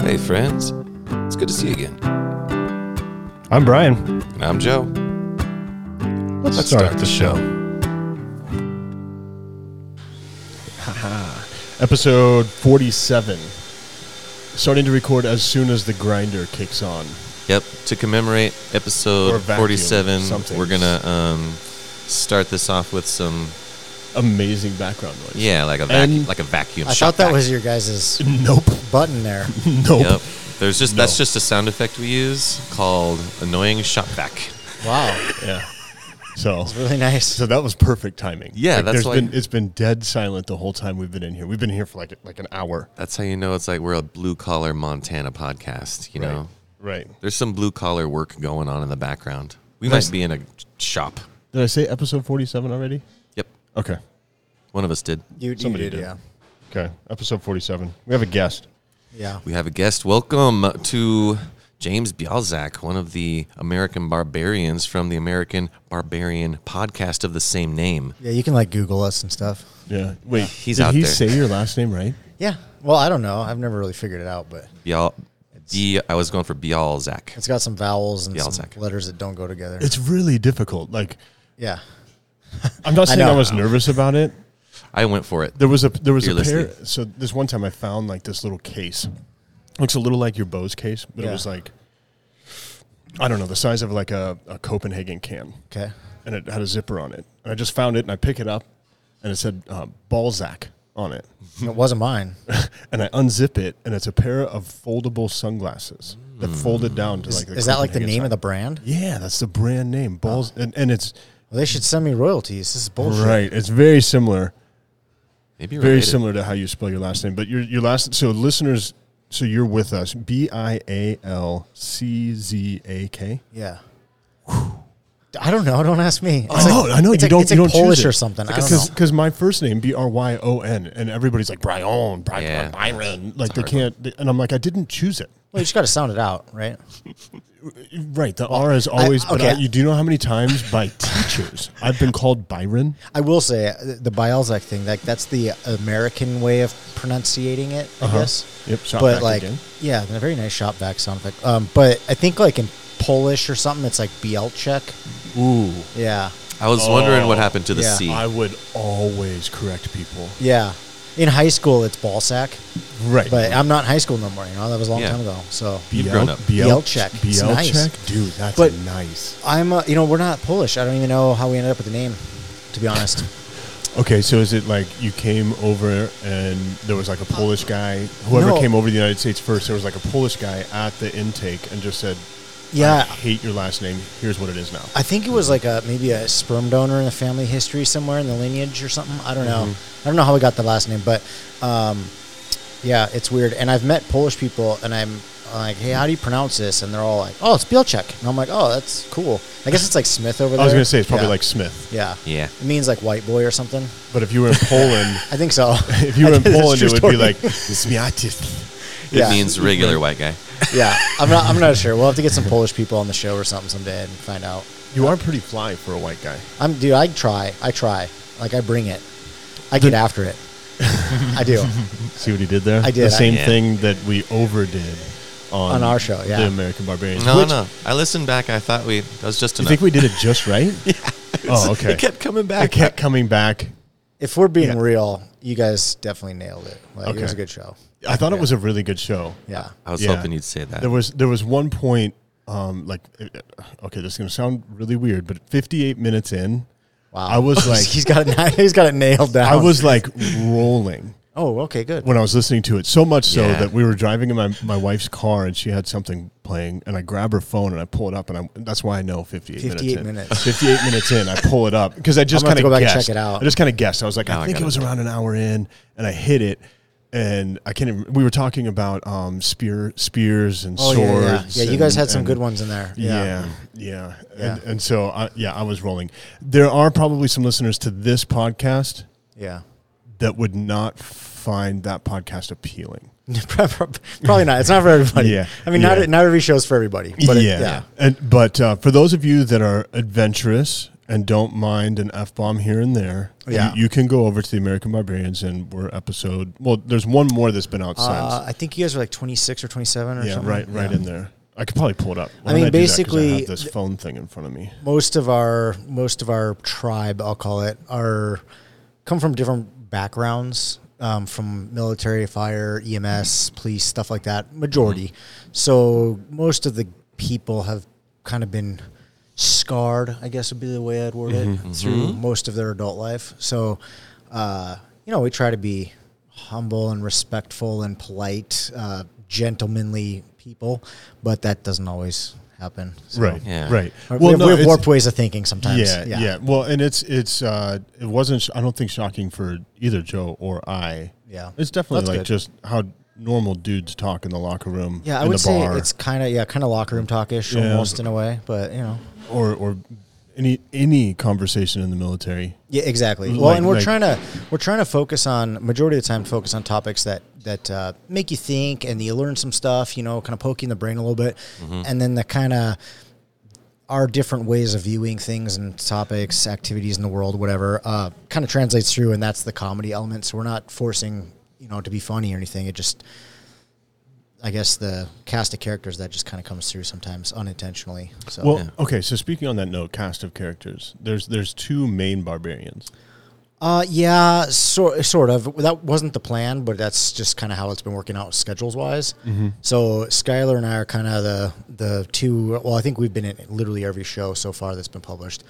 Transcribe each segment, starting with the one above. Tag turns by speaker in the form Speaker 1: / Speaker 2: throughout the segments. Speaker 1: Hey, friends. It's good to see you again.
Speaker 2: I'm Brian.
Speaker 1: And I'm Joe.
Speaker 2: Let's,
Speaker 1: start the show.
Speaker 2: Episode 47. Starting to record as soon as the grinder kicks on.
Speaker 1: Yep. To commemorate
Speaker 2: Or
Speaker 1: episode
Speaker 2: vacuum,
Speaker 1: 47,
Speaker 2: something.
Speaker 1: we're going to um, start this off with some,
Speaker 2: Amazing background noise.
Speaker 1: yeah, like a, vacuum,
Speaker 2: And-
Speaker 1: like a vacuum.
Speaker 3: I
Speaker 1: shop
Speaker 3: thought that
Speaker 1: vac-
Speaker 3: was your guys'
Speaker 2: Nope.
Speaker 3: button there.
Speaker 2: Nope.
Speaker 1: Yep. There's just that's
Speaker 2: No.
Speaker 1: just a sound effect we use called annoying shop vac.
Speaker 3: Wow,
Speaker 2: Yeah. So,
Speaker 3: it's really nice.
Speaker 2: so that was perfect timing.
Speaker 1: Yeah,
Speaker 2: Like,
Speaker 1: that's
Speaker 2: there's
Speaker 1: why-
Speaker 2: been it's been dead silent the whole time we've been in here. We've been here for like like an hour.
Speaker 1: That's how you know it's like we're a blue collar Montana podcast. You know,
Speaker 2: Right. right.
Speaker 1: there's some blue collar work going on in the background. We
Speaker 2: Nice.
Speaker 1: might be in a shop.
Speaker 2: Did I say episode 47 already?
Speaker 1: Yep.
Speaker 2: Okay.
Speaker 1: One of us did.
Speaker 3: You, you
Speaker 2: Somebody
Speaker 3: did,
Speaker 2: did.
Speaker 3: yeah,
Speaker 2: Okay. Episode 47. We have a guest.
Speaker 3: yeah.
Speaker 1: We have a guest. Welcome to James Bialzak, one of the American Barbarians from the American Barbarian podcast of the same name.
Speaker 3: Yeah, you can like Google us and stuff.
Speaker 2: Yeah. Wait.
Speaker 1: He's
Speaker 2: did
Speaker 1: out
Speaker 2: he
Speaker 1: there.
Speaker 2: say your last name right?
Speaker 3: Yeah. Well, I don't know. I've never really figured it out, but
Speaker 1: Bial, B, I was going for Bialzak.
Speaker 3: it's got some vowels and some
Speaker 1: Yalzak.
Speaker 3: letters that don't go together.
Speaker 2: It's really difficult. Like
Speaker 3: yeah.
Speaker 2: I'm not
Speaker 3: I
Speaker 2: saying I,
Speaker 3: know.
Speaker 2: was nervous about it.
Speaker 1: I went for it.
Speaker 2: There was a there was
Speaker 1: You're
Speaker 2: a pair.
Speaker 1: listening.
Speaker 2: So this one time I found like this little case. Looks a little like your Bose case, but it
Speaker 3: Yeah.
Speaker 2: was like I don't know the size of like a, a Copenhagen can,
Speaker 3: Okay.
Speaker 2: and it had a zipper on it. And I just found it and I pick it up, and it said uh, Balzac on it.
Speaker 3: It wasn't mine.
Speaker 2: and I unzip it, and it's a pair of foldable sunglasses that folded down to like.
Speaker 3: Is that like the name of the
Speaker 2: Copenhagen
Speaker 3: brand?
Speaker 2: size. Yeah, that's the brand name. Balls, and, and it's
Speaker 3: Well, they should send me royalties. This is bullshit.
Speaker 2: right. It's very similar.
Speaker 1: Maybe
Speaker 2: very
Speaker 1: related.
Speaker 2: similar to how you spell your last name. But your your last so listeners, so you're with us. B i a l c z a k.
Speaker 3: Yeah. I don't know. Don't ask me. It's
Speaker 2: Oh, I know,
Speaker 3: It's
Speaker 2: you
Speaker 3: like,
Speaker 2: don't-
Speaker 3: It's
Speaker 2: you don't choose
Speaker 3: like Polish
Speaker 2: it.
Speaker 3: or something. I don't know.
Speaker 2: Because because my first name B R Y O N, and everybody's like Brian, Brian,
Speaker 1: Yeah.
Speaker 2: Byron. Like
Speaker 1: a
Speaker 2: they
Speaker 1: hard
Speaker 2: can't, they- and I'm like I didn't choose it.
Speaker 3: Well, you just got to sound it out, right?
Speaker 2: Right, the R is always. but
Speaker 3: okay.
Speaker 2: I, you do know how many times by teachers I've been called Byron.
Speaker 3: I will say uh, the Bialzak thing, like that's the American way of pronunciating it, I guess.
Speaker 2: Yep, Uh-huh. shop
Speaker 3: but
Speaker 2: vac
Speaker 3: like,
Speaker 2: again.
Speaker 3: yeah, a very nice shop vac sound effect. Um, but I think like in Polish or something, it's like Bielczek.
Speaker 2: Ooh,
Speaker 3: Yeah,
Speaker 1: I was wondering what happened to the
Speaker 3: Yeah.
Speaker 1: C.
Speaker 2: I would always correct people.
Speaker 3: yeah. In high school, it's Ballsack,
Speaker 2: Right,
Speaker 3: but I'm not in high school no more. You know, that was a long
Speaker 1: Yeah.
Speaker 3: time ago. So
Speaker 1: You've grown up.
Speaker 3: Bielczak. It's
Speaker 2: Bielczak?
Speaker 3: nice.
Speaker 2: dude, that's
Speaker 3: But-
Speaker 2: nice.
Speaker 3: I'm, uh, you know, we're not Polish. I don't even know how we ended up with the name, to be honest.
Speaker 2: Okay, so is it like you came over and there was like a Polish guy, whoever
Speaker 3: No.
Speaker 2: came over to the United States first, there was like a Polish guy at the intake and just said, I
Speaker 3: yeah,
Speaker 2: hate your last name. Here's what it is now.
Speaker 3: I think it was like a maybe a sperm donor in the family history somewhere in the lineage or something. I don't know. I
Speaker 2: Mm-hmm.
Speaker 3: don't know how we got the last name, but um, yeah, it's weird. And I've met Polish people, and I'm like, hey, how do you pronounce this? And they're all like, oh, it's Bielczek. And I'm like, oh, that's cool. I guess it's like Smith over there.
Speaker 2: I was going to say it's probably
Speaker 3: Yeah.
Speaker 2: like Smith,
Speaker 3: yeah,
Speaker 1: Yeah.
Speaker 3: It means like white boy or something.
Speaker 2: but if you were in Poland,
Speaker 3: I think so.
Speaker 2: if you were in
Speaker 3: That's a
Speaker 2: Poland,
Speaker 3: true
Speaker 2: it would
Speaker 3: story.
Speaker 2: be like
Speaker 1: it
Speaker 2: Zmiatis.
Speaker 3: yeah.
Speaker 1: means regular white guy.
Speaker 3: yeah. I'm not. I'm not sure. We'll have to get some Polish people on the show or something someday and find out.
Speaker 2: You are pretty fly for a white guy.
Speaker 3: I'm dude. I try. I try. Like I bring it. I get after it. I do.
Speaker 2: See what he did there?
Speaker 3: I did,
Speaker 2: The
Speaker 3: I-
Speaker 2: same
Speaker 1: Yeah.
Speaker 2: thing that we overdid on,
Speaker 3: On our show, yeah.
Speaker 2: The American Barbarians.
Speaker 1: No,
Speaker 2: which-
Speaker 1: no. I listened back. I thought we, that was just
Speaker 2: You
Speaker 1: enough.
Speaker 2: think we did it just right? yeah. Oh, okay.
Speaker 1: It kept coming back.
Speaker 2: It kept coming back.
Speaker 3: If we're being
Speaker 2: Yeah.
Speaker 3: real, you guys definitely nailed it. Like it
Speaker 2: Okay.
Speaker 3: was a good show.
Speaker 2: I thought it was a really good show.
Speaker 3: Yeah.
Speaker 1: I was
Speaker 2: Yeah.
Speaker 1: hoping you'd say that.
Speaker 2: There was there was one point, um, like, okay, this is gonna sound really weird, but 58 minutes in,
Speaker 3: Wow.
Speaker 2: I was like,
Speaker 3: he's got it. na- He's got it nailed down.
Speaker 2: I
Speaker 1: Oh,
Speaker 2: was like rolling
Speaker 3: Oh, okay, good.
Speaker 2: when I was listening to it. So much so
Speaker 1: Yeah.
Speaker 2: that we were driving in my, my wife's car and she had something playing, and I grab her phone and I pull it up, and I that's why I know 58,
Speaker 3: 58
Speaker 2: minutes. in.
Speaker 3: minutes.
Speaker 2: 58 minutes in, I pull it up because I just
Speaker 3: I'm
Speaker 2: kind
Speaker 3: gonna
Speaker 2: of
Speaker 3: have to go back and
Speaker 2: guessed.
Speaker 3: check it out.
Speaker 2: I just kind of guessed. I was like,
Speaker 1: Now
Speaker 2: I
Speaker 1: I
Speaker 2: think
Speaker 1: gotta
Speaker 2: it was
Speaker 1: look.
Speaker 2: around an hour in, and I hit it. And I can't. Even, we were talking about um, spear, spears, and
Speaker 3: Oh yeah,
Speaker 2: swords.
Speaker 3: yeah, yeah. You guys
Speaker 2: and-
Speaker 3: had some
Speaker 2: and-
Speaker 3: good ones in there. Yeah.
Speaker 2: yeah, yeah. And,
Speaker 3: Yeah.
Speaker 2: and so, I, yeah, I was rolling. There are probably some listeners to this podcast
Speaker 3: Yeah.
Speaker 2: that would not find that podcast appealing.
Speaker 3: Probably not. It's not for everybody.
Speaker 2: Yeah,
Speaker 3: I mean,
Speaker 2: yeah.
Speaker 3: not not every show's for everybody. But it- yeah.
Speaker 2: And, but uh, for those of you that are adventurous and don't mind an f bomb here and there,
Speaker 3: Yeah.
Speaker 2: you, you can go over to the American Barbarians and we're episode. Well, there's one more that's been out
Speaker 3: Uh,
Speaker 2: since.
Speaker 3: I think you guys were like 26 or 27 or
Speaker 2: yeah,
Speaker 3: something.
Speaker 2: right, right
Speaker 3: Yeah.
Speaker 2: in there. I could probably pull it up. Why
Speaker 3: I
Speaker 2: don't
Speaker 3: mean,
Speaker 2: do that? 'Cause I
Speaker 3: basically,
Speaker 2: have this phone thing in front of me.
Speaker 3: most of our most of our tribe, I'll call it, are come from different backgrounds, um, from military, fire, EMS, police, stuff like that. Majority, so most of the people have kind of been scarred, I guess would be the way I'd word it, through most of their adult life. So, uh, you know, we try to be humble and respectful and polite, uh, gentlemanly people, but that doesn't always happen. So-
Speaker 2: Right,
Speaker 1: Yeah.
Speaker 2: right.
Speaker 3: well, we have,
Speaker 2: no,
Speaker 3: we have
Speaker 2: it's-
Speaker 3: warped ways of thinking sometimes.
Speaker 2: Yeah, yeah, Well, and it's it's uh, it wasn't. Sh- I don't think shocking for either Joe or I.
Speaker 3: Yeah.
Speaker 2: it's definitely
Speaker 3: That's
Speaker 2: like
Speaker 3: good.
Speaker 2: just how normal dudes talk in the locker room.
Speaker 3: Yeah, I
Speaker 2: in
Speaker 3: would
Speaker 2: the
Speaker 3: say
Speaker 2: bar,
Speaker 3: it's kind of yeah, kind of locker room talkish
Speaker 2: Yeah.
Speaker 3: almost in a way, but you know,
Speaker 2: or or any any conversation in the military.
Speaker 3: yeah, exactly.
Speaker 2: Mm-hmm. Like-
Speaker 3: Well, and we're
Speaker 2: like-
Speaker 3: trying to we're trying to focus on majority of the time focus on topics that that uh, make you think and you learn some stuff, you know, kind of poking the brain a little bit,
Speaker 2: Mm-hmm.
Speaker 3: and then the kind of our different ways of viewing things and topics, activities in the world, whatever, uh, kind of translates through, and that's the comedy element. So we're not forcing you know to be funny or anything. It just I guess the cast of characters that just kind of comes through sometimes unintentionally. So
Speaker 2: Well, okay. So speaking on that note, cast of characters. There's there's two main barbarians.
Speaker 3: Uh, yeah, sort sort of. That wasn't the plan, but that's just kind of how it's been working out schedules wise. So Skylar and I are kind of the the two. Well, I think we've been in literally every show so far that's been published,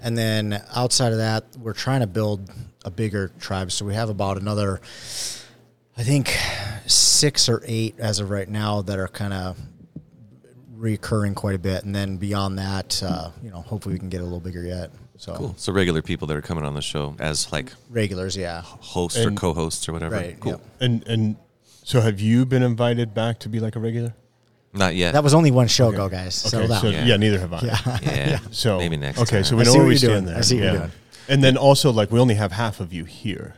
Speaker 3: and then outside of that, we're trying to build a bigger tribe. So we have about another, I think, six or eight as of right now that are kind of recurring quite a bit, and then beyond that, uh, you know, hopefully we can get a little bigger yet. So
Speaker 1: Cool. So regular people that are coming on the show as like
Speaker 3: regulars, yeah.
Speaker 1: hosts
Speaker 2: And-
Speaker 1: or co-hosts or whatever.
Speaker 3: Right,
Speaker 1: Cool.
Speaker 3: yep.
Speaker 2: And and so have you been invited back to be like a regular?
Speaker 1: Not yet.
Speaker 3: That was only one show ago, guys.
Speaker 2: Okay,
Speaker 3: Settle down.
Speaker 2: so
Speaker 1: Yeah.
Speaker 2: yeah. neither have I.
Speaker 3: yeah.
Speaker 1: yeah.
Speaker 2: So
Speaker 1: maybe next.
Speaker 2: Okay,
Speaker 1: time.
Speaker 2: so we
Speaker 3: I
Speaker 2: know
Speaker 3: see
Speaker 2: where
Speaker 3: what
Speaker 2: we
Speaker 3: you're
Speaker 2: stand
Speaker 3: doing.
Speaker 2: there.
Speaker 3: I see what you're doing.
Speaker 2: And then also like we only have half of you here.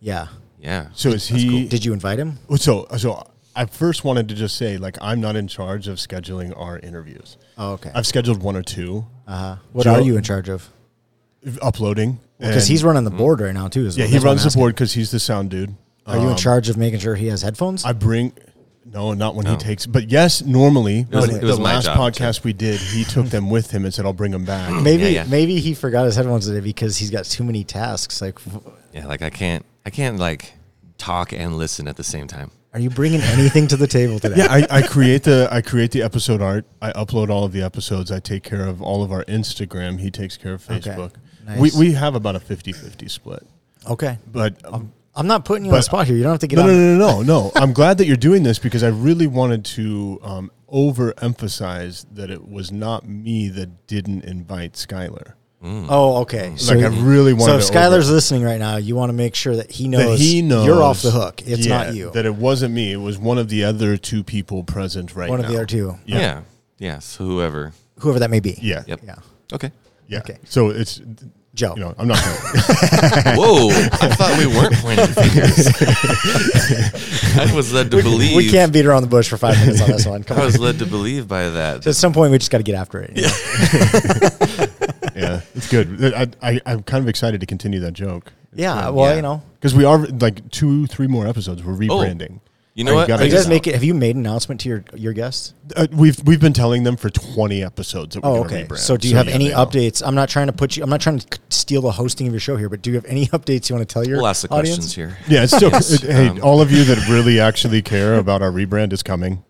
Speaker 3: yeah.
Speaker 1: yeah.
Speaker 2: So is he? Oh,
Speaker 3: Did you invite him?
Speaker 2: So so I first wanted to just say like I'm not in charge of scheduling our interviews.
Speaker 3: Oh, okay.
Speaker 2: I've scheduled one or two,
Speaker 3: Uh, what
Speaker 2: Joe-
Speaker 3: are you in charge of?
Speaker 2: uploading
Speaker 3: Because
Speaker 2: and-
Speaker 3: he's running the board right now too. is
Speaker 2: yeah
Speaker 3: what-
Speaker 2: he
Speaker 3: that's what I'm
Speaker 2: runs the
Speaker 3: asking.
Speaker 2: board because he's the sound dude.
Speaker 3: Are you in
Speaker 2: Um,
Speaker 3: charge of making sure he has headphones?
Speaker 2: I bring. No, not when
Speaker 1: No.
Speaker 2: he takes. But yes, normally.
Speaker 1: was-
Speaker 2: but
Speaker 1: it was
Speaker 2: the
Speaker 1: my
Speaker 2: last
Speaker 1: job,
Speaker 2: podcast we did, he took them with him and said, "I'll bring them back."
Speaker 3: maybe
Speaker 1: Yeah, yeah.
Speaker 3: maybe he forgot his headphones today because he's got too many tasks. Like, w-
Speaker 1: Yeah, like I can't I can't like talk and listen at the same time.
Speaker 3: are you bringing anything to the table today?
Speaker 2: yeah, I, I create the I create the episode art. I upload all of the episodes. I take care of all of our Instagram. He takes care of Facebook.
Speaker 3: Nice.
Speaker 2: We we have about a 50-50 split.
Speaker 3: Okay.
Speaker 2: But
Speaker 3: I'm not putting you on
Speaker 2: But-
Speaker 3: the spot here. You don't have to get
Speaker 2: no,
Speaker 3: on.
Speaker 2: no, no, no, no, no. I'm glad that you're doing this because I really wanted to um, overemphasize that it was not me that didn't invite Skylar.
Speaker 3: Oh, okay. So,
Speaker 2: Like I really
Speaker 3: so
Speaker 2: wanted.
Speaker 3: if
Speaker 2: to over-
Speaker 3: Skylar's listening right now, you want to make sure that he
Speaker 2: that
Speaker 3: knows,
Speaker 2: he knows
Speaker 3: you're off the hook. It's
Speaker 2: yeah,
Speaker 3: not you.
Speaker 2: That it wasn't me. It was one of the other two people present right
Speaker 3: One
Speaker 2: now.
Speaker 3: of the other two,
Speaker 1: Yeah.
Speaker 2: Yeah.
Speaker 1: yeah. Yes, whoever.
Speaker 3: whoever that may be.
Speaker 2: Yeah.
Speaker 1: Yep.
Speaker 3: Yeah.
Speaker 1: Okay.
Speaker 2: Yeah.
Speaker 3: Okay.
Speaker 2: So it's
Speaker 3: Joe.
Speaker 2: you know I'm not. Gonna,
Speaker 1: Whoa. I thought we weren't pointing fingers. I was led to believe
Speaker 3: We can't beat around the bush for five minutes on this one. Come
Speaker 1: I
Speaker 3: on.
Speaker 1: was led to believe by that.
Speaker 3: At some point, we just got to get after it. you know?
Speaker 2: yeah, it's good. I, I I'm kind of excited to continue that joke.
Speaker 3: Yeah. Well,
Speaker 1: Yeah. Oh,
Speaker 3: you know,
Speaker 2: Because we are like two, three more episodes. We're rebranding.
Speaker 1: you know what?
Speaker 2: gotta
Speaker 1: I
Speaker 3: you
Speaker 2: get
Speaker 3: guys
Speaker 1: just-
Speaker 2: out.
Speaker 3: make it. Have you made an announcement to your your guests?
Speaker 2: Uh, we've we've been telling them for 20 episodes that we're
Speaker 3: Oh,
Speaker 2: going to
Speaker 3: okay.
Speaker 2: rebrand.
Speaker 3: So, do you have
Speaker 2: yeah,
Speaker 3: any
Speaker 2: they know.
Speaker 3: updates? I'm not trying to put you. I'm not trying to steal the hosting of your show here, but do you have any updates you want to tell your
Speaker 1: We'll ask the questions
Speaker 3: audience?
Speaker 1: here.
Speaker 2: Yeah, it's still.
Speaker 1: Yes,
Speaker 2: it- hey,
Speaker 1: um,
Speaker 3: oh.
Speaker 2: all of you that really actually care about our rebrand is coming.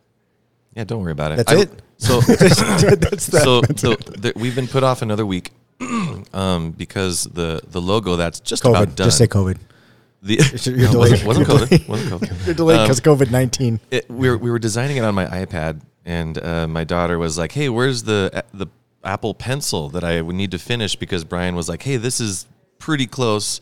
Speaker 1: Yeah, don't worry about it.
Speaker 3: That's
Speaker 1: I-
Speaker 3: it?
Speaker 1: So
Speaker 3: That's the,
Speaker 1: so the, the, we've been put off another week um, because the the logo that's just
Speaker 3: COVID.
Speaker 1: about done.
Speaker 3: Just say COVID.
Speaker 1: the,
Speaker 3: You're- you're
Speaker 1: No, wasn't-
Speaker 3: delayed.
Speaker 1: wasn't
Speaker 3: You're
Speaker 1: COVID. Wasn't COVID.
Speaker 3: You're delayed
Speaker 1: Um,
Speaker 3: because COVID nineteen.
Speaker 1: it, we were we were designing it on my iPad, and uh, my daughter was like, "Hey, where's the the Apple Pencil that I would need to finish?" Because Brian was like, "Hey, this is pretty close."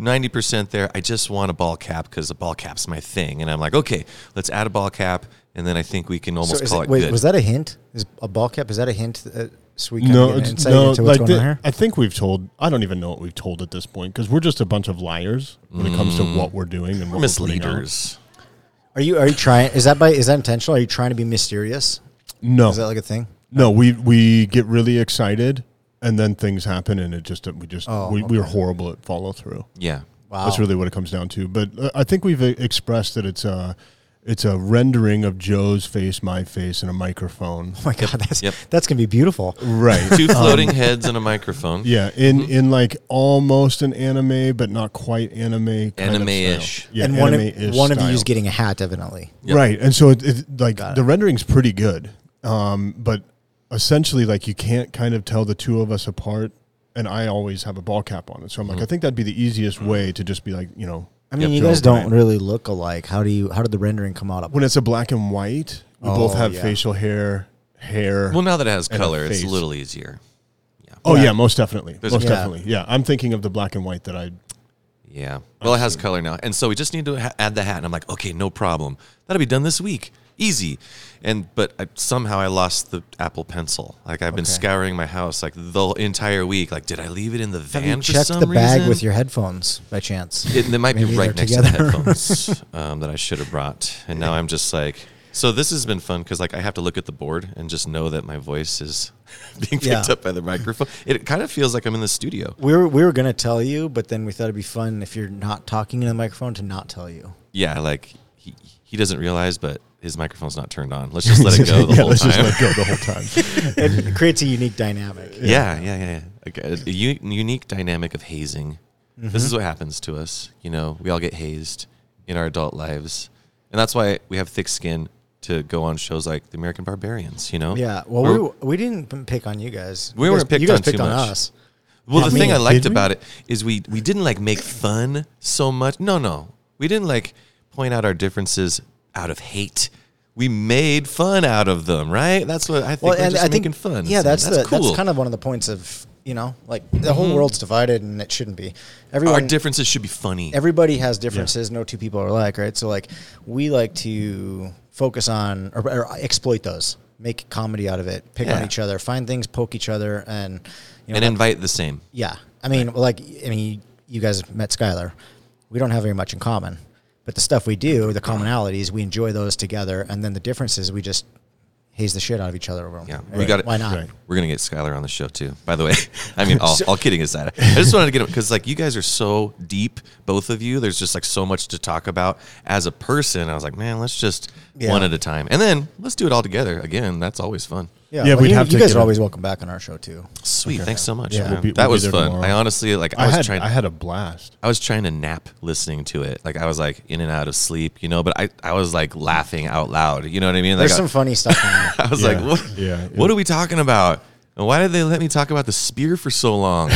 Speaker 1: 90% there. I just want a ball cap because a ball cap's my thing. And I'm like, okay, let's add a ball cap. And then I think we can almost
Speaker 3: So is
Speaker 1: call
Speaker 3: it-
Speaker 1: it,
Speaker 3: wait,
Speaker 1: good.
Speaker 3: was that a hint? Is a ball cap? Is that a hint? That, so we can
Speaker 2: no,
Speaker 3: get an
Speaker 2: it's-
Speaker 3: insight
Speaker 2: no,
Speaker 3: into what's
Speaker 2: like
Speaker 3: going
Speaker 2: the-
Speaker 3: on here.
Speaker 2: I think we've told. I don't even know what we've told at this point because we're just a bunch of liars when it comes to what we're doing and what We're putting out.
Speaker 1: Misleaders.
Speaker 3: Are you are you trying? Is that by is that intentional?
Speaker 1: Oh.
Speaker 3: Are you trying to be mysterious?
Speaker 2: no,
Speaker 3: Oh Is that like a thing?
Speaker 2: no, we we get really excited and then things happen, and it just we just
Speaker 3: Oh,
Speaker 2: we, we are
Speaker 3: okay.
Speaker 2: horrible at follow through.
Speaker 1: Yeah.
Speaker 3: Wow.
Speaker 2: That's really what it comes down to. But uh, I think we've uh, expressed that it's a it's a rendering of Joe's face, my face, and a microphone.
Speaker 3: oh my God, that's,
Speaker 1: Yep.
Speaker 3: that's going to be beautiful.
Speaker 2: Right.
Speaker 3: Um,
Speaker 1: Two floating heads and a microphone.
Speaker 2: Yeah, in in like almost an anime, but not quite anime. kind of
Speaker 1: Anime-ish.
Speaker 2: style. Yeah,
Speaker 3: and one of,
Speaker 2: anime-ish
Speaker 3: one of you is
Speaker 2: style.
Speaker 3: getting a hat, evidently.
Speaker 1: Yep.
Speaker 2: right, and so it, it like
Speaker 3: Got
Speaker 2: the rendering's pretty good, um, but essentially like you can't kind of tell the two of us apart. And I always have a ball cap on it, so I'm like, I think that'd be the easiest way to just be like, you know,
Speaker 3: I mean,
Speaker 1: Yep.
Speaker 3: you
Speaker 2: Joe
Speaker 3: guys don't
Speaker 2: Biden.
Speaker 3: really look alike. How do you? How did the rendering come out? Up?
Speaker 2: when it's a black and white, we both
Speaker 3: Oh,
Speaker 2: have
Speaker 3: yeah.
Speaker 2: facial hair, hair.
Speaker 1: Well, now that it has
Speaker 2: And a
Speaker 1: color, it's a
Speaker 2: face.
Speaker 1: little easier.
Speaker 2: oh
Speaker 3: yeah.
Speaker 2: yeah. most definitely,
Speaker 1: There's-
Speaker 2: most
Speaker 3: Yeah.
Speaker 2: definitely. Yeah, I'm thinking of the black and white that I.
Speaker 1: Yeah. Well, it has color now. And so we just need to ha- add the hat. And I'm like, okay, no problem. That'll be done this week. Easy. And, but I, somehow I lost the Apple pencil. Like, I've been
Speaker 3: Okay.
Speaker 1: scouring my house like the entire week. Like, did I leave it in the van
Speaker 3: Have you
Speaker 1: for
Speaker 3: checked
Speaker 1: some
Speaker 3: the bag
Speaker 1: reason?
Speaker 3: with your headphones by chance?
Speaker 1: It, it might be
Speaker 3: Maybe
Speaker 1: right
Speaker 3: they're
Speaker 1: next to the
Speaker 3: together.
Speaker 1: headphones um, that I should have brought, and now I'm just like. So this has been fun because like I have to look at the board and just know that my voice is being picked
Speaker 3: Yeah.
Speaker 1: up by the microphone. It kind of feels like I'm in the studio.
Speaker 3: we were we were gonna tell you, but then we thought it'd be fun if you're not talking in the microphone to not tell you.
Speaker 1: Yeah, like he he doesn't realize, but his microphone's not turned on. Let's just let it go the
Speaker 2: yeah,
Speaker 1: whole
Speaker 2: let's just
Speaker 1: time.
Speaker 2: let go the whole time.
Speaker 3: It creates a unique dynamic.
Speaker 1: yeah, yeah, yeah. yeah. Like a, a u- unique dynamic of hazing. This is what happens to us. You know, we all get hazed in our adult lives, and that's why we have thick skin to go on shows like The American Barbarians. You know.
Speaker 3: Yeah. Well,
Speaker 1: Or-
Speaker 3: we, were- we didn't p- pick on you guys.
Speaker 1: We
Speaker 3: you
Speaker 1: weren't
Speaker 3: guys,
Speaker 1: picked
Speaker 3: you guys
Speaker 1: on too
Speaker 3: picked on
Speaker 1: much.
Speaker 3: us.
Speaker 1: Well,
Speaker 2: Did
Speaker 1: the thing
Speaker 2: we?
Speaker 1: I liked
Speaker 2: Did we?
Speaker 1: about it is we we didn't like make fun so much. No, no, we didn't like point out our differences out of hate. We made fun out of them, right? That's what I think. we're just making fun.
Speaker 3: Yeah, that's the,
Speaker 1: cool.
Speaker 3: that's kind of one of the points of you know like the whole world's divided and it shouldn't be. Everyone
Speaker 1: our differences should be funny.
Speaker 3: everybody has differences. No two people are alike, right? So like we like to focus on or, or exploit those, make comedy out of it, pick on
Speaker 1: Yeah.
Speaker 3: each other, find things, poke each other, and you know
Speaker 1: and
Speaker 3: like-
Speaker 1: invite the same.
Speaker 3: yeah. I mean, like I mean, you guys met Skylar. We don't have very much in common, but the stuff we do, the commonalities, we enjoy those together, and then the differences, we just haze the shit out of each other. over 'em.
Speaker 1: Yeah, we
Speaker 3: Right?
Speaker 1: got it.
Speaker 3: Why not?
Speaker 2: Right.
Speaker 1: We're gonna get Skylar on the show too. By the way, I mean, all, all kidding aside, I just wanted to get him because like you guys are so deep, both of you. There's just like so much to talk about as a person. I was like, man, let's just
Speaker 3: Yeah.
Speaker 1: one at a time, and then let's do it all together again. That's always fun.
Speaker 3: Yeah,
Speaker 2: Yeah,
Speaker 3: well,
Speaker 2: we'd
Speaker 3: you,
Speaker 2: have to
Speaker 3: you guys
Speaker 2: get
Speaker 3: are
Speaker 2: it.
Speaker 3: always welcome back on our show too.
Speaker 1: Sweet, thanks so much.
Speaker 3: Yeah.
Speaker 1: man.
Speaker 2: We'll be-
Speaker 1: that
Speaker 2: we'll be
Speaker 1: was
Speaker 2: there
Speaker 1: fun.
Speaker 2: tomorrow.
Speaker 1: I honestly like. I,
Speaker 2: I
Speaker 1: was
Speaker 2: had
Speaker 1: trying.
Speaker 2: I had a blast.
Speaker 1: I was trying to nap listening to it. Like I was like in and out of sleep, you know. But I, I was like laughing out loud. You know what I mean? Like
Speaker 3: There's
Speaker 1: I-
Speaker 3: some funny stuff. in there.
Speaker 1: I was
Speaker 2: Yeah,
Speaker 1: like, what?
Speaker 2: yeah, it
Speaker 1: what are we talking about? And why did they let me talk about the spear for so long?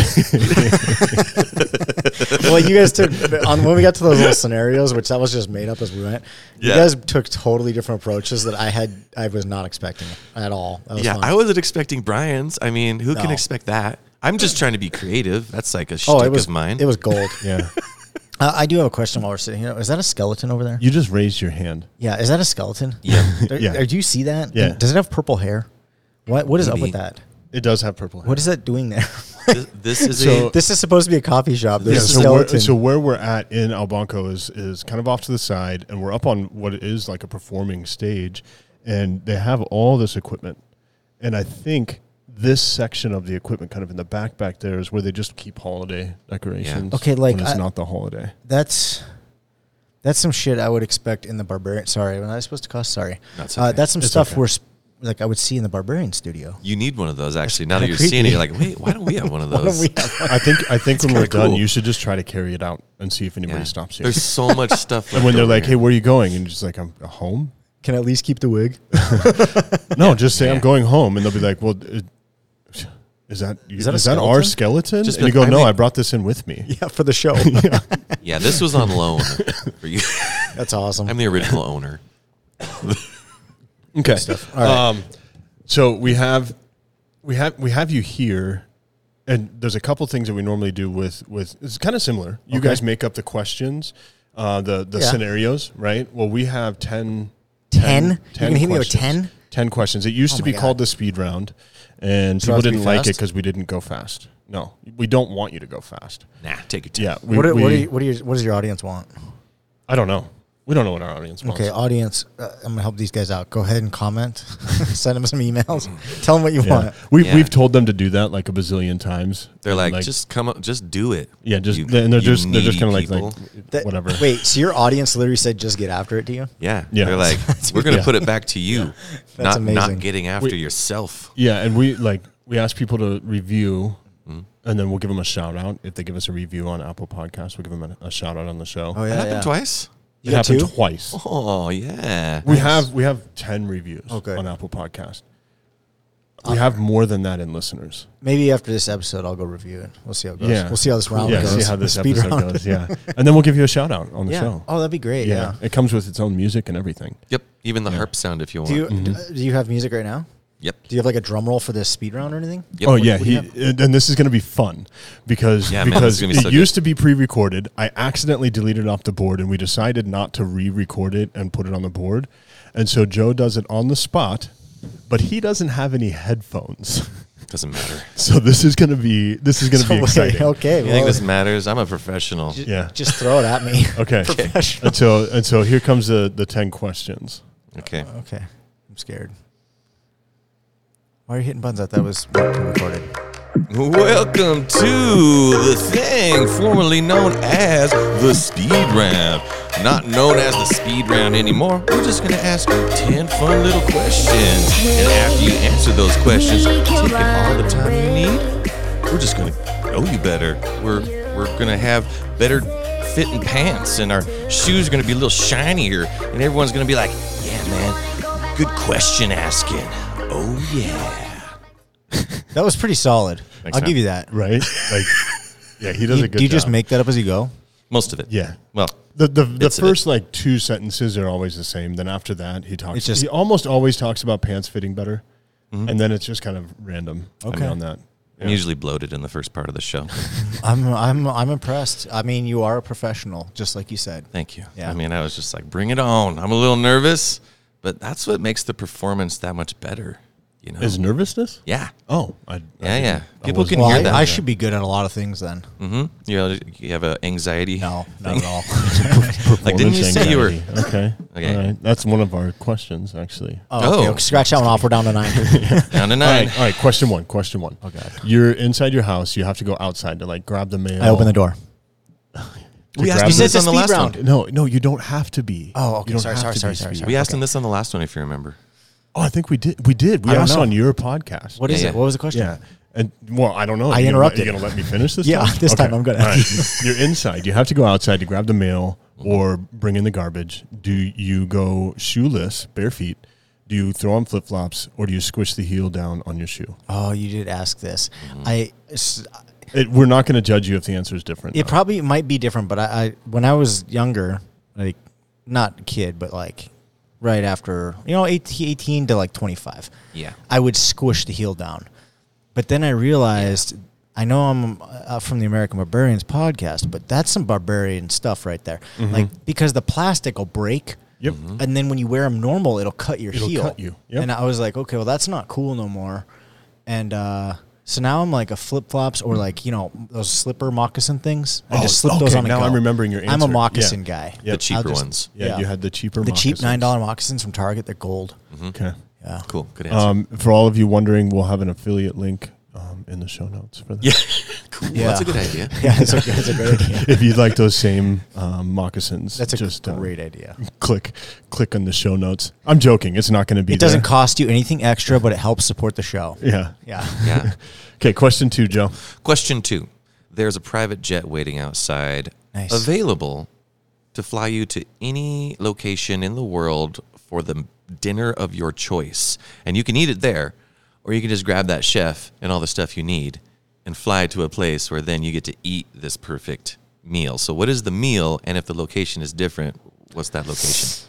Speaker 3: well, you guys took on when we got to those little scenarios, which that was just made up as we went.
Speaker 1: Yeah.
Speaker 3: You guys took totally different approaches that I had. I was not expecting at all. That was
Speaker 1: yeah,
Speaker 3: fun.
Speaker 1: I wasn't expecting Brian's. I mean, who can
Speaker 3: No.
Speaker 1: expect that? I'm just trying to be creative. That's like a shtick
Speaker 3: oh, it was
Speaker 1: of mine.
Speaker 3: It was gold.
Speaker 2: Yeah,
Speaker 3: Uh, I do have a question while we're sitting here. Is that a skeleton over there?
Speaker 2: you just raised your hand.
Speaker 3: Yeah, is that a skeleton?
Speaker 1: Yeah.
Speaker 3: There-
Speaker 2: Yeah.
Speaker 3: there- Do you see that?
Speaker 2: Yeah.
Speaker 3: Does it have purple hair? What What is up
Speaker 1: Maybe.
Speaker 3: with that?
Speaker 2: It does have purple hair.
Speaker 3: What is that doing there?
Speaker 1: this, this is
Speaker 2: So-
Speaker 1: a
Speaker 3: this is supposed to be a coffee shop. There's
Speaker 2: Yeah,
Speaker 3: a
Speaker 2: so where,
Speaker 3: skeleton.
Speaker 2: so where we're at in Albanco is is kind of off to the side, and we're up on what is like a performing stage, and they have all this equipment, and I think this section of the equipment, kind of in the back back there, is where they just keep holiday decorations.
Speaker 3: Okay, like,
Speaker 2: when it's
Speaker 3: I-
Speaker 2: not the holiday.
Speaker 3: that's that's some shit I would expect in the barbarian. Sorry, when I was supposed to cost. Sorry,
Speaker 1: That's
Speaker 3: uh,
Speaker 1: okay.
Speaker 3: that's some
Speaker 2: It's
Speaker 3: stuff
Speaker 2: okay.
Speaker 3: we're sp- like I would see in the barbarian studio.
Speaker 1: you need one of those actually. Now that
Speaker 3: kinda
Speaker 1: you're seeing it, you're
Speaker 3: creepy.
Speaker 1: like, wait, why don't we have one of
Speaker 3: Why don't
Speaker 1: those?
Speaker 3: we have-
Speaker 2: I think I think when
Speaker 1: kinda
Speaker 2: we're done,
Speaker 1: cool.
Speaker 2: you should just try to carry it out and see if anybody
Speaker 1: Yeah.
Speaker 2: stops you.
Speaker 1: There's so much stuff.
Speaker 2: and
Speaker 1: left
Speaker 2: when they're
Speaker 1: over
Speaker 2: like,
Speaker 1: here.
Speaker 2: "Hey, where are you going?" and you're just like, "I'm home."
Speaker 3: Can I at least keep the wig?
Speaker 2: No, just say
Speaker 1: Yeah.
Speaker 2: I'm going home, and they'll be like, "Well, it- is that is
Speaker 3: that
Speaker 2: that,
Speaker 3: a
Speaker 2: our skeleton?"
Speaker 3: skeleton?
Speaker 1: Just
Speaker 2: and you
Speaker 1: be
Speaker 2: go,
Speaker 1: like, I
Speaker 2: "No,
Speaker 1: made-
Speaker 2: I brought this in with me."
Speaker 3: yeah, for the show.
Speaker 1: yeah, this was on loan for you.
Speaker 3: that's awesome.
Speaker 1: I'm the original owner.
Speaker 2: Okay. Um, so we have we have we have you here, and there's a couple things that we normally do with with it's kind of similar. You
Speaker 3: Okay.
Speaker 2: guys make up the questions, uh, the the
Speaker 3: Yeah.
Speaker 2: scenarios, right? Well, we have 10,
Speaker 3: Ten? You gonna hit me with
Speaker 2: questions.
Speaker 3: 10?
Speaker 2: 10 questions. It used
Speaker 3: Oh
Speaker 2: to
Speaker 3: my
Speaker 2: be
Speaker 3: God.
Speaker 2: called the speed round, and
Speaker 3: I
Speaker 2: people
Speaker 3: have to be
Speaker 2: didn't like it
Speaker 3: fast?
Speaker 2: because we didn't go fast. No, we don't want you to go fast.
Speaker 1: Nah, take your time.
Speaker 2: Yeah, we,
Speaker 3: what, are,
Speaker 2: we-
Speaker 3: what, are you, what, are you, what does your audience want?
Speaker 2: I don't know. We don't know what our audience wants.
Speaker 3: Okay, audience, uh, I'm gonna help these guys out. Go ahead and comment, send them some emails, tell them what you
Speaker 2: Yeah.
Speaker 3: want.
Speaker 2: We've,
Speaker 1: Yeah.
Speaker 2: we've told them to do that like a bazillion times.
Speaker 1: They're like,
Speaker 2: just.
Speaker 1: just come up, just do it.
Speaker 2: Yeah, just
Speaker 1: You-
Speaker 2: and
Speaker 1: you
Speaker 2: they're just they're just
Speaker 1: needy
Speaker 2: kind of like, like
Speaker 1: people.
Speaker 3: That-
Speaker 2: whatever.
Speaker 3: Wait, so your audience literally said, "Just get after it," to you?
Speaker 1: yeah.
Speaker 2: Yeah.
Speaker 1: They're like, we're gonna
Speaker 2: Yeah.
Speaker 1: put it back to you.
Speaker 3: That's
Speaker 1: not
Speaker 3: amazing.
Speaker 1: not getting after
Speaker 2: We-
Speaker 1: yourself.
Speaker 2: Yeah, and we like we ask people to review,
Speaker 1: Mm-hmm.
Speaker 2: and then we'll give them a shout out if they give us a review on Apple Podcasts. We'll give them a, a shout out on the show.
Speaker 3: Oh yeah,
Speaker 1: That happened
Speaker 3: yeah.
Speaker 1: twice.
Speaker 3: You
Speaker 2: it
Speaker 3: got
Speaker 2: happened
Speaker 3: two?
Speaker 2: twice.
Speaker 1: Oh yeah.
Speaker 2: We have we have ten reviews
Speaker 3: Okay. Uh,
Speaker 2: on Apple Podcast. We have more than that in listeners.
Speaker 3: Maybe after this episode, I'll go review it. We'll see how it goes.
Speaker 2: Yeah,
Speaker 3: We'll see how this round
Speaker 2: yeah,
Speaker 3: goes.
Speaker 2: see how this
Speaker 3: Speed
Speaker 2: episode
Speaker 3: round.
Speaker 2: goes. Yeah, and then we'll give you a shout out on the
Speaker 3: Yeah.
Speaker 2: show.
Speaker 3: Oh, that'd be great. Yeah.
Speaker 2: it comes with its own music and everything.
Speaker 1: Yep. Even the harp sound, if you want.
Speaker 3: Do you
Speaker 1: Mm-hmm.
Speaker 3: d- do you have music right now?
Speaker 1: yep.
Speaker 3: Do you have like a drum roll for this speed round or anything?
Speaker 1: Yep.
Speaker 2: oh
Speaker 1: What-
Speaker 2: yeah,
Speaker 1: what-
Speaker 2: he and and this is going to be fun because
Speaker 1: Yeah, man, this
Speaker 2: because
Speaker 1: is gonna
Speaker 2: it
Speaker 1: be so good.
Speaker 2: used to be pre-recorded. I accidentally deleted it off the board, and we decided not to re-record it and put it on the board. And so Joe does it on the spot, but he doesn't have any headphones.
Speaker 1: Doesn't matter.
Speaker 2: So this is going to be this is going to
Speaker 3: So,
Speaker 2: be
Speaker 3: wait,
Speaker 2: exciting.
Speaker 3: okay.
Speaker 1: You think
Speaker 3: well,
Speaker 1: this matters? I'm a professional.
Speaker 3: ju-
Speaker 2: Yeah.
Speaker 3: Just throw it at me.
Speaker 2: Okay.
Speaker 3: Professional.
Speaker 2: And so and so here comes the the ten questions.
Speaker 1: Okay.
Speaker 3: Okay. I'm scared. Why are you hitting buttons? I thought that was recorded.
Speaker 1: Welcome to the thing formerly known as the speed round. Not known as the speed round anymore. We're just gonna ask you ten fun little questions, and after you answer those questions, taking all the time you need, we're just gonna know you better. We're we're gonna have better fitting pants, and our shoes are gonna be a little shinier, and everyone's gonna be like, "Yeah, man, good question asking. Oh yeah."
Speaker 3: That was pretty solid.
Speaker 1: Thanks,
Speaker 3: I'll
Speaker 1: man.
Speaker 3: give you that.
Speaker 2: Right? Like, yeah, he does
Speaker 3: You-
Speaker 2: a good.
Speaker 3: do you just
Speaker 2: job.
Speaker 3: make that up as you go?
Speaker 1: Most of it.
Speaker 2: Yeah.
Speaker 1: Well,
Speaker 2: The the, the
Speaker 1: Bits of it.
Speaker 2: first like two sentences are always the same. Then after that, he talks.
Speaker 3: It's just-
Speaker 2: he almost always talks about pants fitting better, and then it's just kind of random
Speaker 3: Okay.
Speaker 2: okay. on that.
Speaker 1: I'm usually bloated in the first part of the show.
Speaker 3: I'm I'm I'm impressed. I mean, you are a professional, just like you said.
Speaker 1: Thank you.
Speaker 3: Yeah.
Speaker 1: I mean, I was just like, bring it on. I'm a little nervous, but that's what makes the performance that much better. You know?
Speaker 2: Is nervousness?
Speaker 1: yeah.
Speaker 2: Um, Oh, I, I
Speaker 1: Yeah, yeah.
Speaker 2: didn't- I
Speaker 1: People
Speaker 2: wasn't-
Speaker 1: can
Speaker 3: Well,
Speaker 1: hear
Speaker 3: I,
Speaker 1: that.
Speaker 3: I should be good at a lot of things then.
Speaker 1: hmm You know, you have a anxiety.
Speaker 3: No, not
Speaker 1: thing.
Speaker 3: at all.
Speaker 1: Like, didn't you
Speaker 2: Performance
Speaker 1: say you were?
Speaker 2: anxiety. okay?
Speaker 1: Okay.
Speaker 2: All right. That's one of our questions, actually.
Speaker 3: Oh, okay,
Speaker 1: Oh.
Speaker 3: okay, scratch that one off. We're down to nine.
Speaker 1: Down to
Speaker 2: all
Speaker 1: nine.
Speaker 2: right, all right. Question one. Question one. Okay. You're inside your house. You have to go outside to like grab the mail.
Speaker 3: I open the door.
Speaker 1: We
Speaker 2: to
Speaker 1: asked
Speaker 2: grab
Speaker 1: him
Speaker 2: the-
Speaker 1: this on the
Speaker 3: speed
Speaker 1: last
Speaker 3: round.
Speaker 1: one.
Speaker 2: No, no, you don't have to be.
Speaker 3: Oh, okay.
Speaker 2: You don't
Speaker 3: Sorry,
Speaker 2: have
Speaker 3: sorry,
Speaker 2: to be
Speaker 3: sorry, sorry,
Speaker 2: speed.
Speaker 3: sorry.
Speaker 1: We asked
Speaker 3: Okay.
Speaker 1: him this on the last one, if you remember.
Speaker 2: Oh, I think we did. We did. We
Speaker 3: I don't
Speaker 2: asked
Speaker 3: know.
Speaker 2: on your podcast.
Speaker 3: What is
Speaker 1: Yeah,
Speaker 3: it?
Speaker 1: yeah.
Speaker 3: What was the question?
Speaker 2: Yeah. And well, I don't know.
Speaker 3: I
Speaker 2: Are you gonna let-
Speaker 3: interrupted.
Speaker 2: You gonna let me finish this?
Speaker 3: Yeah,
Speaker 2: time?
Speaker 3: this time I'm gonna.
Speaker 2: All right. You're inside. You have to go outside to grab the mail or bring in the garbage. Do you go shoeless, bare feet? Do you throw on flip flops, or do you squish the heel down on your shoe?
Speaker 3: Oh, you did ask this. I s-
Speaker 2: It, we're not going to judge you if the answer is different.
Speaker 3: it
Speaker 2: though.
Speaker 3: probably might be different, but I, I when I was younger, like not a kid, but like right after you know 18, 18 to like 25.
Speaker 1: Yeah.
Speaker 3: I would squish the heel down. But then I realized I know I'm uh, from the American Barbarians podcast, but that's some barbarian stuff right there. Like because the plastic will break.
Speaker 2: Mm-hmm. Yep.
Speaker 3: And then when you wear them normal, it'll cut your
Speaker 2: It'll
Speaker 3: heel.
Speaker 2: cut you. Yep.
Speaker 3: And I was like, okay, well that's not cool no more. And uh, so now I'm like a flip flops or like you know those slipper moccasin things. I
Speaker 2: Oh,
Speaker 3: just slip those
Speaker 2: okay,
Speaker 3: on. and
Speaker 2: now
Speaker 3: go.
Speaker 2: I'm remembering your
Speaker 3: I'm
Speaker 2: answer.
Speaker 3: a
Speaker 2: Yeah.
Speaker 3: moccasin guy.
Speaker 2: Yeah.
Speaker 1: The cheaper
Speaker 3: just-
Speaker 1: ones.
Speaker 2: Yeah,
Speaker 3: yeah.
Speaker 2: You had the cheaper.
Speaker 3: The cheap
Speaker 2: moccasins. Mm-hmm.
Speaker 3: nine dollar moccasins from Target. They're gold.
Speaker 2: Okay.
Speaker 3: Yeah.
Speaker 1: Cool. Good answer.
Speaker 2: Um, for all of you wondering, we'll have an affiliate link um, in the show notes for that.
Speaker 1: yeah. cool.
Speaker 3: Yeah.
Speaker 1: That's a good idea.
Speaker 3: Yeah, that's a, that's a great idea.
Speaker 2: if you'd like those same um, moccasins,
Speaker 3: That's a
Speaker 2: just uh,
Speaker 3: great idea.
Speaker 2: click click on the show notes. I'm joking. It's not going to be.
Speaker 3: It doesn't
Speaker 2: there.
Speaker 3: cost you anything extra, but it helps support the show.
Speaker 2: Yeah.
Speaker 3: Yeah.
Speaker 1: Yeah.
Speaker 2: Okay. Question two, Joe.
Speaker 1: Question two There's a private jet waiting outside,
Speaker 3: Nice.
Speaker 1: available to fly you to any location in the world for the dinner of your choice. And you can eat it there, or you can just grab that chef and all the stuff you need and fly to a place where then you get to eat this perfect meal. So, what is the meal? And if the location is different, what's that location?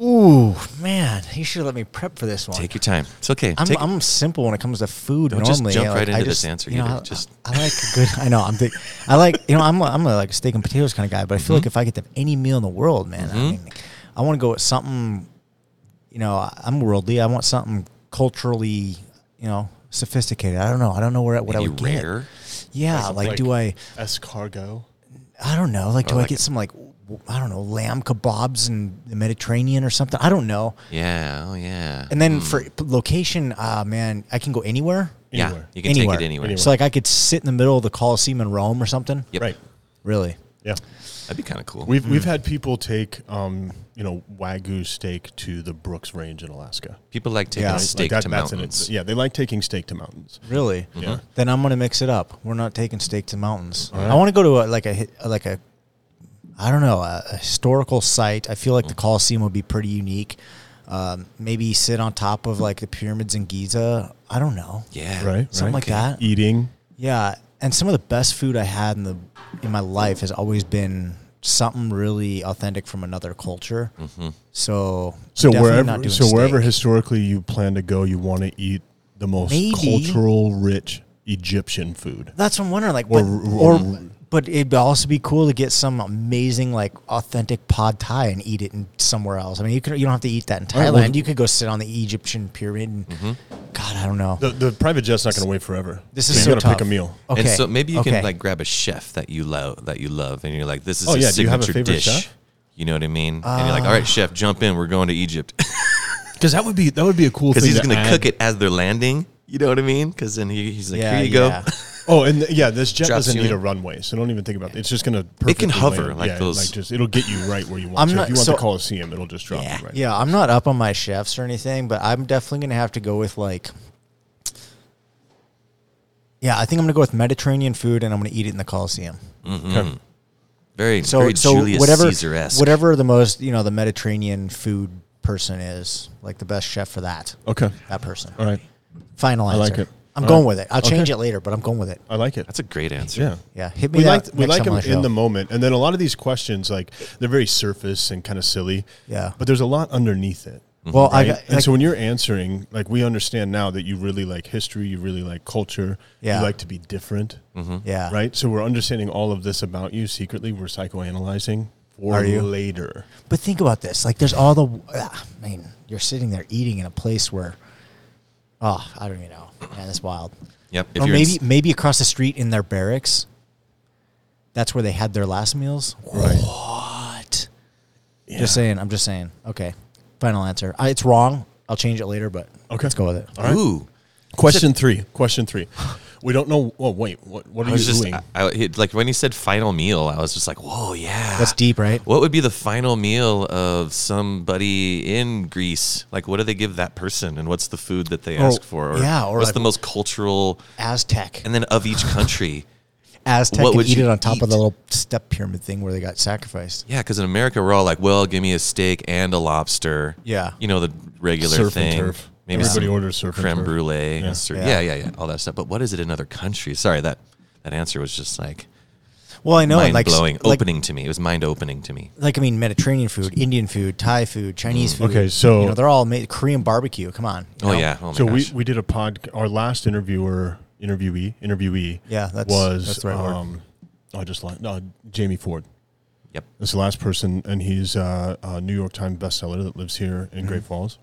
Speaker 3: Ooh, man, you should let me prep for this one.
Speaker 1: Take your time. It's okay.
Speaker 3: I'm,
Speaker 1: Take,
Speaker 3: I'm simple when it comes to food.
Speaker 1: Don't just
Speaker 3: normally,
Speaker 1: jump
Speaker 3: I
Speaker 1: right
Speaker 3: I
Speaker 1: into this
Speaker 3: just,
Speaker 1: answer
Speaker 3: You know,
Speaker 1: either.
Speaker 3: I,
Speaker 1: Just-
Speaker 3: I, I like a good. I know. I'm. Think, I like. You know, I'm. A, I'm a, like a steak and potatoes kind of guy. But I feel
Speaker 1: Mm-hmm.
Speaker 3: like if I could have any meal in the world, man, I mean, I want to go with something. You know, I- I'm worldly. I want something culturally. You know, sophisticated. I don't know. I don't know where what I
Speaker 1: Maybe
Speaker 3: would
Speaker 1: rare.
Speaker 3: get. Yeah, Uh, like, do I?
Speaker 2: escargot?
Speaker 3: I don't know. Like, do I
Speaker 1: like
Speaker 3: get some like I don't know lamb kebabs in the Mediterranean or something. I don't know.
Speaker 1: Yeah. Oh yeah.
Speaker 3: And then for location, ah man, I can go anywhere.
Speaker 1: yeah,
Speaker 2: anywhere.
Speaker 1: you can take it anywhere.
Speaker 3: So like I could sit in the middle of the Colosseum in Rome or something.
Speaker 1: Yep.
Speaker 2: Right.
Speaker 3: Really.
Speaker 2: Yeah.
Speaker 1: That'd be kind of cool.
Speaker 2: We've we've had people take um, you know, wagyu steak to the Brooks Range in Alaska.
Speaker 1: People like taking
Speaker 3: Yeah, like
Speaker 1: steak
Speaker 2: that-
Speaker 1: to
Speaker 2: that's in it.
Speaker 1: mountains.
Speaker 2: Yeah, they like taking steak to mountains.
Speaker 3: Really?
Speaker 2: Yeah.
Speaker 3: Then I'm gonna mix it up. We're not taking steak to mountains. I want to go to a, like a hi- like a I don't know a, a historical site. I feel like the
Speaker 1: Mm.
Speaker 3: Colosseum would be pretty unique. Um, maybe sit on top of like the pyramids in Giza. I don't know.
Speaker 1: Yeah.
Speaker 2: Right.
Speaker 3: Something like that.
Speaker 2: Eating.
Speaker 3: Yeah, and some of the best food I had in the in my life has always been something really authentic from another culture.
Speaker 1: Mm-hmm.
Speaker 3: So
Speaker 2: So
Speaker 3: definitely
Speaker 2: wherever
Speaker 3: not doing
Speaker 2: so wherever
Speaker 3: steak.
Speaker 2: historically you plan to go, you want to eat the most
Speaker 3: Maybe.
Speaker 2: cultural rich Egyptian food.
Speaker 3: That's what I'm wondering. Like,
Speaker 2: Or-
Speaker 3: but,
Speaker 2: or-
Speaker 3: or, but it'd also be cool to get some amazing, like, authentic pod Thai and eat it in somewhere else. I mean, you could you don't have to eat that in
Speaker 2: right,
Speaker 3: Thailand.
Speaker 2: well,
Speaker 3: you could go sit on the Egyptian pyramid. And,
Speaker 1: Mm-hmm.
Speaker 3: God, I don't know.
Speaker 2: The the private jet's not going to wait forever.
Speaker 3: this
Speaker 2: So
Speaker 3: is
Speaker 2: you
Speaker 3: so
Speaker 2: gotta
Speaker 3: tough.
Speaker 2: pick a meal.
Speaker 3: Okay.
Speaker 1: And so maybe you
Speaker 3: okay.
Speaker 1: can like grab a chef that you love that you love and you're like, this is
Speaker 2: Oh,
Speaker 1: his
Speaker 2: yeah, do you have a
Speaker 1: signature
Speaker 2: favorite
Speaker 1: dish.
Speaker 2: chef?
Speaker 1: You know what I mean? and you're like, all right, chef, jump in. We're going to Egypt
Speaker 2: Because that would be that would be a cool thing.
Speaker 1: because he's
Speaker 2: to
Speaker 1: going to
Speaker 2: add.
Speaker 1: cook it as they're landing. You know what I mean? Because then he, he's like, here you
Speaker 3: yeah.
Speaker 1: go.
Speaker 2: Oh, and th- yeah, this jet
Speaker 1: Drops
Speaker 2: doesn't
Speaker 1: you
Speaker 2: need
Speaker 1: in.
Speaker 2: a runway, so don't even think about it. It's just gonna.
Speaker 1: It can
Speaker 2: perfectly
Speaker 1: hover
Speaker 2: land.
Speaker 1: like
Speaker 2: yeah,
Speaker 1: those-
Speaker 2: Like just, it'll get you right where you want.
Speaker 3: I'm
Speaker 2: to.
Speaker 3: not-
Speaker 2: if you want
Speaker 3: so-
Speaker 2: the Coliseum, it'll just drop you right.
Speaker 3: Yeah, I'm not up on my chefs or anything, but I'm definitely gonna have to go with like. Yeah, I think I'm gonna go with Mediterranean food, and I'm gonna eat it in the Coliseum.
Speaker 2: Okay.
Speaker 1: Mm-hmm. Very,
Speaker 3: So,
Speaker 1: very
Speaker 3: so
Speaker 1: Julius
Speaker 3: whatever,
Speaker 1: Caesar-esque.
Speaker 3: whatever the most you know, the Mediterranean food person is, like the best chef for that.
Speaker 2: Okay.
Speaker 3: That person.
Speaker 2: All right.
Speaker 3: Final
Speaker 2: I
Speaker 3: answer.
Speaker 2: like it.
Speaker 3: I'm
Speaker 2: All
Speaker 3: going
Speaker 2: right.
Speaker 3: with it. I'll
Speaker 2: Okay.
Speaker 3: change it later, but I'm going with it.
Speaker 2: I like it.
Speaker 1: That's a great answer.
Speaker 2: yeah.
Speaker 3: Yeah, hit me.
Speaker 2: We
Speaker 3: up
Speaker 2: like we
Speaker 3: next
Speaker 2: like
Speaker 3: time
Speaker 2: them
Speaker 3: on the show.
Speaker 2: in the moment, and then a lot of these questions, like they're very surface and kind of silly.
Speaker 3: Yeah.
Speaker 2: But there's a lot underneath it.
Speaker 3: Well, I
Speaker 2: right?
Speaker 3: got,
Speaker 2: and
Speaker 3: like,
Speaker 2: so when you're answering, like we understand now that you really like history, you really like culture,
Speaker 3: Yeah.
Speaker 2: you like to be different,
Speaker 1: Mm-hmm.
Speaker 3: yeah,
Speaker 2: right? So we're understanding all of this about you secretly. We're psychoanalyzing for
Speaker 3: Are you?
Speaker 2: later.
Speaker 3: But think about this. Like, there's all the. ah, I mean, you're sitting there eating in a place where. Oh, I don't even know. Man, that's wild.
Speaker 1: Yep.
Speaker 3: or
Speaker 1: in-
Speaker 3: maybe maybe across the street in their barracks. That's where they had their last meals.
Speaker 2: Right.
Speaker 3: What? Just saying. I'm just saying. Okay. Final answer. I, it's wrong. I'll change it later, but
Speaker 2: Okay.
Speaker 3: let's go with it.
Speaker 2: All right.
Speaker 1: Ooh.
Speaker 2: Question three. Question three. We don't know. Oh wait, what? What are
Speaker 1: I
Speaker 2: you
Speaker 1: was just
Speaker 2: doing?
Speaker 1: I, I- it- like when he said final meal, I was just like, whoa, yeah.
Speaker 3: That's deep, right?
Speaker 1: What would be the final meal of somebody in Greece? Like, what do they give that person, and what's the food that they ask for?
Speaker 3: yeah, or
Speaker 1: what's
Speaker 3: like-
Speaker 1: the most cultural?
Speaker 3: Aztec.
Speaker 1: And then of each country,
Speaker 3: Aztec
Speaker 1: What
Speaker 3: and
Speaker 1: would
Speaker 3: eat
Speaker 1: you
Speaker 3: it on top of
Speaker 1: eat?
Speaker 3: the little step pyramid thing where they got sacrificed.
Speaker 1: yeah, because in America we're all like, well, give me a steak and a lobster.
Speaker 3: Yeah.
Speaker 1: you know the regular
Speaker 2: Surf and
Speaker 1: thing.
Speaker 2: turf.
Speaker 1: Maybe
Speaker 2: Everybody
Speaker 1: some
Speaker 2: orders surf and
Speaker 1: creme
Speaker 2: turf.
Speaker 1: brulee.
Speaker 2: Yeah.
Speaker 1: and sur- Yeah.
Speaker 3: Yeah.
Speaker 1: yeah, yeah, all that stuff. But what is it in other countries? Sorry, that that answer was just like
Speaker 3: Well, I know, Oh, and
Speaker 1: mind
Speaker 3: like
Speaker 1: blowing,
Speaker 3: like,
Speaker 1: opening to me. It was mind opening to me.
Speaker 3: like I mean, Mediterranean food, Indian food, Thai food, Chinese food.
Speaker 2: Mm. Okay, so-
Speaker 3: you know, they're all made Korean barbecue. Come on. you
Speaker 1: Oh
Speaker 3: know?
Speaker 1: yeah. Oh my
Speaker 2: so we,
Speaker 1: gosh.
Speaker 2: we did a pod. Our last interviewer, interviewee, interviewee.
Speaker 3: Yeah, that's-
Speaker 2: was
Speaker 3: that's the right word.
Speaker 2: um, I just like no, Jamie Ford.
Speaker 1: yep.
Speaker 2: That's the last person, and he's uh, a New York Times bestseller that lives here
Speaker 3: Mm-hmm.
Speaker 2: in Great Falls.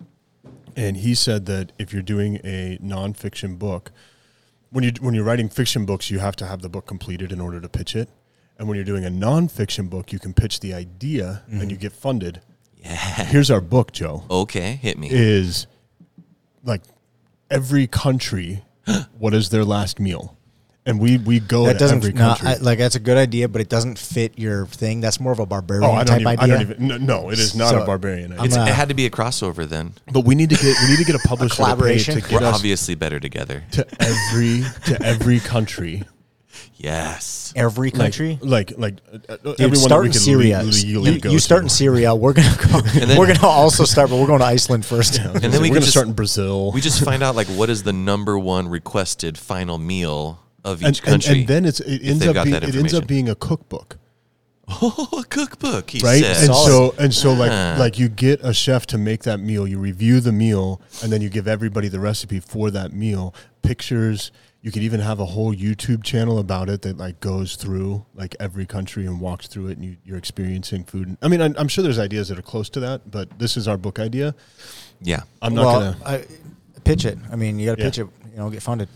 Speaker 2: And he said that if you're doing a nonfiction book, when you when you're writing fiction books, you have to have the book completed in order to pitch it. And when you're doing a nonfiction book, you can pitch the idea
Speaker 3: Mm-hmm.
Speaker 2: and you get funded.
Speaker 1: Yeah.
Speaker 2: Here's our book, Joe.
Speaker 1: Okay. Hit me.
Speaker 2: Is like every country, what is their last meal? And we we go
Speaker 3: That
Speaker 2: to
Speaker 3: doesn't
Speaker 2: every
Speaker 3: no,
Speaker 2: country.
Speaker 3: I, like that's a good idea, but it doesn't fit your thing. That's more of a barbarian
Speaker 2: oh, I don't
Speaker 3: type
Speaker 2: even.
Speaker 3: idea.
Speaker 2: I don't even. No, no, it is not
Speaker 3: So,
Speaker 2: a barbarian. idea.
Speaker 1: It's,
Speaker 3: uh,
Speaker 1: it had to be a crossover then.
Speaker 2: But we need to get we need to get a publisher to pay
Speaker 3: collaboration?
Speaker 2: to get
Speaker 1: We're
Speaker 2: us
Speaker 1: obviously better together.
Speaker 2: to every to every country.
Speaker 1: Yes.
Speaker 3: Every country.
Speaker 2: like like, uh, uh,
Speaker 3: Dude,
Speaker 2: everyone that
Speaker 3: start
Speaker 2: we
Speaker 3: in
Speaker 2: can
Speaker 3: Syria.
Speaker 2: le- legally
Speaker 3: You,
Speaker 2: go
Speaker 3: you start
Speaker 2: to.
Speaker 3: in Syria. We're gonna go.
Speaker 1: then-
Speaker 3: we're gonna also start, but we're going to Iceland first.
Speaker 1: And then
Speaker 2: we're
Speaker 1: we
Speaker 2: gonna
Speaker 1: can just-
Speaker 2: start in Brazil.
Speaker 1: We just find out like what is the number one requested final meal of each
Speaker 2: and, and,
Speaker 1: country.
Speaker 2: and then it's it ends
Speaker 1: they've
Speaker 2: up
Speaker 1: got
Speaker 2: being,
Speaker 1: that
Speaker 2: it ends up
Speaker 1: information.
Speaker 2: being a cookbook,
Speaker 1: oh, a cookbook, he
Speaker 2: right?
Speaker 1: says.
Speaker 2: And
Speaker 3: Solid.
Speaker 2: so and so like like you get a chef to make that meal, you review the meal, and then you give everybody the recipe for that meal, pictures. You could even have a whole YouTube channel about it that like goes through like every country and walks through it, and you, you're experiencing food. I mean, I'm, I'm sure there's ideas that are close to that, but this is our book idea.
Speaker 1: yeah.
Speaker 2: I'm not
Speaker 3: well, uh,
Speaker 2: gonna.
Speaker 3: I, pitch it. I mean, you got to
Speaker 2: Yeah.
Speaker 3: pitch it. You know, get funded.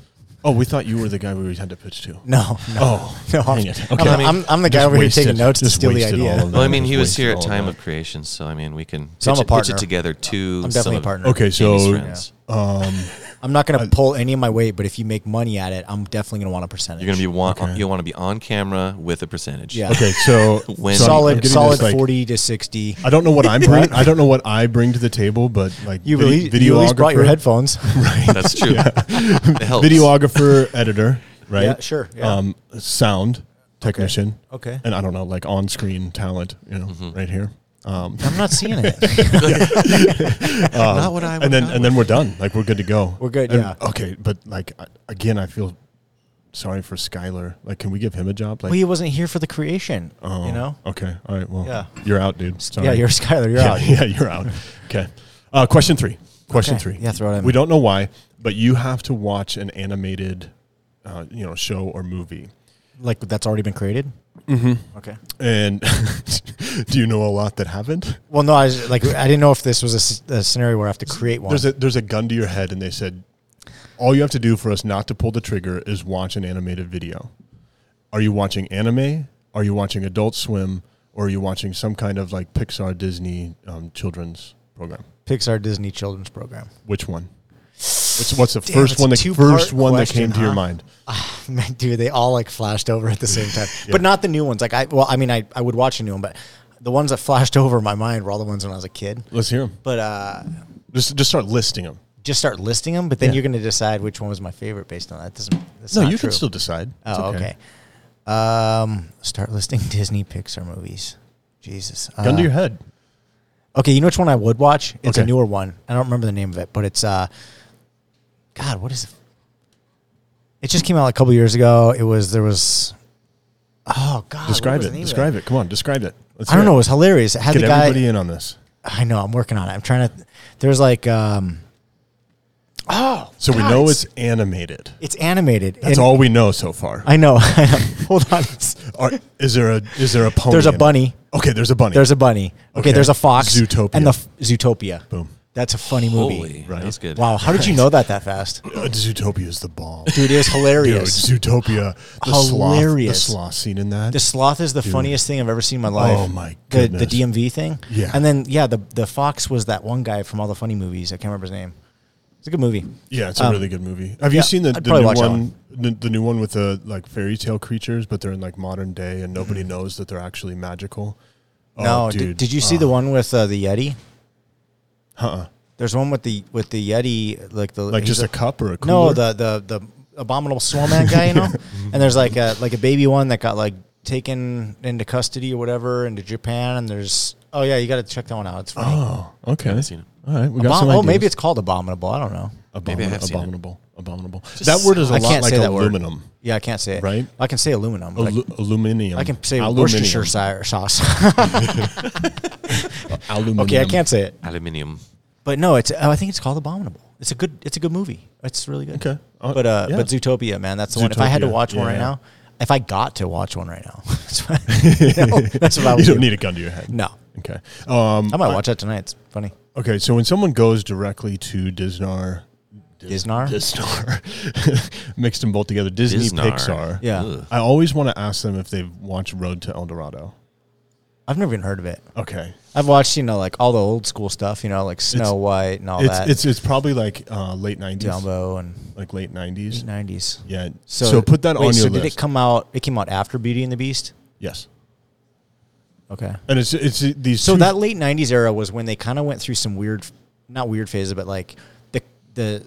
Speaker 2: Oh, we thought you were the guy we had to pitch to.
Speaker 3: No, no,
Speaker 2: Oh,
Speaker 3: no. I'm,
Speaker 2: dang it. Okay.
Speaker 1: I
Speaker 3: I'm,
Speaker 1: mean,
Speaker 3: I'm, I'm the guy
Speaker 2: just
Speaker 3: over here
Speaker 2: wasted-
Speaker 3: taking notes to
Speaker 2: just
Speaker 3: steal the
Speaker 2: wasted
Speaker 3: idea.
Speaker 2: all of
Speaker 3: I'm
Speaker 2: that.
Speaker 1: Well, I mean,
Speaker 2: Just
Speaker 1: he was
Speaker 2: wasted
Speaker 1: here at
Speaker 2: all
Speaker 1: time
Speaker 2: that.
Speaker 1: of creation, so I mean, we can
Speaker 3: So I'm
Speaker 1: pitch, it,
Speaker 3: a
Speaker 1: pitch
Speaker 3: partner.
Speaker 1: it together to some
Speaker 3: definitely a
Speaker 1: of
Speaker 3: partner.
Speaker 2: Okay,
Speaker 1: Amy's
Speaker 2: so
Speaker 1: friends.
Speaker 2: um,
Speaker 3: I'm not going to pull any of my weight, but if you make money at it, I'm definitely going to want a percentage.
Speaker 1: You're gonna be want
Speaker 2: Okay.
Speaker 1: you want to be on camera with a percentage.
Speaker 3: Yeah.
Speaker 2: okay, so
Speaker 1: When-
Speaker 2: so I'm- I'm
Speaker 3: solid,
Speaker 2: getting
Speaker 3: solid
Speaker 2: this, like-
Speaker 3: forty to sixty.
Speaker 2: I don't know what I'm bring, I don't know what I bring to the table, but like
Speaker 3: You
Speaker 2: vide-
Speaker 3: really, you at least brought your headphones.
Speaker 1: that's true. It helps.
Speaker 2: videographer, editor, right?
Speaker 3: Yeah, sure, yeah.
Speaker 2: Um, sound technician.
Speaker 3: Okay.
Speaker 2: And I don't know, like on-screen talent, you know, right here. Um,
Speaker 3: I'm not seeing it.
Speaker 1: not what I
Speaker 2: and then and then we're done. Like we're good to go.
Speaker 3: We're good,
Speaker 2: And-
Speaker 3: yeah.
Speaker 2: Okay, but like I- again, I feel sorry for Skylar. Like, can we give him a job? Like,
Speaker 3: well, he wasn't here for the creation.
Speaker 2: oh,
Speaker 3: you know.
Speaker 2: Okay. All right. Well,
Speaker 3: Yeah.
Speaker 2: You're out, dude. Sorry.
Speaker 3: Yeah, you're Skylar. You're
Speaker 2: yeah,
Speaker 3: out.
Speaker 2: yeah, you're out. Okay. Uh, question three. Question
Speaker 3: Okay.
Speaker 2: three.
Speaker 3: Yeah, throw it in.
Speaker 2: We don't know why, but you have to watch an animated, uh, you know, show or movie.
Speaker 3: Like that's already been created. Mm-hmm. Okay.
Speaker 2: And do you know a lot that haven't?
Speaker 3: Well, no, I was like, I didn't know if this was a s- a, scenario where I have to create one.
Speaker 2: There's a there's a gun to your head, and they said, all you have to do for us not to pull the trigger is watch an animated video. Are you watching anime? Are you watching Adult Swim? Or are you watching some kind of like Pixar, Disney, um, children's program?
Speaker 3: Pixar Disney children's program.
Speaker 2: Which one? What's, what's the
Speaker 3: Damn,
Speaker 2: first
Speaker 3: it's
Speaker 2: one?
Speaker 3: a
Speaker 2: The
Speaker 3: two-part
Speaker 2: first one that came
Speaker 3: question,
Speaker 2: to your
Speaker 3: huh?
Speaker 2: mind.
Speaker 3: Man, Dude, they all like flashed over at the same time, but not the new ones. Like I, well, I mean, I, I would watch a new one, but the ones that flashed over my mind were all the ones when I was a kid.
Speaker 2: Let's hear them.
Speaker 3: But uh,
Speaker 2: Just just start listing them.
Speaker 3: just start listing them, but then
Speaker 2: Yeah.
Speaker 3: you're going to decide which one was my favorite based on that. Doesn't that's
Speaker 2: No,
Speaker 3: not
Speaker 2: you
Speaker 3: true.
Speaker 2: can still decide. It's
Speaker 3: Oh, okay. Um, start listing Disney Pixar movies. Jesus.
Speaker 2: Gun to
Speaker 3: Uh,
Speaker 2: your head.
Speaker 3: Okay, you know which one I would watch? It's a
Speaker 2: Okay.
Speaker 3: newer one. I don't remember the name of it, but it's uh God, what is it? It just came out a couple years ago. It was there was Oh god. what
Speaker 2: Describe
Speaker 3: was the
Speaker 2: it.
Speaker 3: name of
Speaker 2: Describe it. Come on, describe it. Let's
Speaker 3: I don't
Speaker 2: hear
Speaker 3: know,
Speaker 2: it.
Speaker 3: it was hilarious. It had
Speaker 2: Get
Speaker 3: the guy
Speaker 2: everybody in on this.
Speaker 3: I know, I'm working on it. I'm trying to there's like um Oh
Speaker 2: So we
Speaker 3: God,
Speaker 2: know it's animated.
Speaker 3: it's animated.
Speaker 2: That's
Speaker 3: and-
Speaker 2: all we know so far.
Speaker 3: I know. I know. Hold on.
Speaker 2: Are, is there a is there a pony?
Speaker 3: There's a
Speaker 2: in it?
Speaker 3: bunny.
Speaker 2: Okay, there's a bunny.
Speaker 3: There's a bunny. Okay,
Speaker 2: Okay.
Speaker 3: there's a fox.
Speaker 2: Zootopia.
Speaker 3: And the f- Zootopia.
Speaker 2: Boom.
Speaker 3: That's a funny movie.
Speaker 1: Holy,
Speaker 2: Right.
Speaker 1: that's good.
Speaker 3: Wow, how did you know that that fast?
Speaker 2: Uh, Zootopia is the bomb.
Speaker 3: Dude, it was
Speaker 2: Dude,
Speaker 3: hilarious.
Speaker 2: Zootopia. The
Speaker 3: Hilarious.
Speaker 2: Sloth, the sloth scene in that.
Speaker 3: The sloth is the funniest thing I've ever seen in my life.
Speaker 2: Oh, my
Speaker 3: The- The,
Speaker 2: goodness.
Speaker 3: DMV thing.
Speaker 2: Yeah.
Speaker 3: And then yeah, the the fox was that one guy from all the funny movies. I can't remember his name. It's a good movie.
Speaker 2: yeah, it's a
Speaker 3: um,
Speaker 2: really good movie. Have
Speaker 3: yeah,
Speaker 2: you seen the,
Speaker 3: I'd
Speaker 2: the
Speaker 3: probably
Speaker 2: new
Speaker 3: watch
Speaker 2: one,
Speaker 3: that
Speaker 2: The, the new one with the like fairy tale creatures, but they're in like modern day, and nobody knows that they're actually magical. Oh,
Speaker 3: Mm-hmm. no, did, did you see the one with uh, the yeti?
Speaker 2: Uh-uh.
Speaker 3: There's one with the with the yeti, like the
Speaker 2: Like
Speaker 3: he's
Speaker 2: just a cup or a cooler?
Speaker 3: no the the the abominable snowman guy, you know. and there's like a like a baby one that got like taken into custody or whatever into Japan. And there's oh yeah, you got to check that one out. It's funny.
Speaker 2: Oh, okay.
Speaker 1: I've seen it.
Speaker 2: All right, we got
Speaker 3: Abom-
Speaker 2: some
Speaker 3: oh,
Speaker 2: ideas.
Speaker 3: maybe it's called abominable. I don't know.
Speaker 1: Maybe I have seen it.
Speaker 2: abominable, abominable. that word is a
Speaker 3: I
Speaker 2: lot
Speaker 3: can't
Speaker 2: like
Speaker 3: say that word.
Speaker 2: aluminum,
Speaker 3: Yeah, I can't say it.
Speaker 2: Right?
Speaker 3: I can say aluminum. but I
Speaker 2: Alu- aluminum.
Speaker 3: I can say
Speaker 2: aluminum.
Speaker 3: Worcestershire sire- sauce.
Speaker 2: Aluminum.
Speaker 3: okay, I can't say it.
Speaker 1: Aluminium.
Speaker 3: But no, it's oh, I think it's called Abominable. It's a good it's a good movie. It's really good.
Speaker 2: Okay. Uh,
Speaker 3: but uh
Speaker 2: yeah.
Speaker 3: but Zootopia, man, that's the one. If I had to
Speaker 2: Zootopia,
Speaker 3: watch one right
Speaker 2: yeah.
Speaker 3: now, if I got to watch one right now, that's what, you know, that's what I would
Speaker 2: You don't
Speaker 3: do.
Speaker 2: need a gun to your head.
Speaker 3: No.
Speaker 2: Okay. Um,
Speaker 3: I might watch that tonight. It's funny.
Speaker 2: okay. So when someone goes directly to Disnar,
Speaker 3: Disnar?
Speaker 2: Disnar, mixed them both together, Disney,
Speaker 1: Disnar.
Speaker 2: Pixar.
Speaker 3: Yeah.
Speaker 1: Ugh.
Speaker 2: I always want to ask them if they've watched Road to El Dorado.
Speaker 3: I've never even heard of it.
Speaker 2: Okay.
Speaker 3: I've watched, you know, like all the old school stuff, you know, like Snow
Speaker 2: It's-
Speaker 3: White and all
Speaker 2: it's,
Speaker 3: that.
Speaker 2: it's it's probably like uh, late nineties,
Speaker 3: Dumbo and
Speaker 2: like late nineties.
Speaker 3: 90s.
Speaker 2: Yeah. So, put that
Speaker 3: wait,
Speaker 2: on your
Speaker 3: so
Speaker 2: list.
Speaker 3: did it come out it came out after Beauty and the Beast?
Speaker 2: yes.
Speaker 3: Okay.
Speaker 2: And it's it's these.
Speaker 3: So
Speaker 2: two-
Speaker 3: that late '90s era was when they kind of went through some weird, not weird phases, but like the the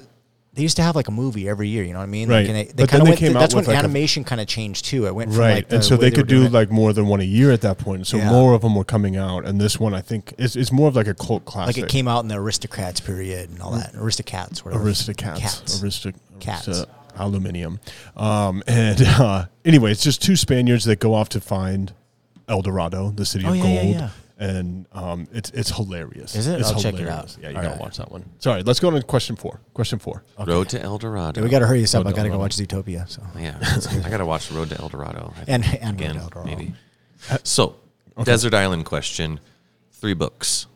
Speaker 3: they used to have like a movie every year. You know what I mean? Like,
Speaker 2: Right.
Speaker 3: and they, they
Speaker 2: But
Speaker 3: kind
Speaker 2: then
Speaker 3: of
Speaker 2: they
Speaker 3: went.
Speaker 2: came
Speaker 3: Through,
Speaker 2: out
Speaker 3: that's
Speaker 2: with,
Speaker 3: when
Speaker 2: like, a-
Speaker 3: animation kind of changed too. It went from,
Speaker 2: right
Speaker 3: like, the
Speaker 2: and so
Speaker 3: way
Speaker 2: they
Speaker 3: were
Speaker 2: could do
Speaker 3: doing it.
Speaker 2: like more than one a year at that point so
Speaker 3: Yeah.
Speaker 2: more of them were coming out and this one i think is, is more of like a cult classic
Speaker 3: like it came out in the Aristocrats period and all that. Aristocats, whatever.
Speaker 2: aristocats
Speaker 3: Cats.
Speaker 2: Aristoc-
Speaker 3: Cats.
Speaker 2: Arista- aluminium um, and uh, anyway it's just two spaniards that go off to find el dorado the city
Speaker 3: Oh,
Speaker 2: of
Speaker 3: yeah, yeah,
Speaker 2: gold
Speaker 3: yeah.
Speaker 2: and um, it's it's hilarious
Speaker 3: Is it?
Speaker 2: it's
Speaker 3: I'll check it out.
Speaker 2: yeah you
Speaker 3: All
Speaker 2: gotta
Speaker 3: right.
Speaker 2: watch that one sorry let's go on to question four question four
Speaker 1: Road to El Dorado.
Speaker 3: we got to hurry this up.
Speaker 2: Road
Speaker 3: I
Speaker 2: to
Speaker 3: got to go
Speaker 2: El
Speaker 3: watch Zootopia. So
Speaker 1: Yeah, I gotta watch Road to El Dorado. I
Speaker 3: And-
Speaker 1: think,
Speaker 3: and Road to El Dorado.
Speaker 2: Uh,
Speaker 1: maybe. So, Desert Island question: three books.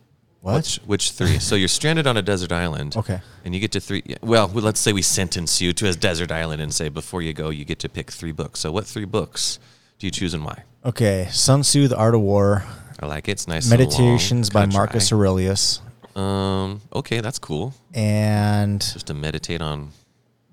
Speaker 1: Which, which three? so you're stranded on a desert island.
Speaker 3: Okay.
Speaker 1: And you get to three. yeah, Well, we- let's say we sentence you to a desert island and say before you go, you get to pick three books. So what three books do you choose and why?
Speaker 3: Okay. Sun Tzu, The Art of War,
Speaker 1: I like it. It's nice. and long,
Speaker 3: Meditations by
Speaker 1: kinda
Speaker 3: Marcus
Speaker 1: dry.
Speaker 3: Aurelius,
Speaker 1: Um. Okay, that's cool.
Speaker 3: and
Speaker 1: Just to meditate on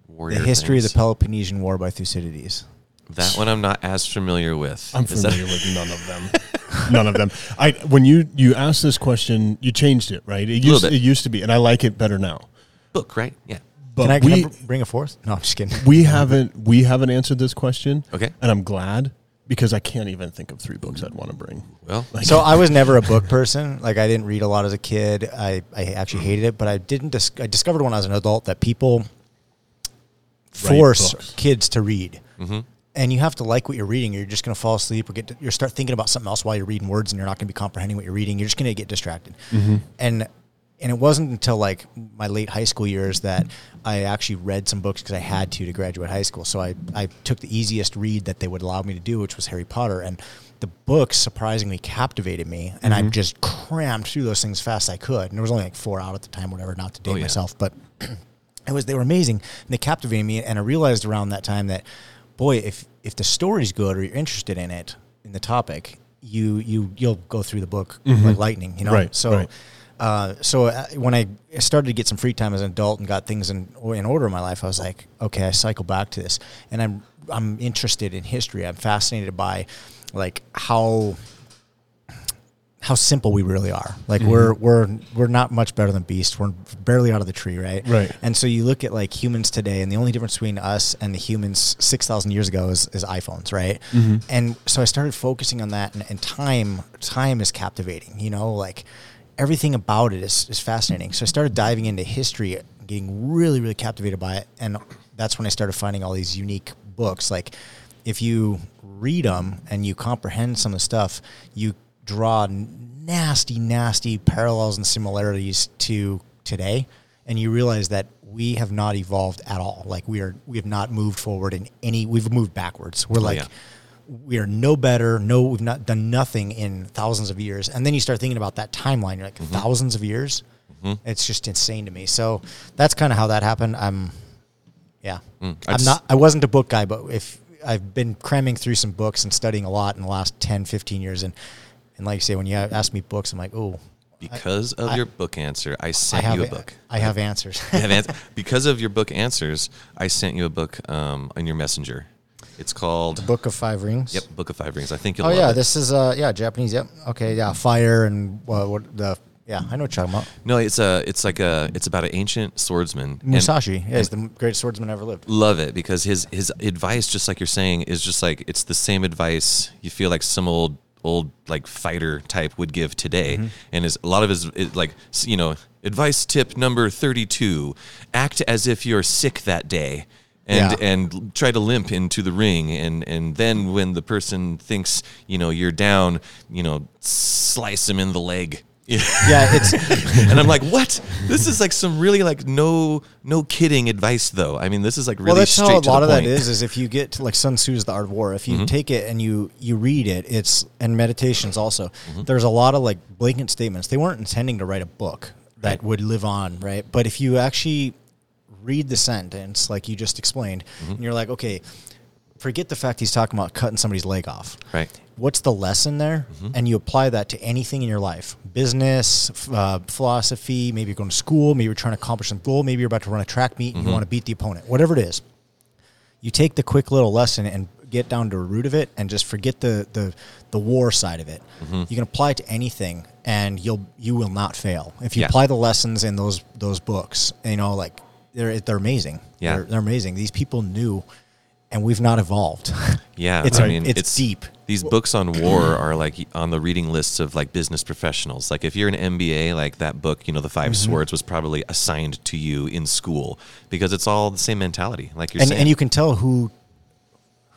Speaker 1: warrior.
Speaker 3: The History of
Speaker 1: things.
Speaker 3: the Peloponnesian War by Thucydides.
Speaker 1: That one I'm not as familiar with.
Speaker 2: I'm
Speaker 1: Is that-
Speaker 2: familiar with none of them. none of them. I when you you asked this question, you changed it, right? It
Speaker 1: Little
Speaker 2: used
Speaker 1: bit.
Speaker 2: it used to be, and I like it better now.
Speaker 1: book, right? Yeah.
Speaker 2: But
Speaker 3: can I, can I
Speaker 2: we
Speaker 3: br- bring a fourth? No, I'm just kidding.
Speaker 2: we haven't we haven't answered this question.
Speaker 1: Okay.
Speaker 2: and I'm glad because I can't even think of three books I'd want to bring.
Speaker 1: Well,
Speaker 3: So I was never a book person. Like I didn't read a lot as a kid. I, I actually hated it, but I didn't. Dis- I discovered when I was an adult that people force
Speaker 2: books.
Speaker 3: kids to read, and you have to like what you're reading, or you're just going to fall asleep or get. you start thinking about something else while you're reading words, and you're not going to be comprehending what you're reading. You're just going to get distracted, and. And it wasn't until like my late high school years that I actually read some books because I had to to graduate high school. So I, I took the easiest read that they would allow me to do, which was Harry Potter. And the books surprisingly captivated me and I just crammed through those things fast as I could. And there was only like four out at the time, whatever, not to date
Speaker 1: yeah.
Speaker 3: myself, but it was they were amazing and they captivated me and I realized around that time that boy, if if the story's good or you're interested in it, in the topic, you you you'll go through the book like lightning, you know.
Speaker 2: Mm-hmm. Right,
Speaker 3: so
Speaker 2: right.
Speaker 3: uh, so uh, when I started to get some free time as an adult and got things in in order in my life, I was like, okay, I cycle back to this, and I'm I'm interested in history. I'm fascinated by like how how simple we really are. Like we're we're we're not much better than beasts. We're barely out of the tree, right?
Speaker 2: Right.
Speaker 3: And so you look at like humans today, and the only difference between us and the humans six thousand years ago is, is iPhones, right? And so I started focusing on that, and, and time time is captivating. You know, like everything about it is is fascinating. So I started diving into history, getting really really captivated by it, and that's when I started finding all these unique books, like if you read them and you comprehend some of the stuff, you draw nasty, nasty parallels and similarities to today, and you realize that we have not evolved at all. Like we are, we have not moved forward in any. We've moved backwards. We're like.
Speaker 1: yeah.
Speaker 3: We are no better. No, we've not done nothing in thousands of years. And then you start thinking about that timeline. You're like thousands of years. It's just insane to me. So that's kind of how that happened. I'm yeah,
Speaker 1: I
Speaker 3: I'm
Speaker 1: just-
Speaker 3: not. I wasn't a book guy, but if I've been cramming through some books and studying a lot in the last 10, 15 years, and and like you say, when you ask me books, I'm like, oh,
Speaker 1: because of your book answer, I
Speaker 3: I
Speaker 1: sent
Speaker 3: have
Speaker 1: you a
Speaker 3: a-
Speaker 1: book.
Speaker 3: I have answers.
Speaker 1: You have ans- because of your book answers, I sent you a book um, on your messenger. It's called
Speaker 4: Book of Five Rings.
Speaker 1: Yep, Book of Five Rings. I think you'll
Speaker 4: Oh
Speaker 1: love
Speaker 4: yeah,
Speaker 1: it.
Speaker 4: this is uh yeah Japanese. Yep. Okay.
Speaker 3: Mm-hmm.
Speaker 4: Yeah, fire and uh, what the yeah I know what you're talking about.
Speaker 1: no, it's a it's like a it's about an ancient swordsman. and-
Speaker 3: Musashi yeah, is the greatest swordsman ever lived.
Speaker 1: love it because his his advice, just like you're saying, is just like it's the same advice you feel like some old old like fighter type would give today, and is a lot of his it, like s- you know advice tip number thirty two: act as if you're sick that day. And,
Speaker 3: Yeah.
Speaker 1: and try to limp into the ring and, and then when the person thinks you know you're down you know slice him in the leg
Speaker 3: Yeah, it's
Speaker 1: and i'm like what this is like some really like no no kidding advice though i mean this is like really
Speaker 3: well, that's
Speaker 1: straight
Speaker 3: how a
Speaker 1: to the
Speaker 3: lot of that
Speaker 1: point. Mm-hmm.
Speaker 3: is. Is if you get to like Sun Tzu's The Art of War, if you take it and you you read it, it's and meditations also.
Speaker 1: Mm-hmm.
Speaker 3: There's a lot of like blanket statements. They weren't intending to write a book that would live on, right? But if you actually read the sentence, like you just explained,
Speaker 1: Mm-hmm.
Speaker 3: and you're like, okay, forget the fact he's talking about cutting somebody's leg off,
Speaker 1: Right. Mm-hmm.
Speaker 3: what's the lesson there and you apply that to anything in your life business f- uh, philosophy maybe you're going to school maybe you're trying to accomplish some goal maybe you're about to run a track meet and
Speaker 1: Mm-hmm.
Speaker 3: you want to beat the opponent whatever it is you take the quick little lesson and get down to the root of it and just forget the the, the war side of it
Speaker 1: Mm-hmm.
Speaker 3: you can apply it to anything and you'll you will not fail if you
Speaker 1: Yeah.
Speaker 3: apply the lessons in those those books you know like they're they're amazing
Speaker 1: Yeah.
Speaker 3: they're, they're amazing these people knew and we've not evolved
Speaker 1: Yeah,
Speaker 3: it's
Speaker 1: I mean,
Speaker 3: it's, deep
Speaker 1: These books on war are like on the reading lists of like business professionals. Like if you're an MBA, like that book, you know, The 5
Speaker 3: Mm-hmm.
Speaker 1: Swords was probably assigned to you in school because it's all the same mentality. Like you're
Speaker 3: and,
Speaker 1: saying,
Speaker 3: and you can tell who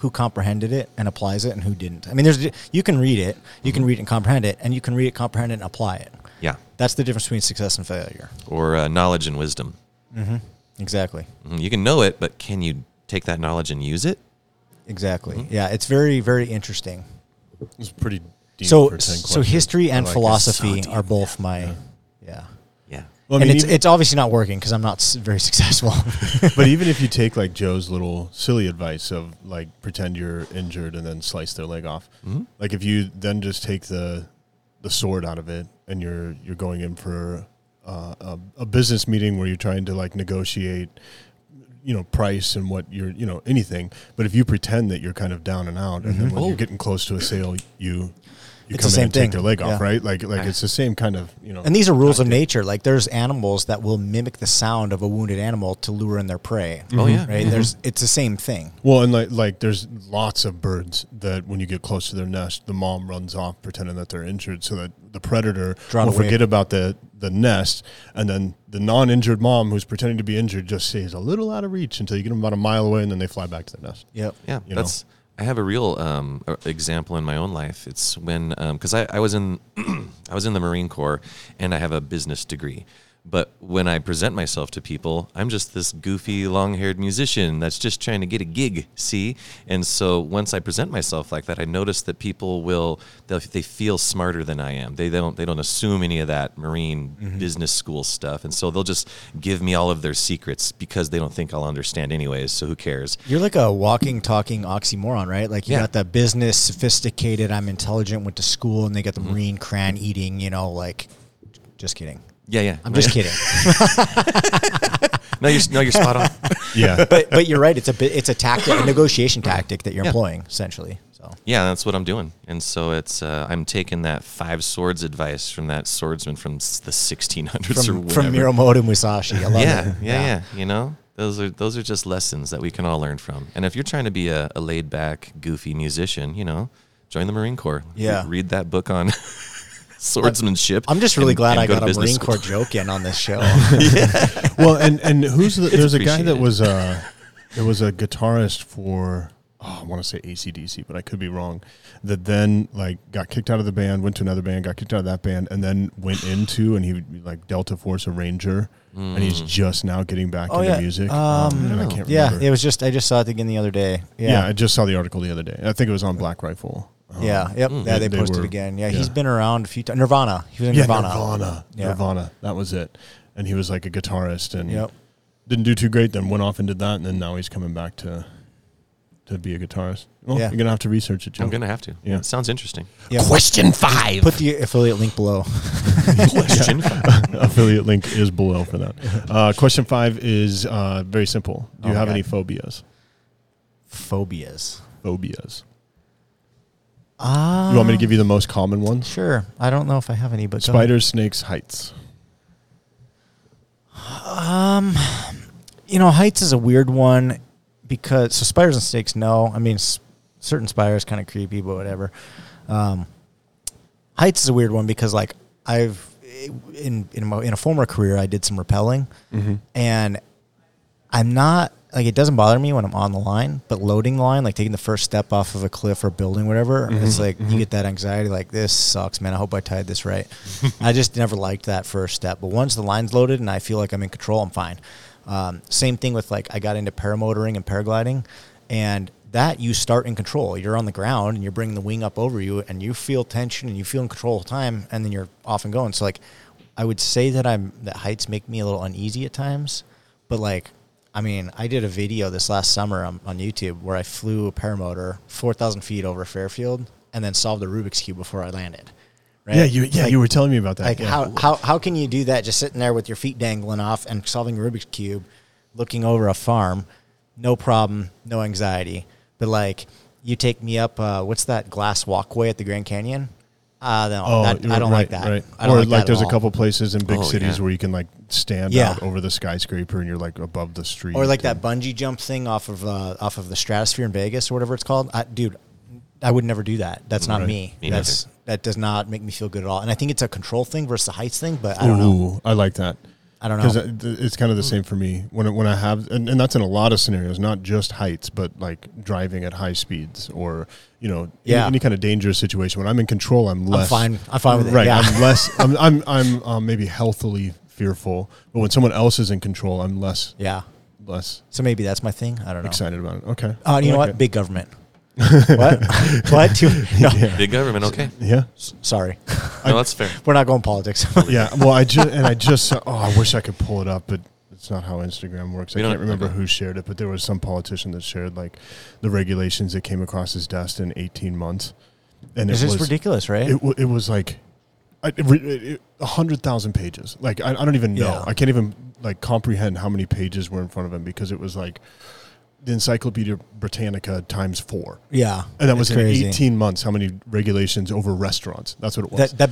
Speaker 3: who comprehended it and applies it and who didn't. I mean, there's you can read it, you
Speaker 2: Mm-hmm.
Speaker 3: can read and comprehend it, and you can read it, comprehend it, and apply it.
Speaker 1: yeah,
Speaker 3: That's the difference between success and failure.
Speaker 1: or uh, knowledge and wisdom.
Speaker 3: Exactly.
Speaker 2: Mm-hmm.
Speaker 1: Mhm, You can know it, but can you take that knowledge and use it?
Speaker 3: Exactly. Yeah, it's very very interesting.
Speaker 2: It's pretty deep.
Speaker 3: so
Speaker 2: for 10
Speaker 3: so
Speaker 2: questions.
Speaker 3: history
Speaker 2: I
Speaker 3: and
Speaker 2: like it.
Speaker 3: philosophy
Speaker 1: deep,
Speaker 3: are both my yeah. Yeah.
Speaker 1: Yeah.
Speaker 2: Well, I
Speaker 3: and
Speaker 2: mean,
Speaker 3: it's,
Speaker 2: even-
Speaker 3: it's obviously not working because I'm not s- very successful.
Speaker 2: but even if you take like Joe's little silly advice of like pretend you're injured and then slice their leg off,
Speaker 3: Mm-hmm.
Speaker 2: like if you then just take the the sword out of it and you're you're going in for uh, a, a business meeting where you're trying to like negotiate, you know, price and what you're you know anything. But if you pretend that you're kind of down and out, and then when
Speaker 1: Oh.
Speaker 2: you're getting close to a sale, you you
Speaker 3: Mm-hmm. It's the
Speaker 2: come in
Speaker 3: same
Speaker 2: and
Speaker 3: thing.
Speaker 2: take their leg off,
Speaker 3: Yeah.
Speaker 2: right? Like like it's the same kind of you know.
Speaker 3: and these are rules of nature. Like there's animals that will mimic the sound of a wounded animal to lure in their prey.
Speaker 1: Oh, yeah.
Speaker 3: Right? There's it's the same thing.
Speaker 2: Well, and like like there's lots of birds that when you get close to their nest, the mom runs off pretending that they're injured, so that the predator
Speaker 3: Drawn
Speaker 2: will
Speaker 3: away.
Speaker 2: forget about the the nest, and then the non-injured mom who's pretending to be injured just stays a little out of reach until you get them about a mile away, and then they fly back to the nest.
Speaker 3: Yep.
Speaker 1: Yeah,
Speaker 2: you know?
Speaker 1: that's. I have a real um, uh, example in my own life. It's when because I, I was in I was in the Marine Corps and I have a business degree, but when I present myself to people, I'm just this goofy long-haired musician that's just trying to get a gig. See, and so once I present myself like that, I notice that people will they'll- they feel smarter than I am. They don't they don't assume any of that Marine business school stuff, and so they'll just give me all of their secrets because they don't think I'll understand anyways. So who cares?
Speaker 3: You're like a walking, talking oxymoron, right? Like you
Speaker 1: Yeah.
Speaker 3: got the business, sophisticated, I'm intelligent, went to school, and they got the
Speaker 1: Mm-hmm.
Speaker 3: marine crayon eating, you know, like just kidding.
Speaker 1: Yeah, yeah.
Speaker 3: I'm just kidding.
Speaker 1: No, you're no, you're spot on.
Speaker 2: Yeah,
Speaker 3: but but you're right. It's a bit, it's a tactic, a negotiation tactic that you're employing essentially. So
Speaker 1: Yeah, that's what I'm doing, and so it's uh, I'm taking that five swords advice from that swordsman from s- the 1600s or
Speaker 3: from
Speaker 1: whatever.
Speaker 3: from Miramoto Musashi, I love
Speaker 1: yeah,
Speaker 3: it.
Speaker 1: yeah, yeah, You know, those are those are just lessons that we can all learn from. And if you're trying to be a, a laid back, goofy musician, you know, join the Marine Corps.
Speaker 3: Yeah.
Speaker 1: Re- read that book on swordsmanship.
Speaker 3: I'm just really
Speaker 1: and-
Speaker 3: glad
Speaker 1: and
Speaker 3: I
Speaker 1: go
Speaker 3: got
Speaker 1: to
Speaker 3: a
Speaker 1: business
Speaker 3: Marine
Speaker 1: school.
Speaker 3: Corps joke in on this show.
Speaker 2: well, and and who's the, there's a guy that
Speaker 1: appreciated.
Speaker 2: was uh there was a guitarist for oh, I want to say ACDC, but I could be wrong. That then like got kicked out of the band, went to another band, got kicked out of that band, and then went into and he would be like Delta Force a Ranger, and he's just now getting back
Speaker 3: Oh,
Speaker 2: into
Speaker 3: yeah.
Speaker 2: music.
Speaker 3: Um,
Speaker 2: and I can't
Speaker 3: yeah,
Speaker 2: remember.
Speaker 3: it was just I just saw it again the other day.
Speaker 2: yeah,
Speaker 3: Yeah,
Speaker 2: I just saw the article the other day. I think it was on Black Rifle. Um,
Speaker 3: yeah, yep. yeah, they,
Speaker 2: They
Speaker 3: posted
Speaker 2: were-
Speaker 3: again. Yeah,
Speaker 2: yeah.
Speaker 3: he's been around a few times. Nirvana, he was in
Speaker 2: yeah,
Speaker 3: Nirvana.
Speaker 2: Nirvana,
Speaker 3: Yeah.
Speaker 2: Nirvana. That was it. And he was like a guitarist, and
Speaker 3: Yep.
Speaker 2: didn't do too great, then went off and did that, and then now he's coming back to to be a guitarist. Well,
Speaker 3: Yeah.
Speaker 2: you're gonna have to research it, Joe.
Speaker 1: I'm gonna have to.
Speaker 2: Yeah.
Speaker 1: Yeah, sounds interesting.
Speaker 3: Yeah.
Speaker 5: Question five.
Speaker 3: Put the affiliate link below.
Speaker 1: Question.
Speaker 2: Affiliate link is below for that. Uh, question five is uh, very simple. Do you
Speaker 3: Oh,
Speaker 2: have
Speaker 3: okay.
Speaker 2: any phobias?
Speaker 3: Phobias.
Speaker 2: Phobias.
Speaker 3: Ah,
Speaker 2: You want me to give you the most common ones?
Speaker 3: sure. I don't know if I have any, but go ahead.
Speaker 2: Spiders, snakes, heights.
Speaker 3: Um, you know, heights is a weird one because so spiders and snakes. No, I mean s- certain spiders kind of creepy, but whatever. Um, heights is a weird one because like I've eh, in in, my, in a former career I did some rappelling,
Speaker 2: Mm-hmm.
Speaker 3: and I'm not like it doesn't bother me when I'm on the line, but loading the line, like taking the first step off of a cliff or building, whatever, it's like you get that anxiety, like this sucks, man. I hope I tied this right. I just never liked that first step, but once the line's loaded and I feel like I'm in control, I'm fine. Um, same thing with like I got into paramotoring and paragliding, and that you start in control. You're on the ground and you're bringing the wing up over you, and you feel tension and you feel in control of time, and then you're off and going. So like, I would say that I'm that heights make me a little uneasy at times, but like I mean, I did a video this last summer on, on YouTube where I flew a paramotor 4,000 feet over Fairfield and then solved the Rubik's Cube before I landed. Right?
Speaker 2: Yeah, you yeah
Speaker 3: Like-
Speaker 2: you were telling me about that.
Speaker 3: Like,
Speaker 2: yeah.
Speaker 3: how, how, how can you do that just sitting there with your feet dangling off and solving a Rubik's Cube, looking over a farm? No problem, no anxiety. But, like, you take me up, uh, what's that glass walkway at the Grand Canyon? Uh, no,
Speaker 2: Oh,
Speaker 3: that, I
Speaker 2: right,
Speaker 3: don't like that.
Speaker 2: Right.
Speaker 3: I don't
Speaker 2: or
Speaker 3: like,
Speaker 2: like,
Speaker 3: that at
Speaker 2: there's a
Speaker 3: all.
Speaker 2: couple places in big
Speaker 1: Oh,
Speaker 2: cities
Speaker 1: yeah.
Speaker 2: where you can like stand
Speaker 3: Yeah.
Speaker 2: out over the skyscraper and you're like above the street.
Speaker 3: or like that bungee jump thing off of uh, off of the stratosphere in Vegas or whatever it's called. I, dude, I would never do that. That's not
Speaker 2: Right.
Speaker 3: me.
Speaker 1: Me
Speaker 3: That's that does not make me feel good at all. And I think it's a control thing versus the heights thing. But I
Speaker 2: Ooh,
Speaker 3: don't know.
Speaker 2: I like that.
Speaker 3: I don't know.
Speaker 2: because it's kind
Speaker 1: Hmm.
Speaker 2: of the same for me when I- when I have and, and that's in a lot of scenarios, not just heights, but like driving at high speeds or you know
Speaker 3: Yeah.
Speaker 2: any, any kind of dangerous situation. When I'm in control, I'm less
Speaker 3: fine- I'm fine with it,
Speaker 2: Right,
Speaker 3: yeah.
Speaker 2: I'm less. I'm I'm I'm um, maybe healthily fearful, but when someone else is in control, I'm less
Speaker 3: Yeah.
Speaker 2: less
Speaker 3: So maybe that's my thing. I don't know.
Speaker 2: excited about it. Okay,
Speaker 3: Oh. Uh, you know what?
Speaker 2: Okay.
Speaker 3: Big government. what? what? No,
Speaker 1: Big government. Okay.
Speaker 2: yeah.
Speaker 3: Sorry.
Speaker 1: No, that's fair.
Speaker 3: We're not going politics.
Speaker 2: Yeah. Well, I just and I just oh, I wish I could pull it up, but it's not how Instagram works. I
Speaker 1: We don't-
Speaker 2: can't remember
Speaker 1: okay.
Speaker 2: who shared it, but there was some politician that shared like the regulations that came across his desk in 18 months, and
Speaker 3: it's
Speaker 2: it
Speaker 3: just
Speaker 2: was
Speaker 3: ridiculous, right?
Speaker 2: it, wa- it was like I- it re- it- it- a hundred thousand pages. Like I, I don't even know.
Speaker 3: Yeah.
Speaker 2: I can't even like comprehend how many pages were in front of him because it was like the Encyclopedia Britannica times four.
Speaker 3: yeah,
Speaker 2: And that was
Speaker 3: it's
Speaker 2: in 18 months. How many regulations over restaurants? That's what it was.
Speaker 3: That that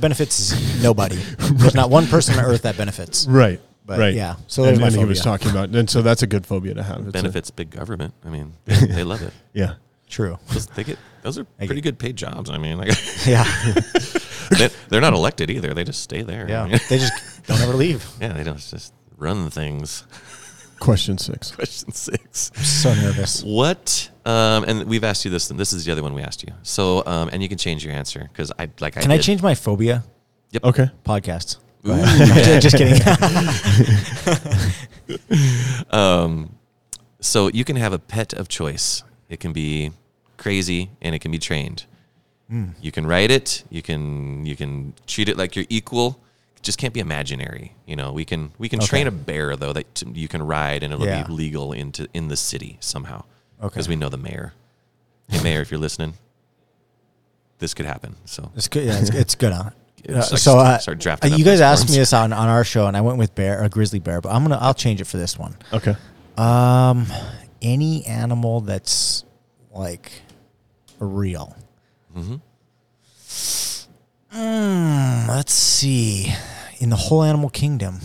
Speaker 3: benefits nobody. There's not one person on earth that benefits.
Speaker 2: right.
Speaker 3: But
Speaker 2: right.
Speaker 3: yeah, so
Speaker 2: and,
Speaker 3: there's my
Speaker 2: and he was
Speaker 3: phobia.
Speaker 2: talking about, and so that's a good phobia to have. It's a-
Speaker 1: Benefits big government. I mean, they love it.
Speaker 2: yeah.
Speaker 3: True.
Speaker 1: Those, they get those are
Speaker 3: I
Speaker 1: pretty good paid jobs. I mean, like
Speaker 3: Yeah.
Speaker 1: they, they're not elected either. They just stay there. I
Speaker 3: Yeah.
Speaker 1: mean,
Speaker 3: They just don't ever leave.
Speaker 1: yeah, they don't just run things.
Speaker 2: Question six.
Speaker 1: Question six.
Speaker 3: So nervous.
Speaker 1: What? Um, and we've asked you this. And this is the other one we asked you. So, um, and you can change your answer because I like.
Speaker 3: Can
Speaker 1: I,
Speaker 3: I
Speaker 1: did.
Speaker 3: change my phobia
Speaker 2: Okay.
Speaker 3: podcasts?
Speaker 1: Ooh.
Speaker 3: just kidding.
Speaker 1: Um, so you can have a pet of choice. It can be crazy and it can be trained.
Speaker 3: Hmm.
Speaker 1: You can ride it. You can you can treat it like your equal. It just can't be imaginary. You know, we can we can
Speaker 3: Okay.
Speaker 1: train a bear though that t- you can ride and it'll
Speaker 3: Yeah.
Speaker 1: be legal into in the city somehow.
Speaker 3: Okay.
Speaker 1: because we know the mayor. Hey, mayor, if you're listening, this could happen. So
Speaker 3: It's good. Yeah, it's, it's gonna.
Speaker 1: Yeah, just
Speaker 3: Uh, so
Speaker 1: like
Speaker 3: uh,
Speaker 1: start drafting
Speaker 3: uh,
Speaker 1: up
Speaker 3: You guys
Speaker 1: those
Speaker 3: asked
Speaker 1: forms.
Speaker 3: me this on, on our show, and I went with bear, a grizzly bear, but I'm gonna I'll change it for this one.
Speaker 2: Okay.
Speaker 3: Um, any animal that's like real. Mm-hmm. let's see. In the whole animal kingdom,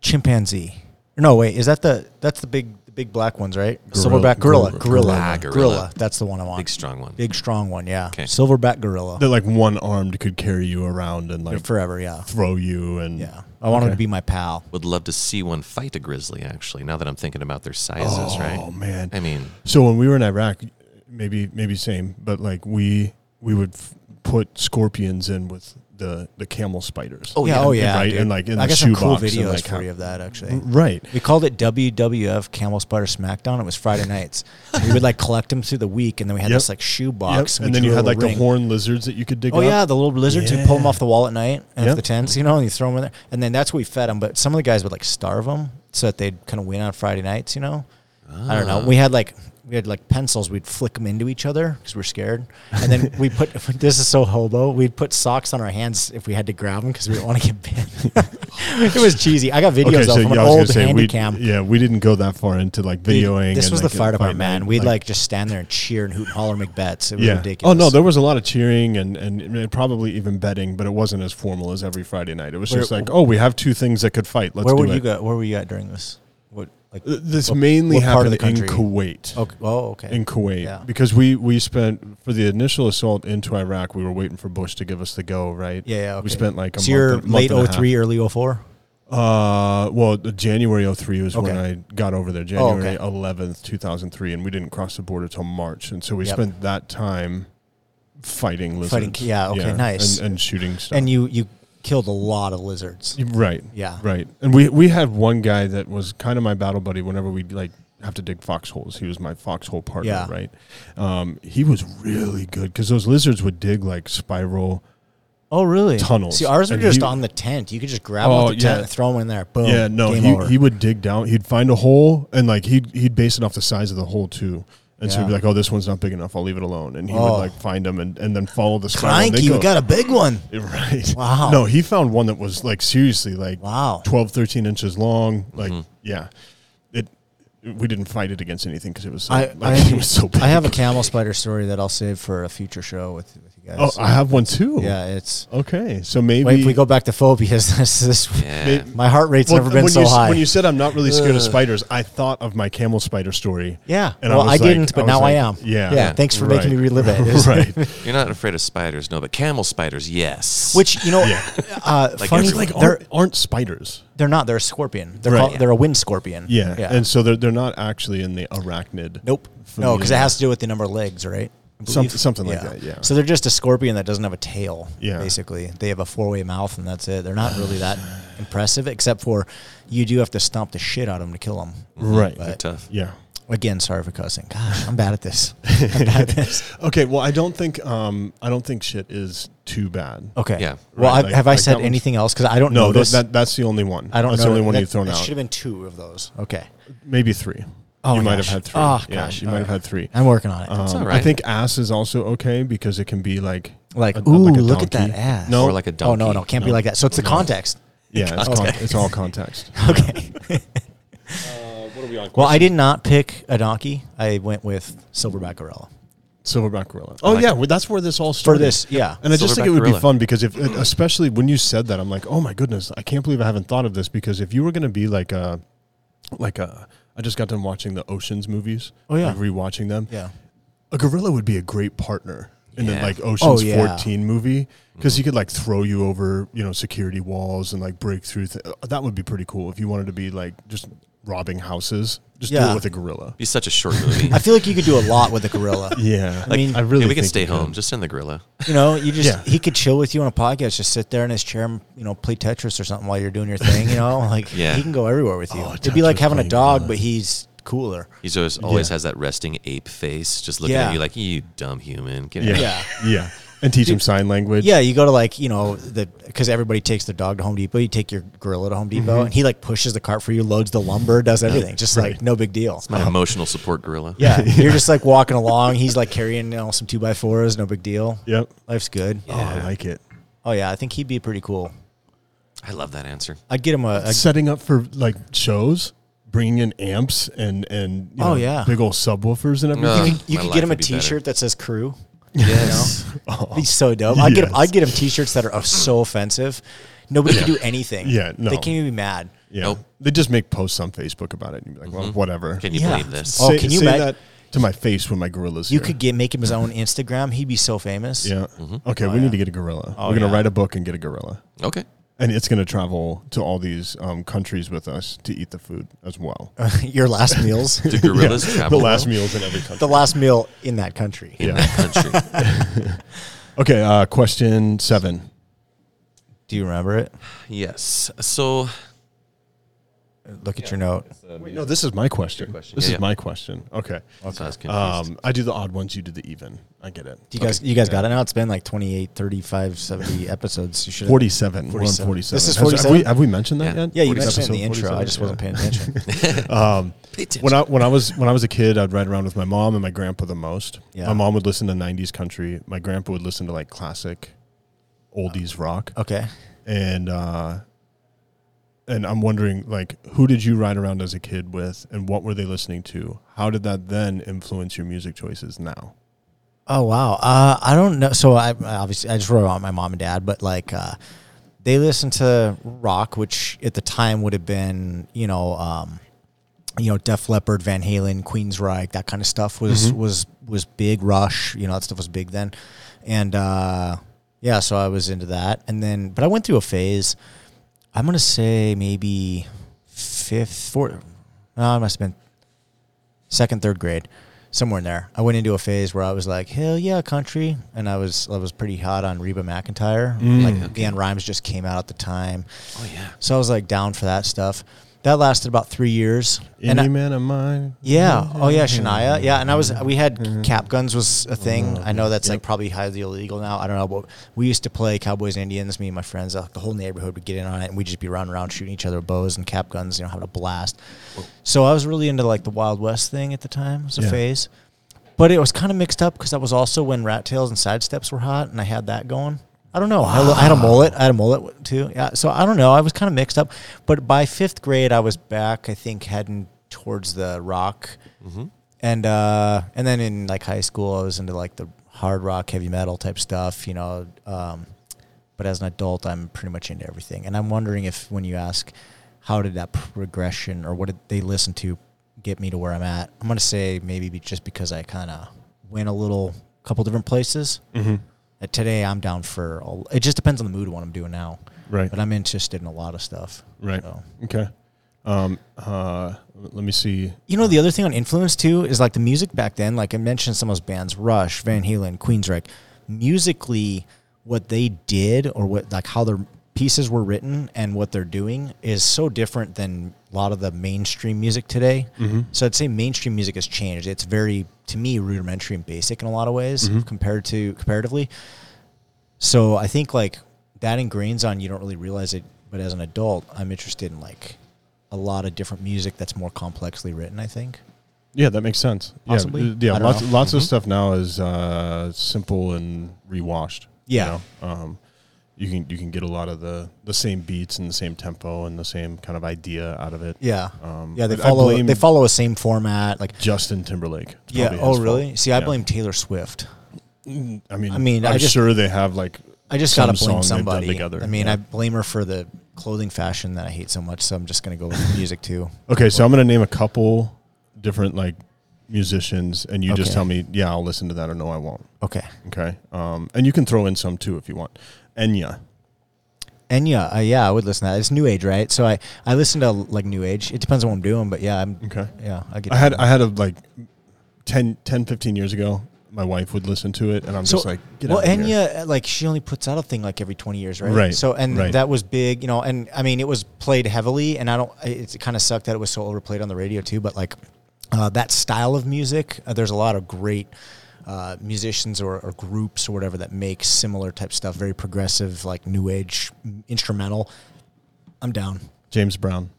Speaker 3: chimpanzee. No, wait, is that the that's the big the big black ones, right?
Speaker 2: Gorilla-
Speaker 3: Silverback gorilla,
Speaker 2: gorilla.
Speaker 3: gorilla,
Speaker 1: Ah,
Speaker 3: gorilla,
Speaker 1: gorilla.
Speaker 3: That's the one I want.
Speaker 1: big strong one.
Speaker 3: Big strong one, yeah.
Speaker 1: 'Kay.
Speaker 3: Silverback gorilla
Speaker 2: That like one armed could carry you around and like
Speaker 3: forever, yeah.
Speaker 2: throw you and
Speaker 3: Yeah. I want him to be my pal.
Speaker 1: Would love to see one fight a grizzly. Actually, now that I'm thinking about their sizes,
Speaker 2: Oh
Speaker 1: right?
Speaker 2: man.
Speaker 1: I mean,
Speaker 2: So when we were in Iraq, maybe maybe same, but like we we would f- put scorpions in with the the camel spiders.
Speaker 1: Oh,
Speaker 3: yeah,
Speaker 1: yeah.
Speaker 3: oh yeah.
Speaker 2: Right,
Speaker 3: dude.
Speaker 2: and, like, in
Speaker 3: I
Speaker 2: the
Speaker 3: got some cool
Speaker 2: shoebox and,
Speaker 3: videos
Speaker 2: like,
Speaker 3: for
Speaker 2: how- Mm,
Speaker 3: you of that actually.
Speaker 2: right.
Speaker 3: We called it WWF Camel Spider Smackdown. It was Friday nights. And we would like collect them through the week, and then we had
Speaker 2: Yep.
Speaker 3: this like shoe box,
Speaker 2: Yep. And then
Speaker 3: drew
Speaker 2: you
Speaker 3: a
Speaker 2: had like
Speaker 3: little
Speaker 2: the
Speaker 3: ring.
Speaker 2: horn lizards that you could dig
Speaker 3: Oh
Speaker 2: up.
Speaker 3: yeah, the little lizards. You pull them
Speaker 2: Yeah.
Speaker 3: off the wall at night and
Speaker 2: Yep.
Speaker 3: the tents, you know, and you throw them in there. And then that's what we fed them. But some of the guys would like starve them so that they'd kind of win on Friday nights, you know. I don't
Speaker 2: Ah.
Speaker 3: know. We had like we had like pencils. We'd flick them into each other because we're scared. And then we put this is so hobo. We'd put socks on our hands if we had to grab them because we didn't want to get bit. it was cheesy. I got videos
Speaker 2: Okay,
Speaker 3: of
Speaker 2: so
Speaker 3: from
Speaker 2: yeah,
Speaker 3: an
Speaker 2: I was gonna
Speaker 3: old
Speaker 2: say we
Speaker 3: handy cam.
Speaker 2: yeah we didn't go that far into like
Speaker 3: Dude,
Speaker 2: videoing.
Speaker 3: This
Speaker 2: and,
Speaker 3: was
Speaker 2: like,
Speaker 3: the fire
Speaker 2: fighting,
Speaker 3: department, man. We'd like, just stand there and cheer and hoot and holler and make bets. It was
Speaker 2: yeah.
Speaker 3: ridiculous.
Speaker 2: Oh no, there was a lot of cheering and, and and probably even betting, but it wasn't as formal as every Friday night. It was
Speaker 3: Where-
Speaker 2: just like, oh, we have two things that could fight. Let's
Speaker 3: where
Speaker 2: do
Speaker 3: were you
Speaker 2: it. Uh,
Speaker 3: go? Where were you at during this? What like?
Speaker 2: Th- This
Speaker 3: what-
Speaker 2: mainly
Speaker 3: what part of
Speaker 2: happened
Speaker 3: the
Speaker 2: in
Speaker 3: country?
Speaker 2: Kuwait.
Speaker 3: Okay. Oh, okay.
Speaker 2: in Kuwait
Speaker 3: Yeah.
Speaker 2: because we we spent for the initial assault into Iraq. We were waiting for Bush to give us the go, right?
Speaker 3: yeah, yeah. Okay.
Speaker 2: We spent like a
Speaker 3: so you're
Speaker 2: month,
Speaker 3: late
Speaker 2: month and a half.
Speaker 3: 03, early 04?
Speaker 2: Uh, well, the January 03 was when
Speaker 3: Okay.
Speaker 2: I got over there,
Speaker 3: Oh,
Speaker 2: January
Speaker 3: okay.
Speaker 2: 11th, 2003, and we didn't cross the border till March, and so we
Speaker 3: Yep.
Speaker 2: spent that time fighting lizards.
Speaker 3: Fighting- yeah, okay, nice.
Speaker 2: and, and shooting stuff.
Speaker 3: And you you killed a lot of lizards.
Speaker 2: You- Right.
Speaker 3: Yeah.
Speaker 2: Right. And we we had one guy that was kind of my battle buddy whenever we like have to dig foxholes. He was my foxhole partner,
Speaker 3: Yeah.
Speaker 2: right? Um, he was really good because those lizards would dig like spiral.
Speaker 3: Oh, really?
Speaker 2: Tunnels.
Speaker 3: See, ours were
Speaker 2: And
Speaker 3: just
Speaker 2: he-
Speaker 3: on the tent. You could just grab
Speaker 2: Oh,
Speaker 3: off the tent
Speaker 2: yeah.
Speaker 3: and throw them in there. Boom.
Speaker 2: yeah, no,
Speaker 3: Oh, Game
Speaker 2: he,
Speaker 3: over.
Speaker 2: he would dig down. He'd find a hole and like he'd he'd base it off the size of the hole too. And so he'd be
Speaker 3: Yeah.
Speaker 2: like, "Oh, this one's not big enough. I'll leave it alone." And he
Speaker 3: Oh.
Speaker 2: would like find them and, and then follow the spiral. and they'd
Speaker 3: Cranky, we
Speaker 2: go-
Speaker 3: got a big one.
Speaker 2: Right.
Speaker 3: Wow.
Speaker 2: No, he found one that was like seriously like
Speaker 3: Wow.
Speaker 2: 12, 13 inches long. Like, yeah. It, we didn't fight it against anything because it was so,
Speaker 3: I,
Speaker 2: like,
Speaker 3: I,
Speaker 2: it was so big.
Speaker 3: I have a camel spider story that I'll save for a future show with, with you
Speaker 2: Oh,
Speaker 3: guys.
Speaker 2: I have one too.
Speaker 3: yeah, it's.
Speaker 2: Okay. So maybe.
Speaker 3: Wait, if we go back to phobias, this this
Speaker 1: yeah.
Speaker 2: Maybe-
Speaker 3: my heart rate's
Speaker 2: Well,
Speaker 3: never been
Speaker 2: when
Speaker 3: so
Speaker 2: you, s-
Speaker 3: high.
Speaker 2: When you said I'm not really scared of spiders, I thought of my camel spider story.
Speaker 3: yeah,
Speaker 2: And
Speaker 3: well, I,
Speaker 2: was like-
Speaker 3: didn't, but
Speaker 2: was
Speaker 3: now I am.
Speaker 2: like, Yeah.
Speaker 3: yeah. Thanks for making
Speaker 2: Right.
Speaker 3: me relive it. It was-
Speaker 2: right.
Speaker 1: You're not afraid of spiders, no, but camel spiders, yes.
Speaker 3: Which you know,
Speaker 2: Yeah.
Speaker 3: uh,
Speaker 1: Like
Speaker 3: funny.
Speaker 1: everyone.
Speaker 2: Like,
Speaker 3: they're
Speaker 2: aren't, aren't spiders.
Speaker 3: they're not. They're a scorpion. They're
Speaker 2: Right.
Speaker 3: called, they're a wind scorpion.
Speaker 2: Yeah.
Speaker 3: yeah.
Speaker 2: And so they're, they're not actually in the arachnid.
Speaker 3: nope. No, because
Speaker 2: familiar.
Speaker 3: it has to do with the number of legs, right? I
Speaker 2: Some-
Speaker 3: believe.
Speaker 2: something like that, yeah.
Speaker 3: So they're just a scorpion that doesn't have a tail.
Speaker 2: Yeah.
Speaker 3: Basically, they have a four-way mouth, and that's it. They're not really that impressive, except for you do have to stomp the shit out of them to kill them.
Speaker 2: Right.
Speaker 1: They're tough.
Speaker 2: Yeah.
Speaker 3: Again, sorry for cussing. God, I'm bad at this. I'm bad at this.
Speaker 2: Okay, well, I don't think um, I don't think shit is too bad.
Speaker 3: Okay.
Speaker 1: Yeah.
Speaker 3: Well,
Speaker 2: Right,
Speaker 3: I've,
Speaker 2: like-
Speaker 3: have I
Speaker 2: like that
Speaker 3: said
Speaker 2: one's-
Speaker 3: anything else? Because I don't
Speaker 2: No,
Speaker 3: know
Speaker 2: that,
Speaker 3: Oh, this.
Speaker 2: that that's the only one.
Speaker 3: I don't
Speaker 2: That's the
Speaker 3: know.
Speaker 2: only one
Speaker 3: that-
Speaker 2: you've thrown
Speaker 3: it
Speaker 2: out.
Speaker 3: should have been two of those. Okay.
Speaker 2: Maybe three.
Speaker 3: Oh,
Speaker 2: you
Speaker 3: my
Speaker 2: might
Speaker 3: gosh.
Speaker 2: have had three.
Speaker 3: Oh,
Speaker 2: yeah,
Speaker 3: gosh.
Speaker 2: you
Speaker 3: All
Speaker 2: might
Speaker 3: right.
Speaker 2: have had three.
Speaker 3: I'm working on it.
Speaker 1: That's all
Speaker 2: Um, I
Speaker 1: right.
Speaker 2: think ass is also okay because it can be like
Speaker 3: like,
Speaker 2: a-
Speaker 3: ooh,
Speaker 2: like a
Speaker 3: look at that
Speaker 2: donkey.
Speaker 3: ass.
Speaker 2: No.
Speaker 1: Or like a
Speaker 3: Oh,
Speaker 1: donkey.
Speaker 3: no, no. Can't be like that. So it's the context.
Speaker 2: yeah, it's,
Speaker 3: Okay.
Speaker 2: con- it's all context.
Speaker 3: Okay.
Speaker 2: Uh, what are we on?
Speaker 3: well, I did not pick a donkey. I went with Silverback Gorilla.
Speaker 2: Silverback gorilla. Oh yeah, well, that's where this all
Speaker 3: For
Speaker 2: started.
Speaker 3: this, yeah.
Speaker 2: And I just think
Speaker 1: Silverback
Speaker 2: it would be
Speaker 1: gorilla.
Speaker 2: fun because if, especially when you said that, I'm like, oh my goodness, I can't believe I haven't thought of this because if you were going to be like a, like a, I just got done watching the Ocean's movies.
Speaker 3: Oh, yeah.
Speaker 2: like rewatching them.
Speaker 3: Yeah.
Speaker 2: a gorilla would be a great partner in the
Speaker 1: Yeah.
Speaker 2: like Ocean's
Speaker 3: Oh, yeah.
Speaker 2: 14 movie because he could like throw you over you know security walls and like break through. Th- uh, that would be pretty cool if you wanted to be like just robbing houses. Just do
Speaker 3: Yeah.
Speaker 2: it with a gorilla.
Speaker 1: Be such a short movie.
Speaker 3: I feel like you could do a lot with a gorilla.
Speaker 2: Yeah,
Speaker 3: I mean,
Speaker 2: I really.
Speaker 1: yeah, we can
Speaker 2: think
Speaker 1: stay
Speaker 2: you could.
Speaker 1: home. Just send the gorilla.
Speaker 3: You know, you just
Speaker 2: Yeah.
Speaker 3: he could chill with you on a podcast, just sit there in his chair, and, you know, play Tetris or something while you're doing your thing. You know, like
Speaker 1: Yeah.
Speaker 3: he can go everywhere with you.
Speaker 2: Oh,
Speaker 3: It'd be like
Speaker 2: Tetris
Speaker 3: having a
Speaker 2: playing
Speaker 3: dog,
Speaker 2: gorilla.
Speaker 3: but he's cooler.
Speaker 1: He always always
Speaker 2: Yeah.
Speaker 1: has that resting ape face, just looking
Speaker 3: Yeah.
Speaker 1: at you like you dumb human. Get
Speaker 2: Yeah,
Speaker 1: out.
Speaker 2: yeah,
Speaker 3: Yeah.
Speaker 2: and teach him sign language.
Speaker 3: Yeah, you go to like you know the because everybody takes their dog to Home Depot. You take your gorilla to Home Depot,
Speaker 1: Mm-hmm.
Speaker 3: and he like pushes the cart for you, loads the lumber, does everything, just like no big deal.
Speaker 1: my emotional support gorilla.
Speaker 3: Yeah, you're just like walking along. He's like carrying you know, some two by fours, no big deal.
Speaker 2: Yep.
Speaker 3: Life's good.
Speaker 2: Oh, I like it.
Speaker 3: Oh yeah, I think he'd be pretty cool.
Speaker 1: I love that answer.
Speaker 3: I'd get him a, a
Speaker 2: Setting up for like shows, bringing in amps and and you
Speaker 3: Oh,
Speaker 2: know,
Speaker 3: yeah.
Speaker 2: big old subwoofers and everything.
Speaker 1: Uh,
Speaker 3: you, you
Speaker 1: my
Speaker 3: could
Speaker 1: life
Speaker 3: get him a
Speaker 1: would be better. Oh.
Speaker 3: T-shirt that says crew.
Speaker 1: Yes.
Speaker 3: He's so dope. I'd get him,
Speaker 2: Yes.
Speaker 3: I'd get him T-shirts that are uh, so offensive. Nobody can do anything.
Speaker 2: Yeah, no.
Speaker 3: they can't even be mad.
Speaker 2: Yeah,
Speaker 1: Nope.
Speaker 2: they just make posts on Facebook about it, and you're like, well, whatever.
Speaker 1: Can you
Speaker 3: Yeah.
Speaker 1: believe this?
Speaker 3: Oh, can you
Speaker 2: say
Speaker 3: ma-
Speaker 2: that to my face when my gorilla's
Speaker 3: You
Speaker 2: here.
Speaker 3: could get make him his own Instagram. He'd be so famous.
Speaker 2: Yeah.
Speaker 1: Mm-hmm.
Speaker 2: Okay, we need to get a gorilla. We're gonna
Speaker 3: Oh, yeah.
Speaker 2: write a book and get a gorilla,
Speaker 1: Okay.
Speaker 2: and it's gonna travel to all these um, countries with us to eat the food as well.
Speaker 3: Your last meals,
Speaker 1: Do gorillas
Speaker 2: the
Speaker 1: travel
Speaker 2: last
Speaker 1: well
Speaker 2: meals in every country.
Speaker 3: the last meal in that country.
Speaker 1: in
Speaker 2: yeah.
Speaker 1: that country?
Speaker 2: okay. Uh, question seven.
Speaker 3: Do you remember it?
Speaker 1: yes. So
Speaker 3: Look at your note.
Speaker 2: Wait, no, this is my question.
Speaker 1: question.
Speaker 2: This
Speaker 1: Yeah,
Speaker 2: is
Speaker 1: yeah.
Speaker 2: my question. Okay.
Speaker 1: So I was confused.
Speaker 2: Um, I do the odd ones. You do the even. I get it.
Speaker 3: Do you guys, you guys got it now. It's been like 28, 35, 70 episodes. You should.
Speaker 2: Forty-seven. We're on
Speaker 3: 47.
Speaker 2: forty-seven.
Speaker 3: This is
Speaker 2: Has- have
Speaker 3: 47?
Speaker 2: we- Have we mentioned that
Speaker 1: Yeah.
Speaker 2: yet?
Speaker 3: Yeah, you
Speaker 1: 47.
Speaker 3: mentioned it in the
Speaker 2: Episode
Speaker 3: intro. I
Speaker 2: 47,
Speaker 3: just wasn't
Speaker 2: yeah.
Speaker 3: paying attention.
Speaker 1: Pay attention.
Speaker 2: when I when I was when I was a kid, I'd ride around with my mom and my grandpa the most.
Speaker 3: Yeah.
Speaker 2: My mom would listen to '90s country. My grandpa would listen to like classic, oldies rock.
Speaker 3: Okay.
Speaker 2: And uh, and I'm wondering, like, who did you ride around as a kid with, and what were they listening to? How did that then influence your music choices now?
Speaker 3: Oh wow. Uh, I don't know. So I I obviously I just wrote out my mom and dad, but like uh, they listened to rock, which at the time would have been you know um, you know Def Leppard, Van Halen, Queensryche, that kind of stuff was was was big. Rush, you know that stuff was big then, and uh, yeah, so I was into that, and then but I went through a phase. I'm gonna say maybe fifth, fourth. No, it must have been second, third grade, somewhere in there. I went into a phase where I was like, hell yeah, country, and I was I was pretty hot on Reba McIntyre. like Leanne Rhymes just came out at the time,
Speaker 1: oh yeah.
Speaker 3: so I was like down for that stuff. That lasted about three years, and
Speaker 2: Any Mm-hmm.
Speaker 3: I-
Speaker 2: man of mine.
Speaker 3: yeah, oh yeah, Shania, yeah, and I was we had cap guns was a thing. I know that's like probably highly illegal now. I don't know, but we used to play Cowboys and Indians. Me and my friends, like the whole neighborhood would get in on it, and we'd just be running around shooting each other with bows and cap guns, you know, having a blast. So I was really into like the Wild West thing at the time. It was a
Speaker 2: Yeah.
Speaker 3: phase, but it was kind of mixed up because that was also when rat tails and sidesteps were hot, and I had that going. I don't know. I, had a- I had a mullet. I had a mullet too. Yeah. So I don't know. I was kind of mixed up, but by fifth grade, I was back. I think heading towards the rock, and uh, and then in like high school, I was into like the hard rock, heavy metal type stuff. You know. Um, but as an adult, I'm pretty much into everything, and I'm wondering if when you ask, how did that progression or what did they listen to get me to where I'm at? I'm gonna say maybe be- just because I kind of went a little couple different places. Mm-hmm. today I'm down for. All, it just depends on the mood of what I'm doing now.
Speaker 2: Right.
Speaker 3: But I'm interested in a lot of stuff.
Speaker 2: Right.
Speaker 3: So.
Speaker 2: Okay. Um. Uh. Let me see.
Speaker 3: You know, the other thing on influence too is like the music back then. Like I mentioned, some of those bands, Rush, Van Halen, Queensryche, musically, what they did or what like how their pieces were written and what they're doing is so different than a lot of the mainstream music today. So I'd say mainstream music has changed. It's very, to me, rudimentary and basic in a lot of ways compared to comparatively. So I think like that ingrains on you don't really realize it, but as an adult, I'm interested in like a lot of different music that's more complexly written. I think.
Speaker 2: Yeah, that makes sense.
Speaker 3: Possibly.
Speaker 2: Yeah, yeah
Speaker 3: I don't
Speaker 2: lots
Speaker 3: know. Mm-hmm.
Speaker 2: lots of stuff now is uh, simple and rewashed.
Speaker 3: Yeah.
Speaker 2: You, know? um, you can you can get a lot of the the same beats and the same tempo and the same kind of idea out of it.
Speaker 3: Yeah.
Speaker 2: Um,
Speaker 3: yeah, they
Speaker 2: I
Speaker 3: follow
Speaker 2: blame
Speaker 3: they follow a same format. Like
Speaker 2: Justin Timberlake. It's
Speaker 3: yeah.
Speaker 2: probably his
Speaker 3: Oh,
Speaker 2: fault.
Speaker 3: really? See, I
Speaker 2: Yeah.
Speaker 3: blame Taylor Swift.
Speaker 2: I mean, I
Speaker 3: I mean,
Speaker 2: am
Speaker 3: I just-
Speaker 2: sure they have like.
Speaker 3: I just
Speaker 2: some
Speaker 3: gotta
Speaker 2: song
Speaker 3: blame
Speaker 2: they've done
Speaker 3: somebody.
Speaker 2: together.
Speaker 3: I mean,
Speaker 2: Yeah.
Speaker 3: I blame her for the clothing fashion that I hate so much. So I'm just gonna go with the music too.
Speaker 2: Okay, so I'm gonna name a couple different like musicians, and you just
Speaker 3: Okay.
Speaker 2: tell me, yeah, I'll listen to that, or no, I won't.
Speaker 3: Okay.
Speaker 2: Okay, um, and you can throw in some too if you want. Enya.
Speaker 3: Enya, uh, yeah, I would listen to that. It's new age, right? So I I listen to like new age. It depends on what I'm doing, but yeah, I'm
Speaker 2: Okay.
Speaker 3: yeah. I get.
Speaker 2: I had I had a like 10, 10 15 years ago. My wife would listen to it, and I'm
Speaker 3: so
Speaker 2: just like, get
Speaker 3: well,
Speaker 2: out of here.
Speaker 3: Enya, uh, like she only puts out a thing like every 20 years, right?
Speaker 2: Right,
Speaker 3: So and
Speaker 2: right.
Speaker 3: that was big, you know. And I mean, it was played heavily, and I don't. It, kind of sucked that it was so overplayed on the radio too. But like uh, that style of music, uh, there's a lot of great. Uh, musicians or, or groups or whatever that make similar type stuff, very progressive, like new age instrumental. I'm down.
Speaker 2: James Brown.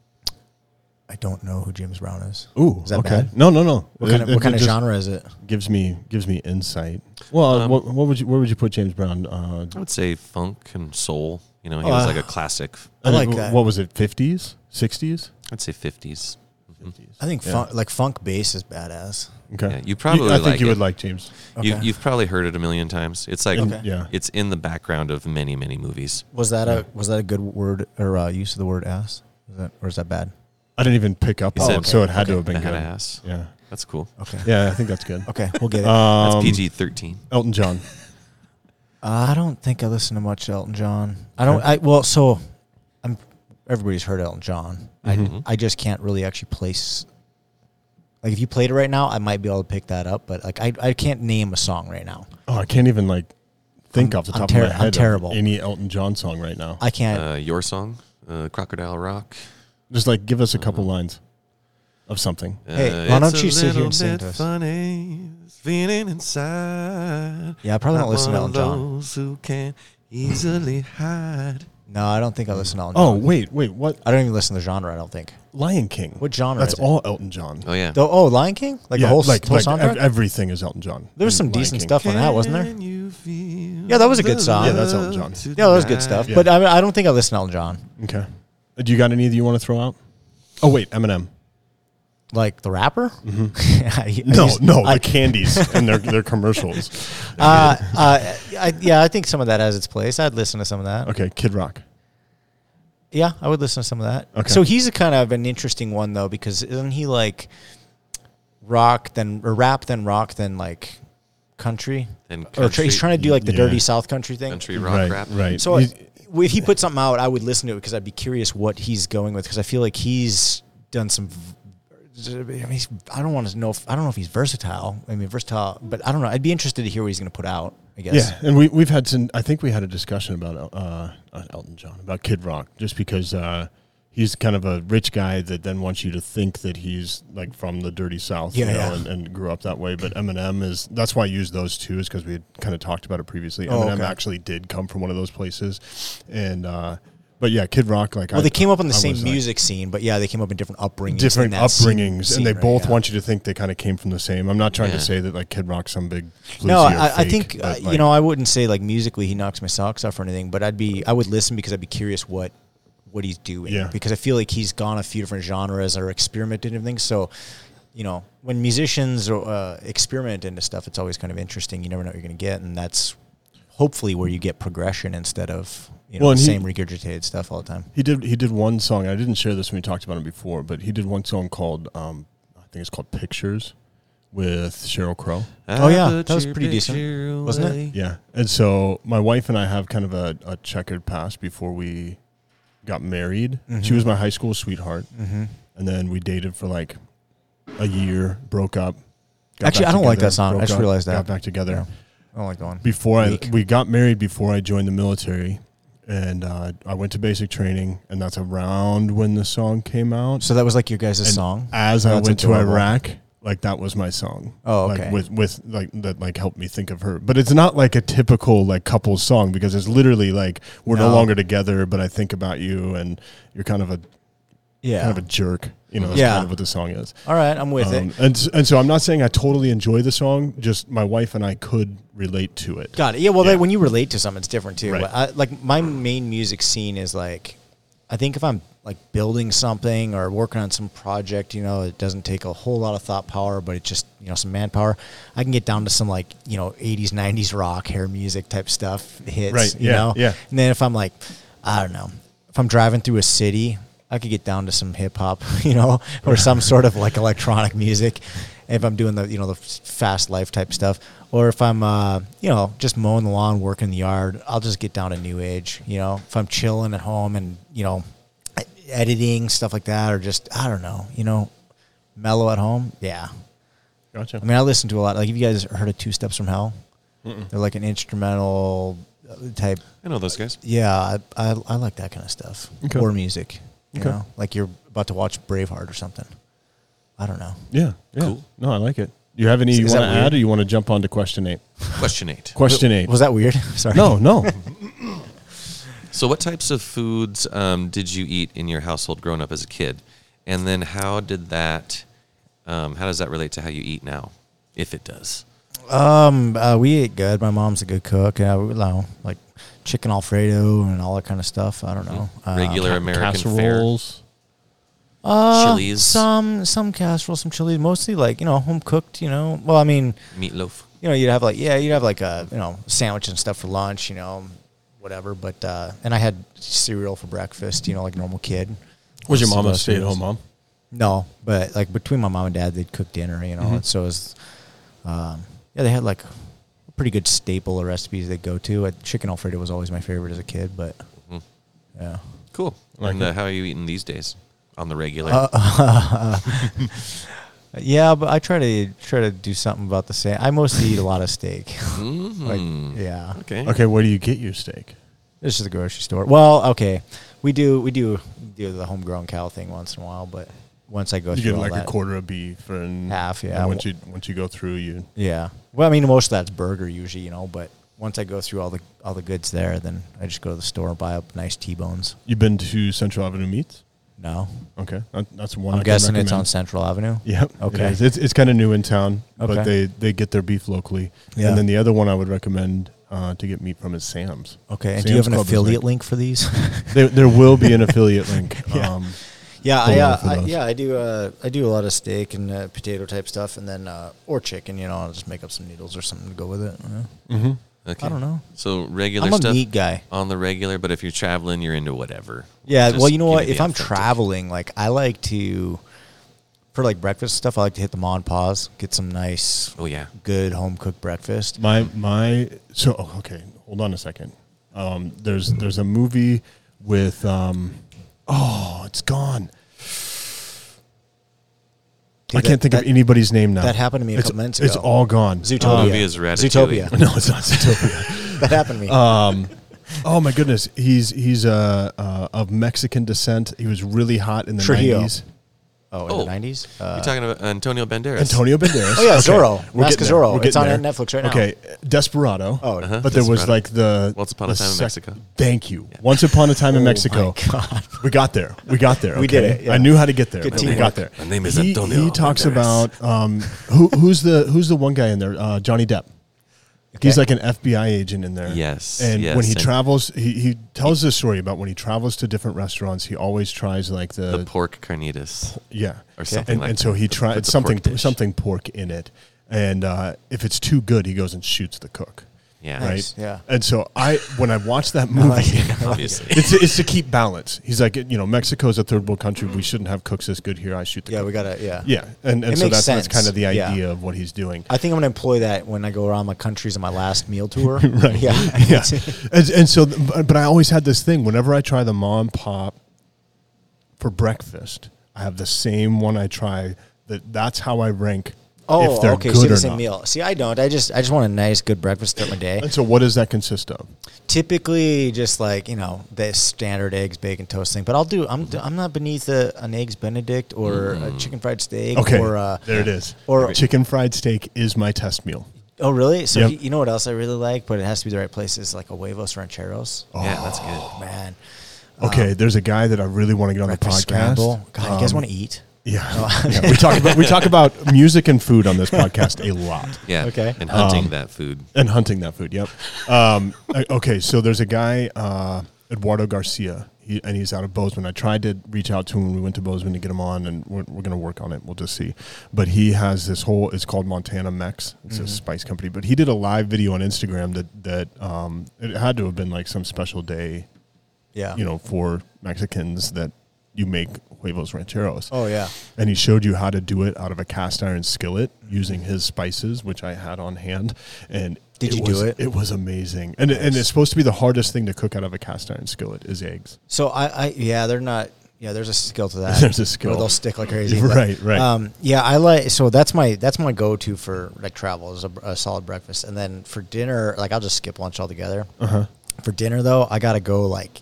Speaker 3: I don't know who James Brown is.
Speaker 2: Ooh,
Speaker 3: Is that
Speaker 2: okay.
Speaker 3: bad?
Speaker 2: No, no, no.
Speaker 3: What kind of,
Speaker 2: It-
Speaker 3: what
Speaker 2: it
Speaker 3: kind of
Speaker 2: just
Speaker 3: genre is it?
Speaker 2: gives me gives me insight? Well, uh,
Speaker 1: Um,
Speaker 2: what, what would you where would you put James Brown? Uh,
Speaker 1: I would say funk and soul. You know, he was
Speaker 3: Uh,
Speaker 1: like a classic.
Speaker 3: I
Speaker 2: and
Speaker 3: like uh,
Speaker 2: w-
Speaker 3: that.
Speaker 2: What was it? Fifties, sixties,
Speaker 1: I'd say fifties.
Speaker 2: fifties.
Speaker 3: I think
Speaker 2: Yeah.
Speaker 3: funk, like funk bass is badass.
Speaker 2: Okay,
Speaker 1: Yeah, you probably
Speaker 2: I think
Speaker 1: like
Speaker 2: you
Speaker 1: it.
Speaker 2: would like James.
Speaker 1: You,
Speaker 3: Okay.
Speaker 1: you've probably heard it a million times. It's like
Speaker 2: And-
Speaker 3: Okay.
Speaker 2: Yeah,
Speaker 1: it's in the background of many many movies.
Speaker 3: Was that a was that a good word or uh, use of the word ass? Is that or is that bad?
Speaker 2: I didn't even pick up
Speaker 1: He
Speaker 2: on
Speaker 1: said-
Speaker 2: it, so it had to have
Speaker 1: They
Speaker 2: been
Speaker 1: had
Speaker 2: good.
Speaker 1: ass.
Speaker 2: Yeah,
Speaker 1: That's cool.
Speaker 3: Okay.
Speaker 2: yeah, I think that's good.
Speaker 3: Okay, we'll get it.
Speaker 1: That's
Speaker 2: Um,
Speaker 1: PG thirteen.
Speaker 2: Elton John.
Speaker 3: I don't think I listen to much Elton John. I don't. I well, so I'm. Everybody's heard Elton John.
Speaker 2: Mhm.
Speaker 3: I I just can't really actually place. Like if you played it right now, I might be able to pick that up. But like I, I can't name a song right now.
Speaker 2: Oh, I can't even like think off the
Speaker 3: I'm
Speaker 2: top
Speaker 3: ter-
Speaker 2: of my
Speaker 3: I'm
Speaker 2: head. of
Speaker 3: terrible.
Speaker 2: Any Elton John song right now?
Speaker 3: I can't.
Speaker 1: Uh, your song, uh, Crocodile Rock.
Speaker 2: Just like give us a
Speaker 3: Uh-huh.
Speaker 2: couple lines of something.
Speaker 3: Hey,
Speaker 1: Uh,
Speaker 3: why don't
Speaker 1: it's a
Speaker 3: you sit here and
Speaker 1: little
Speaker 3: sing
Speaker 1: bit
Speaker 3: to us?
Speaker 1: Funny, this feeling inside.
Speaker 3: yeah, I probably
Speaker 1: Not
Speaker 3: don't listen to
Speaker 1: one
Speaker 3: Elton
Speaker 1: of
Speaker 3: John.
Speaker 1: Those who can easily hide.
Speaker 3: No, I don't think I listen to Elton.
Speaker 2: Oh
Speaker 3: John.
Speaker 2: wait, wait, what?
Speaker 3: I don't even listen to the genre. I don't think.
Speaker 2: Lion King.
Speaker 3: What genre
Speaker 2: That's
Speaker 3: is it?
Speaker 2: all Elton John.
Speaker 1: Oh yeah.
Speaker 3: The, oh, Lion King, like
Speaker 2: Yeah,
Speaker 3: the whole
Speaker 2: like,
Speaker 3: whole
Speaker 2: like
Speaker 3: soundtrack.
Speaker 2: ev- everything is Elton John.
Speaker 3: There was
Speaker 2: in
Speaker 3: some
Speaker 2: Lion
Speaker 3: decent
Speaker 2: King.
Speaker 3: stuff on that, wasn't there?
Speaker 1: Can you feel
Speaker 3: Yeah, that was a good
Speaker 1: the
Speaker 3: song.
Speaker 2: Yeah, that's Elton
Speaker 1: love
Speaker 2: John.
Speaker 3: Yeah, that was good stuff.
Speaker 1: tonight?
Speaker 3: But I, mean, I don't think I listen to Elton John.
Speaker 2: Okay. Uh, Do you got any that you want to throw out? Oh wait, Eminem.
Speaker 3: Like the rapper? I- I
Speaker 2: Mm-hmm. No,
Speaker 3: used-
Speaker 2: no,
Speaker 3: I,
Speaker 2: the candies and their their commercials.
Speaker 3: uh, uh, I, yeah, I think some of that has its place. I'd listen to some of that.
Speaker 2: Okay, Kid Rock.
Speaker 3: Yeah, I would listen to some of that.
Speaker 2: Okay.
Speaker 3: So he's a kind of an interesting one though, because isn't he like rock then or rap then rock then like country?
Speaker 1: And
Speaker 3: Or tr- he's
Speaker 1: country-
Speaker 3: trying to do like the
Speaker 2: Yeah.
Speaker 3: dirty South country thing.
Speaker 1: country rock
Speaker 2: right,
Speaker 1: rap.
Speaker 2: right.
Speaker 3: So uh,
Speaker 2: He's-
Speaker 3: if he put something out, I would listen to it because I'd be curious what he's going with because I feel like he's done some. I mean, he's, I don't want to know. If, I don't know if he's versatile. I mean, versatile, but I don't know. I'd be interested to hear what he's going to put out. I guess.
Speaker 2: Yeah, and we we've had some. I think we had a discussion about uh, uh, Elton John about Kid Rock, just because uh, he's kind of a rich guy that then wants you to think that he's like from the dirty South, you
Speaker 3: Yeah,
Speaker 2: know,
Speaker 3: yeah.
Speaker 2: And, and grew up that way. But Eminem is that's why I use those two is because we had kind of talked about it previously.
Speaker 3: Oh,
Speaker 2: Eminem
Speaker 3: okay.
Speaker 2: actually did come from one of those places, and uh, but yeah, Kid Rock like
Speaker 3: Well,
Speaker 2: I-
Speaker 3: they came up on the
Speaker 2: I
Speaker 3: same
Speaker 2: was, like,
Speaker 3: music scene, but yeah, they came up in different upbringings.
Speaker 2: different
Speaker 3: in that scene-
Speaker 2: upbringings,
Speaker 3: scene,
Speaker 2: and they
Speaker 3: right,
Speaker 2: both
Speaker 3: yeah.
Speaker 2: want you to think they kind of came from the same. I'm not trying
Speaker 1: Yeah.
Speaker 2: to say that like Kid Rock's some big floozy
Speaker 3: No,
Speaker 2: or
Speaker 3: I, I
Speaker 2: fake,
Speaker 3: think uh,
Speaker 2: but,
Speaker 3: you
Speaker 2: like,
Speaker 3: know. I wouldn't say like musically he knocks my socks off or anything, but I'd be I would listen because I'd be curious what what he's doing.
Speaker 2: Yeah.
Speaker 3: Because I feel like he's gone a few different genres or experimented and things. So, you know, when musicians uh, experiment into stuff, it's always kind of interesting. You never know what you're going to get, and that's hopefully where you get progression instead of you know
Speaker 2: Well, and
Speaker 3: the
Speaker 2: he-
Speaker 3: same regurgitated stuff all the time.
Speaker 2: He did. He did one song. I didn't share this when we talked about it before, but he did one song called um, I think it's called Pictures with Cheryl Crow.
Speaker 3: Oh, yeah,
Speaker 1: I
Speaker 3: that was
Speaker 1: put
Speaker 3: pretty
Speaker 1: your
Speaker 3: decent,
Speaker 1: picture
Speaker 3: wasn't it?
Speaker 1: away.
Speaker 2: Yeah, and so my wife and I have kind of a, a checkered past before we got married. She
Speaker 3: Mm-hmm.
Speaker 2: was my high school sweetheart, and then we dated for like a year, broke up. got
Speaker 3: Actually,
Speaker 2: back
Speaker 3: I don't like
Speaker 2: together,
Speaker 3: that song. I
Speaker 2: broke
Speaker 3: just
Speaker 2: up,
Speaker 3: realized that.
Speaker 2: got back together.
Speaker 3: Oh Yeah. I don't like that one.
Speaker 2: before I
Speaker 3: Weak.
Speaker 2: we got married before I joined the military, and uh, I went to basic training, and that's around when the song came out.
Speaker 3: So that was like your guys'
Speaker 2: And
Speaker 3: song.
Speaker 2: As I
Speaker 3: That's
Speaker 2: went to
Speaker 3: adorable.
Speaker 2: Iraq, like that was my song.
Speaker 3: Oh,
Speaker 2: Like,
Speaker 3: okay.
Speaker 2: with with like that like helped me think of her. But it's not like a typical like couples song because it's literally like we're no,
Speaker 3: No.
Speaker 2: longer together, but I think about you, and you're kind of a
Speaker 3: Yeah.
Speaker 2: kind of a jerk. You know, is
Speaker 3: Yeah.
Speaker 2: kind of what the song is.
Speaker 3: All right, I'm with
Speaker 2: Um,
Speaker 3: it.
Speaker 2: and s- and so I'm not saying I totally enjoy the song. Just my wife and I could relate to it.
Speaker 3: Got it. Yeah. Well,
Speaker 2: yeah.
Speaker 3: They, when you relate to something, it's different too.
Speaker 2: Right.
Speaker 3: But I, like my main music scene is like, I think if I'm like building something or working on some project, you know, it doesn't take a whole lot of thought power, but it just you know some manpower. I can get down to some like you know 80s, 90s rock, hair music type stuff hits.
Speaker 2: Right,
Speaker 3: You
Speaker 2: yeah,
Speaker 3: know?
Speaker 2: yeah.
Speaker 3: And then if I'm like, I don't know, if I'm driving through a city, I could get down to some hip hop, you know, or some sort of like electronic music. If I'm doing the you know the f- fast life type stuff, or if I'm uh, you know just mowing the lawn, working the yard, I'll just get down to new age. You know, if I'm chilling at home and you know e- editing stuff like that, or just I don't know, you know, mellow at home. Yeah,
Speaker 2: Gotcha.
Speaker 3: I mean, I listen to a lot. Like, have you guys heard of Two Steps from Hell? They're like an instrumental uh, type
Speaker 1: I know those guys.
Speaker 3: yeah, I, I, I like that kind of stuff.
Speaker 2: Okay.
Speaker 3: War music. You
Speaker 2: Okay.
Speaker 3: know, like you're about to watch Braveheart or something. I don't know.
Speaker 2: Yeah. yeah.
Speaker 1: Cool.
Speaker 2: No, I like it. You have any
Speaker 3: Is-
Speaker 2: you
Speaker 3: is
Speaker 2: want to
Speaker 3: that weird?
Speaker 2: add, or you want to jump on to question eight?
Speaker 1: Question eight.
Speaker 2: Question eight.
Speaker 3: Was that weird? Sorry.
Speaker 2: no, no.
Speaker 1: So, what types of foods um, did you eat in your household growing up as a kid, and then how did that, um, how does that relate to how you eat now, if it does?
Speaker 3: Um, uh, we ate good. My mom's a good cook. Uh, we, you know, like chicken alfredo and all that kind of stuff. I don't know. Um,
Speaker 1: Mm-hmm. Regular American fare,
Speaker 2: Casseroles.
Speaker 3: uh,
Speaker 1: chilies.
Speaker 3: Some some casserole, some chili. Mostly like you know home cooked. You know. Well, I mean,
Speaker 1: meatloaf.
Speaker 3: you know, you'd have like yeah, you'd have like a you know sandwich and stuff for lunch, you know, whatever. But uh, and I had cereal for breakfast, you know, like a normal kid.
Speaker 2: Was your
Speaker 3: Some
Speaker 2: mom
Speaker 3: of
Speaker 2: a
Speaker 3: those
Speaker 2: stay at
Speaker 3: things.
Speaker 2: home mom?
Speaker 3: No, but like between my mom and dad, they'd cook dinner, you know. And so it was, um, yeah, they had like a pretty good staple of recipes they go to. Uh, chicken Alfredo was always my favorite as a kid, but
Speaker 1: Mhm.
Speaker 3: yeah.
Speaker 1: Cool.
Speaker 2: Like
Speaker 1: and uh, how are you eating these days on the regular?
Speaker 3: Uh, Yeah, but I try to try to do something about the same. I mostly eat a lot of steak. like,
Speaker 1: Mhm.
Speaker 3: yeah,
Speaker 1: okay.
Speaker 2: Okay, where do you get your steak?
Speaker 3: This is the grocery store. Well, okay, we do we do do the homegrown cow thing once in a while, but once I go
Speaker 2: You
Speaker 3: through
Speaker 2: get
Speaker 3: all
Speaker 2: like
Speaker 3: that,
Speaker 2: a quarter of beef and
Speaker 3: Half, yeah.
Speaker 2: and once you once you go through, you
Speaker 3: yeah. Well, I mean, most of that's burger usually, you know. But once I go through all the all the goods there, then I just go to the store and buy up nice T bones.
Speaker 2: you've been to Central Avenue Meats.
Speaker 3: No,
Speaker 2: Okay, that, that's one.
Speaker 3: I'm
Speaker 2: I can
Speaker 3: guessing it's
Speaker 2: recommend.
Speaker 3: on Central Avenue.
Speaker 2: Yep. it
Speaker 3: Okay.
Speaker 2: is. It's, it's kind of new in town,
Speaker 3: Okay.
Speaker 2: but they, they get their beef locally.
Speaker 3: Yeah.
Speaker 2: And then the other one I would recommend uh, to get meat from is Sam's.
Speaker 3: Okay, and
Speaker 2: Sam's
Speaker 3: do you have an
Speaker 2: Club is
Speaker 3: affiliate
Speaker 2: like-
Speaker 3: link for these?
Speaker 2: There, there will be an affiliate link. Um,
Speaker 3: yeah,
Speaker 2: Hold
Speaker 3: I,
Speaker 2: on
Speaker 3: uh,
Speaker 2: for
Speaker 3: I
Speaker 2: those.
Speaker 3: yeah I do uh, I do a lot of steak and uh, potato type stuff, and then uh, or chicken. You know, I'll just make up some noodles or something to go with it. you know?
Speaker 1: okay.
Speaker 3: I don't know.
Speaker 1: So regular
Speaker 3: I'm a
Speaker 1: stuff
Speaker 3: meat guy.
Speaker 1: on the regular, but if you're traveling, you're into whatever.
Speaker 3: Yeah,
Speaker 1: Just
Speaker 3: well, you know
Speaker 1: give
Speaker 3: what?
Speaker 1: me
Speaker 3: If
Speaker 1: the
Speaker 3: I'm
Speaker 1: authentic.
Speaker 3: traveling, like I like to, for like breakfast stuff, I like to hit the mall and pause, get some nice,
Speaker 1: oh yeah,
Speaker 3: good home cooked breakfast.
Speaker 2: My my so oh, okay, hold on a second. Um, there's there's a movie with um, oh, it's gone. I can't
Speaker 3: Dude, that-
Speaker 2: think
Speaker 3: that-
Speaker 2: of anybody's name now.
Speaker 3: that happened to me a
Speaker 2: It's-
Speaker 3: couple minutes
Speaker 2: It's
Speaker 3: ago.
Speaker 2: all gone.
Speaker 3: Zootopia.
Speaker 1: movie is Ratatouille.
Speaker 3: Zootopia.
Speaker 2: no, it's not Uh, Zootopia.
Speaker 3: that happened to me.
Speaker 2: oh my goodness, he's he's uh, uh of Mexican descent. He was really hot in the
Speaker 3: Trujillo.
Speaker 2: nineties.
Speaker 3: oh, in
Speaker 1: oh,
Speaker 3: the 90s?
Speaker 1: you're talking about Antonio Banderas.
Speaker 2: Antonio Banderas.
Speaker 3: Oh, yeah, Zorro. Mask
Speaker 2: getting
Speaker 3: of
Speaker 2: there.
Speaker 3: Zorro.
Speaker 2: getting
Speaker 3: It's on
Speaker 2: there.
Speaker 3: Netflix right now.
Speaker 2: Okay, Desperado.
Speaker 3: Oh, Uh-huh,
Speaker 2: but there was
Speaker 1: Desperado.
Speaker 2: like the
Speaker 1: Once Upon a
Speaker 2: the
Speaker 1: Time in
Speaker 2: sec-
Speaker 1: Mexico.
Speaker 2: Thank you. Once upon a time in
Speaker 3: Oh, my
Speaker 2: Mexico.
Speaker 3: God.
Speaker 2: We got there. We got there.
Speaker 3: We did
Speaker 2: okay?
Speaker 3: it, yeah.
Speaker 2: I knew how to get there.
Speaker 3: Good
Speaker 2: but we got there.
Speaker 1: teamwork. My name is
Speaker 2: he,
Speaker 1: Antonio
Speaker 2: He talks
Speaker 1: Banderas.
Speaker 2: about um, who, who's the who's the one guy in there? Uh, Johnny Depp. He's
Speaker 3: Okay.
Speaker 2: like an FBI agent in there.
Speaker 1: Yes,
Speaker 2: And
Speaker 1: yes,
Speaker 2: when he
Speaker 1: and-
Speaker 2: travels, he, he tells this story about when he travels to different restaurants, he always tries like the,
Speaker 1: the pork carnitas.
Speaker 2: yeah,
Speaker 1: or something
Speaker 2: And,
Speaker 1: like
Speaker 2: and so he
Speaker 1: that.
Speaker 2: tried
Speaker 1: It's a
Speaker 2: something
Speaker 1: pork dish.
Speaker 2: something pork in it, and uh, if it's too good, he goes and shoots the cook.
Speaker 1: Yeah.
Speaker 3: Nice,
Speaker 2: right.
Speaker 3: yeah.
Speaker 2: And so I when I watched that movie.
Speaker 1: Obviously.
Speaker 2: It's, it's to keep balance. He's like, you know, Mexico's a third world country. We shouldn't have cooks this good here. I shoot the
Speaker 3: yeah,
Speaker 2: cook.
Speaker 3: we got to, yeah.
Speaker 2: yeah, and, and
Speaker 3: It
Speaker 2: so
Speaker 3: makes
Speaker 2: that's, that's
Speaker 3: sense.
Speaker 2: kind of the
Speaker 3: Yeah.
Speaker 2: idea of what he's doing.
Speaker 3: I think I'm going to employ that when I go around my countries on my last meal tour. right. Yeah.
Speaker 2: yeah. And, and so, but but I always had this thing whenever I try the mom pop for breakfast, I have the same one I try that that's how I rank if they're
Speaker 3: Oh, okay.
Speaker 2: good
Speaker 3: so the
Speaker 2: or
Speaker 3: same
Speaker 2: not.
Speaker 3: meal. See, I don't. I just I just want a nice, good breakfast to start my day.
Speaker 2: And so, what does that consist of?
Speaker 3: Typically, just like you know the standard eggs, bacon, toast thing. But I'll do. I'm I'm not beneath a, an eggs Benedict or a chicken fried steak.
Speaker 2: Mm-hmm. Okay,
Speaker 3: Or uh, a,
Speaker 2: there it is.
Speaker 3: or-
Speaker 2: chicken fried steak is my test meal.
Speaker 3: oh really? So
Speaker 2: Yep.
Speaker 3: you, you know what else I really like, but it has to be the right place is like a huevos rancheros.
Speaker 2: Oh.
Speaker 1: Yeah, that's good.
Speaker 3: Oh, man. Um,
Speaker 2: Okay, there's a guy that I really want to get on the podcast.
Speaker 3: Breakfast scramble. God, you guys
Speaker 2: Um,
Speaker 3: want to eat?
Speaker 2: Yeah, Yeah, we talk about we talk about music and food on this podcast a lot,
Speaker 1: Yeah.
Speaker 3: Okay.
Speaker 1: And hunting
Speaker 2: Um,
Speaker 1: that food.
Speaker 2: and hunting that food. Yep. Um, I- okay, so there's a guy, uh, Eduardo Garcia, he, and he's out of Bozeman. I tried to reach out to him when we went to Bozeman to get him on, and we're, we're going to work on it. We'll just see. But he has this whole. It's called Montana Mex. It's a spice company. But he did a live video on Instagram that that um, it had to have been like some special day
Speaker 3: Yeah.
Speaker 2: you know, for Mexicans that you make huevos rancheros.
Speaker 3: Oh yeah.
Speaker 2: And he showed you how to do it out of a cast iron skillet using his spices, which I had on hand. And
Speaker 3: Did you do
Speaker 2: was-
Speaker 3: it?
Speaker 2: It was amazing. And, and it's supposed to be the hardest thing to cook out of a cast iron skillet is eggs.
Speaker 3: So I, I yeah, they're not. Yeah, there's a skill to that.
Speaker 2: There's a skill.
Speaker 3: Or they'll stick like crazy.
Speaker 2: Right, right.
Speaker 3: Um, yeah, I like. So that's my that's my go to for like travel is a, a solid breakfast, and then for dinner, like I'll just skip lunch altogether.
Speaker 2: Uh-huh.
Speaker 3: For dinner though, I gotta go like.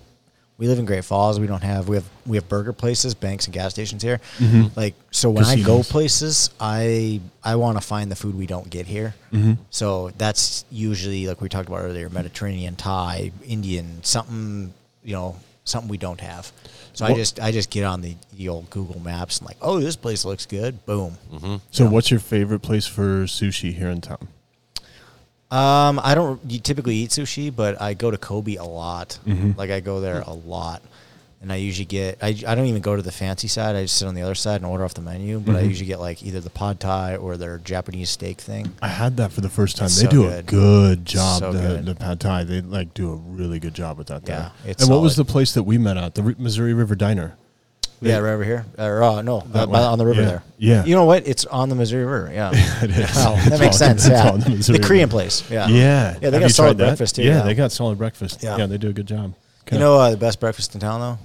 Speaker 3: We live in Great Falls. We don't have we have we have burger places, banks, and gas stations here. Like so, when I go
Speaker 2: Mm-hmm. Casinos.
Speaker 3: places, I I want to find the food we don't get here. So that's usually like we talked about earlier, Mediterranean, Thai, Indian, something you know, something we don't have. So I
Speaker 2: What-
Speaker 3: just I just get on the, the old Google Maps and like, oh, this place looks good. Boom.
Speaker 2: So, what's your favorite place for sushi here in town?
Speaker 3: Um, I don't you typically eat sushi, but I go to Kobe a lot. Like I go there a lot. And I usually get I, I don't even go to the fancy side. I just sit on the other side and order off the menu. But I usually get like either the pod thai or their Japanese steak thing.
Speaker 2: I had that for the first time.
Speaker 3: It's
Speaker 2: they
Speaker 3: so
Speaker 2: do a
Speaker 3: good.
Speaker 2: good job.
Speaker 3: So
Speaker 2: the,
Speaker 3: good.
Speaker 2: the pad thai, they like do a really good job with that.
Speaker 3: Yeah,
Speaker 2: there.
Speaker 3: it's
Speaker 2: and what was the
Speaker 3: solid.
Speaker 2: place that we met at? The Ri- Missouri River Diner.
Speaker 3: Yeah, right over here. Or, uh, no, uh, by,
Speaker 2: way.
Speaker 3: on the river
Speaker 2: Yeah.
Speaker 3: there.
Speaker 2: Yeah.
Speaker 3: You know what? It's on the Missouri River. Yeah. it
Speaker 2: is.
Speaker 3: Wow,
Speaker 2: It's
Speaker 3: that makes
Speaker 2: on-
Speaker 3: sense.
Speaker 2: it's
Speaker 3: Yeah.
Speaker 2: on the
Speaker 3: the,
Speaker 2: Missouri
Speaker 3: Korean
Speaker 2: River.
Speaker 3: place. Yeah.
Speaker 2: Yeah.
Speaker 3: Yeah,
Speaker 2: Have
Speaker 3: they
Speaker 2: you
Speaker 3: got solid
Speaker 2: tried that?
Speaker 3: breakfast too.
Speaker 2: Yeah, they got solid breakfast. Yeah,
Speaker 3: Yeah.
Speaker 2: they do a good job.
Speaker 3: You know uh, the best breakfast in town though?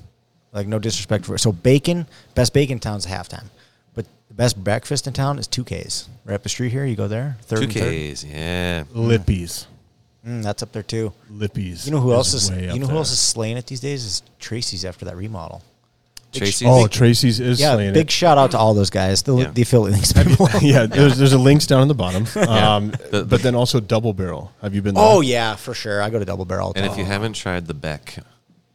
Speaker 3: Like no disrespect for it. So bacon, best bacon in town's halftime. But the best breakfast in town is 2K's. Right up the street here, you go there. Third
Speaker 1: Two
Speaker 3: and third.
Speaker 1: Ks. Yeah.
Speaker 2: Lippies,
Speaker 3: Mm, that's up there too.
Speaker 2: Lippies.
Speaker 3: You know who else is
Speaker 2: way
Speaker 3: you
Speaker 2: up
Speaker 3: know who
Speaker 2: there.
Speaker 3: else is slaying it these days is Tracy's after that remodel.
Speaker 1: Tracy's.
Speaker 2: Oh, Tracy's is
Speaker 3: Yeah,
Speaker 2: slaying
Speaker 3: big
Speaker 2: it.
Speaker 3: shout out to all those guys. The,
Speaker 1: Yeah.
Speaker 3: the affiliate links below.
Speaker 2: yeah, there's there's a links down in the bottom.
Speaker 1: Yeah.
Speaker 2: Um,
Speaker 1: The-
Speaker 2: but then also double barrel. Have you been? There?
Speaker 3: Oh yeah, for sure. I go to Double Barrel. all the
Speaker 1: and if
Speaker 3: time.
Speaker 1: you haven't tried the Beck,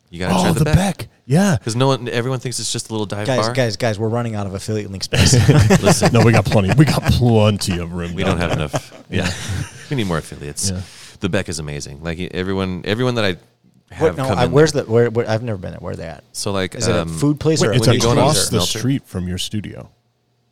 Speaker 1: you gotta
Speaker 2: oh
Speaker 1: try
Speaker 2: the,
Speaker 1: the,
Speaker 2: Beck. Yeah.
Speaker 1: Because no one, everyone thinks it's just a little dive
Speaker 3: guys,
Speaker 1: bar.
Speaker 3: guys, guys, we're running out of affiliate link space.
Speaker 1: Listen,
Speaker 2: No, we got plenty. We got plenty of room.
Speaker 1: we
Speaker 2: down
Speaker 1: don't have
Speaker 2: there.
Speaker 1: enough. Yeah, we need more affiliates.
Speaker 2: Yeah.
Speaker 1: The Beck is amazing. Like everyone, everyone that I
Speaker 3: What,
Speaker 1: have
Speaker 3: no,
Speaker 1: come
Speaker 3: I,
Speaker 1: in
Speaker 3: where's the where, where? I've never been there. Where they at?
Speaker 1: So like, um,
Speaker 3: Is it a food place or
Speaker 2: Wait,
Speaker 3: a
Speaker 2: it's
Speaker 1: when you go on a
Speaker 2: across the
Speaker 1: melter-
Speaker 2: street from your studio.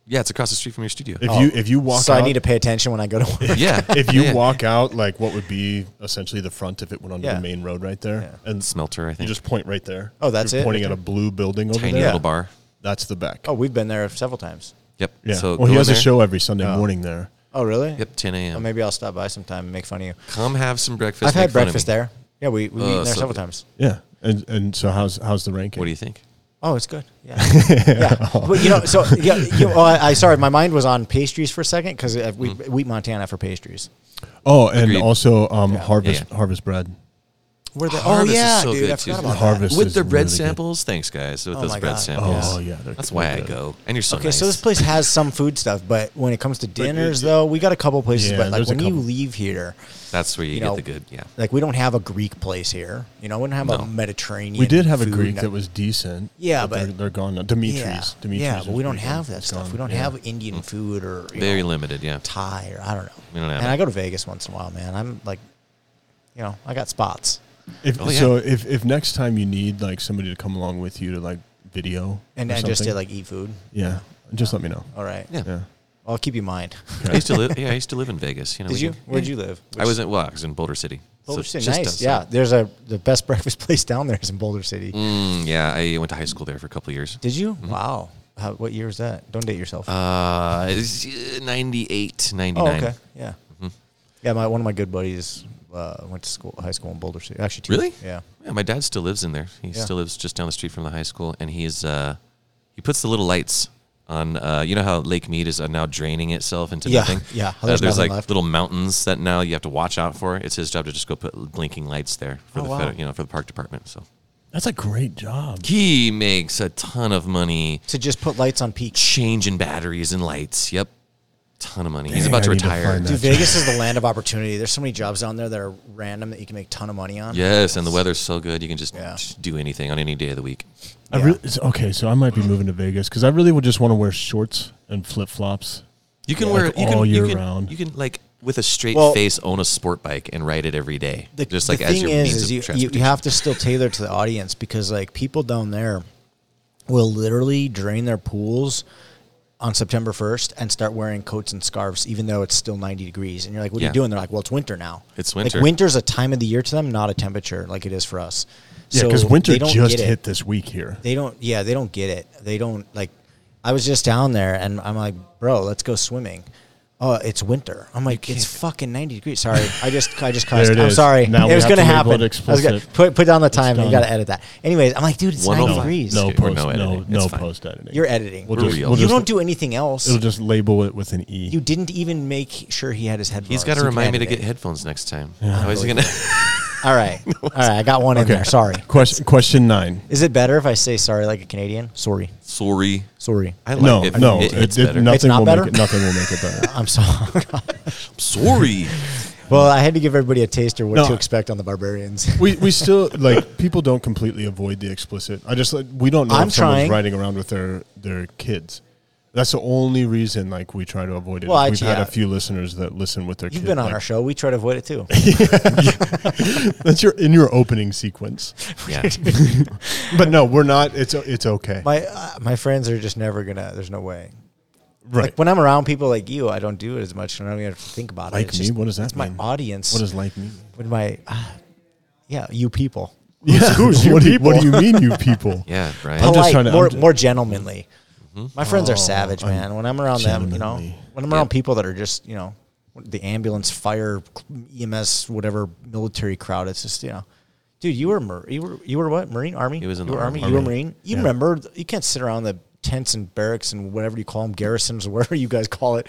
Speaker 1: Yeah, it's across the street from your studio.
Speaker 2: If you if you walk,
Speaker 3: Oh, So
Speaker 2: out,
Speaker 3: I need to pay attention when I go to work.
Speaker 1: yeah,
Speaker 2: if you
Speaker 1: yeah.
Speaker 2: walk out like what would be essentially the front if it went onto
Speaker 3: Yeah.
Speaker 2: the main road right there, and
Speaker 1: smelter, I
Speaker 2: you
Speaker 1: think
Speaker 2: just point right there.
Speaker 3: Oh, that's
Speaker 2: You're
Speaker 3: it?
Speaker 2: Pointing at a blue building over
Speaker 1: tiny
Speaker 2: there.
Speaker 1: little bar.
Speaker 2: That's the Beck.
Speaker 3: Oh, we've been there several times.
Speaker 1: Yep.
Speaker 2: Yeah.
Speaker 1: So
Speaker 2: well, he
Speaker 1: go
Speaker 2: has
Speaker 1: in
Speaker 2: a
Speaker 1: there.
Speaker 2: show every Sunday morning there.
Speaker 3: Oh, really?
Speaker 1: Yep, 10 a.m.
Speaker 3: Well, maybe I'll stop by sometime and make fun of you.
Speaker 1: Come have some breakfast.
Speaker 3: I've
Speaker 1: make
Speaker 3: had
Speaker 1: fun of
Speaker 3: breakfast
Speaker 1: me.
Speaker 3: there. Yeah, we we
Speaker 1: Oh,
Speaker 3: eaten there
Speaker 1: so
Speaker 3: several
Speaker 1: good.
Speaker 3: times.
Speaker 2: Yeah. And and so how's how's the ranking?
Speaker 1: What do you think?
Speaker 3: Oh, it's good. Yeah, yeah. But you know, so yeah, you, oh, I, I sorry, my mind was on pastries for a second because we
Speaker 1: Mm.
Speaker 3: wheat Montana for pastries.
Speaker 2: oh, and
Speaker 1: Agreed.
Speaker 2: also um, harvest
Speaker 1: Yeah, yeah.
Speaker 2: harvest bread.
Speaker 3: Where the oh
Speaker 1: Harvest is
Speaker 3: yeah,
Speaker 1: so
Speaker 3: dude,
Speaker 1: good,
Speaker 3: I
Speaker 1: too.
Speaker 3: forgot about that.
Speaker 2: Harvest
Speaker 1: With
Speaker 2: is
Speaker 1: their bread
Speaker 2: really good.
Speaker 1: samples, thanks guys. With
Speaker 3: Oh
Speaker 1: those
Speaker 3: my
Speaker 1: bread
Speaker 3: God.
Speaker 1: samples.
Speaker 2: Oh, yeah, they're
Speaker 1: That's why I
Speaker 2: good.
Speaker 1: go. And you're so
Speaker 3: Okay,
Speaker 1: nice.
Speaker 3: so this place has some food stuff, but when it comes to dinners, though, we got a couple places.
Speaker 2: Yeah,
Speaker 3: but like
Speaker 2: there's a
Speaker 3: when you
Speaker 2: couple.
Speaker 3: leave here,
Speaker 1: That's where you,
Speaker 3: you
Speaker 1: get
Speaker 3: know,
Speaker 1: the good. Yeah.
Speaker 3: like we don't have a Greek place here. You know, we don't have
Speaker 1: No.
Speaker 3: a Mediterranean.
Speaker 2: We did have a
Speaker 3: food.
Speaker 2: Greek that was decent.
Speaker 3: Yeah, but-
Speaker 2: they're, they're gone now. Dimitri's.
Speaker 3: yeah,
Speaker 2: Dimitri's
Speaker 3: yeah, but
Speaker 2: is
Speaker 3: we don't
Speaker 2: pretty
Speaker 3: have
Speaker 2: good.
Speaker 3: that
Speaker 2: It's
Speaker 3: stuff.
Speaker 2: gone.
Speaker 3: We don't
Speaker 2: Yeah.
Speaker 3: have Indian food or you
Speaker 1: Very
Speaker 3: know,
Speaker 1: limited. Yeah.
Speaker 3: Thai or I don't know.
Speaker 1: We don't have
Speaker 3: and
Speaker 1: it.
Speaker 3: I go to Vegas once in a while, man. I'm like, you know, I got spots.
Speaker 2: If,
Speaker 1: Oh, yeah.
Speaker 2: So if, if next time you need like somebody to come along with you to like video
Speaker 3: And
Speaker 2: or
Speaker 3: I just
Speaker 2: something,
Speaker 3: did like Oh. eat food.
Speaker 2: yeah, just let me know.
Speaker 3: All right.
Speaker 1: Yeah.
Speaker 2: Yeah.
Speaker 3: I'll keep you in mind.
Speaker 1: I used to live. Yeah, I used to live in Vegas. You know.
Speaker 3: Did
Speaker 1: we
Speaker 3: you?
Speaker 1: can-
Speaker 3: Where'd you live?
Speaker 1: I was in. Well, I was in Boulder City. So
Speaker 3: Boulder City.
Speaker 1: just
Speaker 3: Nice.
Speaker 1: outside.
Speaker 3: Yeah. There's a the best breakfast place down there is in Boulder City.
Speaker 1: Mm, yeah. I went to high school there for a couple years.
Speaker 3: Did you? Wow. How, what year was that? Don't date yourself.
Speaker 1: Mm-hmm. Uh, it's, uh, 98,
Speaker 3: oh,
Speaker 1: 99.
Speaker 3: okay. Yeah.
Speaker 1: Mm-hmm.
Speaker 3: Yeah. My one of my good buddies uh, went to school, high school in Boulder City. Actually, two.
Speaker 1: Really?
Speaker 3: Yeah.
Speaker 1: Yeah, my dad still lives in there. He
Speaker 3: Yeah.
Speaker 1: still lives just down the street from the high school, and he's uh, he puts the little lights on uh, you know how Lake Mead is uh, now draining itself into
Speaker 3: Yeah,
Speaker 1: nothing.
Speaker 3: yeah. Oh,
Speaker 1: Uh,
Speaker 3: There's
Speaker 1: there's
Speaker 3: nothing
Speaker 1: like
Speaker 3: left.
Speaker 1: little mountains that now you have to watch out for. It's his job to just go put blinking lights there for
Speaker 3: Oh,
Speaker 1: the
Speaker 3: wow.
Speaker 1: fed- you know for the park department. So
Speaker 2: That's a great job.
Speaker 1: he makes a ton of money
Speaker 3: to just put lights on peaks.
Speaker 1: changing batteries and lights. Yep, ton of money. He's
Speaker 2: Dang,
Speaker 1: about to
Speaker 2: I need to
Speaker 1: retire.
Speaker 2: find that.
Speaker 3: Dude,
Speaker 2: That's
Speaker 3: Vegas is the land of opportunity. There's so many jobs down there that are random that you can make a ton of money on.
Speaker 1: yes, and the weather's so good you can just,
Speaker 3: Yeah.
Speaker 1: just do anything on any day of the week.
Speaker 2: I
Speaker 3: Yeah.
Speaker 2: really, so- okay, so I might be moving to Vegas because I really would just want to wear shorts and flip flops.
Speaker 1: You can
Speaker 2: Yeah.
Speaker 1: wear
Speaker 2: Like
Speaker 1: you can,
Speaker 2: all
Speaker 1: you
Speaker 2: year
Speaker 1: can-
Speaker 2: round.
Speaker 1: You can like with a straight
Speaker 3: Well-
Speaker 1: face own a sport bike and ride it every day.
Speaker 3: The,
Speaker 1: just
Speaker 3: the
Speaker 1: like as
Speaker 3: thing
Speaker 1: your
Speaker 3: is,
Speaker 1: means
Speaker 3: is
Speaker 1: of
Speaker 3: you, you,
Speaker 1: transportation.
Speaker 3: you have to still tailor to the audience because like people down there will literally drain their pools on September 1st and start wearing coats and scarves even though it's still 90 degrees and you're like what are
Speaker 1: Yeah.
Speaker 3: you doing they're like well it's winter now
Speaker 1: It's winter.
Speaker 3: like winter's a time of the year to them not a temperature like it is for us
Speaker 2: Yeah,
Speaker 3: So
Speaker 2: because winter
Speaker 3: they don't
Speaker 2: just
Speaker 3: get it.
Speaker 2: hit this week here.
Speaker 3: they don't yeah they don't get it they don't like i was just down there and i'm like bro let's go swimming oh it's winter i'm like it's fucking 90 degrees sorry i just i just cussed
Speaker 2: it
Speaker 3: i'm
Speaker 2: is.
Speaker 3: sorry
Speaker 2: Now we
Speaker 3: it was
Speaker 2: have
Speaker 3: gonna
Speaker 2: to label it
Speaker 3: happen I was gonna,
Speaker 2: explicit.
Speaker 3: put, put down the time you
Speaker 2: done.
Speaker 3: gotta edit that anyways i'm like dude it's 90
Speaker 1: no,
Speaker 3: degrees
Speaker 2: No
Speaker 1: Dude, we're
Speaker 2: post,
Speaker 1: no
Speaker 2: no, no,
Speaker 1: editing. It's fine.
Speaker 2: post editing.
Speaker 3: you're editing
Speaker 2: We'll
Speaker 1: We're
Speaker 2: just,
Speaker 1: real.
Speaker 2: we'll
Speaker 3: you
Speaker 2: just-
Speaker 3: don't do anything else
Speaker 2: It'll just label it with an E.
Speaker 3: you didn't even make sure he had his head
Speaker 1: He's got to remind me to get headphones next time. Otherwise, he's gonna.
Speaker 3: all right all right i got one in there sorry
Speaker 2: question question nine.
Speaker 3: is it better if i say sorry like a canadian sorry
Speaker 1: Sorry,
Speaker 3: sorry
Speaker 1: I like
Speaker 2: No,
Speaker 1: it.
Speaker 2: no,
Speaker 1: it, it's
Speaker 2: it-
Speaker 1: better.
Speaker 2: nothing
Speaker 3: It's not
Speaker 2: will
Speaker 3: better?
Speaker 2: make it. Nothing will make it better.
Speaker 3: i'm sorry
Speaker 1: Sorry,
Speaker 3: well i had to give everybody a taster what
Speaker 2: No.
Speaker 3: to expect on the barbarians
Speaker 2: we we still like people don't completely avoid the explicit. I just like, we don't know
Speaker 3: I'm
Speaker 2: if someone's
Speaker 3: trying.
Speaker 2: riding around with their their kids. That's the only reason like we try to avoid it.
Speaker 3: Well, I-
Speaker 2: We've had
Speaker 3: yeah.
Speaker 2: a few listeners that listen with their.
Speaker 3: You've
Speaker 2: kid,
Speaker 3: been on
Speaker 2: like,
Speaker 3: our show. We try to avoid it too.
Speaker 2: That's your in your opening sequence.
Speaker 1: yeah.
Speaker 2: But no, we're not. It's it's okay.
Speaker 3: my uh, my friends are just never gonna. There's no way.
Speaker 2: right.
Speaker 3: Like when I'm around people like you, I don't do it as much, and I don't even have to think about it.
Speaker 2: like
Speaker 3: It's
Speaker 2: me.
Speaker 3: just-
Speaker 2: what does that
Speaker 3: It's my
Speaker 2: mean?
Speaker 3: audience.
Speaker 2: What is like me?
Speaker 3: when my ah, yeah, you people.
Speaker 2: Yeah. what, do you, what do you mean, you people?
Speaker 1: Yeah, Brian.
Speaker 2: I'm
Speaker 3: Polite,
Speaker 2: just trying to-
Speaker 3: more
Speaker 2: I'm ju- Oh,
Speaker 3: more gentlemanly.
Speaker 1: Mm-hmm.
Speaker 3: My friends are savage,
Speaker 2: I'm
Speaker 3: man. When I'm around them, you know,
Speaker 2: gentlemanly.
Speaker 3: when I'm around people that are just, you know, the ambulance, fire, EMS, whatever military crowd, it's just, you know, dude, you were Mar- you were you were what Marine Army?
Speaker 1: He was in
Speaker 3: you
Speaker 1: the
Speaker 3: were Army.
Speaker 1: Army.
Speaker 3: You were
Speaker 2: Army.
Speaker 3: Marine. You
Speaker 2: Yeah.
Speaker 3: remember? You can't sit around the tents and barracks and whatever you call them, garrisons, or whatever you guys call it,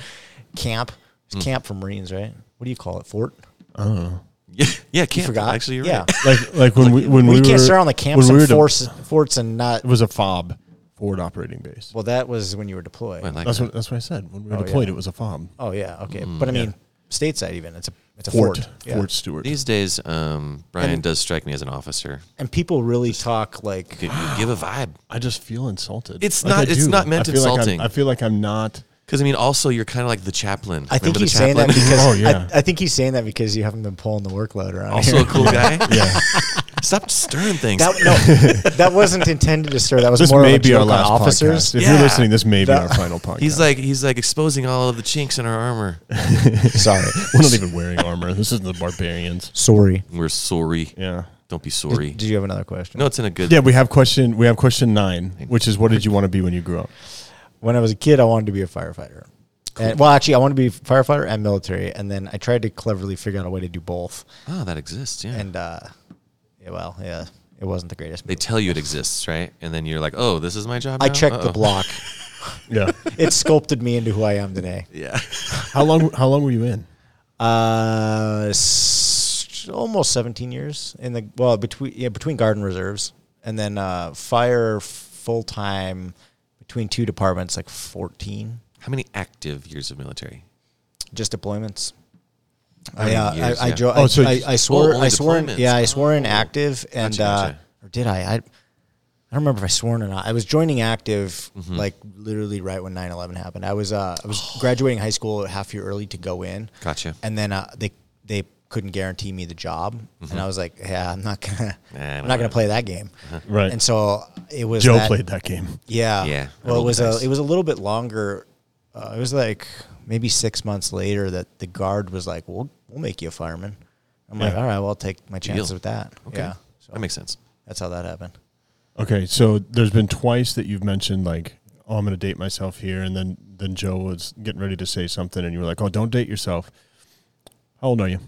Speaker 3: camp.
Speaker 1: Hmm.
Speaker 3: It's camp for Marines, right? What do you call it? Fort?
Speaker 1: yeah, yeah. Can't,
Speaker 3: You forgot?
Speaker 1: Actually, you're
Speaker 3: yeah.
Speaker 1: right.
Speaker 2: Like like when we when
Speaker 3: We,
Speaker 2: we,
Speaker 3: can't
Speaker 2: were,
Speaker 3: sit around the camps
Speaker 2: when we
Speaker 3: and
Speaker 2: were
Speaker 3: force, forts and not.
Speaker 2: It was a fob, forward operating base.
Speaker 3: Well, that was when you were deployed.
Speaker 1: I like
Speaker 2: that's
Speaker 1: that.
Speaker 2: what that's what I said. When we were
Speaker 3: Oh, yeah.
Speaker 2: deployed, it was a fob.
Speaker 3: Oh yeah, okay.
Speaker 1: Mm,
Speaker 3: but I mean, stateside even it's a it's a
Speaker 2: Fort
Speaker 3: fort.
Speaker 2: Fort,
Speaker 3: Yeah.
Speaker 2: Stewart.
Speaker 1: These days, um, Brian
Speaker 3: And-
Speaker 1: does strike me as an officer.
Speaker 3: And people really talk like
Speaker 1: Give, you give a vibe,
Speaker 2: I just feel insulted.
Speaker 1: It's
Speaker 2: Like,
Speaker 1: not-
Speaker 2: I
Speaker 1: it's
Speaker 2: do.
Speaker 1: not meant
Speaker 2: I feel like I'm-
Speaker 1: insulting.
Speaker 2: I feel like I'm not.
Speaker 1: because I mean, also you're kind of like the chaplain.
Speaker 3: I think
Speaker 1: Remember the
Speaker 3: he's saying that
Speaker 1: chaplain?
Speaker 3: because
Speaker 2: Oh, yeah.
Speaker 3: I, I think he's saying that because you haven't been pulling the workload around
Speaker 1: also
Speaker 3: here.
Speaker 1: a cool guy.
Speaker 2: Yeah,
Speaker 1: Stop stirring things.
Speaker 3: That, no, that wasn't intended to stir. That was
Speaker 2: this
Speaker 3: more
Speaker 2: may
Speaker 3: of a
Speaker 2: be
Speaker 3: joke
Speaker 2: our
Speaker 3: on
Speaker 2: last
Speaker 3: officers.
Speaker 2: podcast. If
Speaker 1: Yeah.
Speaker 2: you're listening, this may be
Speaker 3: That-
Speaker 2: our final podcast.
Speaker 1: he's like he's like exposing all of the chinks in our armor.
Speaker 3: Sorry,
Speaker 2: we're not even wearing armor. This isn't the barbarians.
Speaker 3: sorry.
Speaker 1: We're sorry.
Speaker 2: Yeah,
Speaker 1: Don't be sorry.
Speaker 3: Did you have another question?
Speaker 1: No, it's in a good.
Speaker 2: yeah. We have question. We have question nine, which is, what did you want to be when you grew up?
Speaker 3: When I was a kid, I wanted to be a firefighter. And, well, actually, I wanted to be a firefighter and military, and then I tried to cleverly figure out a way to do both.
Speaker 1: Oh, that exists. Yeah.
Speaker 3: And uh, yeah, well, yeah, it wasn't the greatest.
Speaker 1: they
Speaker 3: move.
Speaker 1: tell you it exists, right? And then you're like, oh, this is my job.
Speaker 3: I
Speaker 1: now?
Speaker 3: checked the
Speaker 1: Uh-oh.
Speaker 3: block.
Speaker 2: Yeah.
Speaker 3: it sculpted me into who I am today.
Speaker 1: Yeah.
Speaker 2: how long? How long were you in?
Speaker 3: Uh, s- almost 17 years in the well between yeah between garden reserves and then uh, fire full time between two departments like 14
Speaker 1: How many active years of military?
Speaker 3: just deployments.
Speaker 1: How
Speaker 3: I,
Speaker 1: many
Speaker 3: uh,
Speaker 1: years?
Speaker 3: I, I,
Speaker 1: Yeah.
Speaker 3: jo-
Speaker 2: Oh,
Speaker 3: I-
Speaker 2: so
Speaker 3: I, I swore
Speaker 1: Oh, only
Speaker 3: I swore in,
Speaker 1: deployments.
Speaker 3: yeah I swore in
Speaker 1: Oh.
Speaker 3: active and
Speaker 1: Gotcha, gotcha.
Speaker 3: Uh, or did I I. I don't remember if I swore in or not. I was joining active
Speaker 1: Mm-hmm.
Speaker 3: like literally right when 9/11 happened. I was uh, I was graduating high school a half year early to go in.
Speaker 1: Oh. Gotcha.
Speaker 3: And then uh, they they couldn't guarantee me the job, and I was like, yeah, I'm not gonna
Speaker 1: Mm-hmm. Nah, I
Speaker 3: I'm
Speaker 1: don't
Speaker 3: not gonna
Speaker 1: know. Uh-huh.
Speaker 3: play that game.
Speaker 2: Right.
Speaker 3: And so it was
Speaker 2: Joe
Speaker 3: that-
Speaker 2: played that game.
Speaker 3: yeah.
Speaker 1: Yeah, I
Speaker 3: Well, it
Speaker 1: rolled
Speaker 3: was
Speaker 1: the
Speaker 3: a
Speaker 1: dice.
Speaker 3: it was a little bit longer. Uh, it was like maybe six months later that the guard was like, "We'll we'll make you a fireman." I'm like,
Speaker 2: Yeah.
Speaker 3: "All right, well, I'll take my chances
Speaker 1: Deal.
Speaker 3: with that."
Speaker 1: Okay.
Speaker 3: Yeah.
Speaker 1: That makes sense.
Speaker 3: That's how that happened.
Speaker 2: Okay, so there's been twice that you've mentioned like, oh, I'm going to date myself here, and then then Joe was getting ready to say something, and you were like, oh, don't date yourself. How old are you?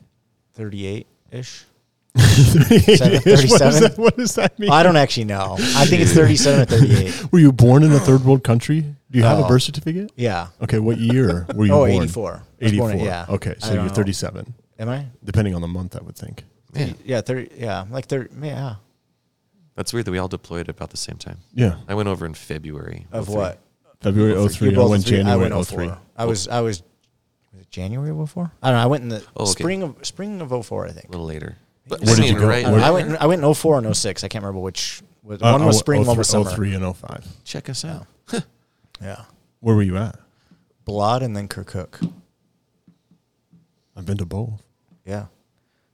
Speaker 3: Thirty eight ish.
Speaker 2: Seven, what, does
Speaker 3: 37?
Speaker 2: that, what does that mean?
Speaker 3: I don't actually know. I think it's thirty seven or thirty eight.
Speaker 2: Were you born in a third world country? Do you have a
Speaker 3: Oh.
Speaker 2: birth certificate?
Speaker 3: Yeah.
Speaker 2: Okay, what year were you
Speaker 3: Oh,
Speaker 2: born?
Speaker 3: 84. I was
Speaker 2: 84.
Speaker 3: born in- yeah.
Speaker 2: Okay,
Speaker 3: I
Speaker 2: so
Speaker 3: don't
Speaker 2: you're
Speaker 3: know.
Speaker 2: 37,
Speaker 3: Am I?
Speaker 2: depending on the month, I would think.
Speaker 1: Yeah.
Speaker 3: Yeah, thirty. Yeah, like thirty. Yeah.
Speaker 1: That's weird that we all deployed about the same time.
Speaker 2: Yeah.
Speaker 1: I went over in February.
Speaker 3: Of
Speaker 1: 03.
Speaker 3: what?
Speaker 2: February 03,
Speaker 3: You're
Speaker 2: I
Speaker 3: both
Speaker 2: went
Speaker 3: oh three-
Speaker 2: January
Speaker 3: went
Speaker 2: 03.
Speaker 3: 04. I was. I was. Was it January of 04? I don't know. I went in the
Speaker 1: Oh, okay.
Speaker 3: spring of spring of 04, I
Speaker 1: A
Speaker 3: think.
Speaker 1: little later. But I
Speaker 3: Where did
Speaker 1: mean,
Speaker 2: you go?
Speaker 1: Right,
Speaker 3: I, don't know, I
Speaker 1: I
Speaker 3: went. in- I went in 04 and 06. I can't remember which. Was,
Speaker 2: Uh,
Speaker 3: one
Speaker 2: I
Speaker 3: was
Speaker 2: went
Speaker 3: spring, one
Speaker 2: 03,
Speaker 3: was summer.
Speaker 2: 03 and 05.
Speaker 1: check us out.
Speaker 3: Oh, Yeah.
Speaker 2: Where were you at?
Speaker 3: Blood and then Kirkuk.
Speaker 2: I've been to both.
Speaker 3: Yeah.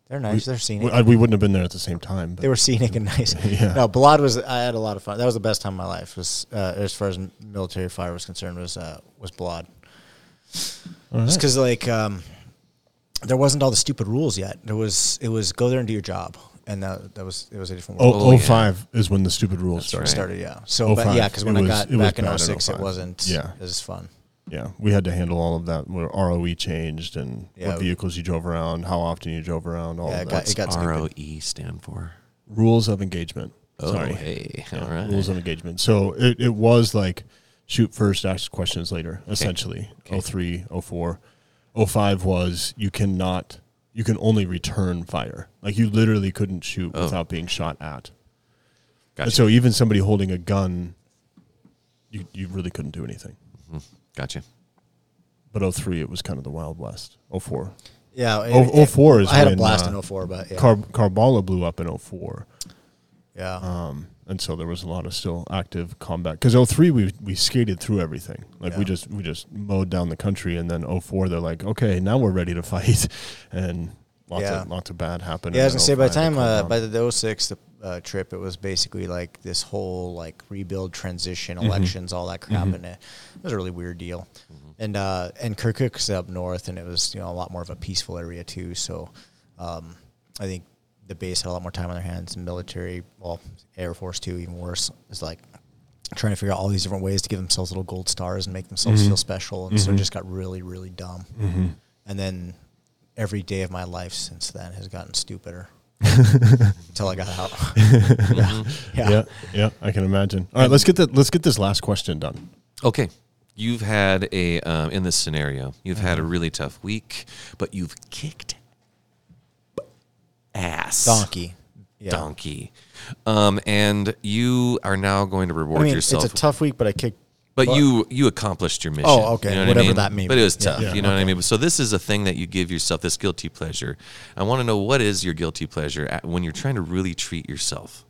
Speaker 3: They're nice. They're
Speaker 2: We,
Speaker 3: scenic.
Speaker 2: I, we wouldn't have been there at the same time. But
Speaker 3: they were scenic and nice.
Speaker 2: Yeah.
Speaker 3: No, Balad was. I had a lot of fun. That was the best time of my life. Was uh, as far as military fire was concerned was uh, was Balad.
Speaker 2: All
Speaker 3: Just
Speaker 2: right.
Speaker 3: because like um, there wasn't all the stupid rules yet. There was it was go there and do your job, and that, that was it was a different world.
Speaker 2: Oh,
Speaker 1: Oh, yeah.
Speaker 2: 05 is when the stupid rules
Speaker 1: right.
Speaker 2: started.
Speaker 3: started yeah. So but
Speaker 2: 05,
Speaker 3: yeah, because when
Speaker 2: Oh, it
Speaker 3: I
Speaker 2: was-
Speaker 3: got
Speaker 2: it was
Speaker 3: back in
Speaker 2: bad in
Speaker 3: 06, it
Speaker 2: 05.
Speaker 3: wasn't
Speaker 2: Yeah.
Speaker 3: as fun.
Speaker 2: Yeah, we had to handle all of that. Where ROE changed and
Speaker 3: Yeah.
Speaker 2: what vehicles you drove around, how often you drove around, all of
Speaker 3: Yeah, it
Speaker 2: that.
Speaker 3: got- it got stupid.
Speaker 1: ROE E stand for.
Speaker 2: rules of engagement.
Speaker 1: Oh,
Speaker 2: Sorry.
Speaker 1: hey.
Speaker 2: Yeah,
Speaker 1: All right.
Speaker 2: Rules of engagement. So it, it was like shoot first, ask questions later, essentially.
Speaker 1: Okay.
Speaker 2: Oh three, oh four, oh five 03, 04. 05 was you cannot, you can only return fire. Like you literally couldn't shoot
Speaker 1: Oh.
Speaker 2: without being shot at.
Speaker 1: Gotcha.
Speaker 2: And so even somebody holding a gun, you, you really couldn't do anything.
Speaker 1: gotcha.
Speaker 2: But oh three, it was kind of the Wild West. Oh four.
Speaker 3: Yeah. it-
Speaker 2: Oh-
Speaker 3: it-
Speaker 2: 04 is
Speaker 3: I had a
Speaker 2: when,
Speaker 3: blast
Speaker 2: uh,
Speaker 3: in 04, but yeah.
Speaker 2: Car- Karbala blew up in oh four.
Speaker 3: yeah.
Speaker 2: Um, and so there was a lot of still active combat because 03 we we skated through everything like
Speaker 3: Yeah.
Speaker 2: we just we just mowed down the country and then 04 they're like okay now we're ready to fight and lots
Speaker 3: Yeah.
Speaker 2: of lots of bad happened oh
Speaker 3: Yeah, I was
Speaker 2: and
Speaker 3: gonna
Speaker 2: then
Speaker 3: say by
Speaker 2: 05 it
Speaker 3: the time
Speaker 2: calmed
Speaker 3: uh,
Speaker 2: down.
Speaker 3: by the 06 the, uh, trip, it was basically like this whole like rebuild, transition,
Speaker 2: Mm-hmm.
Speaker 3: elections, all that crap, and it, it was a really weird deal.
Speaker 2: Mm-hmm.
Speaker 3: And uh, and Kirkuk's up north, and it was you know a lot more of a peaceful area too. So um, I think the base had a lot more time on their hands, and military, well, Air Force too, even worse, is like trying to figure out all these different ways to give themselves little gold stars and make themselves
Speaker 2: Mm-hmm.
Speaker 3: feel special, and so it just got really, really dumb. And then every day of my life since then has gotten stupider until I got out. yeah. Yeah.
Speaker 2: yeah yeah I can imagine all right let's get that let's get this last question done
Speaker 1: Okay. You've had a, um, in this scenario, you've had
Speaker 3: Mm-hmm.
Speaker 1: a really tough week, but you've kicked ass.
Speaker 3: donkey. Yeah.
Speaker 1: Donkey. Um, and you are now going to
Speaker 4: I
Speaker 1: reward
Speaker 4: mean,
Speaker 1: yourself.
Speaker 4: it's a tough week, but I kicked.
Speaker 1: But you you accomplished your mission.
Speaker 3: Oh, okay,
Speaker 1: You know what
Speaker 3: whatever
Speaker 1: I mean?
Speaker 3: that may
Speaker 1: But
Speaker 3: be.
Speaker 1: it was
Speaker 3: Yeah.
Speaker 1: tough.
Speaker 2: Yeah,
Speaker 1: You know what I mean? So this is a thing that you give yourself this guilty pleasure. I want to know what is your guilty pleasure at, when you're trying to really treat yourself.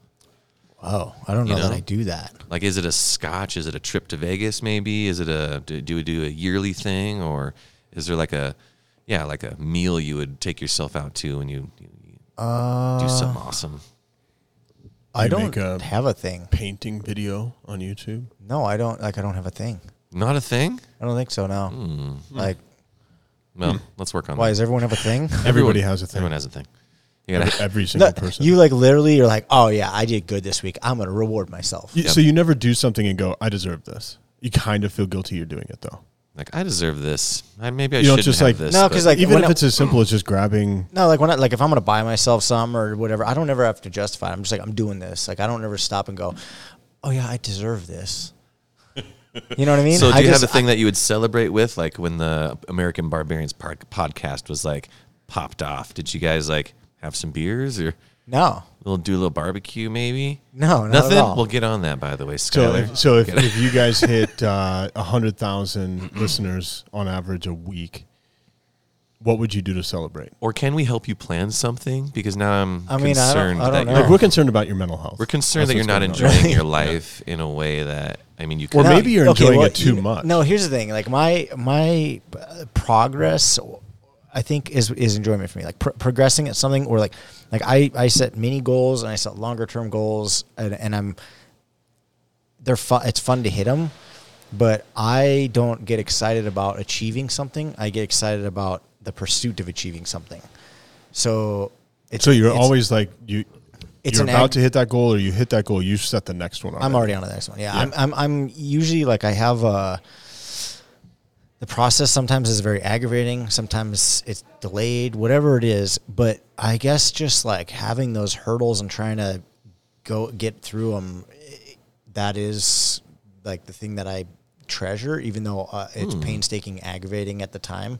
Speaker 3: Wow, oh, I don't know,
Speaker 1: know?
Speaker 3: that I do that.
Speaker 1: Like, is it a scotch? Is it a trip to Vegas? Maybe is it a do, do we do a yearly thing or is there like a yeah like a meal you would take yourself out to when you, you, you
Speaker 2: Uh,
Speaker 1: do something awesome?
Speaker 3: I
Speaker 2: You
Speaker 3: don't
Speaker 2: make a-
Speaker 3: have a thing.
Speaker 2: painting video on YouTube
Speaker 3: No, I don't. Like, I don't have a thing.
Speaker 1: Not a thing.
Speaker 3: I don't think so. No.
Speaker 1: Hmm.
Speaker 3: Like,
Speaker 1: Well, let's work on
Speaker 3: why
Speaker 1: that.
Speaker 3: does everyone have a thing?
Speaker 2: Hmm. everybody has a thing
Speaker 1: Everyone has a thing. You gotta,
Speaker 2: every single
Speaker 3: No,
Speaker 2: person
Speaker 3: you like literally, you're like, oh yeah, I did good this week. I'm gonna reward myself.
Speaker 2: You- so you never do something and go I deserve this you kind of feel guilty you're doing it though
Speaker 1: like I deserve this. I, maybe I
Speaker 2: You don't
Speaker 1: shouldn't
Speaker 2: just,
Speaker 1: have
Speaker 2: like-
Speaker 1: this.
Speaker 3: No,
Speaker 1: but-
Speaker 3: 'cause, like,
Speaker 2: even
Speaker 3: when
Speaker 2: if
Speaker 3: I-
Speaker 2: it's as simple as just grabbing
Speaker 3: No, like when I like if I'm gonna buy myself some or whatever, I don't ever have to justify. it. I'm just like I'm doing this. Like I don't ever stop and go, oh yeah, I deserve this. You know what I mean?
Speaker 1: So do
Speaker 3: I
Speaker 1: you
Speaker 3: just,
Speaker 1: have a thing that you would celebrate with, like when the American Barbarians par- podcast was like popped off? Did you guys like have some beers or
Speaker 3: no,
Speaker 1: we'll do a little barbecue maybe?
Speaker 2: Oh,
Speaker 3: no, not
Speaker 1: Nothing.
Speaker 3: At all.
Speaker 1: We'll get on that by the way,
Speaker 2: So,
Speaker 1: Skyler.
Speaker 2: if, so if, if you guys hit uh, 100,000 listeners on average a week, what would you do to celebrate?
Speaker 1: or can we help you plan something? Because now I'm
Speaker 3: I mean, I don't-
Speaker 1: concerned
Speaker 3: I don't
Speaker 1: that
Speaker 3: know.
Speaker 1: you're,
Speaker 2: Like, we're concerned about your mental health.
Speaker 1: Oh. we're concerned that
Speaker 2: That's
Speaker 1: you're not
Speaker 2: what's going on.
Speaker 1: enjoying your life in a way that I mean you
Speaker 2: Or
Speaker 1: could.
Speaker 2: maybe you're
Speaker 3: okay,
Speaker 2: enjoying
Speaker 3: well,
Speaker 2: it too
Speaker 3: you-
Speaker 2: much.
Speaker 3: No, here's the thing. Like my my uh, progress, I think is is enjoyment for me. Like pro progressing at something, or like like I I set mini goals and I set longer term goals, and, and I'm they're fun. It's fun to hit them, but I don't get excited about achieving something. I get excited about the pursuit of achieving something. So. It's,
Speaker 2: So you're
Speaker 3: it's-
Speaker 2: always like, you,
Speaker 3: It's
Speaker 2: you're
Speaker 3: an
Speaker 2: about
Speaker 3: act-
Speaker 2: to hit that goal or you hit that goal, you set the next one.
Speaker 3: I'm
Speaker 2: already.
Speaker 3: already on to the next one. Yeah, I'm, I'm, I'm usually like I have a. The process sometimes is very aggravating. Sometimes it's delayed, whatever it is. But I guess just like having those hurdles and trying to go get through them, that is like the thing that I treasure, even though uh, it's
Speaker 2: Hmm.
Speaker 3: painstaking, aggravating at the time.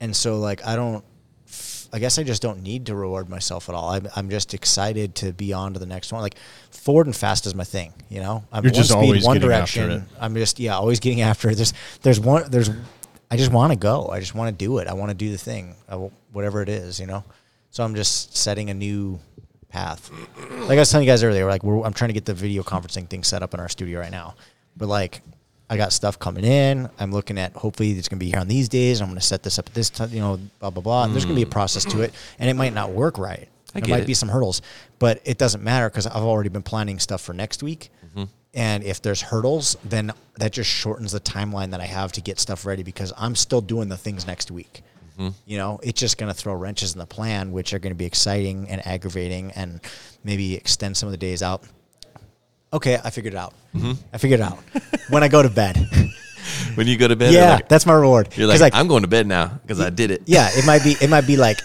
Speaker 3: And so, like, I don't. f- I guess I just don't need to reward myself at all. I'm, I'm just excited to be on to the next one. Like, forward and fast is my thing. You know, I'm
Speaker 2: You're just always getting after it.
Speaker 3: I'm just yeah, always getting after it. There's there's one there's I just want to go. I just want to do it. I want to do the thing, I w whatever it is, you know. So I'm just setting a new path. Like I was telling you guys earlier, like we're, I'm trying to get the video conferencing thing set up in our studio right now, but like. I got stuff coming in. I'm looking at hopefully it's going to be here on these days. I'm going to set this up at this time, you know, blah blah blah. And there's going to be a process to it, and it might not work right.
Speaker 1: Mm. I
Speaker 3: There
Speaker 1: get
Speaker 3: might
Speaker 1: it.
Speaker 3: be some hurdles, but it doesn't matter because I've already been planning stuff for next week.
Speaker 1: Mm-hmm.
Speaker 3: And if there's hurdles, then that just shortens the timeline that I have to get stuff ready because I'm still doing the things next week.
Speaker 1: Mm-hmm.
Speaker 3: You know, it's just going to throw wrenches in the plan, which are going to be exciting and aggravating and maybe extend some of the days out. Okay, I figured it out.
Speaker 1: Mm-hmm.
Speaker 3: I figured it out. when I go to bed.
Speaker 1: When you go to bed, you're
Speaker 3: yeah,
Speaker 1: like-
Speaker 3: that's my reward.
Speaker 1: you're
Speaker 3: 'Cause,
Speaker 1: like, I'm going to bed now because I did it.
Speaker 3: yeah, it might be it might be like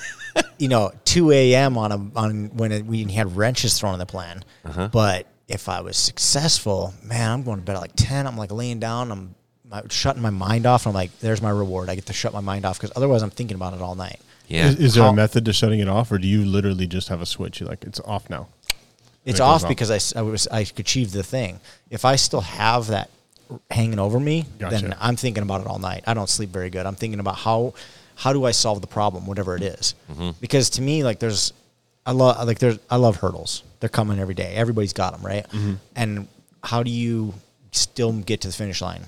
Speaker 3: you know 2 a.m. on a on when it, we had wrenches thrown in the plan. But if I was successful, man, I'm going to bed at like 10. I'm like laying down. I'm, I'm shutting my mind off. And I'm like, there's my reward. I get to shut my mind off because otherwise I'm thinking about it all night.
Speaker 1: Yeah.
Speaker 2: Is, is there
Speaker 3: How-
Speaker 2: a method to shutting it off, or do you literally just have a switch? You're like, it's off now.
Speaker 3: It's
Speaker 2: it goes
Speaker 3: off
Speaker 2: off.
Speaker 3: because I, s- I was I achieved the thing. If I still have that r- hanging over me, then
Speaker 2: Gotcha.
Speaker 3: I'm thinking about it all night. I don't sleep very good. I'm thinking about how how do I solve the problem, whatever it is.
Speaker 2: Mm-hmm.
Speaker 3: Because to me, like there's I love like there's I love hurdles. They're coming every day. Everybody's got them, right?
Speaker 2: Mm-hmm.
Speaker 3: And how do you still get to the finish line?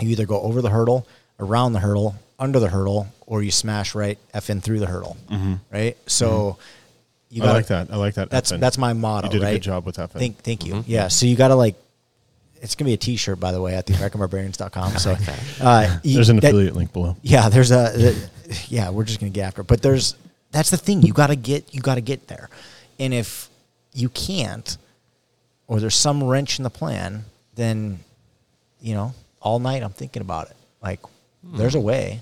Speaker 3: You either go over the hurdle, around the hurdle, under the hurdle, or you smash right f in through the hurdle, right? So. You
Speaker 2: Mm-hmm. I
Speaker 3: gotta-
Speaker 2: like that. I like that.
Speaker 3: that's
Speaker 2: effing.
Speaker 3: that's my motto.
Speaker 2: You did a
Speaker 3: right?
Speaker 2: good job with Mm-hmm. that. effing.
Speaker 3: Thank thank you. Yeah. So you got to like. It's gonna be a T-shirt, by the way, at the AmericanBarbarians.com. So, uh, you-
Speaker 2: There's an
Speaker 3: that-
Speaker 2: affiliate link below.
Speaker 3: Yeah, there's a. the- yeah, we're just gonna get after. It. But there's that's the thing. You gotta get you gotta get there, and if you can't, or there's some wrench in the plan, then, you know, all night I'm thinking about it. Like, there's
Speaker 2: Hmm.
Speaker 3: a way.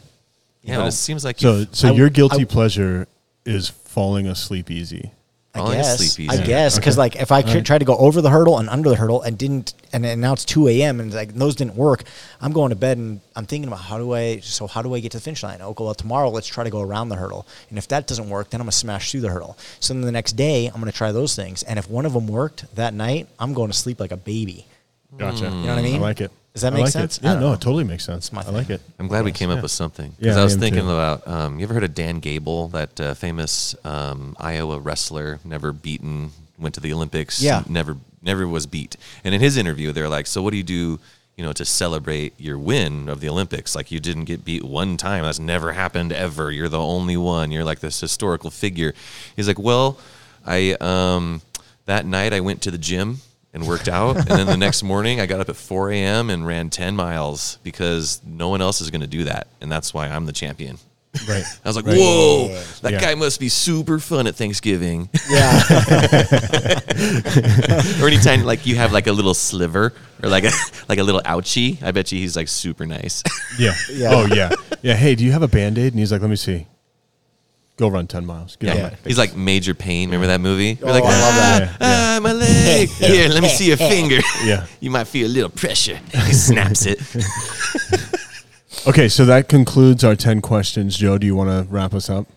Speaker 3: you
Speaker 1: yeah, but
Speaker 3: know?
Speaker 1: it seems like
Speaker 2: So,
Speaker 1: you
Speaker 2: so
Speaker 3: I-
Speaker 2: your guilty
Speaker 3: I-
Speaker 2: pleasure is falling asleep easy.
Speaker 1: Oh,
Speaker 3: I
Speaker 1: it is
Speaker 3: guess.
Speaker 1: sleep
Speaker 3: I
Speaker 1: easier.
Speaker 3: guess because like if I could try to go over the hurdle and under the hurdle and didn't, and, and now it's two a.m. and like those didn't work, I'm going to bed and I'm thinking about how do I so how do I get to the finish line? Okay, well tomorrow let's try to go around the hurdle, and if that doesn't work, then I'm gonna smash through the hurdle. So then the next day I'm gonna try those things, and if one of them worked that night, I'm going to sleep like a baby.
Speaker 2: Gotcha. You
Speaker 3: know what I mean?
Speaker 2: Mm. I like it.
Speaker 3: Does that
Speaker 2: I
Speaker 3: make
Speaker 2: like it.
Speaker 3: sense? I
Speaker 2: Yeah,
Speaker 3: don't
Speaker 2: no,
Speaker 3: know.
Speaker 2: it totally makes sense.
Speaker 3: my
Speaker 2: I like
Speaker 3: thing.
Speaker 2: it.
Speaker 1: I'm glad we came up with something because
Speaker 2: Yeah,
Speaker 1: I
Speaker 2: I
Speaker 1: was
Speaker 2: am
Speaker 1: thinking
Speaker 2: too.
Speaker 1: about. Um, you ever heard of Dan Gable, that uh, famous um, Iowa wrestler, never beaten, went to the Olympics,
Speaker 3: Yeah.
Speaker 1: never never was beat. And in his interview, they're like, "So what do you do, you know, to celebrate your win of the Olympics? Like you didn't get beat one time. That's never happened ever. You're the only one. You're like this historical figure." He's like, "Well, I um, that night I went to the gym." And worked out, and then the next morning I got up at 4 a.m. and ran 10 miles because no one else is going to do that, and that's why I'm the champion.
Speaker 2: Right.
Speaker 1: I was like,
Speaker 2: Right.
Speaker 1: whoa, that
Speaker 2: Yeah.
Speaker 1: guy must be super fun at Thanksgiving.
Speaker 3: Yeah,
Speaker 1: or anytime like you have like a little sliver or like a like a little ouchie, I bet you he's like super nice.
Speaker 2: Yeah.
Speaker 3: Yeah.
Speaker 2: Oh yeah. Yeah. Hey, do you have a band aid? And he's like, let me see. Go run ten miles. Get
Speaker 1: yeah.
Speaker 2: on my-
Speaker 1: He's like major pain. Remember that movie? You're like,
Speaker 3: I love
Speaker 1: ah,
Speaker 2: Oh, that.
Speaker 1: ah, my leg. Here, let me see your finger.
Speaker 2: Yeah.
Speaker 1: you might feel a little pressure. He snaps it.
Speaker 2: Okay, so that concludes our ten questions. Joe, do you want to wrap us up?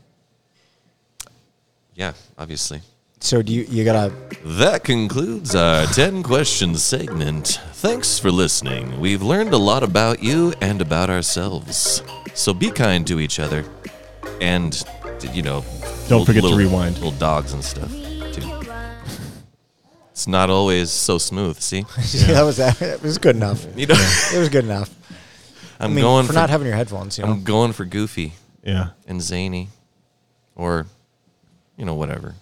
Speaker 1: Yeah, obviously.
Speaker 3: so do you you gotta
Speaker 1: That concludes our 10 questions segment. Thanks for listening. We've learned a lot about you and about ourselves. So be kind to each other. And, you know,
Speaker 2: Don't
Speaker 1: little-
Speaker 2: forget to
Speaker 1: little-
Speaker 2: rewind.
Speaker 1: Little dogs and stuff, too. It's not always so smooth, see?
Speaker 3: that was that was good enough.
Speaker 1: You know,
Speaker 3: It was good enough.
Speaker 1: I'm
Speaker 3: I mean,
Speaker 1: going
Speaker 3: for,
Speaker 1: for,
Speaker 3: not having Oh. your headphones, you know.
Speaker 1: I'm going for goofy
Speaker 2: Yeah.
Speaker 1: and zany or, you know, whatever.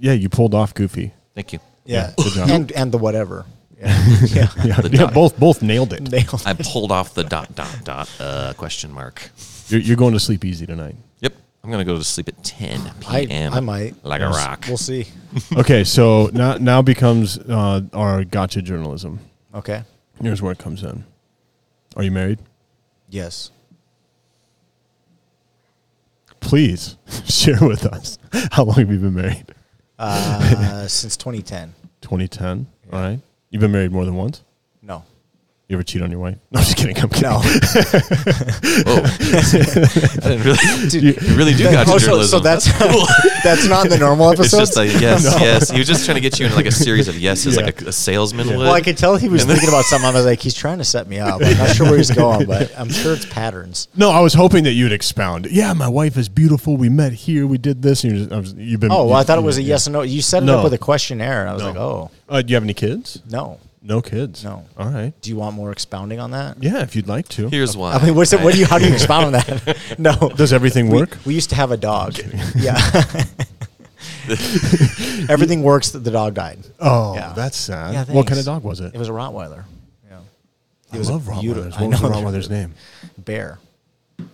Speaker 2: Yeah, you pulled off Goofy.
Speaker 1: Thank you.
Speaker 3: yeah,
Speaker 2: good job.
Speaker 3: and and the whatever. Yeah. yeah.
Speaker 2: Yeah,
Speaker 1: The
Speaker 2: yeah
Speaker 1: dot.
Speaker 2: both both nailed it.
Speaker 3: Nailed.
Speaker 1: I pulled off the dot, dot, dot, uh, question mark.
Speaker 2: You're, you're going to sleep easy tonight.
Speaker 1: Yep. I'm gonna go to sleep at 10
Speaker 3: I-
Speaker 1: p.m.
Speaker 3: I might.
Speaker 1: like a
Speaker 2: Yes.
Speaker 1: rock.
Speaker 3: We'll see.
Speaker 2: Okay, so now now becomes uh, our gotcha journalism.
Speaker 3: Okay.
Speaker 2: Here's where it comes in. Are you married?
Speaker 3: Yes.
Speaker 2: Please share with us how long have you been married?
Speaker 3: Uh, since 2010.
Speaker 2: 2010. All right. You've been married more than once.
Speaker 3: No.
Speaker 2: You ever cheat on your wife? No, I'm just kidding. I'm kidding.
Speaker 3: No.
Speaker 1: Whoa. Then really, you really do
Speaker 3: Then-
Speaker 1: got to
Speaker 3: oh, so-
Speaker 1: journalism.
Speaker 3: So that's that's not in the normal
Speaker 1: It's
Speaker 3: episodes.
Speaker 1: just like yes, yes. He was just trying to get you in like a series of yeses,
Speaker 2: Yeah.
Speaker 1: like a, a salesman would.
Speaker 3: well, I could tell he was
Speaker 1: And then-
Speaker 3: thinking about something. I was like, he's trying to set me up. I'm not sure where he's going, but I'm sure it's patterns.
Speaker 2: No, I was hoping that you'd expound. Yeah, my wife is beautiful. We met here. We did this. And you're just, I was, you've been.
Speaker 3: Oh, well, I
Speaker 2: you-
Speaker 3: thought it
Speaker 2: you-
Speaker 3: was a
Speaker 2: yeah.
Speaker 3: yes and no. You set it
Speaker 2: No.
Speaker 3: up with a questionnaire, and I was
Speaker 2: No.
Speaker 3: like, oh,
Speaker 2: Uh, do you have any kids?
Speaker 3: no,
Speaker 2: No kids.
Speaker 3: No.
Speaker 2: All right.
Speaker 3: Do you want more expounding on that?
Speaker 2: Yeah, if you'd like to.
Speaker 1: Here's why.
Speaker 3: I mean, what's it? What do you? How do you expound on that? No.
Speaker 2: Does everything
Speaker 3: We-
Speaker 2: work?
Speaker 3: We, used to have a dog. Yeah. Everything works. that The dog died.
Speaker 2: oh,
Speaker 3: Yeah.
Speaker 2: that's sad.
Speaker 3: Yeah,
Speaker 2: what
Speaker 3: thanks.
Speaker 2: kind of dog was it?
Speaker 3: It was a Rottweiler. Yeah.
Speaker 2: I
Speaker 3: was a
Speaker 2: love
Speaker 3: beautiful-
Speaker 2: Rottweilers.
Speaker 3: I
Speaker 2: What was the
Speaker 3: know.
Speaker 2: Rottweiler's name?
Speaker 3: Bear.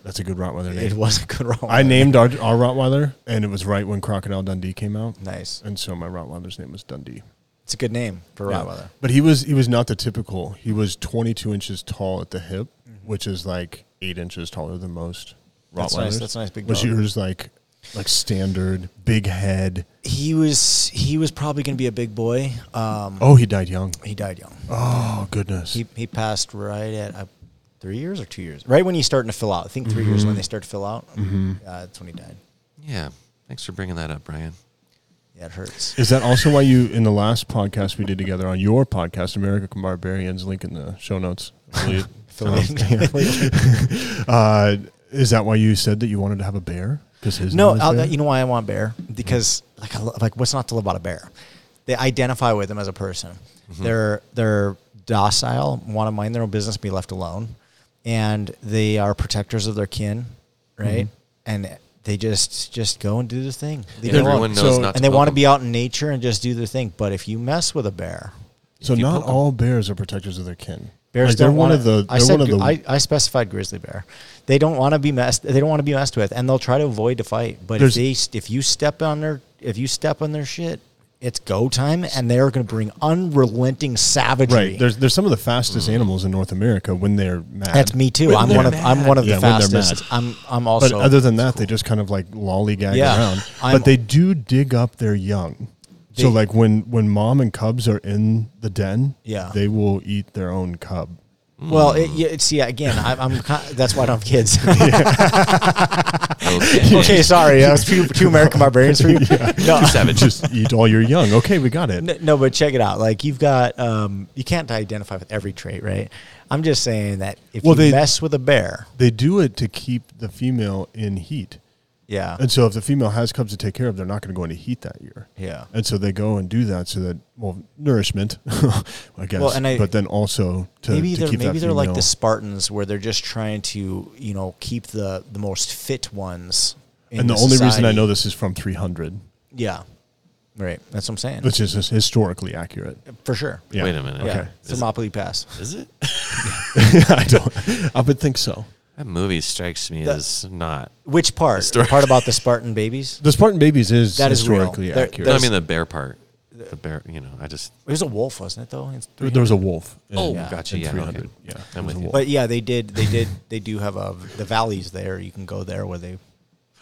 Speaker 2: That's a good Rottweiler
Speaker 3: It
Speaker 2: name.
Speaker 3: was a good Rottweiler.
Speaker 2: I named our, our Rottweiler, and it was right when Crocodile Dundee came out.
Speaker 3: Nice.
Speaker 2: And so my Rottweiler's name was Dundee.
Speaker 3: It's a good name for
Speaker 2: Yeah.
Speaker 3: Rottweiler.
Speaker 2: But he was he was not the typical. He was 22 inches tall at the hip, which is like eight inches taller than most Rottweilers.
Speaker 3: Mm-hmm. That's nice. That's a nice big
Speaker 2: Was
Speaker 3: dog.
Speaker 2: yours like like standard big head?
Speaker 3: He was he was probably going to be a big boy. Um,
Speaker 2: Oh, he died young.
Speaker 3: He died young.
Speaker 2: Oh goodness.
Speaker 3: He, he passed right at uh, three years or two years. Right when he's starting to fill out. I think 3 years
Speaker 2: Mm-hmm.
Speaker 3: when they start to fill out. Uh, that's when he died.
Speaker 1: yeah. Thanks for bringing that up, Brian.
Speaker 3: Yeah, it hurts.
Speaker 2: is that also why you in the last podcast we did together on your podcast, America Barbarians, link in the show notes. I believe.
Speaker 3: Fill in
Speaker 2: Yeah. uh, is that why you said that you wanted to have a bear? Because his
Speaker 3: No,
Speaker 2: name is
Speaker 3: I'll,
Speaker 2: bear?
Speaker 3: you know why I want bear because like I lo- like what's not to love about a bear? They identify with them as a person.
Speaker 1: Mm-hmm.
Speaker 3: They're they're docile, want to mind their own business, be left alone, and they are protectors of their kin,
Speaker 1: Mm-hmm.
Speaker 3: right? And they just just go and do their thing. They go out-
Speaker 1: Everyone knows
Speaker 2: So-
Speaker 1: not to
Speaker 3: and they
Speaker 1: poke
Speaker 3: want to
Speaker 1: him.
Speaker 3: be out in nature and just do their thing. But if you mess with a bear,
Speaker 2: so
Speaker 1: you
Speaker 2: not
Speaker 1: poke 'em.
Speaker 2: all bears are protectors of their kin.
Speaker 3: bears
Speaker 2: Like,
Speaker 3: don't
Speaker 2: they're one
Speaker 3: wanna-
Speaker 2: of the.
Speaker 3: I
Speaker 2: they're
Speaker 3: said
Speaker 2: one of
Speaker 3: gri-
Speaker 2: the-
Speaker 3: I, I specified grizzly bear. They don't want to be messed. They don't want to be messed with, and they'll try to avoid to fight. But
Speaker 2: There's-
Speaker 3: if they s- if you step on their if you step on their shit, it's go time, and they're going to bring unrelenting savagery.
Speaker 2: Right. There's there's some of the fastest animals in North America when they're mad.
Speaker 3: Mm-hmm. That's me too.
Speaker 2: When
Speaker 3: I'm
Speaker 2: they're
Speaker 3: one of I'm one of
Speaker 2: Yeah,
Speaker 3: the
Speaker 2: when they're
Speaker 3: fastest.
Speaker 2: mad.
Speaker 3: I'm I'm
Speaker 2: But
Speaker 3: also
Speaker 2: other than that, they just kind of like lollygag
Speaker 3: Yeah.
Speaker 2: around.
Speaker 3: I'm-
Speaker 2: but they do dig up their young. so
Speaker 3: They-
Speaker 2: like when when mom and cubs are in the den,
Speaker 3: Yeah.
Speaker 2: they will eat their own cub.
Speaker 3: well. It, yeah, it's yeah. Again, I, I'm ki- that's why I don't have kids.
Speaker 1: Okay.
Speaker 3: okay, sorry, that was too too American barbarians for you. No,
Speaker 1: Savage.
Speaker 2: Just eat all your young. Okay, we got it.
Speaker 3: N- No, but check it out. Like you've got, um, you can't identify with every trait, right? I'm just saying that if
Speaker 2: Well,
Speaker 3: you
Speaker 2: they-
Speaker 3: mess with a bear,
Speaker 2: They do it to keep the female in heat.
Speaker 3: yeah,
Speaker 2: And so if the female has cubs to take care of, they're not going to go into heat that year.
Speaker 3: yeah,
Speaker 2: And so they go and do that so that well nourishment, I guess.
Speaker 3: Well, and I-
Speaker 2: but then also to
Speaker 3: maybe
Speaker 2: to
Speaker 3: they're
Speaker 2: keep that
Speaker 3: maybe they're like
Speaker 2: female-
Speaker 3: the Spartans where they're just trying to you know keep the the most fit ones. In
Speaker 2: and the, only reason I
Speaker 3: society.
Speaker 2: know this is from 300,
Speaker 3: yeah, right. That's what I'm saying
Speaker 2: which is historically accurate.
Speaker 3: for sure.
Speaker 2: Yeah.
Speaker 1: Wait a minute.
Speaker 3: Yeah,
Speaker 1: Is it-
Speaker 3: Thermopylae Pass.
Speaker 1: Is it?
Speaker 2: I don't. I would think so.
Speaker 1: That movie strikes me as not.
Speaker 3: Which part? The
Speaker 1: story-
Speaker 3: part about the Spartan babies?
Speaker 2: The Spartan babies is
Speaker 3: That is real.
Speaker 2: historically
Speaker 3: There-
Speaker 2: accurate.
Speaker 1: No, I
Speaker 3: There's-
Speaker 1: mean the bear part. The bear. You know, I just.
Speaker 3: It was a wolf, wasn't it? Though. It's
Speaker 2: There- there was a wolf. In,
Speaker 1: Oh,
Speaker 3: Yeah.
Speaker 1: gotcha.
Speaker 2: in
Speaker 1: Yeah.
Speaker 2: 300.
Speaker 1: Okay.
Speaker 2: Yeah, there
Speaker 1: I'm
Speaker 2: was
Speaker 1: with
Speaker 2: a
Speaker 1: you.
Speaker 2: wolf.
Speaker 3: But yeah, they did. They did. They do have a the valleys there. You can go there where they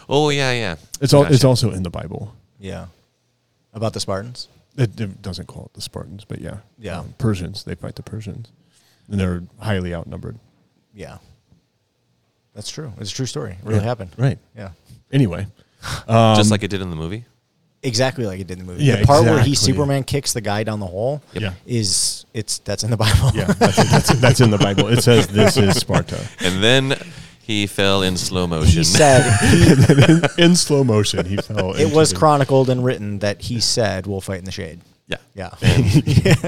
Speaker 1: Oh yeah, yeah.
Speaker 2: It's all. It's
Speaker 1: Gotcha.
Speaker 2: also in the Bible.
Speaker 3: Yeah. About the Spartans?
Speaker 2: It, it doesn't call it the Spartans, but yeah, Um,
Speaker 3: Yeah.
Speaker 2: Persians. They fight the Persians, and they're highly outnumbered.
Speaker 3: Yeah. That's true. It's a true story. It really
Speaker 2: Yeah.
Speaker 3: happened.
Speaker 2: Right.
Speaker 3: Yeah.
Speaker 2: Anyway,
Speaker 1: just
Speaker 2: um,
Speaker 1: like it did in the movie.
Speaker 3: Exactly like it did in the movie.
Speaker 2: Yeah,
Speaker 3: the part where
Speaker 2: exactly.
Speaker 3: he Superman kicks the guy down the hole
Speaker 1: Yep.
Speaker 2: yeah,
Speaker 3: is it's that's in the Bible.
Speaker 2: yeah. That's, that's, that's in the Bible. It says this is Sparta.
Speaker 1: And then he fell in slow
Speaker 3: he
Speaker 1: motion.
Speaker 3: said he,
Speaker 2: in, in slow motion, he fell.
Speaker 3: it
Speaker 2: into
Speaker 3: was
Speaker 2: the-
Speaker 3: chronicled and written that he said we'll fight in the shade.
Speaker 1: yeah.
Speaker 3: Yeah.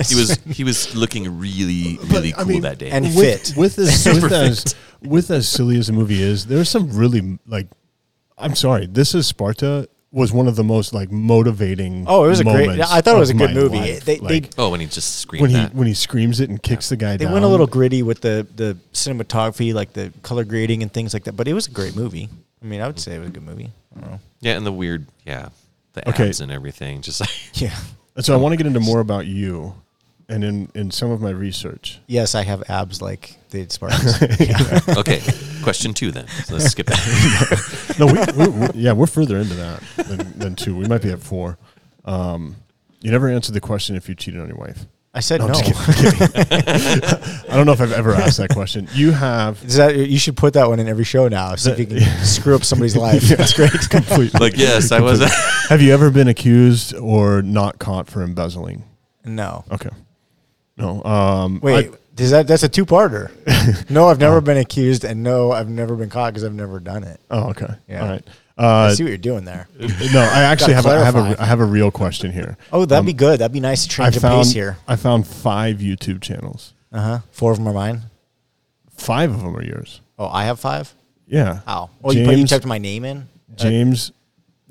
Speaker 1: He was he was looking really really
Speaker 2: I
Speaker 1: cool
Speaker 2: mean-
Speaker 1: that day.
Speaker 3: and-
Speaker 2: with,
Speaker 3: fit.
Speaker 2: With as,
Speaker 1: Super
Speaker 2: with, as, with as silly as the movie is, there's some really like, I'm sorry, this is Sparta was one of the most like motivating.
Speaker 3: Oh, it was a great-
Speaker 2: moments
Speaker 3: I thought it was
Speaker 2: of
Speaker 3: a good
Speaker 2: my
Speaker 3: movie.
Speaker 2: life.
Speaker 3: They- they-
Speaker 2: Like,
Speaker 1: oh, and he just screamed
Speaker 2: when he
Speaker 1: that.
Speaker 2: when he screams it and kicks the guy
Speaker 3: They
Speaker 2: down.
Speaker 3: went a little gritty with the the cinematography, like the color grading and things like that, but it was a great movie. I mean, I would say it was a good movie. I don't know.
Speaker 1: yeah, and the weird yeah, the
Speaker 2: Okay.
Speaker 1: abs and everything. Just like
Speaker 3: Yeah.
Speaker 2: And so I want to get into more about you, and in in some of my research.
Speaker 3: Yes, I have abs like the Spartans. yeah.
Speaker 1: okay, question two then. So let's skip that.
Speaker 2: No, we, we, we yeah, we're further into that than, than two. We might be at four. Um, you never answered the question if you cheated on your wife.
Speaker 3: I said no.
Speaker 2: I'm just kidding. I don't know if I've ever asked that question. You have
Speaker 3: Is that, you should put that one in every show now. See if you can screw up somebody's life.
Speaker 2: Yeah, it's great. Completely.
Speaker 1: Like, yes, I was-
Speaker 2: Completely. Have you ever been accused or not caught for embezzling?
Speaker 3: No.
Speaker 2: Okay. No. Um,
Speaker 3: Wait,
Speaker 2: I-
Speaker 3: is that that's a two-parter? no, I've never been accused, and no, I've never been caught because I've never done it.
Speaker 2: oh, okay.
Speaker 3: Yeah.
Speaker 2: All right.
Speaker 3: I
Speaker 2: Uh,
Speaker 3: see what you're doing there.
Speaker 2: no, I actually have. A, I have a.
Speaker 3: clarify.
Speaker 2: I have a real question here.
Speaker 3: Oh, that'd be good. That'd be nice to
Speaker 2: um, I
Speaker 3: change the
Speaker 2: found.
Speaker 3: pace here.
Speaker 2: I found five YouTube channels.
Speaker 3: Uh huh. Four of them are mine.
Speaker 2: Five of them are yours.
Speaker 3: Oh, I have five.
Speaker 2: Yeah.
Speaker 3: Oh, well, you, put, you
Speaker 2: James-
Speaker 3: typed my name in. Uh,
Speaker 2: James,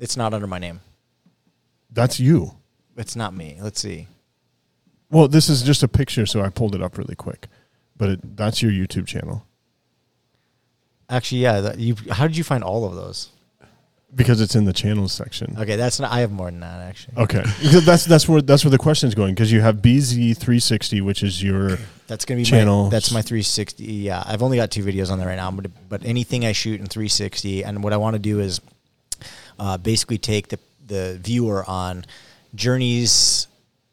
Speaker 3: It's not under my name.
Speaker 2: that's you.
Speaker 3: It's not me. Let's see.
Speaker 2: Well, this is just a picture, so I pulled it up really quick. But it, that's your YouTube channel
Speaker 3: Actually, yeah. That, you. How did you find all of those?
Speaker 2: because it's in the channels section.
Speaker 3: Okay, that's not. I have more than that actually.
Speaker 2: Okay, Because that's that's where that's where the question's going because you have BZ360, which is your
Speaker 3: That's gonna be
Speaker 2: Channels.
Speaker 3: My, that's my 360. Yeah, I've only got two videos on there right now, but but anything I shoot in 360, and what I want to do is uh, basically take the the viewer on journeys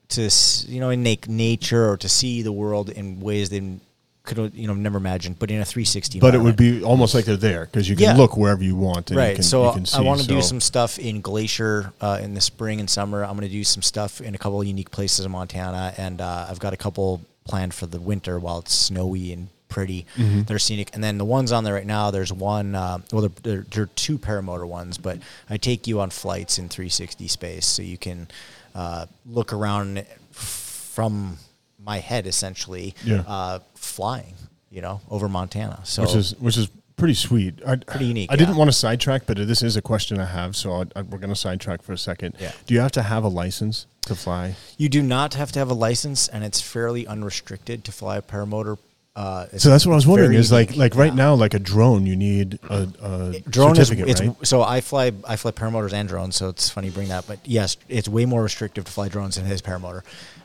Speaker 3: to s- you know in na- nature or to see the world in ways they could you know never imagined, but in a 360.
Speaker 2: but it would
Speaker 3: environment.
Speaker 2: be almost like they're there because you can
Speaker 3: Yeah.
Speaker 2: look wherever you want. And You
Speaker 3: right.
Speaker 2: can,
Speaker 3: so
Speaker 2: you can see,
Speaker 3: I want to do
Speaker 2: so-
Speaker 3: some stuff in Glacier uh, in the spring and summer. I'm going to do some stuff in a couple of unique places in Montana, and uh, I've got a couple planned for the winter while it's snowy and pretty.
Speaker 2: Mm-hmm.
Speaker 3: They're scenic, and then the ones on there right now. There's one. Uh, well, there, there, there are two paramotor ones, but I take you on flights in 360 space, so you can uh, look around from my head essentially,
Speaker 2: Yeah.
Speaker 3: uh, flying. You know, over Montana. So
Speaker 2: which is which is pretty sweet. I,
Speaker 3: Oh. Pretty unique,
Speaker 2: I didn't
Speaker 3: yeah.
Speaker 2: want to sidetrack, but this is a question I have, so I, I, we're going to sidetrack for a second.
Speaker 3: Yeah.
Speaker 2: Do you have to have a license to fly?
Speaker 3: You do not have to have a license, and it's fairly unrestricted to fly a paramotor. Uh, it's
Speaker 2: So that's what I was wondering.
Speaker 3: very
Speaker 2: Is like
Speaker 3: unique.
Speaker 2: like right
Speaker 3: Yeah.
Speaker 2: now, like a drone, you need a, a
Speaker 3: drone is
Speaker 2: certificate,
Speaker 3: it's,
Speaker 2: right?
Speaker 3: so I fly I fly paramotors and drones, so it's funny you bring that. But yes, it's way more restrictive to fly drones than his paramotor.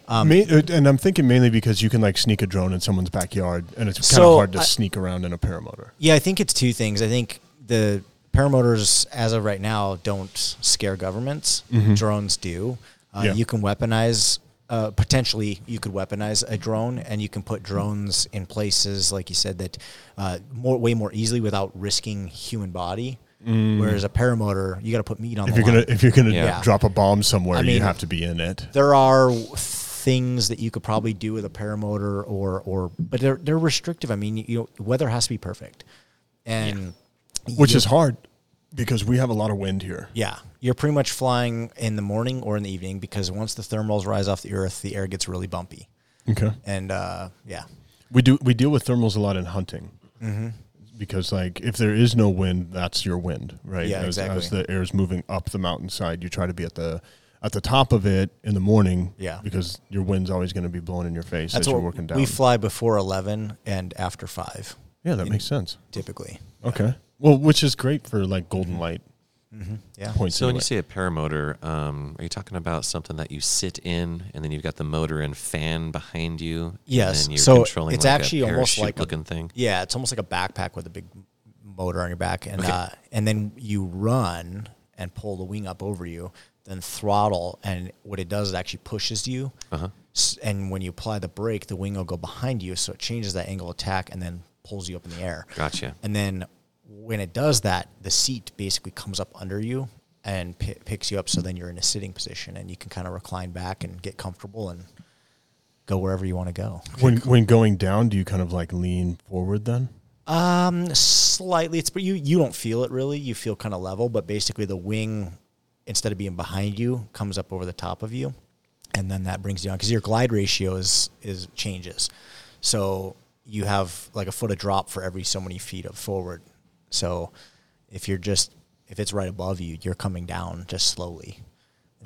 Speaker 3: Um,
Speaker 2: Ma- uh, and I'm thinking mainly because you can like sneak a drone in someone's backyard, and it's kind of
Speaker 3: So,
Speaker 2: hard to
Speaker 3: I-
Speaker 2: sneak around in a paramotor.
Speaker 3: yeah, I think it's two things. I think the paramotors, as of right now, don't scare governments. Drones do. Uh,
Speaker 2: Mm-hmm. Yeah.
Speaker 3: You can weaponize. Uh, potentially, you could weaponize a drone, and you can put drones in places, like you said, that uh, more way more easily without risking human body. Whereas a paramotor, you got to put meat on.
Speaker 2: Mm. If
Speaker 3: the
Speaker 2: you're gonna
Speaker 3: line.
Speaker 2: if you're gonna
Speaker 1: Yeah.
Speaker 2: drop a bomb somewhere,
Speaker 3: I
Speaker 2: you
Speaker 3: mean-
Speaker 2: have to be in it.
Speaker 3: there are things that you could probably do with a paramotor or or but they're they're restrictive. I mean, you know, weather has to be perfect. And
Speaker 2: which
Speaker 3: you-
Speaker 2: is hard because we have a lot of wind here.
Speaker 3: yeah, you're pretty much flying in the morning or in the evening because once the thermals rise off the earth, the air gets really bumpy.
Speaker 2: Okay,
Speaker 3: And uh, yeah.
Speaker 2: we do we deal with thermals a lot in hunting
Speaker 3: Mm-hmm.
Speaker 2: because like if there is no wind, that's your wind, right?
Speaker 3: Yeah,
Speaker 2: as,
Speaker 3: exactly.
Speaker 2: as the air is moving up the mountainside, you try to be at the at the top of it in the morning,
Speaker 3: Yeah.
Speaker 2: because your wind's always going to be blowing in your face
Speaker 3: That's
Speaker 2: as
Speaker 3: what
Speaker 2: you're working down.
Speaker 3: we fly before 11 and after 5
Speaker 2: yeah, that makes sense.
Speaker 3: typically.
Speaker 2: Okay, well, which is great for like golden light
Speaker 3: Mm-hmm. Yeah.
Speaker 2: points.
Speaker 1: So when
Speaker 2: anyway.
Speaker 1: you say a paramotor, um, are you talking about something that you sit in and then you've got the motor and fan behind you?
Speaker 3: Yes.
Speaker 1: And then you're
Speaker 3: So
Speaker 1: controlling
Speaker 3: it's
Speaker 1: like
Speaker 3: actually
Speaker 1: a
Speaker 3: almost like a-
Speaker 1: looking thing.
Speaker 3: Yeah, it's almost like a backpack with a big motor on your back, and uh, and then you run and pull the wing up over you, then throttle, and what it does is actually pushes you.
Speaker 1: Uh-huh.
Speaker 3: S- And when you apply the brake, the wing will go behind you, so it changes that angle of attack and then pulls you up in the air.
Speaker 1: Gotcha.
Speaker 3: And then when it does that, the seat basically comes up under you and pi picks you up, so then you're in a sitting position and you can kind of recline back and get comfortable and go wherever you want to go.
Speaker 2: when when going down, do you kind of like lean forward then?
Speaker 3: Um, slightly. It's but you you don't feel it really. You feel kind of level, but basically the wing, instead of being behind you, comes up over the top of you, and then that brings you down because your glide ratio is is changes. So you have like a foot of drop for every so many feet of forward. So if you're just if it's right above you, you're coming down just slowly.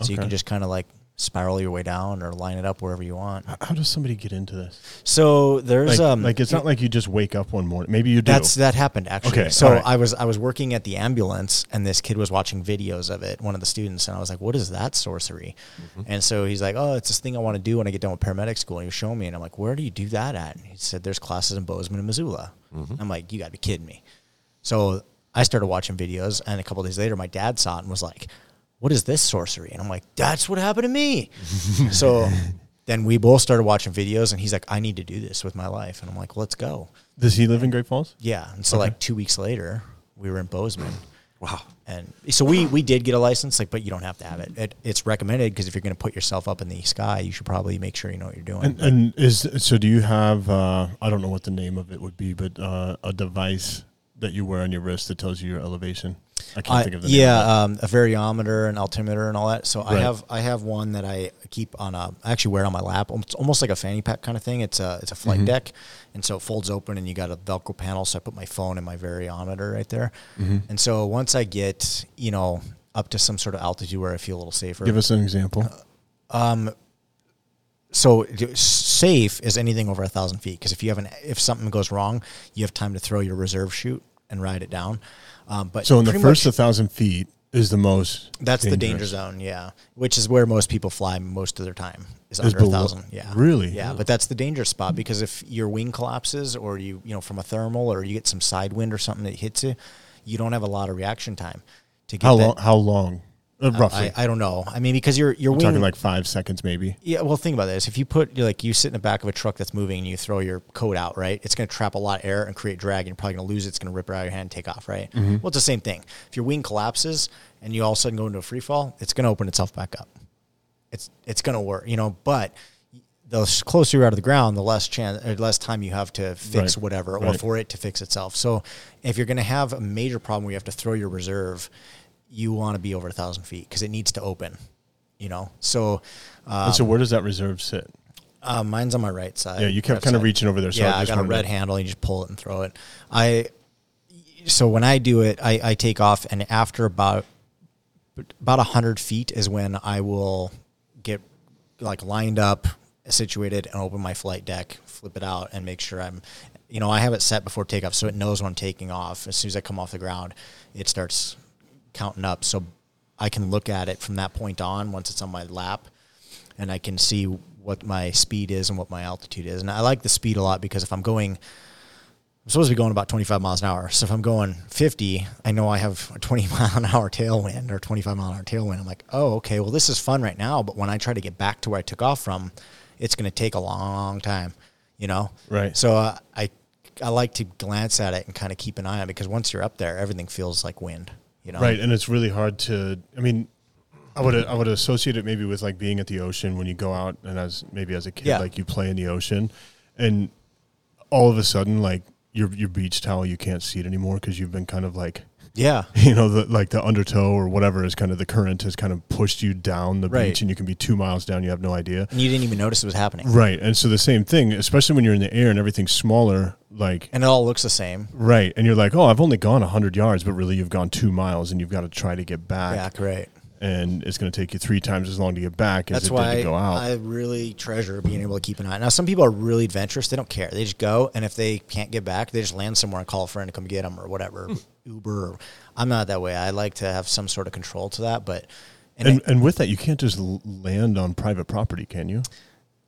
Speaker 3: So you
Speaker 2: Okay.
Speaker 3: can just kind of like spiral your way down or line it up wherever you want.
Speaker 2: How does somebody get into this?
Speaker 3: So
Speaker 2: like,
Speaker 3: there's um
Speaker 2: like it's not like you just wake up one morning. Maybe you do.
Speaker 3: That's that happened actually.
Speaker 2: Okay,
Speaker 3: so
Speaker 2: all right.
Speaker 3: I was I was working at the ambulance and this kid was watching videos of it, one of the students, and I was like, What is that sorcery?
Speaker 2: Mm-hmm.
Speaker 3: And so he's like, Oh, it's this thing I want to do when I get done with paramedic school. And he was showing me and I'm like, Where do you do that at? And he said, There's classes in Bozeman and Missoula.
Speaker 2: Mm-hmm.
Speaker 3: I'm like, You gotta be kidding me. So I started watching videos, and a couple days later, my dad saw it and was like, "What is this sorcery?" And I'm like, "That's what happened to me." so then we both started watching videos, and he's like, "I need to do this with my life," and I'm like, "Let's go."
Speaker 2: Does he live in Great Falls?
Speaker 3: Yeah, and so like two weeks later, we were in Bozeman,
Speaker 1: Wow.
Speaker 3: and so we we did get a license, like, but you don't have to have it. it it's recommended because if you're going to put yourself up in the sky, you should probably make sure you know what you're doing.
Speaker 2: And, and is so? Do you have? Uh, I don't know what the name of it would be, but uh, a device that you wear on your wrist that tells you your elevation. I can't
Speaker 3: I-
Speaker 2: think of the name.
Speaker 3: yeah, um, a variometer and altimeter and all that. So I
Speaker 2: Right.
Speaker 3: have I have one that I keep on a I actually wear it on my lap. It's almost like a fanny pack kind of thing. It's a it's a
Speaker 2: Mm-hmm.
Speaker 3: flight deck, and so it folds open and you got a Velcro panel. So I put my phone and my variometer right there.
Speaker 2: Mm-hmm.
Speaker 3: And so once I get you know up to some sort of altitude where I feel a little safer,
Speaker 2: Give us an
Speaker 3: uh,
Speaker 2: example.
Speaker 3: so d- safe is anything over a thousand feet because if you have an if something goes wrong, you have time to throw your reserve chute and ride it down. Um, but
Speaker 2: So in the
Speaker 3: pretty
Speaker 2: first
Speaker 3: much-
Speaker 2: a thousand feet is the most.
Speaker 3: That's the danger zone, yeah. Which is where most people fly most of their time is under a
Speaker 2: below-
Speaker 3: thousand, yeah.
Speaker 2: Really?
Speaker 3: Yeah, but that's the danger spot because if your wing collapses or you you know from a thermal or you get some side wind or something that hits you, you don't have a lot of reaction time to get
Speaker 2: How
Speaker 3: that-
Speaker 2: long? How long? Uh, roughly.
Speaker 3: I, I don't know. I mean, because your your
Speaker 2: I'm
Speaker 3: wing
Speaker 2: talking like five seconds, maybe.
Speaker 3: yeah, well, think about this. If you put you're like you sit in the back of a truck that's moving and you throw your coat out, right? It's going to trap a lot of air and create drag. And you're probably going to lose it. It's going to rip it out of your hand, and take off, right?
Speaker 2: Mm-hmm.
Speaker 3: Well, it's the same thing. If your wing collapses and you all of a sudden go into a free fall, it's going to open itself back up. It's it's going to work, you know. But the s- closer you're out of the ground, the less chance, or less time you have to fix
Speaker 2: Right.
Speaker 3: whatever, or
Speaker 2: Right.
Speaker 3: for it to fix itself. So, if you're going to have a major problem where you have to throw your reserve, you want to be over a thousand feet because it needs to open. You know, so
Speaker 2: and
Speaker 3: Um,
Speaker 2: so where does that reserve sit?
Speaker 3: uh, mine's on my right side.
Speaker 2: Yeah, you kept
Speaker 3: Left
Speaker 2: kind of
Speaker 3: side.
Speaker 2: reaching over there. So
Speaker 3: yeah, I,
Speaker 2: just
Speaker 3: got a
Speaker 2: wanted to-
Speaker 3: red handle. You just pull it and throw it. I so when I do it, I, I take off, and after about about hundred feet is when I will get like lined up, situated, and open my flight deck, flip it out, and make sure I'm. You know, I have it set before takeoff, so it knows when I'm taking off. As soon as I come off the ground, it starts counting up, so I can look at it from that point on. Once it's on my lap, and I can see what my speed is and what my altitude is. And I like the speed a lot because if I'm going, I'm supposed to be going about 25 miles an hour. So if I'm going 50, I know I have a 20 mile an hour tailwind or 25 mile an hour tailwind. I'm like, oh, okay, well, this is fun right now. But when I try to get back to where I took off from, it's going to take a long time, you know?
Speaker 2: Right.
Speaker 3: So uh, I, I like to glance at it and kind of keep an eye on it because once you're up there, everything feels like wind, you know?
Speaker 2: Right, and it's really hard to. I mean, I would I would associate it maybe with like being at the ocean when you go out and as maybe as a kid
Speaker 3: Yeah.
Speaker 2: like you play in the ocean, and all of a sudden like your your beach towel you can't see it anymore because you've been kind of like
Speaker 3: Yeah.
Speaker 2: you know the like the undertow or whatever is kind of the current has kind of pushed you down the
Speaker 3: Right.
Speaker 2: beach and you can be two miles down you have no idea.
Speaker 3: And you didn't even notice it was happening.
Speaker 2: Right, and so the same thing, especially when you're in the air and everything's smaller, like
Speaker 3: And it all looks the same.
Speaker 2: right, and you're like, oh, I've only gone hundred yards, but really you've gone two miles, and you've got to try to get back
Speaker 3: Yeah, correct.
Speaker 2: and it's going to take you three times as long to get back as
Speaker 3: That's
Speaker 2: it did
Speaker 3: why
Speaker 2: to go out.
Speaker 3: I really treasure being able to keep an eye. Now, some people are really adventurous; they don't care. They just go, and if they can't get back, they just land somewhere and call a friend to come get them or whatever.
Speaker 2: Hmm.
Speaker 3: Uber. Or, I'm not that way. I like to have some sort of control to that. But and,
Speaker 2: and,
Speaker 3: it-
Speaker 2: and with that, you can't just l- land on private property, can you?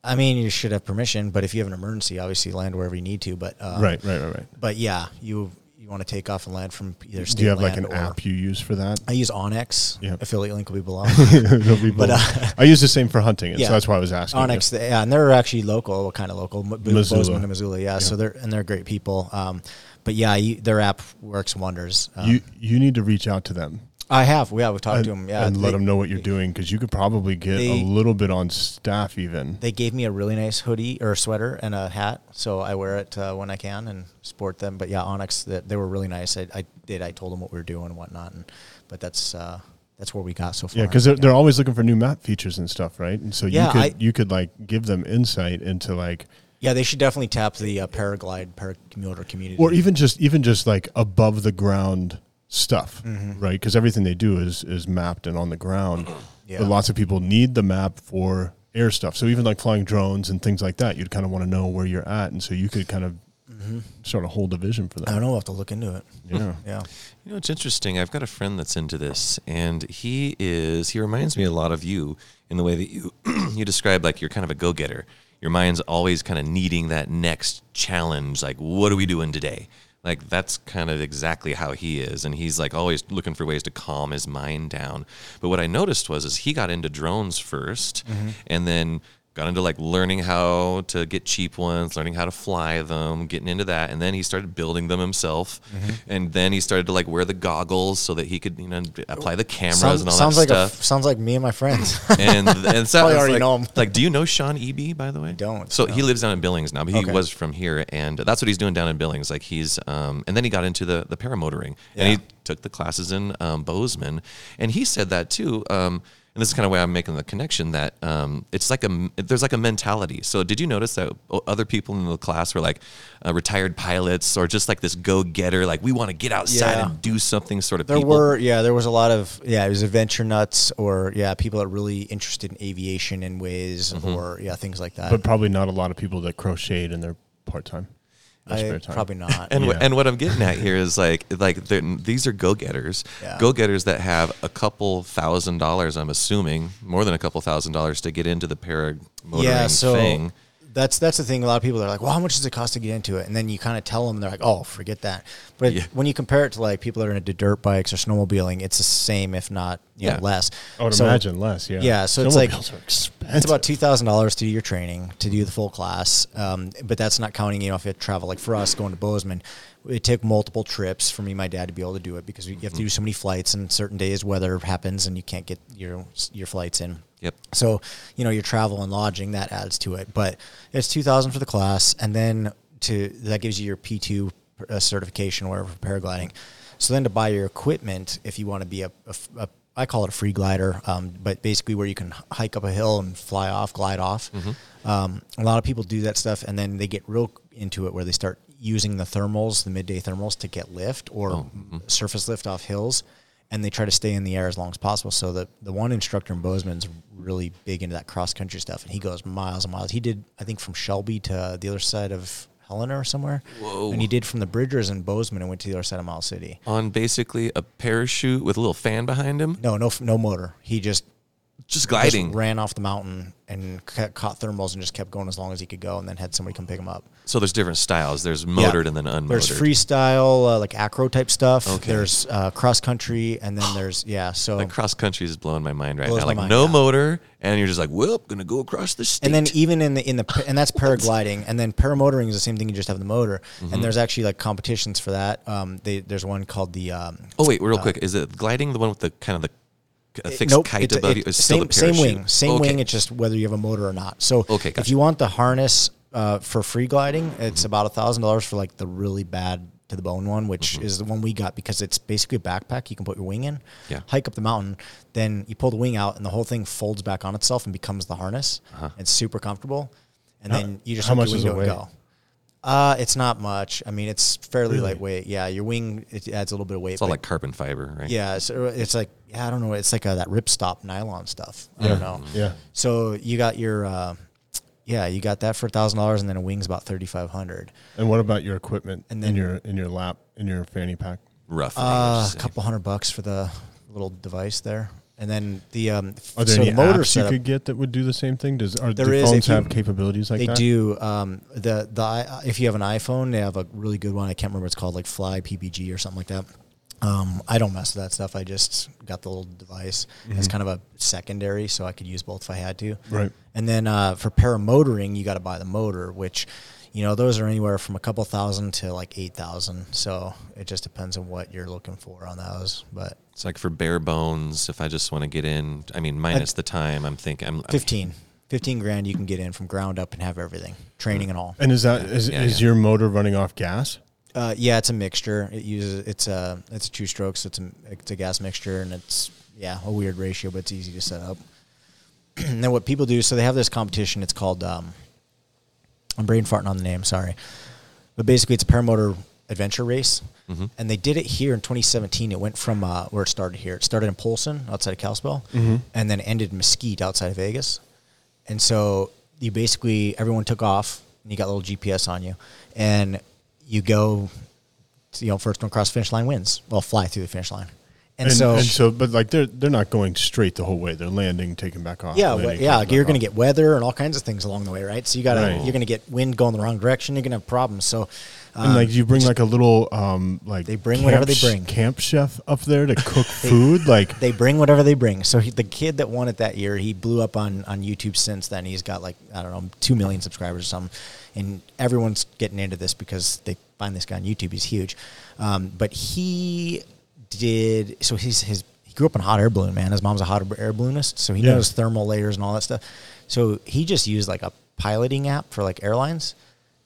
Speaker 3: I mean, you should have permission. But if you have an emergency, obviously land wherever you need to. But uh,
Speaker 2: right, right, right, right.
Speaker 3: But yeah, you you want to take off and land from either state.
Speaker 2: Do you have like
Speaker 3: land
Speaker 2: an
Speaker 3: or-
Speaker 2: app you use for that?
Speaker 3: I use Onyx.
Speaker 2: Yeah.
Speaker 3: Affiliate link will be below.
Speaker 2: It'll be
Speaker 3: But, uh,
Speaker 2: below. I use the same for hunting, and
Speaker 3: yeah.
Speaker 2: so that's why I was asking. you.
Speaker 3: Onyx, they- yeah, and they're actually local, kind of local, Mo- Bo-
Speaker 2: Missoula.
Speaker 3: Bozeman and Missoula, yeah, So they're and they're great people. Um, but yeah, you, their app works wonders. Um,
Speaker 2: You you need to reach out to them
Speaker 3: I have, yeah, we've talked
Speaker 2: and,
Speaker 3: to them, yeah,
Speaker 2: and
Speaker 3: they,
Speaker 2: let them know what you're doing because you could probably get
Speaker 3: they-
Speaker 2: a little bit on staff even.
Speaker 3: They gave me a really nice hoodie or sweater and a hat, so I wear it uh, when I can and sport them. But yeah, Onyx, they, they were really nice. I, I did, I told them what we were doing and whatnot, and but that's uh, that's where we got so far.
Speaker 2: yeah, because they're, they're always looking for new map features and stuff, right? And so
Speaker 3: Yeah,
Speaker 2: you could
Speaker 3: I-
Speaker 2: you could like give them insight into like
Speaker 3: yeah, they should definitely tap the uh, paraglide paramotor community.
Speaker 2: or e even just even just like above the ground stuff
Speaker 3: Mm-hmm.
Speaker 2: right because everything they do is is mapped and on the ground
Speaker 3: Yeah.
Speaker 2: but lots of people need the map for air stuff so even like flying drones and things like that you'd kind of want to know where you're at and so you could kind of
Speaker 3: Mm-hmm.
Speaker 2: sort of hold a vision for
Speaker 3: I
Speaker 2: that
Speaker 3: don't know. We'll have to look into it.
Speaker 2: yeah
Speaker 3: Yeah.
Speaker 1: You know, it's interesting. I've got a friend that's into this, and he is, he reminds me a lot of you in the way that you, you describe like you're kind of a go getter. Your mind's always kind of needing that next challenge. Like, what are we doing today? Like, that's kind of exactly how he is. And he's like always looking for ways to calm his mind down. But what I noticed was, is he got into drones 1st and then got into like learning how to get cheap ones, learning how to fly them, getting into that, and then he started building them himself,
Speaker 4: Mm-hmm.
Speaker 1: and then he started to like wear the goggles so that he could you know apply the cameras and all
Speaker 4: sounds
Speaker 1: that
Speaker 4: like a,
Speaker 1: stuff.
Speaker 4: sounds like me and my friends.
Speaker 1: and and so
Speaker 3: Probably
Speaker 1: I was
Speaker 3: already
Speaker 1: like,
Speaker 3: know him.
Speaker 1: like, do you know Sean Eb by the way?
Speaker 3: don't,
Speaker 1: So he
Speaker 3: no.
Speaker 1: lives down in Billings now, but he
Speaker 3: Okay.
Speaker 1: was from here, and that's what he's doing down in Billings. Like he's um, and then he got into the the paramotoring, and he took the classes in um, Bozeman, and he said that too. Um, and this is kind of why I'm making the connection that um, it's like a m- there's like a mentality. So did you notice that o- other people in the class were like uh, retired pilots or just like this go getter, like we want to get outside
Speaker 3: Yeah.
Speaker 1: and do something sort of
Speaker 3: There
Speaker 1: people?
Speaker 3: were, yeah, there was a lot of, yeah, it was adventure nuts or, yeah, people that really interested in aviation in ways
Speaker 1: Mm-hmm.
Speaker 3: or, yeah, things like that.
Speaker 2: but probably not a lot of people that crocheted in their part time,
Speaker 3: I- probably not.
Speaker 1: And wh-
Speaker 2: Yeah.
Speaker 1: and what I'm getting at here is like like they're- these are go getters,
Speaker 3: Yeah.
Speaker 1: go getters that have a couple thousand dollars. I'm assuming more than a couple thousand dollars to get into the paramotoring
Speaker 3: yeah, so
Speaker 1: thing.
Speaker 3: that's that's the thing. A lot of people are like, "Well, how much does it cost to get into it?" And then you kind of tell them, they're like, "Oh, forget that." But
Speaker 1: Yeah.
Speaker 3: when you compare it to like people that are into dirt bikes or snowmobiling, it's the same, if not you know,
Speaker 1: Yeah.
Speaker 3: less.
Speaker 2: I would
Speaker 3: So-
Speaker 2: imagine less. Yeah.
Speaker 3: Yeah, so it's like-
Speaker 2: Snowmobiles are expensive.
Speaker 3: it's about two thousand dollars to do your training to do the full class, um, but that's not counting you know if you have to travel. Like for us going to Bozeman, it took multiple trips for me and my dad to be able to do it because you have to do
Speaker 2: Mm.
Speaker 3: so many flights, and certain days weather happens and you can't get your your flights in.
Speaker 1: Yep.
Speaker 3: So you know your travel and lodging that adds to it, but it's two thousand for the class, and then to that gives you your P two uh, certification or whatever for paragliding. So then to buy your equipment, if you want to be a, a f- a- I call it a free glider, um, but basically where you can h- hike up a hill and fly off, glide off. Um, a lot of people do that stuff, and then they get real into it where they start using the thermals, the midday thermals, to get lift or surface lift off hills and they try to stay in the air as long as possible. So the the one instructor in Bozeman's really big into that cross country stuff, and he goes miles and miles. He did, I think, from Shelby to the other side of Helena or somewhere, Whoa. and he did from the Bridgers in Bozeman and went to the other side of Mile City.
Speaker 1: On basically a parachute with a little fan behind him,
Speaker 3: No, no, no motor. He just
Speaker 1: just
Speaker 3: just
Speaker 1: gliding.
Speaker 3: ran off the mountain and ca- caught thermals and just kept going as long as he could go, and then had somebody come pick him up.
Speaker 1: so there's different styles. There's motored
Speaker 3: Yeah.
Speaker 1: and then unmotored.
Speaker 3: There's freestyle, uh, like acro type stuff.
Speaker 1: Okay.
Speaker 3: There's uh, cross country, and then there's yeah. So
Speaker 1: Like cross country is blowing my mind right
Speaker 3: Blows
Speaker 1: now.
Speaker 3: my
Speaker 1: Like
Speaker 3: mind,
Speaker 1: no
Speaker 3: yeah.
Speaker 1: motor, and you're just like, whoop, gonna go across the state.
Speaker 3: and then even in the in the par- and that's paragliding and then paramotoring is the same thing you just have the motor and there's actually like competitions for that um they, there's one called the um
Speaker 1: oh wait, real quick, is it gliding the one with the kind of the uh, fixed
Speaker 3: nope,
Speaker 1: kite
Speaker 3: it's a-
Speaker 1: above
Speaker 3: it-
Speaker 1: you? It's still
Speaker 3: same,
Speaker 1: the
Speaker 3: same
Speaker 1: parachute.
Speaker 3: wing same
Speaker 1: Okay.
Speaker 3: wing it's just whether you have a motor or not so
Speaker 1: Okay,
Speaker 3: if
Speaker 1: gotcha.
Speaker 3: you want the harness uh, for free gliding it's about a thousand dollars for like the really bad to the bone one which
Speaker 1: Mm-hmm.
Speaker 3: is the one we got because it's basically a backpack you can put your wing in
Speaker 1: Yeah.
Speaker 3: hike up the mountain then you pull the wing out and the whole thing folds back on itself and becomes the harness
Speaker 1: Uh-huh.
Speaker 3: it's super comfortable and then you just
Speaker 2: how
Speaker 3: hook
Speaker 2: much
Speaker 3: your
Speaker 2: does
Speaker 3: wing
Speaker 2: it
Speaker 3: to and
Speaker 2: weigh?
Speaker 3: go Uh, it's not much. I mean, it's fairly
Speaker 2: Really?
Speaker 3: lightweight. Yeah, your wing it adds a little bit of weight.
Speaker 1: it's all
Speaker 3: but-
Speaker 1: like carbon fiber, right?
Speaker 3: yeah, so it's like yeah, I don't know. It's like uh that ripstop nylon stuff. I don't know.
Speaker 2: Yeah.
Speaker 3: So you got your uh, yeah, you got that for thousand dollars, and then a wing's about thirty five hundred.
Speaker 2: And what about your equipment
Speaker 3: And
Speaker 2: in
Speaker 3: then-
Speaker 2: your in your lap in your fanny pack?
Speaker 1: Roughly.
Speaker 3: Uh,
Speaker 1: let's
Speaker 3: a
Speaker 1: say.
Speaker 3: couple hundred bucks for the little device there, and then the um.
Speaker 2: Are there
Speaker 3: so
Speaker 2: any
Speaker 3: the motor
Speaker 2: apps
Speaker 3: setup-
Speaker 2: you could get that would do the same thing? Does are
Speaker 3: There
Speaker 2: do
Speaker 3: is,
Speaker 2: phones
Speaker 3: if you-
Speaker 2: have capabilities like
Speaker 3: they
Speaker 2: that?
Speaker 3: do um, the the i- if you have an iPhone, they have a really good one. I can't remember what it's called, like Fly PPG or something like that. Um, I don't mess with that stuff. I just got the little device as kind of a secondary, so I could use both if I had to.
Speaker 2: Mm-hmm. Right.
Speaker 3: And then uh, for paramotoring, you got to buy the motor, which you know those are anywhere from a couple thousand to like eight thousand. So it just depends on what you're looking for on those, but.
Speaker 1: It's like for bare bones. If I just want to get in, I mean, minus the time, I'm thinking I'm I'm-
Speaker 3: 15 15 grand you can get in from ground up and have everything training and all
Speaker 2: And is that is,
Speaker 1: yeah,
Speaker 2: is
Speaker 1: yeah.
Speaker 2: your motor running off gas?
Speaker 3: Uh, yeah, it's a mixture. It uses it's a it's a two stroke, so it's a it's a gas mixture, and it's yeah a weird ratio, but it's easy to set up. and then what people do, so they have this competition. It's called um, I'm brain farting on the name, sorry, but basically it's a paramotor adventure race, and they did it here in 2017. It went from uh, where it started here. It started in Polson outside of Kalispell, and then ended in Mesquite outside of Vegas. And so you basically everyone took off and you got a little GPS on you and you go you know first one across the finish line wins. Well fly through the finish line. And, so
Speaker 2: and so but like they're they're not going straight the whole way. They're landing, taking back off.
Speaker 3: yeah,
Speaker 2: landing,
Speaker 3: well, yeah,
Speaker 2: taking back
Speaker 3: you're going to
Speaker 2: off.
Speaker 3: get weather and all kinds of things along the way, right? So you got to
Speaker 2: Right.
Speaker 3: you're going to get wind going the wrong direction, you're going to have problems. So
Speaker 2: and like you bring like a little um like
Speaker 3: They bring whatever they
Speaker 2: sh-
Speaker 3: bring.
Speaker 2: camp chef up there to cook food like
Speaker 3: they bring whatever they bring. So he, the kid that won it that year, he blew up on on YouTube since then. He's got like I don't know two million subscribers or something, and everyone's getting into this because they find this guy on YouTube. He's huge, um, but he did so. He's his he grew up in a hot air balloon. Man, his mom's a hot air balloonist, so he
Speaker 2: Yeah.
Speaker 3: knows thermal layers and all that stuff. So he just used like a piloting app for like airlines,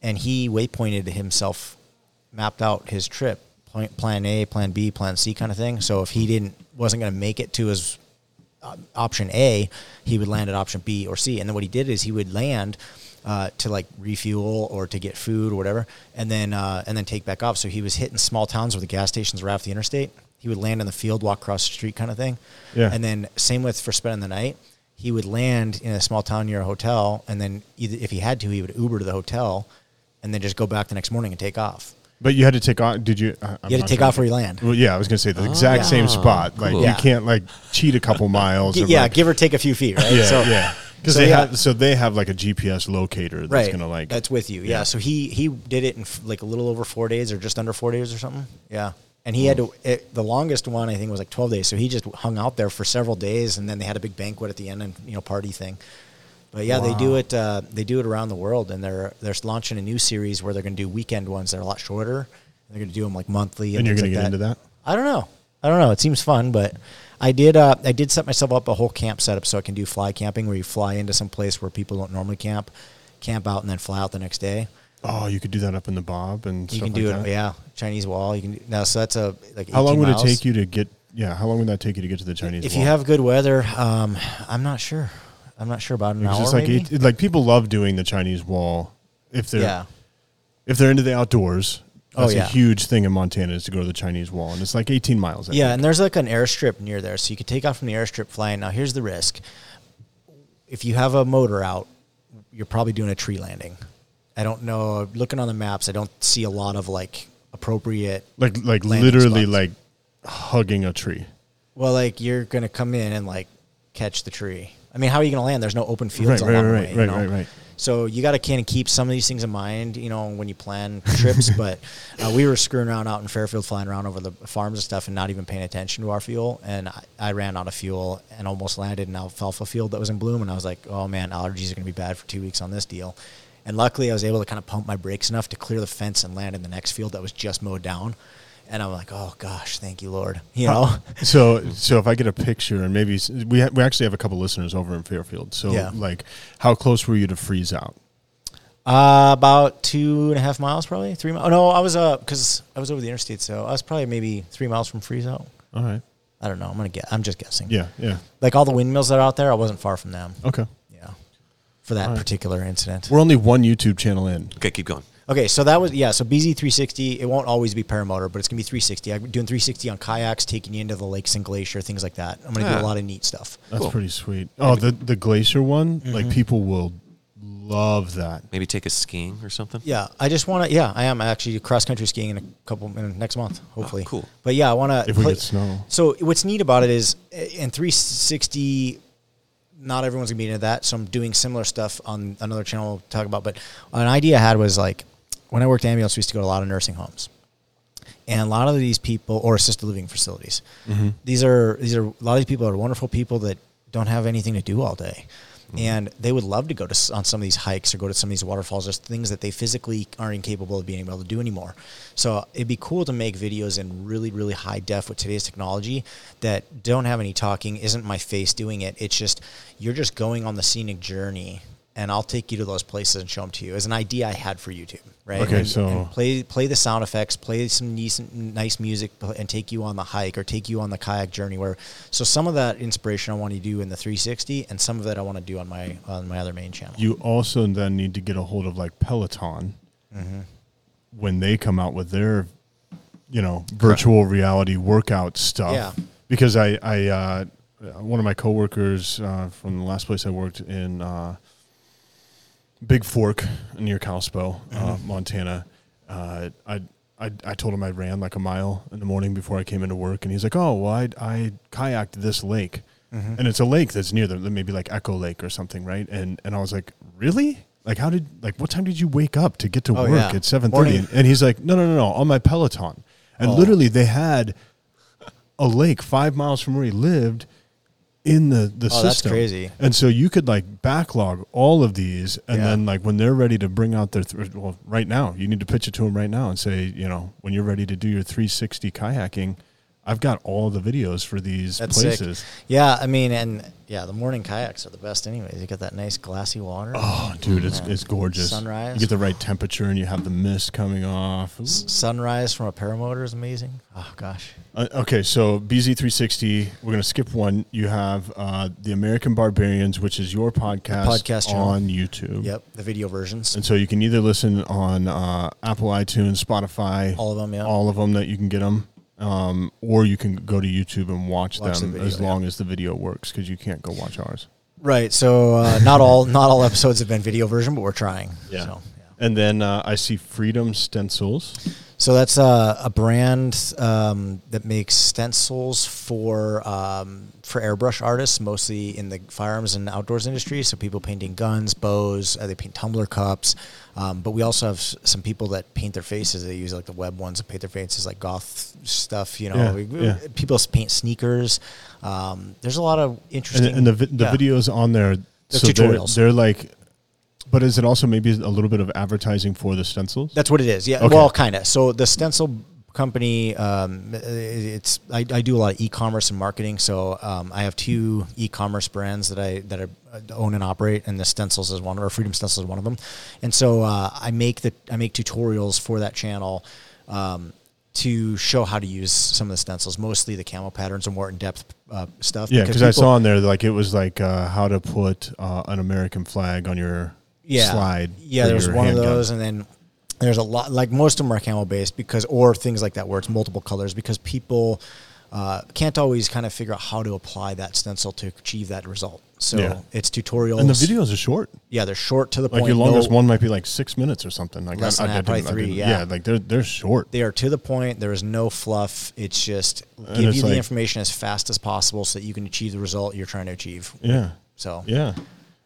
Speaker 3: and he waypointed himself mapped out his trip plan, plan a plan b plan c kind of thing so if he didn't wasn't going to make it to his uh, option a he would land at option b or c and then what he did is he would land uh, to like refuel or to get food or whatever and then uh, and then take back off so he was hitting small towns where the gas stations were off the interstate he would land in the field walk across the street kind of thing
Speaker 2: Yeah.
Speaker 3: and then same with for spending the night he would land in a small town near a hotel and then either, if he had to he would uber to the hotel and then just go back the next morning and take off
Speaker 2: but you had to take off did you I- I'm
Speaker 3: you had
Speaker 2: not
Speaker 3: to take
Speaker 2: sure.
Speaker 3: off where you land. Oh,
Speaker 2: well, yeah I was gonna say the exact same spot like
Speaker 1: cool.
Speaker 2: you
Speaker 3: Yeah.
Speaker 2: can't like cheat a couple miles
Speaker 3: Gi-
Speaker 2: or,
Speaker 3: yeah,
Speaker 2: like,
Speaker 3: give or take a few feet, right?
Speaker 2: yeah
Speaker 3: So-
Speaker 2: yeah because
Speaker 3: so
Speaker 2: they
Speaker 3: yeah.
Speaker 2: have so they have like a GPS locator that's
Speaker 3: right.
Speaker 2: gonna like
Speaker 3: that's with you. Yeah.
Speaker 2: yeah.
Speaker 3: So he he did it in f- like a little over four days or just under four days or something. Yeah. And he had to it, the longest one I think was like twelve days. So he just hung out there for several days, and then they had a big banquet at the end and you know party thing. But yeah, they do it. Uh, they do it around the world, and they're they're launching a new series where they're going to do weekend ones that are a lot shorter. They're going to do them like monthly. And,
Speaker 2: and you're
Speaker 3: things
Speaker 2: gonna
Speaker 3: like
Speaker 2: get
Speaker 3: that.
Speaker 2: into that
Speaker 3: I don't know. I don't know. It seems fun, but I did. Uh, I did set myself up a whole camp setup so I can do fly camping, where you fly into some place where people don't normally camp, camp out, and then fly out the next day.
Speaker 2: oh you could do that up in the Bob and
Speaker 3: You
Speaker 2: stuff
Speaker 3: can do
Speaker 2: like
Speaker 3: it.
Speaker 2: that.
Speaker 3: Yeah, Chinese wall. You can do, no. So that's a like.
Speaker 2: how long
Speaker 3: 18
Speaker 2: would
Speaker 3: miles.
Speaker 2: it take you to get yeah how long would that take you to get to the Chinese
Speaker 3: If
Speaker 2: wall?
Speaker 3: you have good weather, um, I'm not sure. I'm not sure about an
Speaker 2: Because
Speaker 3: hour.
Speaker 2: it's like
Speaker 3: maybe?
Speaker 2: eight- it- like people love doing the Chinese wall if they're
Speaker 3: yeah.
Speaker 2: if they're into the outdoors.
Speaker 3: Oh,
Speaker 2: That's
Speaker 3: yeah.
Speaker 2: a huge thing in Montana is to go to the Chinese wall, and it's like 18 miles. I
Speaker 3: Yeah,
Speaker 2: think.
Speaker 3: and there's like an airstrip near there, so you could take off from the airstrip flying. Now, here's the risk: if you have a motor out, you're probably doing a tree landing. I don't know. Looking on the maps, I don't see a lot of like appropriate.
Speaker 2: like like
Speaker 3: landing
Speaker 2: literally
Speaker 3: spots.
Speaker 2: like hugging a tree.
Speaker 3: Well, like you're gonna come in and like catch the tree. I mean, how are you gonna land? There's no open
Speaker 2: Right,
Speaker 3: fields
Speaker 2: right,
Speaker 3: along the
Speaker 2: right,
Speaker 3: way.
Speaker 2: right,
Speaker 3: you know?
Speaker 2: right, right.
Speaker 3: So you got to kind of keep some of these things in mind, you know, when you plan trips. but uh, we were screwing around out in Fairfield, flying around over the farms and stuff, and not even paying attention to our fuel. And I, I ran out of fuel and almost landed in alfalfa field that was in bloom. And I was like, oh man, allergies are going to be bad for two weeks on this deal. And luckily, I was able to kind of pump my brakes enough to clear the fence and land in the next field that was just mowed down. And I'm like, oh gosh, thank you, Lord. You know,
Speaker 2: So so if I get a picture, and maybe s- we ha- we actually have a couple listeners over in Fairfield. So
Speaker 3: Yeah.
Speaker 2: like, how close were you to freeze out?
Speaker 3: uh, about two and a half miles, probably three miles. Oh, no, I was uh, because I was over the interstate, so I was probably maybe three miles from freeze out.
Speaker 2: All right.
Speaker 3: I don't know. I'm gonna get. I'm just guessing.
Speaker 2: Yeah. Yeah.
Speaker 3: Like all the windmills that are out there, I wasn't far from them.
Speaker 2: Okay.
Speaker 3: Yeah. For that
Speaker 2: right.
Speaker 3: particular incident.
Speaker 2: We're only one YouTube channel in.
Speaker 1: Okay, keep going.
Speaker 3: Okay, so that was yeah. So BZ 360. It won't always be paramotor, but it's gonna be 360. I'm doing 360 on kayaks, taking you into the lakes and glacier, things like that. I'm gonna do
Speaker 1: Ah.
Speaker 3: a lot of neat stuff.
Speaker 2: That's
Speaker 1: Cool.
Speaker 2: pretty sweet. Oh, the the glacier one, like people will love that.
Speaker 1: Maybe take a skiing or something.
Speaker 3: Yeah, I just want to. Yeah, I am actually cross country skiing in a couple in next month, hopefully.
Speaker 1: Oh, cool.
Speaker 3: But yeah, I want to.
Speaker 2: If we get snow.
Speaker 3: So what's neat about it is uh, in 360, not everyone's gonna be into that. So I'm doing similar stuff on another channel we'll talk about. But an idea I had was like when I worked ambulance, we used to go to a lot of nursing homes and a lot of these people or assisted living facilities
Speaker 2: Mm-hmm.
Speaker 3: these are these are a lot of these people are wonderful people that don't have anything to do all day
Speaker 2: Mm-hmm.
Speaker 3: and they would love to go to s- on some of these hikes or go to some of these waterfalls or things that they physically aren't incapable of being able to do anymore so it'd be cool to make videos in really really high def with today's technology that don't have any talking isn't my face doing it it's just you're just going on the scenic journey and I'll take you to those places and show them to you. As an idea I had for YouTube, right?
Speaker 2: Okay,
Speaker 3: And-
Speaker 2: so-
Speaker 3: and play play the sound effects, play some nice, nice music, pl- and take you on the hike or take you on the kayak journey. Where so some of that inspiration I want to do in the 360, and some of that I want to do on my on my other main channel.
Speaker 2: you also then need to get a hold of like Peloton when they come out with their, you know, virtual reality workout stuff.
Speaker 3: Yeah.
Speaker 2: Because I, I, uh, one of my coworkers uh, from the last place I worked in, uh, Big Fork near Kalispell, uh,
Speaker 3: Mm-hmm.
Speaker 2: Montana. Uh, I, I I told him I ran like a mile in the morning before I came into work, and he's like, "Oh, well, I, I kayaked this
Speaker 3: Mm-hmm.
Speaker 2: lake, and it's a lake that's near there, maybe like Echo Lake or something, right?" And and I was like, "Really?" like how did like what time did you wake up to get to
Speaker 3: Oh,
Speaker 2: work
Speaker 3: yeah.
Speaker 2: at 7.30
Speaker 3: Morning. Oh.
Speaker 2: and, and he's like no no no no on my peloton and literally they had a lake five miles from where he lived in the the
Speaker 3: Oh,
Speaker 2: system
Speaker 3: that's crazy.
Speaker 2: and so you could like backlog all of these and
Speaker 3: Yeah.
Speaker 2: then like when they're ready to bring out their th- well right now you need to pitch it to them right now and say you know when you're ready to do your 360 kayaking i've got all the videos for these
Speaker 3: That's
Speaker 2: places
Speaker 3: sick. Yeah, I mean, and yeah, the morning kayaks are the best, anyways. You get that nice glassy water.
Speaker 2: Oh, dude, it's, it's gorgeous.
Speaker 3: Sunrise.
Speaker 2: You get the right temperature and you have the mist coming off. Ooh.
Speaker 3: Sunrise from a paramotor is amazing. Oh gosh,
Speaker 2: Uh, okay, so BZ360, we're going to skip one. You have uh, The American Barbarians, which is your podcast,
Speaker 3: podcast channel.
Speaker 2: on YouTube.
Speaker 3: yep, the video versions.
Speaker 2: And so you can either listen on uh, Apple, iTunes, Spotify,
Speaker 3: All of 'em, yeah.
Speaker 2: all of them that you can get them, um, or you can go to YouTube and watch,
Speaker 3: Watch the
Speaker 2: them
Speaker 3: video,
Speaker 2: as
Speaker 3: yeah.
Speaker 2: long as the video works because you can't go watch ours.
Speaker 3: Right. So uh, not all not all episodes have been video version, but we're trying. So, yeah.
Speaker 2: And then uh, I see Freedom Stencils.
Speaker 3: so that's uh, a brand um, that makes stencils for um, for airbrush artists, mostly in the firearms and outdoors industry. So people painting guns, bows. Uh, they paint tumbler cups. Um, but we also have s- some people that paint their faces. They use like the web ones that paint their faces, like goth stuff. You know,
Speaker 2: Yeah,
Speaker 3: We- we-
Speaker 2: yeah.
Speaker 3: people paint sneakers. Um, there's a lot of
Speaker 2: and,
Speaker 3: interesting
Speaker 2: and the vi- the
Speaker 3: yeah.
Speaker 2: videos on there
Speaker 3: They're
Speaker 2: so they're,
Speaker 3: tutorials.
Speaker 2: they're like but is it also maybe a little bit of advertising for the stencils
Speaker 3: That's what it is. Yeah.
Speaker 2: Okay.
Speaker 3: Well, kind of. So the stencil company, um, it- it's I, I do a lot of e-commerce and marketing. So um, I have two e-commerce brands that I that I own and operate, and the stencils is one, or Freedom Stencils is one of them. And so uh, I make the I make tutorials for that channel. Um, to show how to use some of the stencils, mostly the camel patterns and more in-depth uh, stuff.
Speaker 2: yeah because i
Speaker 3: people-
Speaker 2: saw on there like it was like uh, how to put uh, an american flag on your slide
Speaker 3: Yeah,
Speaker 2: for
Speaker 3: there was
Speaker 2: your
Speaker 3: one of
Speaker 2: handgun.
Speaker 3: those, and then there's a lot like most of them are camel based because or things like that where it's multiple colors because people uh, can't always kind of figure out how to apply that stencil to achieve that result. So
Speaker 2: Yeah.
Speaker 3: it's tutorials.
Speaker 2: and the videos are short
Speaker 3: yeah, they're short to the
Speaker 2: like
Speaker 3: point.
Speaker 2: your longest
Speaker 3: no-
Speaker 2: one might be like six minutes or something like
Speaker 3: Less than that, probably
Speaker 2: didn't-
Speaker 3: three,
Speaker 2: didn't-
Speaker 3: yeah.
Speaker 2: like they're they're short
Speaker 3: They are to the point. There is no fluff. It's just give
Speaker 2: it's
Speaker 3: you
Speaker 2: like-
Speaker 3: the information as fast as possible so that you can achieve the result you're trying to achieve.
Speaker 2: yeah
Speaker 3: So
Speaker 2: yeah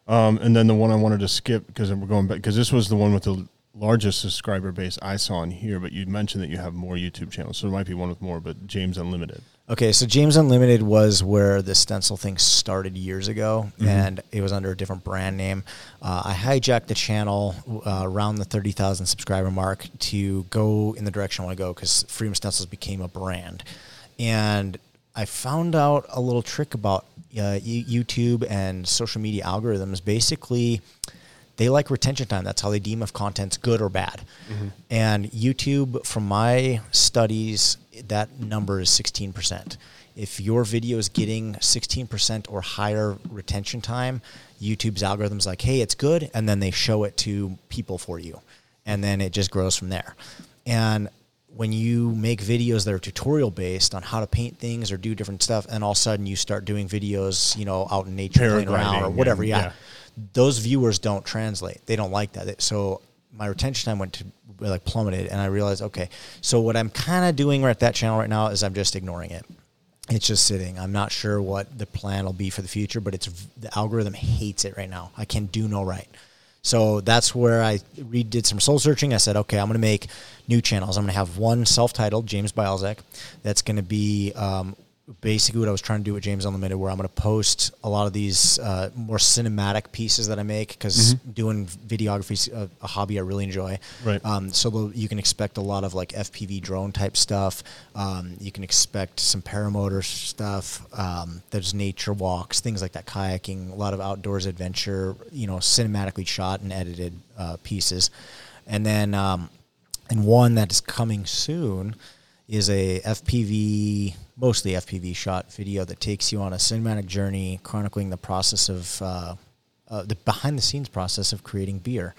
Speaker 2: um, and then the one i wanted to skip because we're going back because this was the one with the l- largest subscriber base i saw in here but you mentioned that you have more youtube channels so there might be one with more but james unlimited
Speaker 3: Okay, so James Unlimited was where the stencil thing started years ago, and it was under a different brand name. Uh, I hijacked the channel uh, around the 30,000 subscriber mark to go in the direction I want to go because Freedom Stencils became a brand. And I found out a little trick about uh, y- YouTube and social media algorithms. Basically, they like retention time. That's how they deem if content's good or bad.
Speaker 2: Mm-hmm.
Speaker 3: And YouTube, from my studies, that number is 16%. If your video is getting 16% or higher retention time, YouTube's algorithm's like, hey, it's good. And then they show it to people for you. And then it just grows from there. And when you make videos that are tutorial based on how to paint things or do different stuff, and all of a sudden you start doing videos, you know, out in nature playing around or
Speaker 2: Paragliding
Speaker 3: whatever,
Speaker 2: and- yeah.
Speaker 3: yeah those viewers don't translate. They don't like that. It- So my retention time went to like plummeted, and I realized, okay, so what I'm kind of doing right at that channel right now is I'm just ignoring it. It's just sitting. I'm not sure what the plan will be for the future, but it's the algorithm hates it right now. I can do no right. So that's where I redid some soul searching. I said, okay, I'm going to make new channels. I'm going to have one self-titled James Bialzek. That's going to be um, basically what I was trying to do with James Unlimited, where I'm going to post a lot of these uh, more cinematic pieces that I make because doing videography is a, a hobby I really enjoy.
Speaker 2: Right.
Speaker 3: Um, so the- you can expect a lot of like FPV drone type stuff. Um, you can expect some paramotor stuff. Um, there's nature walks, things like that, kayaking, a lot of outdoors adventure. You know, cinematically shot and edited uh, pieces, and then um, and one that is coming soon is a FPV, mostly FPV shot video that takes you on a cinematic journey, chronicling the process of uh, uh, the behind the scenes process of creating beer.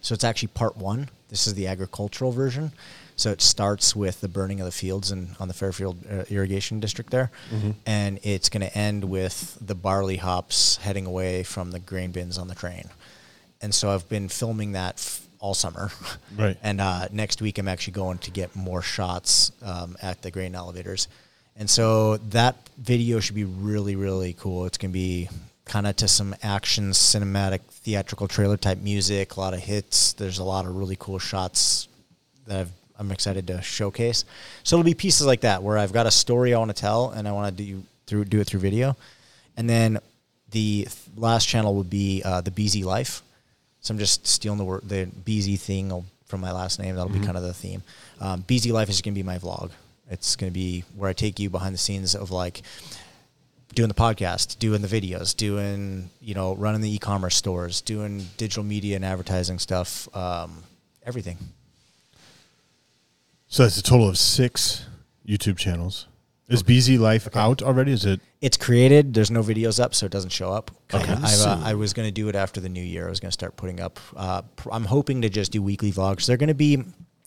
Speaker 3: So it's actually part one. This is the agricultural version. So it starts with the burning of the fields and on the Fairfield uh, irrigation district there, and it's going to end with the barley hops heading away from the grain bins on the train. And so I've been filming that f- all summer,
Speaker 2: Right.
Speaker 3: And uh, next week I'm actually going to get more shots um, at the grain elevators, and so that video should be really really cool. It's going to be kind of to some action cinematic theatrical trailer type music a lot of hits there's a lot of really cool shots that I've, i'm excited to showcase so it'll be pieces like that where i've got a story i want to tell and i want to do through do it through video and then the th- last channel would be uh, the bz life so i'm just stealing the word the bz thing will- from my last name that'll be kind of the theme um, bz life is going to be my vlog it's going to be where i take you behind the scenes of like doing the podcast, doing the videos, doing you know running the e-commerce stores, doing digital media and advertising stuff, um, everything.
Speaker 2: So that's a total of six YouTube channels. Is BZ Life out already? Is it?
Speaker 3: It's created. There's no videos up, so it doesn't show up.
Speaker 2: Okay.
Speaker 3: I've, uh, I was going to do it after the new year. I was going to start putting up. Uh, pr- I'm hoping to just do weekly vlogs. They're going to be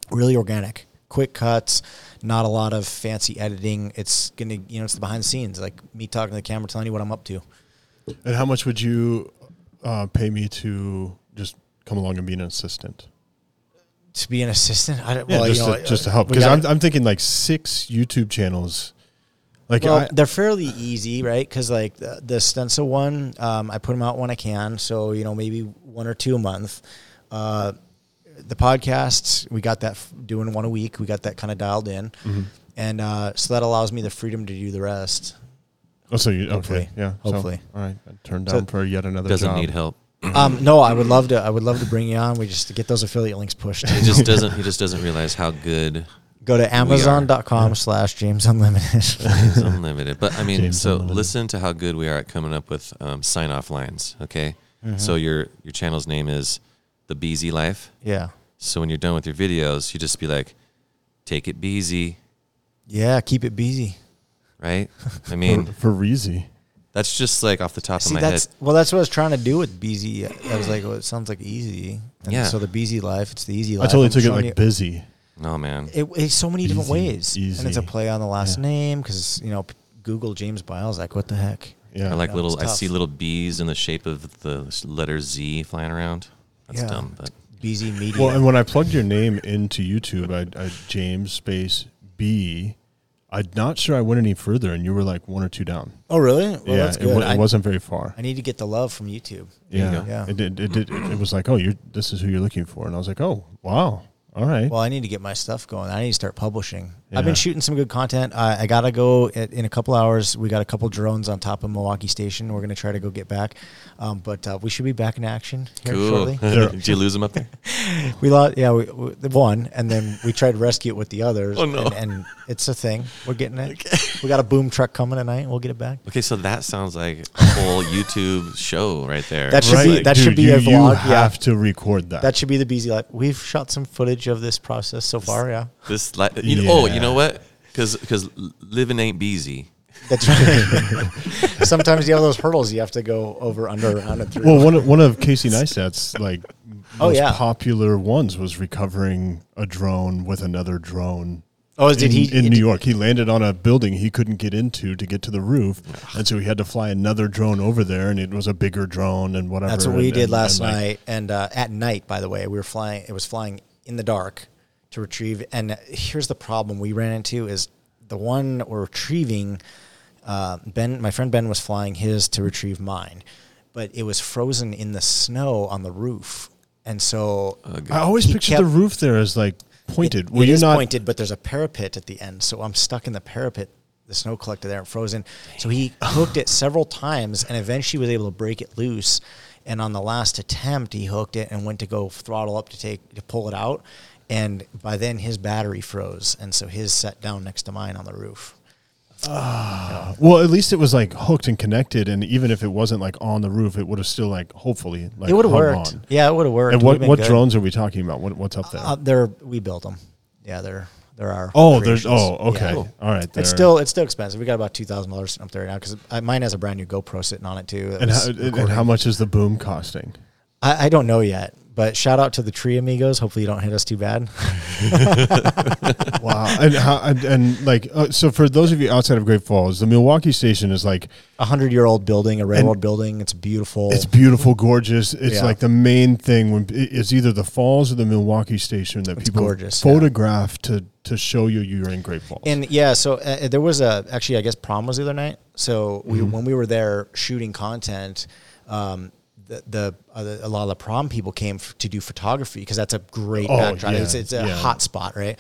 Speaker 3: really organic, quick cuts, not a lot of fancy editing. It's going to, you know, it's the behind the scenes, like me talking to the camera, telling you what I'm up to.
Speaker 2: And how much would you uh, pay me to just come along and be an assistant?
Speaker 3: To be an assistant, I don't,
Speaker 2: Yeah,
Speaker 3: well,
Speaker 2: just,
Speaker 3: you know, uh,
Speaker 2: to, just to help.
Speaker 3: we
Speaker 2: Because
Speaker 3: gotta-
Speaker 2: I'm, I'm thinking like six YouTube channels. Like,
Speaker 3: well,
Speaker 2: I,
Speaker 3: they're fairly easy, right? Because like the, the stencil one, um, I put them out when I can, so you know maybe one or two a month. Uh, the podcasts, we got that f- doing one a week. We got that kind of dialed in, and uh, so that allows me the freedom to do the rest.
Speaker 2: oh, so you,
Speaker 3: hopefully.
Speaker 2: okay. Yeah. so,
Speaker 3: Hopefully.
Speaker 2: all right. I turned
Speaker 3: So-
Speaker 2: down for yet another
Speaker 1: Doesn't
Speaker 2: job.
Speaker 1: need help.
Speaker 3: um, no, I would love to. I would love to bring you on. We just get those affiliate links pushed.
Speaker 1: He just doesn't. He just doesn't realize how good
Speaker 3: Go to Amazon.com slash James Unlimited.
Speaker 1: is unlimited. But I mean,
Speaker 2: James
Speaker 1: so
Speaker 2: Unlimited.
Speaker 1: listen to how good we are at coming up with um, sign off lines. Okay,
Speaker 3: Mm-hmm.
Speaker 1: so your your channel's name is the Beezy Life.
Speaker 3: yeah,
Speaker 1: So when you're done with your videos, you just be like, take it beezy,
Speaker 3: yeah. Keep it busy.
Speaker 1: right? I
Speaker 2: For,
Speaker 1: mean,
Speaker 2: for Reezy.
Speaker 1: that's just like off the top
Speaker 3: See,
Speaker 1: of my
Speaker 3: that's
Speaker 1: head.
Speaker 3: well, that's what I was trying to do with BZ. I was like, well, it sounds like easy. And
Speaker 1: Yeah.
Speaker 3: So the BZ life, it's the easy
Speaker 2: I
Speaker 3: life.
Speaker 2: totally
Speaker 3: I'm
Speaker 2: took it
Speaker 3: showing
Speaker 2: like busy.
Speaker 1: No man.
Speaker 3: you- it, it's so many different
Speaker 2: Easy,
Speaker 3: ways, and it's a
Speaker 2: easy.
Speaker 3: play on the last
Speaker 2: Yeah.
Speaker 3: name because you know p- Google James Biles, like what the heck?
Speaker 2: Yeah.
Speaker 1: I like
Speaker 3: that
Speaker 1: little.
Speaker 3: was
Speaker 1: I see
Speaker 3: tough.
Speaker 1: little bees in the shape of the letter Z flying around. That's
Speaker 3: Yeah.
Speaker 1: dumb, but
Speaker 3: BZ Media.
Speaker 2: Well, and when I plugged your name into YouTube, I, I James space B. I'm not sure I went any further, and you were like one or two down.
Speaker 3: oh, really? Well,
Speaker 2: yeah,
Speaker 3: that's
Speaker 2: It,
Speaker 3: good.
Speaker 2: wa- it
Speaker 3: I,
Speaker 2: wasn't very far.
Speaker 3: I need to get the love from YouTube.
Speaker 1: you
Speaker 2: yeah,
Speaker 1: go.
Speaker 3: Yeah.
Speaker 2: It, did, it, did, it was like, oh, you're this is who you're looking for, and I was like, oh, wow, all right.
Speaker 3: Well, I need to get my stuff going. I need to start publishing. I've
Speaker 2: Yeah.
Speaker 3: been shooting some good content. I, I gotta go at, in a couple hours. We got a couple drones on top of Milwaukee Station. We're gonna try to go get back, um, but uh, we should be back in action here
Speaker 1: cool.
Speaker 3: shortly.
Speaker 1: Did you lose them up there?
Speaker 3: We lost, yeah, we, we, the one, and then we tried to rescue it with the others.
Speaker 1: Oh, no.
Speaker 3: And, and it's a thing. We're getting it. We got a boom truck coming tonight. We'll get it back.
Speaker 1: Okay, so that sounds like a whole YouTube show right there.
Speaker 3: That should be-
Speaker 1: Like,
Speaker 3: that should be
Speaker 2: you,
Speaker 3: a
Speaker 2: You
Speaker 3: vlog, yeah.
Speaker 2: have to record that.
Speaker 3: That should be the BZ life. We've shot some footage of this process so far. Yeah,
Speaker 1: this. Li- you know- Oh, you
Speaker 2: Yeah.
Speaker 1: know what? Because living ain't beezy.
Speaker 3: that's right. Sometimes you have those hurdles you have to go over, under, around, and through.
Speaker 2: well, one of, one of Casey Neistat's like
Speaker 3: Oh,
Speaker 2: most
Speaker 3: yeah.
Speaker 2: popular ones was recovering a drone with another drone.
Speaker 3: Oh, did
Speaker 2: in,
Speaker 3: he-
Speaker 2: in
Speaker 3: did-
Speaker 2: New York? He landed on a building he couldn't get into to get to the roof, and so he had to fly another drone over there, and it was a bigger drone and whatever.
Speaker 3: That's what we
Speaker 2: and-
Speaker 3: did
Speaker 2: and-
Speaker 3: last
Speaker 2: and, like,
Speaker 3: night, and uh, at night, by the way, we were flying. It was flying in the dark to retrieve. And here's the problem we ran into is the one we're retrieving. Uh, ben, my friend Ben was flying his to retrieve mine, but it was frozen in the snow on the roof, and so
Speaker 2: I always
Speaker 3: He
Speaker 2: pictured
Speaker 3: kept-
Speaker 2: the roof there as like pointed.
Speaker 3: it-
Speaker 2: Were
Speaker 3: it
Speaker 2: you
Speaker 3: is
Speaker 2: not?
Speaker 3: pointed, but there's a parapet at the end, so I'm stuck in the parapet. The snow collected there and frozen. So he hooked it several times and eventually was able to break it loose. And on the last attempt, he hooked it and went to go throttle up to take to pull it out. And by then, his battery froze, and so his sat down next to mine on the roof.
Speaker 2: Well, at least it was like hooked and connected, and even if it wasn't like on the roof, it would have still like hopefully like
Speaker 3: it would have
Speaker 2: hung
Speaker 3: worked.
Speaker 2: on.
Speaker 3: Yeah, it would have worked.
Speaker 2: And
Speaker 3: It
Speaker 2: what
Speaker 3: would've been
Speaker 2: what
Speaker 3: good.
Speaker 2: drones are we talking about? What what's up there?
Speaker 3: Uh, they're we built them. Yeah, they're they're our.
Speaker 2: oh, there's
Speaker 3: creations.
Speaker 2: oh okay
Speaker 3: Yeah.
Speaker 2: all right.
Speaker 3: It's
Speaker 2: they're-
Speaker 3: still it's still expensive. We got about two thousand dollars up there now because mine has a brand new GoPro sitting on it too. that
Speaker 2: and
Speaker 3: was
Speaker 2: how, and- and
Speaker 3: recording.
Speaker 2: how much is the boom costing?
Speaker 3: I, I don't know yet. But shout out to the Tree Amigos. Hopefully you don't hit us too bad.
Speaker 2: wow. And, how, and, and like, uh, so for those of you outside of Great Falls, the Milwaukee station is like,
Speaker 3: A hundred year old building, a railroad building. It's beautiful.
Speaker 2: it's beautiful, gorgeous. It's
Speaker 3: Yeah.
Speaker 2: like the main thing when it- it's either the falls or the Milwaukee station that people
Speaker 3: gorgeous, yeah.
Speaker 2: photograph to, to show you you're in Great Falls.
Speaker 3: And yeah, so uh, there was a actually I guess prom was the other night. So we
Speaker 2: Mm-hmm.
Speaker 3: when we were there shooting content, um, the the, uh, the a lot of the prom people came f- to do photography because that's a great
Speaker 2: Oh,
Speaker 3: backdrop.
Speaker 2: yeah,
Speaker 3: It's, it's a
Speaker 2: yeah. Mm-hmm.
Speaker 3: hot spot, right?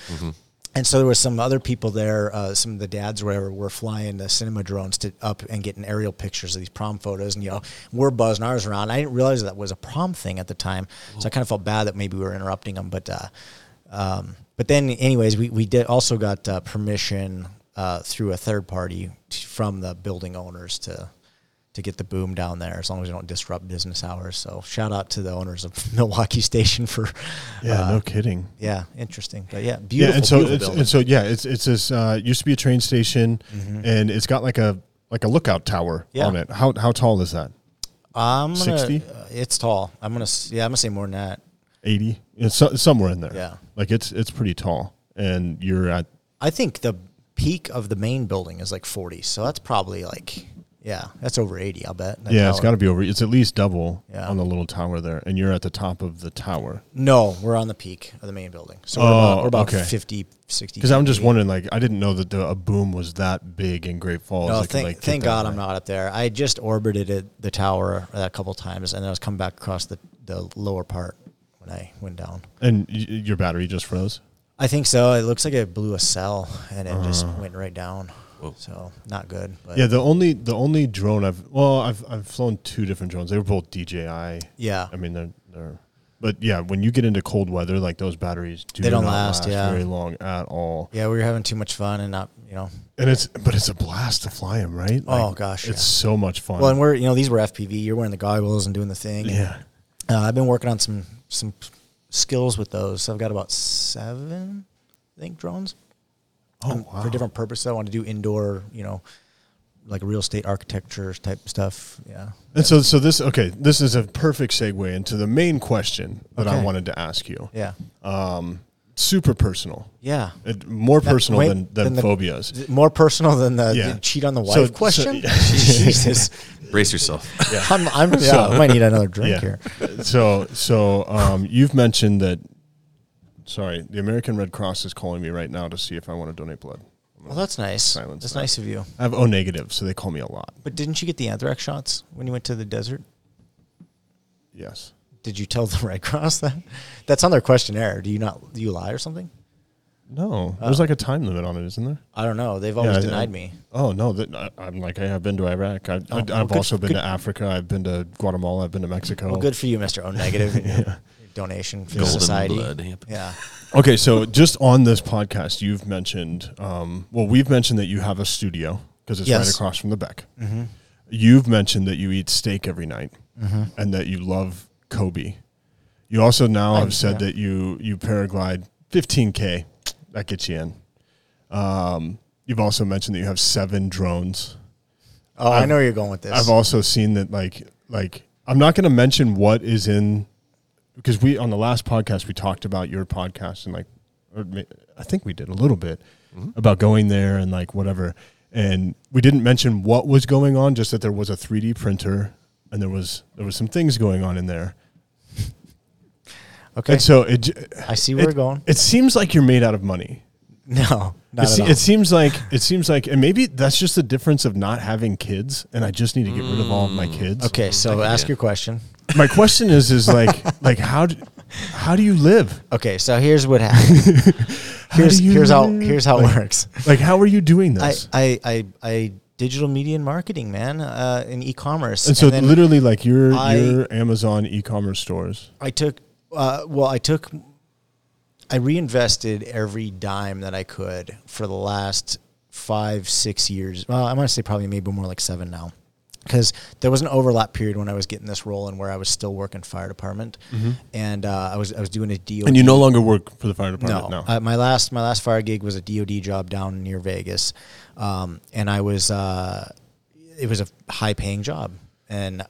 Speaker 3: And so there was some other people there, uh, some of the dads or whatever, were flying the cinema drones to up and getting aerial pictures of these prom photos. And, you know, we're buzzing ours around. I didn't realize that was a prom thing at the time. So I kind of felt bad that maybe we were interrupting them. But, uh, um, but then, anyways, we, we did also got uh, permission uh, through a third party t- from the building owners to to get the boom down there as long as you don't disrupt business hours. So shout out to the owners of Milwaukee Station for,
Speaker 2: yeah,
Speaker 3: uh,
Speaker 2: no kidding.
Speaker 3: yeah, interesting. But yeah, beautiful.
Speaker 2: Yeah, and so
Speaker 3: beautiful
Speaker 2: it's,
Speaker 3: building.
Speaker 2: and so yeah, it's it's this uh, used to be a train station, and it's got like a like a lookout tower
Speaker 3: Mm-hmm. Yeah.
Speaker 2: on it. How how tall is that?
Speaker 3: I'm gonna,
Speaker 2: 60?
Speaker 3: uh, it's tall. I'm gonna. s- Yeah, I'm gonna say more than that.
Speaker 2: Eighty? It's so, somewhere in there.
Speaker 3: Yeah.
Speaker 2: like it's it's pretty tall, and you're at
Speaker 3: I think the peak of the main building is like 40. So that's probably like, yeah, that's over 80. I'll bet. that
Speaker 2: yeah, it's got
Speaker 3: tower.
Speaker 2: to be over. It's at least double
Speaker 3: Yeah.
Speaker 2: on the little tower there, and you're at the top of the tower.
Speaker 3: No, we're on the peak of the main building. So we're
Speaker 2: Oh,
Speaker 3: about, we're about
Speaker 2: okay.
Speaker 3: 50, 60.
Speaker 2: Because I'm just
Speaker 3: 80.
Speaker 2: wondering, like, I didn't know that the, a boom was that big in Great Falls.
Speaker 3: No,
Speaker 2: that could,
Speaker 3: thank,
Speaker 2: like, get
Speaker 3: thank
Speaker 2: that
Speaker 3: God
Speaker 2: high.
Speaker 3: I'm not up there. I just orbited it, the tower uh, a couple times, and then I was coming back across the, the lower part when I went down.
Speaker 2: And y- y- your battery just froze.
Speaker 3: I think so. It looks like it blew a cell, and it just went right down. So not good. But
Speaker 2: Uh-huh. Yeah, the only the only drone I've well, I've I've flown two different drones. They were both DJI.
Speaker 3: yeah.
Speaker 2: I mean, they're they're. But yeah, when you get into cold weather, like those batteries do
Speaker 3: They don't
Speaker 2: not
Speaker 3: last, yeah.
Speaker 2: very long at all.
Speaker 3: Yeah, we were having too much fun and not, you know.
Speaker 2: And it's but it's a blast to fly them, right?
Speaker 3: Oh,
Speaker 2: it's
Speaker 3: gosh, yeah.
Speaker 2: so much fun.
Speaker 3: Well, and we're, you know, these were FPV. You're wearing the goggles and doing the thing.
Speaker 2: yeah,
Speaker 3: Uh, I've been working on some some skills with those. So I've got about seven, I think, drones.
Speaker 2: oh
Speaker 3: Um,
Speaker 2: wow,
Speaker 3: For different purposes, I want to do indoor, you know, like real estate architecture type stuff. Yeah.
Speaker 2: And so, so this okay. This is a perfect segue into the main question that I
Speaker 3: Okay.
Speaker 2: wanted to ask you. Um,
Speaker 3: Yeah.
Speaker 2: Super personal,
Speaker 3: Yeah.
Speaker 2: It- more personal
Speaker 3: wait,
Speaker 2: than than,
Speaker 3: then the-
Speaker 2: phobias.
Speaker 3: Is it More personal than the,
Speaker 2: Yeah.
Speaker 3: the cheat on the wife
Speaker 2: So- uh, so-
Speaker 3: question. Jesus.
Speaker 1: Brace yourself.
Speaker 3: I'm, I'm, yeah, I might need another drink
Speaker 2: yeah.
Speaker 3: here.
Speaker 2: so, so um, you've mentioned that. Sorry, the American Red Cross is calling me right now to see if I want to donate blood.
Speaker 3: Well, that's nice.
Speaker 2: Silence
Speaker 3: that's
Speaker 2: that.
Speaker 3: nice of you.
Speaker 2: I have O negative, so they call me a lot.
Speaker 3: But didn't you get the anthrax shots when you went to the desert?
Speaker 2: Yes.
Speaker 3: Did you tell the Red Cross that? That's on their questionnaire. Do you not? Do you lie or something?
Speaker 2: No, there's like a time limit on it, isn't there?
Speaker 3: I don't know. They've
Speaker 2: Oh. Yeah,
Speaker 3: always
Speaker 2: I-
Speaker 3: denied me.
Speaker 2: Oh no, that, I, I'm like I have been to Iraq. I, I,
Speaker 3: Oh,
Speaker 2: I've
Speaker 3: well, good-
Speaker 2: also been
Speaker 3: good-
Speaker 2: to Africa. I've been to Guatemala. I've been to Mexico.
Speaker 3: Well, good for you, Mister O Negative. and your Donation for
Speaker 1: Golden
Speaker 3: society.
Speaker 1: blood, yep.
Speaker 3: Yeah.
Speaker 2: Okay, so just on this podcast, you've mentioned, um, well, we've mentioned that you have a studio because it's right
Speaker 3: Yes.
Speaker 2: across from the Beck. You've mentioned that you eat steak every night and that you love Kobe. You also now have said that you you paraglide 15k. That gets you in. Um, you've also mentioned that you have seven drones.
Speaker 3: Oh, i know where you're going with this.
Speaker 2: I've also seen that like like I'm not going to mention what is in because we on the last podcast we talked about your podcast and like or ma- I think we did a little bit
Speaker 3: Mm-hmm.
Speaker 2: about going there and like whatever and we didn't mention what was going on just that there was a 3D printer and there was there was some things going on in there
Speaker 3: okay.
Speaker 2: and so it j-
Speaker 3: I see where
Speaker 2: it,
Speaker 3: we're going.
Speaker 2: it seems like you're made out of money
Speaker 3: No,
Speaker 2: it,
Speaker 3: not
Speaker 2: se-
Speaker 3: at all.
Speaker 2: it seems like it seems like and maybe that's just the difference of not having kids and I just need to get rid of all of my kids
Speaker 3: Mm. Okay, so ask
Speaker 1: yeah.
Speaker 3: your question.
Speaker 2: my question is is like like how do, how do you live
Speaker 3: Okay, so here's what happened. here's
Speaker 2: do you
Speaker 3: here's how
Speaker 2: live?
Speaker 3: here's how it
Speaker 2: Like-
Speaker 3: works.
Speaker 2: like how are you doing
Speaker 3: I,
Speaker 2: this
Speaker 3: I I I digital media and marketing, man, uh, and e-commerce.
Speaker 2: and so
Speaker 3: then-
Speaker 2: literally like your
Speaker 3: I-
Speaker 2: your amazon e-commerce stores
Speaker 3: I took, uh, well, I took, I reinvested every dime that I could for the last five, six years. Well, I'm going to say probably maybe more like seven now. Because there was an overlap period when I was getting this role and where I was still working fire department, and uh, I was I was doing a deal.
Speaker 2: Mm-hmm. and you no longer work for the fire department
Speaker 3: No,
Speaker 2: now
Speaker 3: Uh, my last my last fire gig was a DoD job down near Vegas, um, and I was uh, it was a high paying job, and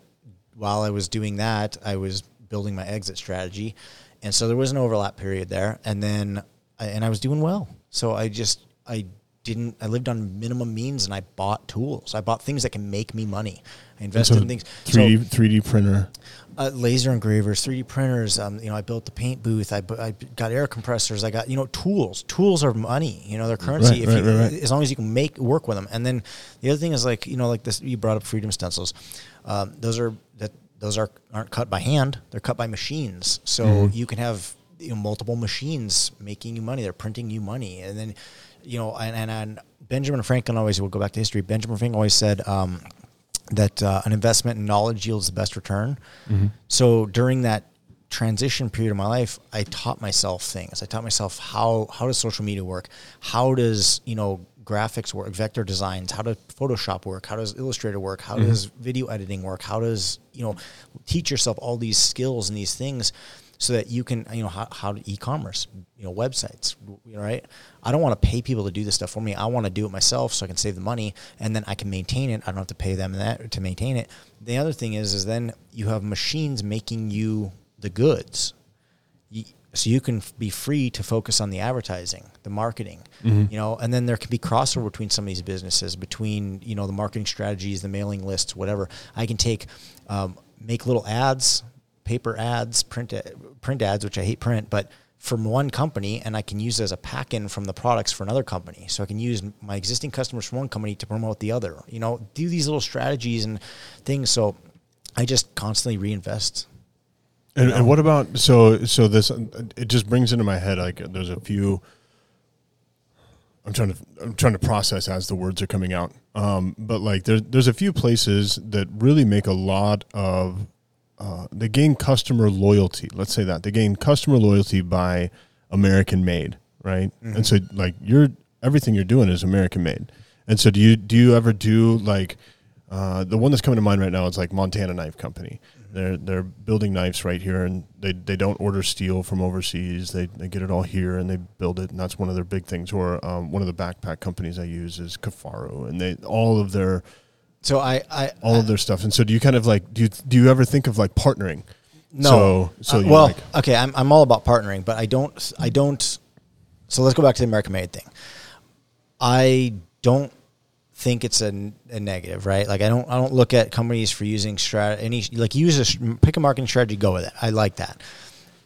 Speaker 3: while I was doing that, I was building my exit strategy. And so there was an overlap period there. And then, and I was doing well. So I just, I didn't, I lived on minimum means and I bought tools. I bought things that can make me money. I invested in things. So-
Speaker 2: 3D 3D printer.
Speaker 3: uh, laser engravers, 3D printers. Um, you know, I built the paint booth. I, bu- I got air compressors. I got you know tools. Tools are money. You know, they're currency.
Speaker 2: Right,
Speaker 3: if
Speaker 2: right,
Speaker 3: you,
Speaker 2: right, right.
Speaker 3: As long as you can make work with them. And then the other thing is like you know like this. You brought up freedom stencils. Um, those are that those are aren't cut by hand. They're cut by machines. So
Speaker 2: Mm-hmm.
Speaker 3: you can have you know, multiple machines making you money. They're printing you money. And then you know and and, and Benjamin Franklin always will go back to history. Benjamin Franklin always said. Um, that uh, an investment in knowledge yields the best return. So during that transition period of my life, I taught myself things. I taught myself how how does social media work? How does you know graphics work? Vector designs? How does Photoshop work? How does Illustrator work? How does video editing work? How does you know teach yourself all these skills and these things so that you can you know how, how to e-commerce you know websites you know, right i don't want to pay people to do this stuff for me i want to do it myself so i can save the money and then i can maintain it i don't have to pay them that to maintain it the other thing is is then you have machines making you the goods you, so you can f- be free to focus on the advertising, the marketing, you know, and then there can be crossover between some of these businesses, between you know the marketing strategies, the mailing lists, whatever. I can take, um, make little ads, paper ads, print a- print ads, which I hate print, but from one company, and I can use it as a pack in from the products for another company. So I can use my existing customers from one company to promote the other. You know, do these little strategies and things. So I just constantly reinvest.
Speaker 2: And, and what about so so this uh, it just brings into my head like there's a few I'm trying to I'm trying to process as the words are coming out. Um, but like there's there's a few places that really make a lot of uh, they gain customer loyalty. Let's say that they gain customer loyalty by American made, right? And so like you're everything you're doing is American made. And so do you do you ever do like uh, the one that's coming to mind right now is like Montana Knife Company. They're they're building knives right here, and they, they don't order steel from overseas. They, they get it all here, and they build it, and that's one of their big things. Or um, one of the backpack companies I use is Kafaro, and they all of their
Speaker 3: So I, I
Speaker 2: all of their stuff. And so, do you kind of like do you, do you ever think of like partnering?
Speaker 3: No.
Speaker 2: So, so
Speaker 3: Uh,
Speaker 2: you're
Speaker 3: well,
Speaker 2: like,
Speaker 3: okay, I'm, I'm all about partnering, but I don't, I don't. So let's go back to the American made thing. I don't think it's a, a negative, right? Like I don't, I don't look at companies for using strat any like use a str- pick a marketing strategy, go with it. I like that.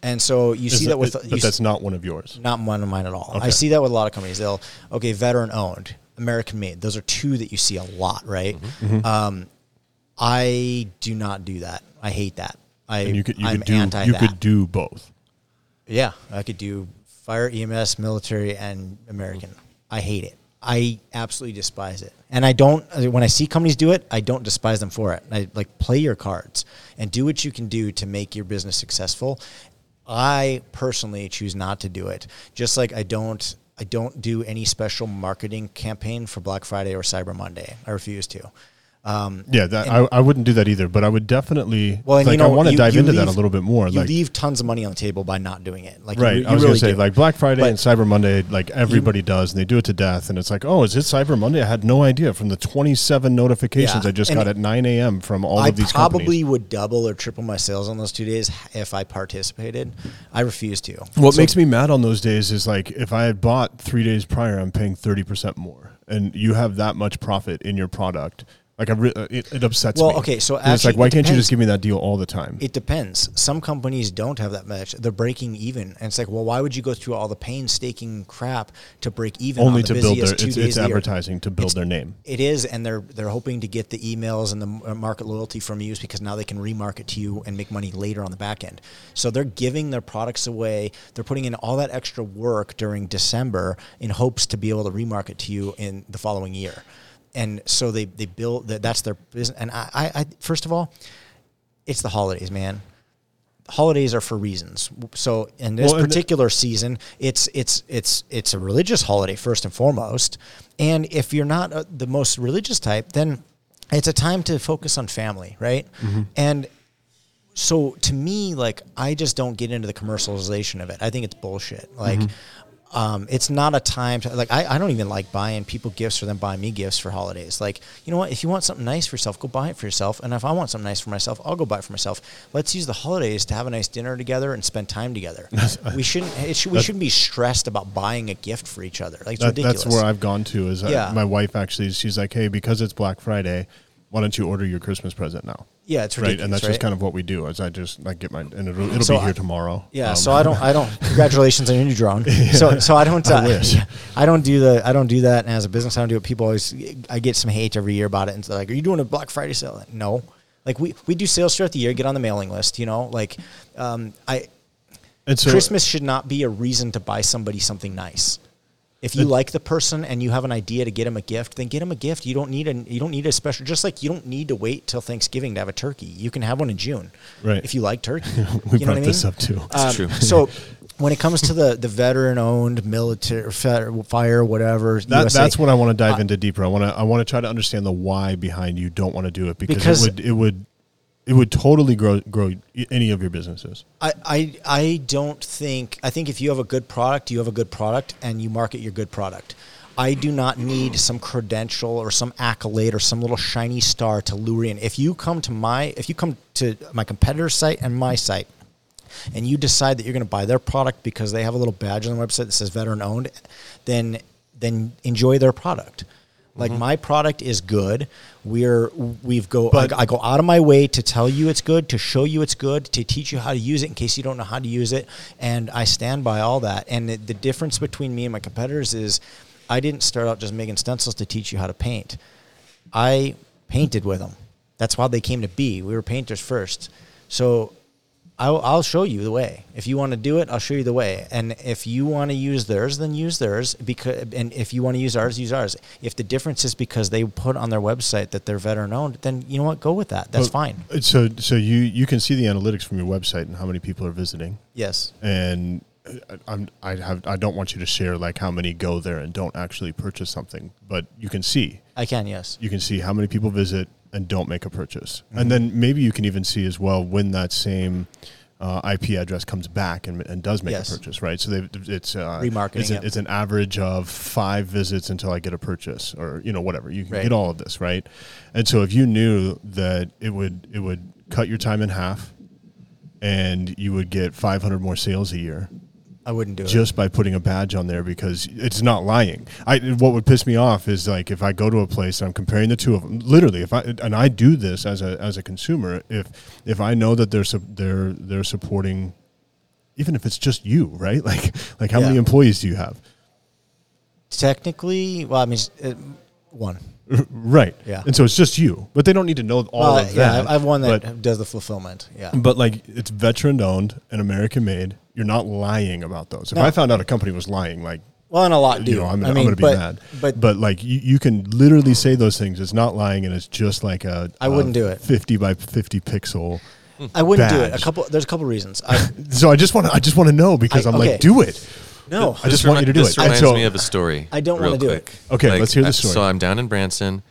Speaker 3: And so you
Speaker 2: is
Speaker 3: see that
Speaker 2: that-
Speaker 3: with
Speaker 2: but
Speaker 3: you s-
Speaker 2: that's not one of yours.
Speaker 3: not one of mine at all.
Speaker 2: Okay.
Speaker 3: I see that with a lot of companies. They'll okay, veteran owned, American made. Those are two that you see a lot, right?
Speaker 2: Mm-hmm.
Speaker 3: Um, I do not do that. I hate that. I
Speaker 2: And you could you
Speaker 3: I'm
Speaker 2: could do
Speaker 3: anti
Speaker 2: you
Speaker 3: that.
Speaker 2: could do both.
Speaker 3: Yeah, I could do fire, EMS, military, and American. I hate it. I absolutely despise it. And I don't, when I see companies do it, I don't despise them for it. I like play your cards and do what you can do to make your business successful. I personally choose not to do it. Just like I don't, I don't do any special marketing campaign for Black Friday or Cyber Monday. I refuse to. Um,
Speaker 2: Yeah, that, I, I wouldn't do that either, but I would definitely
Speaker 3: well, and
Speaker 2: like
Speaker 3: you know,
Speaker 2: I want to
Speaker 3: you-
Speaker 2: dive
Speaker 3: you
Speaker 2: into that a
Speaker 3: leave-
Speaker 2: little bit more.
Speaker 3: You
Speaker 2: like,
Speaker 3: leave tons of money on the table by not doing it. Like you
Speaker 2: Right.
Speaker 3: re- you
Speaker 2: I was
Speaker 3: really
Speaker 2: gonna say
Speaker 3: do.
Speaker 2: like Black Friday
Speaker 3: But-
Speaker 2: and Cyber Monday, like everybody does, and they do it to death. And it's like, oh, is it Cyber Monday? I had no idea from the twenty-seven notifications
Speaker 3: Yeah,
Speaker 2: I just
Speaker 3: and
Speaker 2: got at nine a.m. from all
Speaker 3: I
Speaker 2: of these
Speaker 3: probably
Speaker 2: companies.
Speaker 3: would double or triple my sales on those two days if I participated. I refuse to.
Speaker 2: What
Speaker 3: So-
Speaker 2: makes me mad on those days is like if I had bought three days prior, I'm paying thirty percent more, and you have that much profit in your product. Like I, re- uh, it, it upsets
Speaker 3: Well,
Speaker 2: me.
Speaker 3: okay, so
Speaker 2: And it's like,
Speaker 3: actually,
Speaker 2: why
Speaker 3: it
Speaker 2: can't you
Speaker 3: depends.
Speaker 2: just give me that deal all the time?
Speaker 3: It depends. Some companies don't have that much. They're breaking even, and it's like, well, why would you go through all the painstaking crap to break even? on
Speaker 2: Only
Speaker 3: the
Speaker 2: to build their
Speaker 3: busiest two
Speaker 2: it's,
Speaker 3: days
Speaker 2: it's
Speaker 3: of the year?
Speaker 2: advertising to build their name.
Speaker 3: It is, and they're they're hoping to get the emails and the uh, market loyalty from you because now they can remarket to you and make money later on the back end. So they're giving their products away. They're putting in all that extra work during December in hopes to be able to remarket to you in the following year. And so they they build that. That's their business. And I, I, I first of all, it's the holidays, man. Holidays are for reasons. So in this
Speaker 2: Well, and the-
Speaker 3: particular season, it's it's it's it's a religious holiday first and foremost. And if you're not uh, the most religious type, then it's a time to focus on family, right?
Speaker 2: Mm-hmm.
Speaker 3: And
Speaker 2: Mm-hmm.
Speaker 3: so to me, like I just don't get into the commercialization of it. I think it's bullshit. Like um, it's not a time to like I, I don't even like buying people gifts or them buying me gifts for holidays like you know what if you want something nice for yourself go buy it for yourself and if i want something nice for myself i'll go buy it for myself let's use the holidays to have a nice dinner together and spend time together we shouldn't it should, we
Speaker 2: that-
Speaker 3: shouldn't be stressed about buying a gift for each other like it's
Speaker 2: That-
Speaker 3: ridiculous
Speaker 2: That's where I've gone to. Is I-
Speaker 3: Yeah.
Speaker 2: my wife actually? She's like, hey, because it's Black Friday, why don't you order your Christmas present now?
Speaker 3: yeah it's ridiculous
Speaker 2: Right, and that's just
Speaker 3: right?
Speaker 2: kind of what we do. Is I just like get my and it'll, it'll
Speaker 3: So
Speaker 2: be here
Speaker 3: I-
Speaker 2: tomorrow.
Speaker 3: Yeah,
Speaker 2: Um,
Speaker 3: so I don't. I don't. Congratulations on your new drone. So, so I don't. Uh, I,
Speaker 2: wish.
Speaker 3: don't do the. I don't do that. And as a business, I don't do it. People always. I get some hate every year about it, and they're like, "Are you doing a Black Friday sale?" Like, No. Like we we do sales throughout the year. Get on the mailing list. You know, like, um, I
Speaker 2: And so-
Speaker 3: Christmas should not be a reason to buy somebody something nice. If you like the person and you have an idea to get them a gift, then get them a gift. You don't need an you don't need a special. Just like you don't need to wait till Thanksgiving to have a turkey. You can have one in June,
Speaker 2: Right.
Speaker 3: If you like turkey,
Speaker 2: We
Speaker 3: You know
Speaker 2: brought
Speaker 3: what I
Speaker 2: this
Speaker 3: mean?
Speaker 2: up too.
Speaker 1: That's true.
Speaker 3: Um, So when it comes to the the veteran owned military fe- fire whatever
Speaker 2: That,
Speaker 3: USA,
Speaker 2: That's what I want to dive into deeper. I want to I want to try to understand the why behind you don't want to do it because,
Speaker 3: Because-
Speaker 2: it would it would it would totally grow grow y- any of your businesses.
Speaker 3: I, I I don't think I think if you have a good product, you have a good product, and you market your good product. I do not need some credential or some accolade or some little shiny star to lure in. If you come to my if you come to my competitor's site and my site, and you decide that you're going to buy their product because they have a little badge on their website that says veteran owned, then then enjoy their product. Like my product is good. We're we've go I,
Speaker 2: But-
Speaker 3: I go out of my way to tell you it's good, to show you it's good, to teach you how to use it in case you don't know how to use it, and I stand by all that. And the, the difference between me and my competitors is I didn't start out just making stencils to teach you how to paint. I painted with them. That's how they came to be. We were painters first. So I'll, I'll show you the way. If you want to do it, I'll show you the way. And if you want to use theirs, then use theirs. Because and if you want to use ours, use ours. If the difference is because they put on their website that they're veteran owned, then you know what? Go with that. That's
Speaker 2: But-
Speaker 3: fine.
Speaker 2: Uh, So so you you can see the analytics from your website and how many people are visiting.
Speaker 3: Yes.
Speaker 2: And uh, I- I'm I have I don't want you to share like how many go there and don't actually purchase something, but you can see
Speaker 3: I can. Yes.
Speaker 2: you can see how many people visit and don't make a purchase.
Speaker 3: Mm-hmm.
Speaker 2: And then maybe you can even see as well when that same uh, IP address comes back and, and does make
Speaker 3: Yes.
Speaker 2: a purchase, right? So they've, it's uh,
Speaker 3: Remarketing
Speaker 2: It's,
Speaker 3: it.
Speaker 2: a, it's an average of five visits until I get a purchase, or you know whatever. You can
Speaker 3: Right.
Speaker 2: get all of this, right? And so if you knew that it would it would cut your time in half, and you would get 500 more sales a year
Speaker 3: I wouldn't do it.
Speaker 2: just by putting a badge on there because it's not lying. I what would piss me off is like if I go to a place and I'm comparing the two of them. Literally, if I and I do this as a as a consumer, if if I know that they're sup- they're they're supporting, even if it's just you, right? Like like how many
Speaker 3: Yeah.
Speaker 2: employees do you have?
Speaker 3: Technically, well, I mean, it, one.
Speaker 2: Right.
Speaker 3: Yeah.
Speaker 2: And so it's just you, but they don't need to know all
Speaker 3: Well,
Speaker 2: of
Speaker 3: yeah,
Speaker 2: that.
Speaker 3: I I have one that
Speaker 2: But,
Speaker 3: does the fulfillment. Yeah.
Speaker 2: but like it's veteran owned and American made. You're not lying about those. If
Speaker 3: No.
Speaker 2: I found out a company was lying, like
Speaker 3: Well, and a lot do.
Speaker 2: you know, I'm,
Speaker 3: I
Speaker 2: I'm
Speaker 3: mean,
Speaker 2: going to be
Speaker 3: but-
Speaker 2: mad. But,
Speaker 3: But
Speaker 2: like, you, you can literally say those things. It's not lying, and it's just like a
Speaker 3: I wouldn't
Speaker 2: a
Speaker 3: do it. Hmm.
Speaker 2: fifty by fifty pixel.
Speaker 3: I wouldn't do it.
Speaker 2: badge.
Speaker 3: A couple. There's a couple reasons. I,
Speaker 2: So I just want to I just want to know because I,
Speaker 3: I-
Speaker 2: am
Speaker 3: okay.
Speaker 2: like, do it.
Speaker 3: no.
Speaker 2: I just
Speaker 1: This
Speaker 2: want you to
Speaker 1: remi-
Speaker 2: do
Speaker 1: this
Speaker 2: it. And
Speaker 1: reminds
Speaker 2: so-
Speaker 1: me of a story.
Speaker 3: I don't
Speaker 1: real
Speaker 3: wanna do it.
Speaker 1: quick.
Speaker 2: Okay, let's hear the
Speaker 1: I-
Speaker 2: story.
Speaker 1: So I'm down in Branson,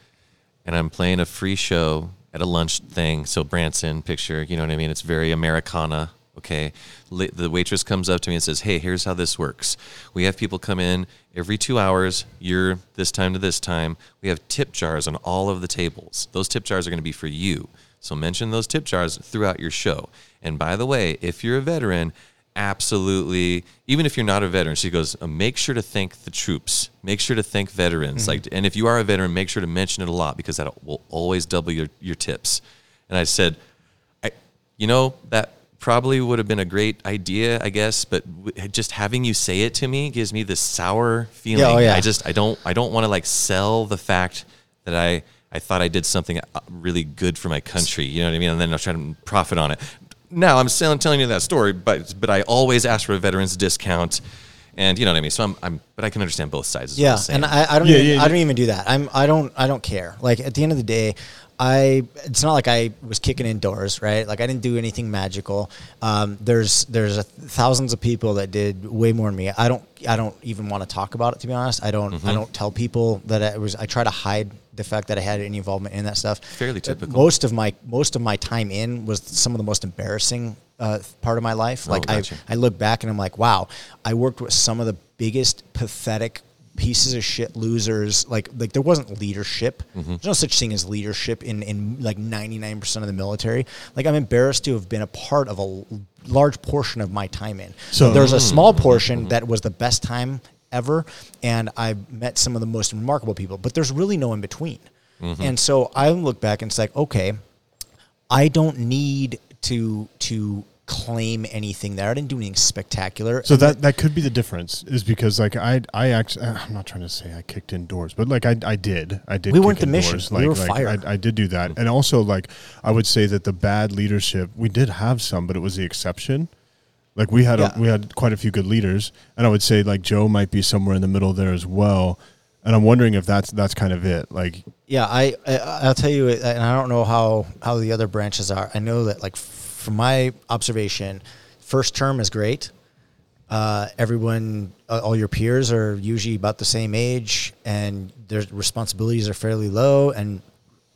Speaker 1: and I'm playing a free show at a lunch thing. So Branson, picture, you know what I mean? It's very Americana. Okay, La- the waitress comes up to me and says, "Hey, here's how this works. We have people come in every two hours. You're this time to this time. We have tip jars on all of the tables. Those tip jars are going to be for you. So mention those tip jars throughout your show. And by the way, if you're a veteran, absolutely even if you're not a veteran she goes uh, make sure to thank the troops make sure to thank veterans like and if you are a veteran make sure to mention it a lot because that will always double your, your tips and i said i you know that probably would have been a great idea i guess but w- just having you say it to me gives me this sour feeling
Speaker 3: oh, yeah.
Speaker 1: i just i don't i don't want to like sell the fact that i i thought i did something uh, really good for my country you know what i mean and then i'll try to profit on it now i'm still telling you that story but but i always ask for a veterans discount and you know what i mean so i'm, I'm but i can understand both sides is what I'm
Speaker 3: Yeah,
Speaker 1: saying.
Speaker 3: and I, I don't.
Speaker 2: Yeah,
Speaker 3: even,
Speaker 2: yeah, yeah.
Speaker 3: I don't even do that. I'm. I don't. I don't care. Like at the end of the day, I. It's not like I was kicking indoors, right? Like I didn't do anything magical. Um, there's there's a, thousands of people that did way more than me. I don't. I don't even want to talk about it. To be honest, I don't.
Speaker 2: Mm-hmm.
Speaker 3: I don't tell people that I was. I try to hide the fact that I had any involvement in that stuff.
Speaker 1: Fairly
Speaker 3: Uh,
Speaker 1: typical.
Speaker 3: Most of my most of my time in was some of the most embarrassing uh, uh, part of my life.
Speaker 2: Oh,
Speaker 3: Like
Speaker 1: gotcha.
Speaker 3: I, I look back and I'm like, wow, I worked with some of the biggest pathetic pieces of shit losers. Like like there wasn't leadership. There's no such thing as leadership in in like 99% of the military. Like I'm embarrassed to have been a part of a l- large portion of my time in.
Speaker 2: So-
Speaker 3: So there's a small portion that was the best time ever and I met some of the most remarkable people, but there's really no in between. And so I look back and it's like, okay, I don't need to to claim anything there. I didn't do anything spectacular.
Speaker 2: So that that could be the difference is because like I I actually I'm not trying to say I kicked indoors, but like I I did I did.
Speaker 3: We
Speaker 2: kick
Speaker 3: weren't the mission.
Speaker 2: indoors.
Speaker 3: We
Speaker 2: Like,
Speaker 3: were
Speaker 2: like,
Speaker 3: fire.
Speaker 2: I, I did do that, and also like I would say that the bad leadership we did have some, but it was the exception. Like we had
Speaker 3: Yeah.
Speaker 2: a, we had quite a few good leaders, and I would say like Joe might be somewhere in the middle there as well. And I'm wondering if that's that's kind of it. Like
Speaker 3: yeah, I, I I'll tell you, and I don't know how how the other branches are. I know that like from my observation, first term is great. Uh, everyone, uh, all your peers are usually about the same age, and their responsibilities are fairly low, and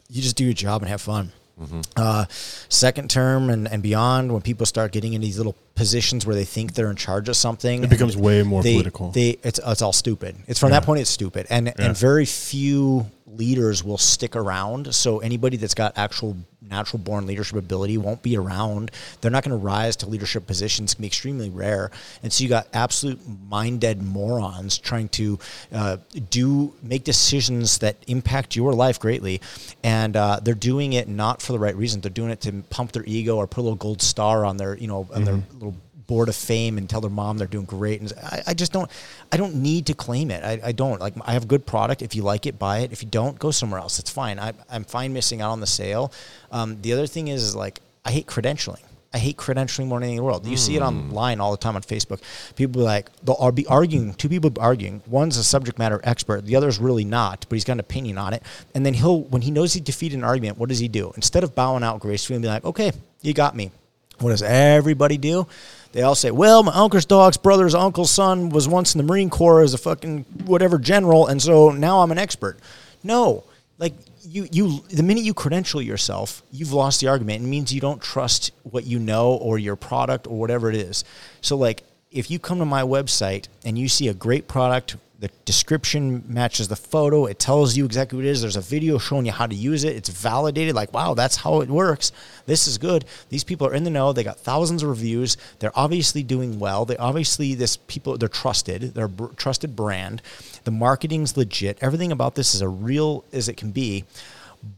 Speaker 3: you just do your job and have fun.
Speaker 2: Mm-hmm.
Speaker 3: Uh, second term and, and beyond, when people start getting into these little positions where they think they're in charge of something,
Speaker 2: it becomes way more
Speaker 3: they,
Speaker 2: political.
Speaker 3: They, it's, it's all stupid. It's from that point, it's stupid, and
Speaker 2: Yeah.
Speaker 3: and very few leaders will stick around. So anybody that's got actual natural born leadership ability won't be around. They're not going to rise to leadership positions. Can be extremely rare, and so you got absolute mind dead morons trying to uh, do make decisions that impact your life greatly, and uh, they're doing it not for the right reason. They're doing it to pump their ego or put a little gold star on their you know on their little board of fame and tell their mom they're doing great. And I, I just don't, I don't need to claim it. I, I don't like, I have a good product. If you like it, buy it. If you don't go somewhere else, it's fine. I, I'm fine missing out on the sale. Um, the other thing is, is like, I hate credentialing. I hate credentialing more than anything in the world. You see it online all the time on Facebook. People be like, they'll ar- be arguing, two people be arguing. One's a subject matter expert, the other's really not, but he's got an opinion on it. And then he'll, when he knows he defeated an argument, what does he do? Instead of bowing out gracefully and be like, okay, you got me. What does everybody do? They all say, "Well, my uncle's dog's brother's uncle's son was once in the Marine Corps as a fucking whatever general, and so now I'm an expert." No, like you, you, the minute you credential yourself, you've lost the argument. It means you don't trust what you know or your product or whatever it is. So, like, if you come to my website and you see a great product the description matches the photo. It tells you exactly what it is. There's a video showing you how to use it. It's validated. Like, wow, that's how it works. This is good. These people are in the know. They got thousands of reviews. They're obviously doing well. They obviously this people they're trusted. They're a br- trusted brand. The marketing's legit. Everything about this is as real as it can be.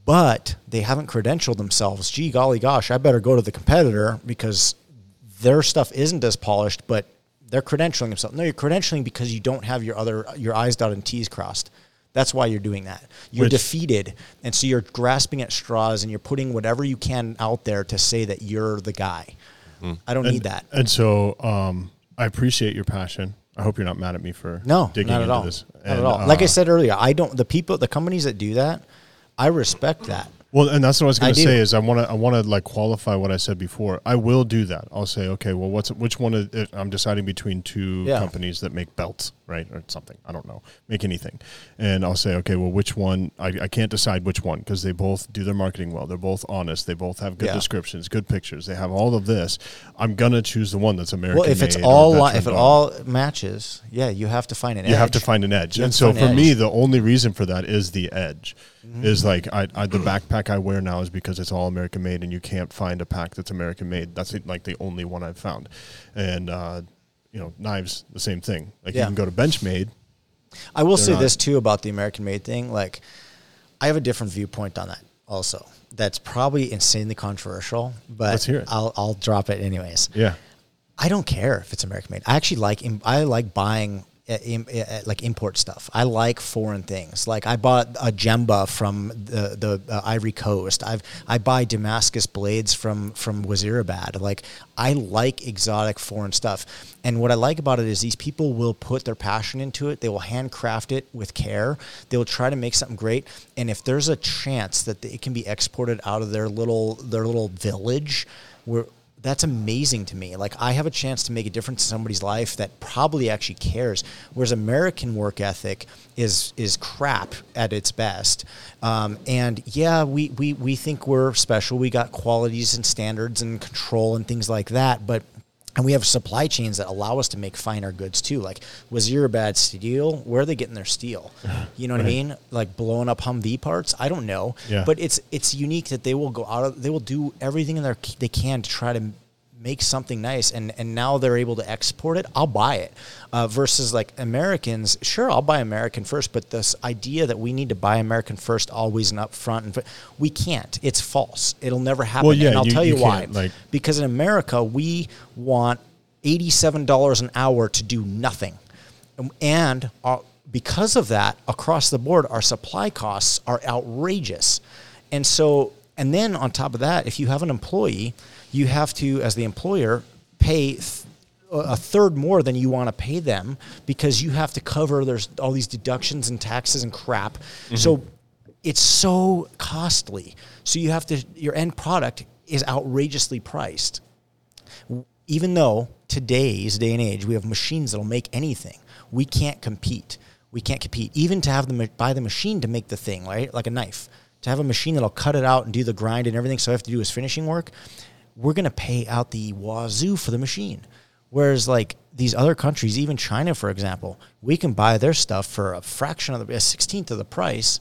Speaker 3: But they haven't credentialed themselves. Gee, golly gosh, I better go to the competitor because their stuff isn't as polished, but they're credentialing themselves. No, you're credentialing because you don't have your other your I's dotted and T's crossed. That's why you're doing that. You're
Speaker 2: Which-
Speaker 3: defeated, and so you're grasping at straws, and you're putting whatever you can out there to say that you're the guy. I don't need that.
Speaker 2: Hmm. And so um, I appreciate your passion. I hope you're not mad at me for
Speaker 3: No,
Speaker 2: digging
Speaker 3: not at
Speaker 2: into
Speaker 3: all.
Speaker 2: this.
Speaker 3: Not
Speaker 2: And,
Speaker 3: at all. like I
Speaker 2: uh,
Speaker 3: said earlier, I don't. The people, the companies that do that, I respect that.
Speaker 2: Well, and that's what I was
Speaker 3: I
Speaker 2: going to
Speaker 3: do.
Speaker 2: say is I want to I want to like qualify what I said before. I will do that. I'll say okay. Well, what's which one? Is, if I'm deciding between two
Speaker 3: Yeah.
Speaker 2: companies that make belts, right, or something. I don't know, make anything, and I'll say okay. Well, which one? I, I can't decide which one because they both do their marketing well. They're both honest. They both have good
Speaker 3: Yeah.
Speaker 2: descriptions, good pictures. They have all of this. I'm gonna choose the one that's American.
Speaker 3: Well, if it's
Speaker 2: made or
Speaker 3: all li- if it
Speaker 2: veteran-owned.
Speaker 3: all matches, yeah, you have to find an edge.
Speaker 2: you have to find an edge
Speaker 3: You have
Speaker 2: and
Speaker 3: to
Speaker 2: so
Speaker 3: find
Speaker 2: for
Speaker 3: an
Speaker 2: me
Speaker 3: edge. Mm-hmm.
Speaker 2: the only reason for that is the edge is like I, I the backpack i wear now is because it's all american made and you can't find a pack that's american made that's like the only one i've found and uh you know knives the same thing like you
Speaker 3: Yeah.
Speaker 2: can go to benchmade
Speaker 3: I will say
Speaker 2: not-
Speaker 3: this too about the American made thing. Like, I have a different viewpoint on that also. That's probably insanely controversial, but
Speaker 2: Let's hear it.
Speaker 3: I'll, I'll drop it anyways.
Speaker 2: yeah
Speaker 3: I don't care if it's American made. I actually like im- I like buying uh, im- uh, like import stuff. I like foreign things. Like I bought a jemba from the the uh, Ivory Coast. I've I buy Damascus blades from from Wazirabad. Like I like exotic foreign stuff. And what I like about it is these people will put their passion into it. They will handcraft it with care. They will try to make something great. And if there's a chance that it can be exported out of their little their little village, where that's amazing to me. Like I have a chance to make a difference in somebody's life that probably actually cares. Whereas American work ethic is is crap at its best. Um, and yeah, we, we we think we're special. We got qualities and standards and control and things like that. But and we have supply chains that allow us to make finer goods too. Like, was your bad steel? Where are they getting their steel? You know what I mean? Like blowing up Humvee parts? I don't know.
Speaker 2: Yeah.
Speaker 3: But it's it's unique that they will go out. Of, they will do everything in their they can to try to make something nice, and and now they're able to export it. I'll buy it. Uh, versus like Americans, sure, I'll buy American first, but this idea that we need to buy American first always and up front, and we can't. It's false. It'll never happen.
Speaker 2: Well, yeah,
Speaker 3: and I'll
Speaker 2: you-
Speaker 3: tell you,
Speaker 2: you
Speaker 3: why
Speaker 2: can't, like-
Speaker 3: because in America we want eighty-seven dollars an hour to do nothing, Um, and our, because of that, across the board, our supply costs are outrageous, and so and then on top of that, if you have an employee, you have to, as the employer, pay. Th- a third more than you want to pay them because you have to cover there's all these deductions and taxes and crap. So it's so costly. So you have to your end product is outrageously priced. W- Even though today's day and age we have machines that'll make anything, we can't compete. We can't compete even to have the ma- buy the machine to make the thing, right? Like a knife. To have a machine that'll cut it out and do the grind and everything so I have to do is finishing work, we're going to pay out the wazoo for the machine. Whereas like these other countries, even China for example, we can buy their stuff for a fraction of the a sixteenth of the price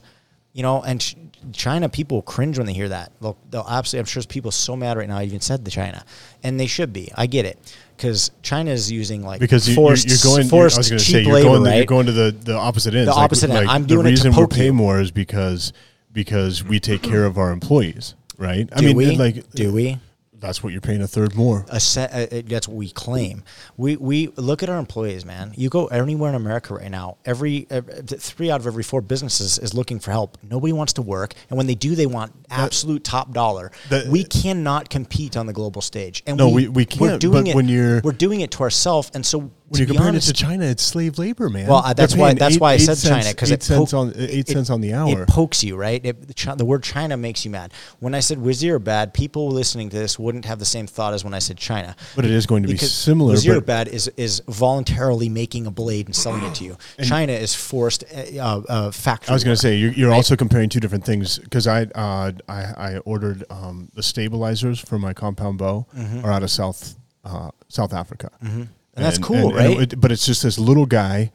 Speaker 3: you know, and ch- China people cringe when they hear that. They'll, they'll absolutely. I'm sure there's people so mad right now. I even said the China, and they should be. I get it because China is using like
Speaker 2: because you,
Speaker 3: forced,
Speaker 2: you're, you're going. you're-
Speaker 3: forced
Speaker 2: I was going to
Speaker 3: cheap
Speaker 2: say you're
Speaker 3: labor,
Speaker 2: going.
Speaker 3: right?
Speaker 2: You're going to the, the opposite end.
Speaker 3: The
Speaker 2: It's like-
Speaker 3: opposite end.
Speaker 2: like,
Speaker 3: I'm doing it
Speaker 2: the
Speaker 3: to
Speaker 2: reason
Speaker 3: poke
Speaker 2: we pay
Speaker 3: you.
Speaker 2: more is because because we take care of our employees, right? I
Speaker 3: do we?
Speaker 2: like
Speaker 3: do we?
Speaker 2: That's what you're paying a third more.
Speaker 3: a set, uh, uh, that's what we claim. We we look at our employees, man. You go anywhere in America right now, every uh, three out of every four businesses is looking for help. Nobody wants to work, and when they do, they want absolute top dollar.
Speaker 2: that-
Speaker 3: we cannot compete on the global stage, and
Speaker 2: No, we-
Speaker 3: we,
Speaker 2: we
Speaker 3: We're
Speaker 2: can't,
Speaker 3: doing
Speaker 2: but
Speaker 3: it
Speaker 2: when you're-
Speaker 3: we're doing it to ourselves, and so
Speaker 2: When
Speaker 3: to
Speaker 2: you're
Speaker 3: be
Speaker 2: comparing
Speaker 3: honest,
Speaker 2: it to China, it's slave labor, man.
Speaker 3: well, uh, that's
Speaker 2: They're
Speaker 3: why
Speaker 2: paying
Speaker 3: that's
Speaker 2: eight-
Speaker 3: why I
Speaker 2: eight
Speaker 3: said
Speaker 2: cents-
Speaker 3: China because
Speaker 2: eight
Speaker 3: it
Speaker 2: cents
Speaker 3: poke-
Speaker 2: on uh, eight
Speaker 3: it-
Speaker 2: cents on the hour.
Speaker 3: It pokes you right. It, the, chi- the word China makes you mad. When I said Wazir bad, people listening to this wouldn't have the same thought as when I said China.
Speaker 2: But it is going to be similar,
Speaker 3: Wazir
Speaker 2: but-
Speaker 3: bad is is voluntarily making a blade and selling it to you. China is forced uh, uh, factory.
Speaker 2: I was going
Speaker 3: work.
Speaker 2: to say you're, you're also comparing two different things because I, uh, I I ordered um, the stabilizers for my compound bow are out of South uh, South Africa, and,
Speaker 3: Mm-hmm. that's cool, right?
Speaker 2: it- but it's just this little guy,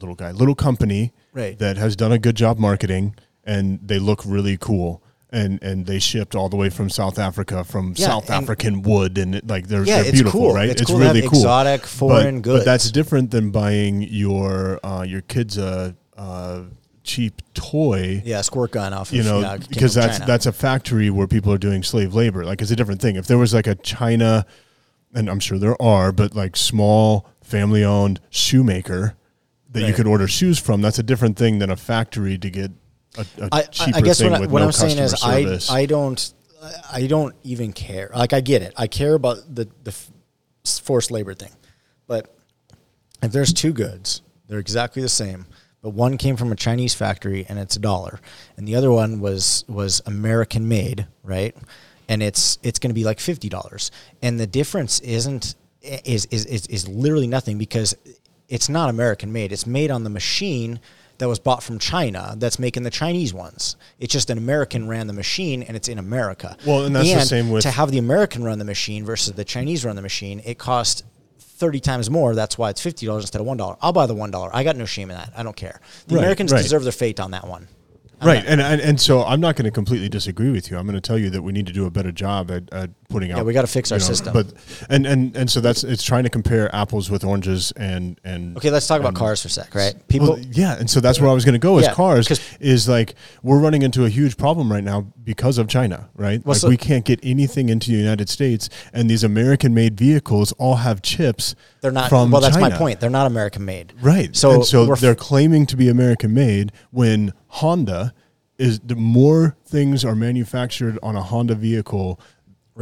Speaker 2: little guy, little company
Speaker 3: Right.
Speaker 2: that has done a good job marketing, and they look really cool. And, and they shipped all the way from South Africa from
Speaker 3: Yeah,
Speaker 2: South
Speaker 3: and-
Speaker 2: African wood and it, like they're,
Speaker 3: Yeah,
Speaker 2: they're
Speaker 3: it's
Speaker 2: beautiful
Speaker 3: cool.
Speaker 2: right
Speaker 3: It's cool to have exotic
Speaker 2: But-
Speaker 3: foreign
Speaker 2: but that's
Speaker 3: goods.
Speaker 2: different than buying your uh, your kids a, a cheap toy.
Speaker 3: yeah, squirt gun off.
Speaker 2: You
Speaker 3: of,
Speaker 2: know,
Speaker 3: yeah, Kingdom
Speaker 2: because
Speaker 3: of
Speaker 2: that's
Speaker 3: China.
Speaker 2: that's a factory where people are doing slave labor. Like it's a different thing. If there was like a China, and I'm sure there are, but like small family owned shoemaker that you
Speaker 3: Right.
Speaker 2: could order shoes from, that's a different thing than a factory to get a, a
Speaker 3: I, I-
Speaker 2: cheaper
Speaker 3: I guess
Speaker 2: thing
Speaker 3: what, I,
Speaker 2: with
Speaker 3: what
Speaker 2: no
Speaker 3: I'm saying
Speaker 2: customer
Speaker 3: is
Speaker 2: service.
Speaker 3: I I don't I don't even care. Like I get it. I care about the the f- forced labor thing, but if there's two goods, they're exactly the same. But one came from a Chinese factory and it's a dollar, and the other one was was American made, right? And it's it's going to be like fifty dollars, and the difference isn't is is is, is literally nothing because it's not American made. It's made on the machine that was bought from China that's making the Chinese ones. It's just an American ran the machine and it's in America.
Speaker 2: Well, and that's the same with-
Speaker 3: to have the American run the machine versus the Chinese run the machine. It costs 30 times more. That's why it's $50 instead of $1. I'll buy the $1. I got no shame in that. I don't care. The
Speaker 2: Right,
Speaker 3: Americans
Speaker 2: right.
Speaker 3: deserve their fate on that one.
Speaker 2: right and, and and so i'm not going to completely disagree with you i'm going to tell you that we need to do a better job at, at putting out
Speaker 3: we gotta fix our
Speaker 2: you
Speaker 3: system.
Speaker 2: but and and and so that's it's trying to compare apples with oranges and and
Speaker 3: Okay, let's talk about
Speaker 2: and-
Speaker 3: cars for a sec, right? People,
Speaker 2: Um, well, yeah and so that's where i was going to go is
Speaker 3: Yeah,
Speaker 2: cars
Speaker 3: 'cause-
Speaker 2: is like we're running into a huge problem right now because of china right like
Speaker 3: so-
Speaker 2: we can't get anything into the united states and these american made vehicles all have chips
Speaker 3: they're not,
Speaker 2: from
Speaker 3: well, that's my
Speaker 2: China.
Speaker 3: point. They're not American made.
Speaker 2: Right.
Speaker 3: So,
Speaker 2: So, and so
Speaker 3: we're,
Speaker 2: they're claiming to be American made when Honda is the more things are manufactured on a Honda vehicle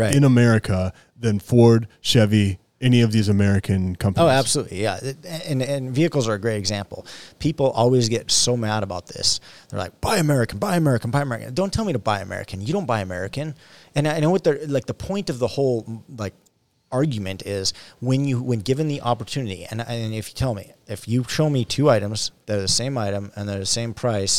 Speaker 3: Right.
Speaker 2: in America than Ford, Chevy, any of these American companies.
Speaker 3: Oh, absolutely, yeah. It- And and vehicles are a great example. People always get so mad about this. They're like, "Buy American, buy American, buy American." Don't tell me to buy American. You don't buy American. And I know what they're like. The point of the whole like argument is when you when given the opportunity and, and if you tell me if you show me two items that are the same item and they're the same price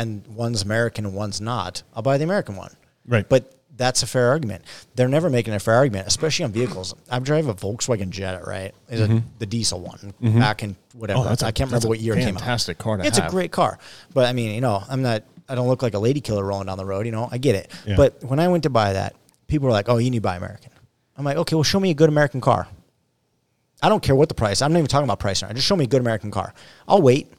Speaker 3: and one's American and one's not, I'll buy the American one.
Speaker 2: Right.
Speaker 3: But that's a fair argument. They're never making a fair argument, especially on vehicles. I drive a Volkswagen Jetta, right? Is it the diesel one back in whatever?
Speaker 2: Mm-hmm. Oh, that's a-
Speaker 3: I can't
Speaker 2: that's
Speaker 3: remember
Speaker 2: a
Speaker 3: what year it came out.
Speaker 2: fantastic car to
Speaker 3: It's
Speaker 2: have.
Speaker 3: a great car, but I mean, you know, I'm not. I don't look like a lady killer rolling down the road. You know, I get it.
Speaker 2: Yeah.
Speaker 3: But when I went to buy that, people were like, "Oh, you need to buy American." I'm like, "Okay, well, show me a good American car." I don't care what the price. I'm not even talking about price now. Just show me a good American car. I'll wait.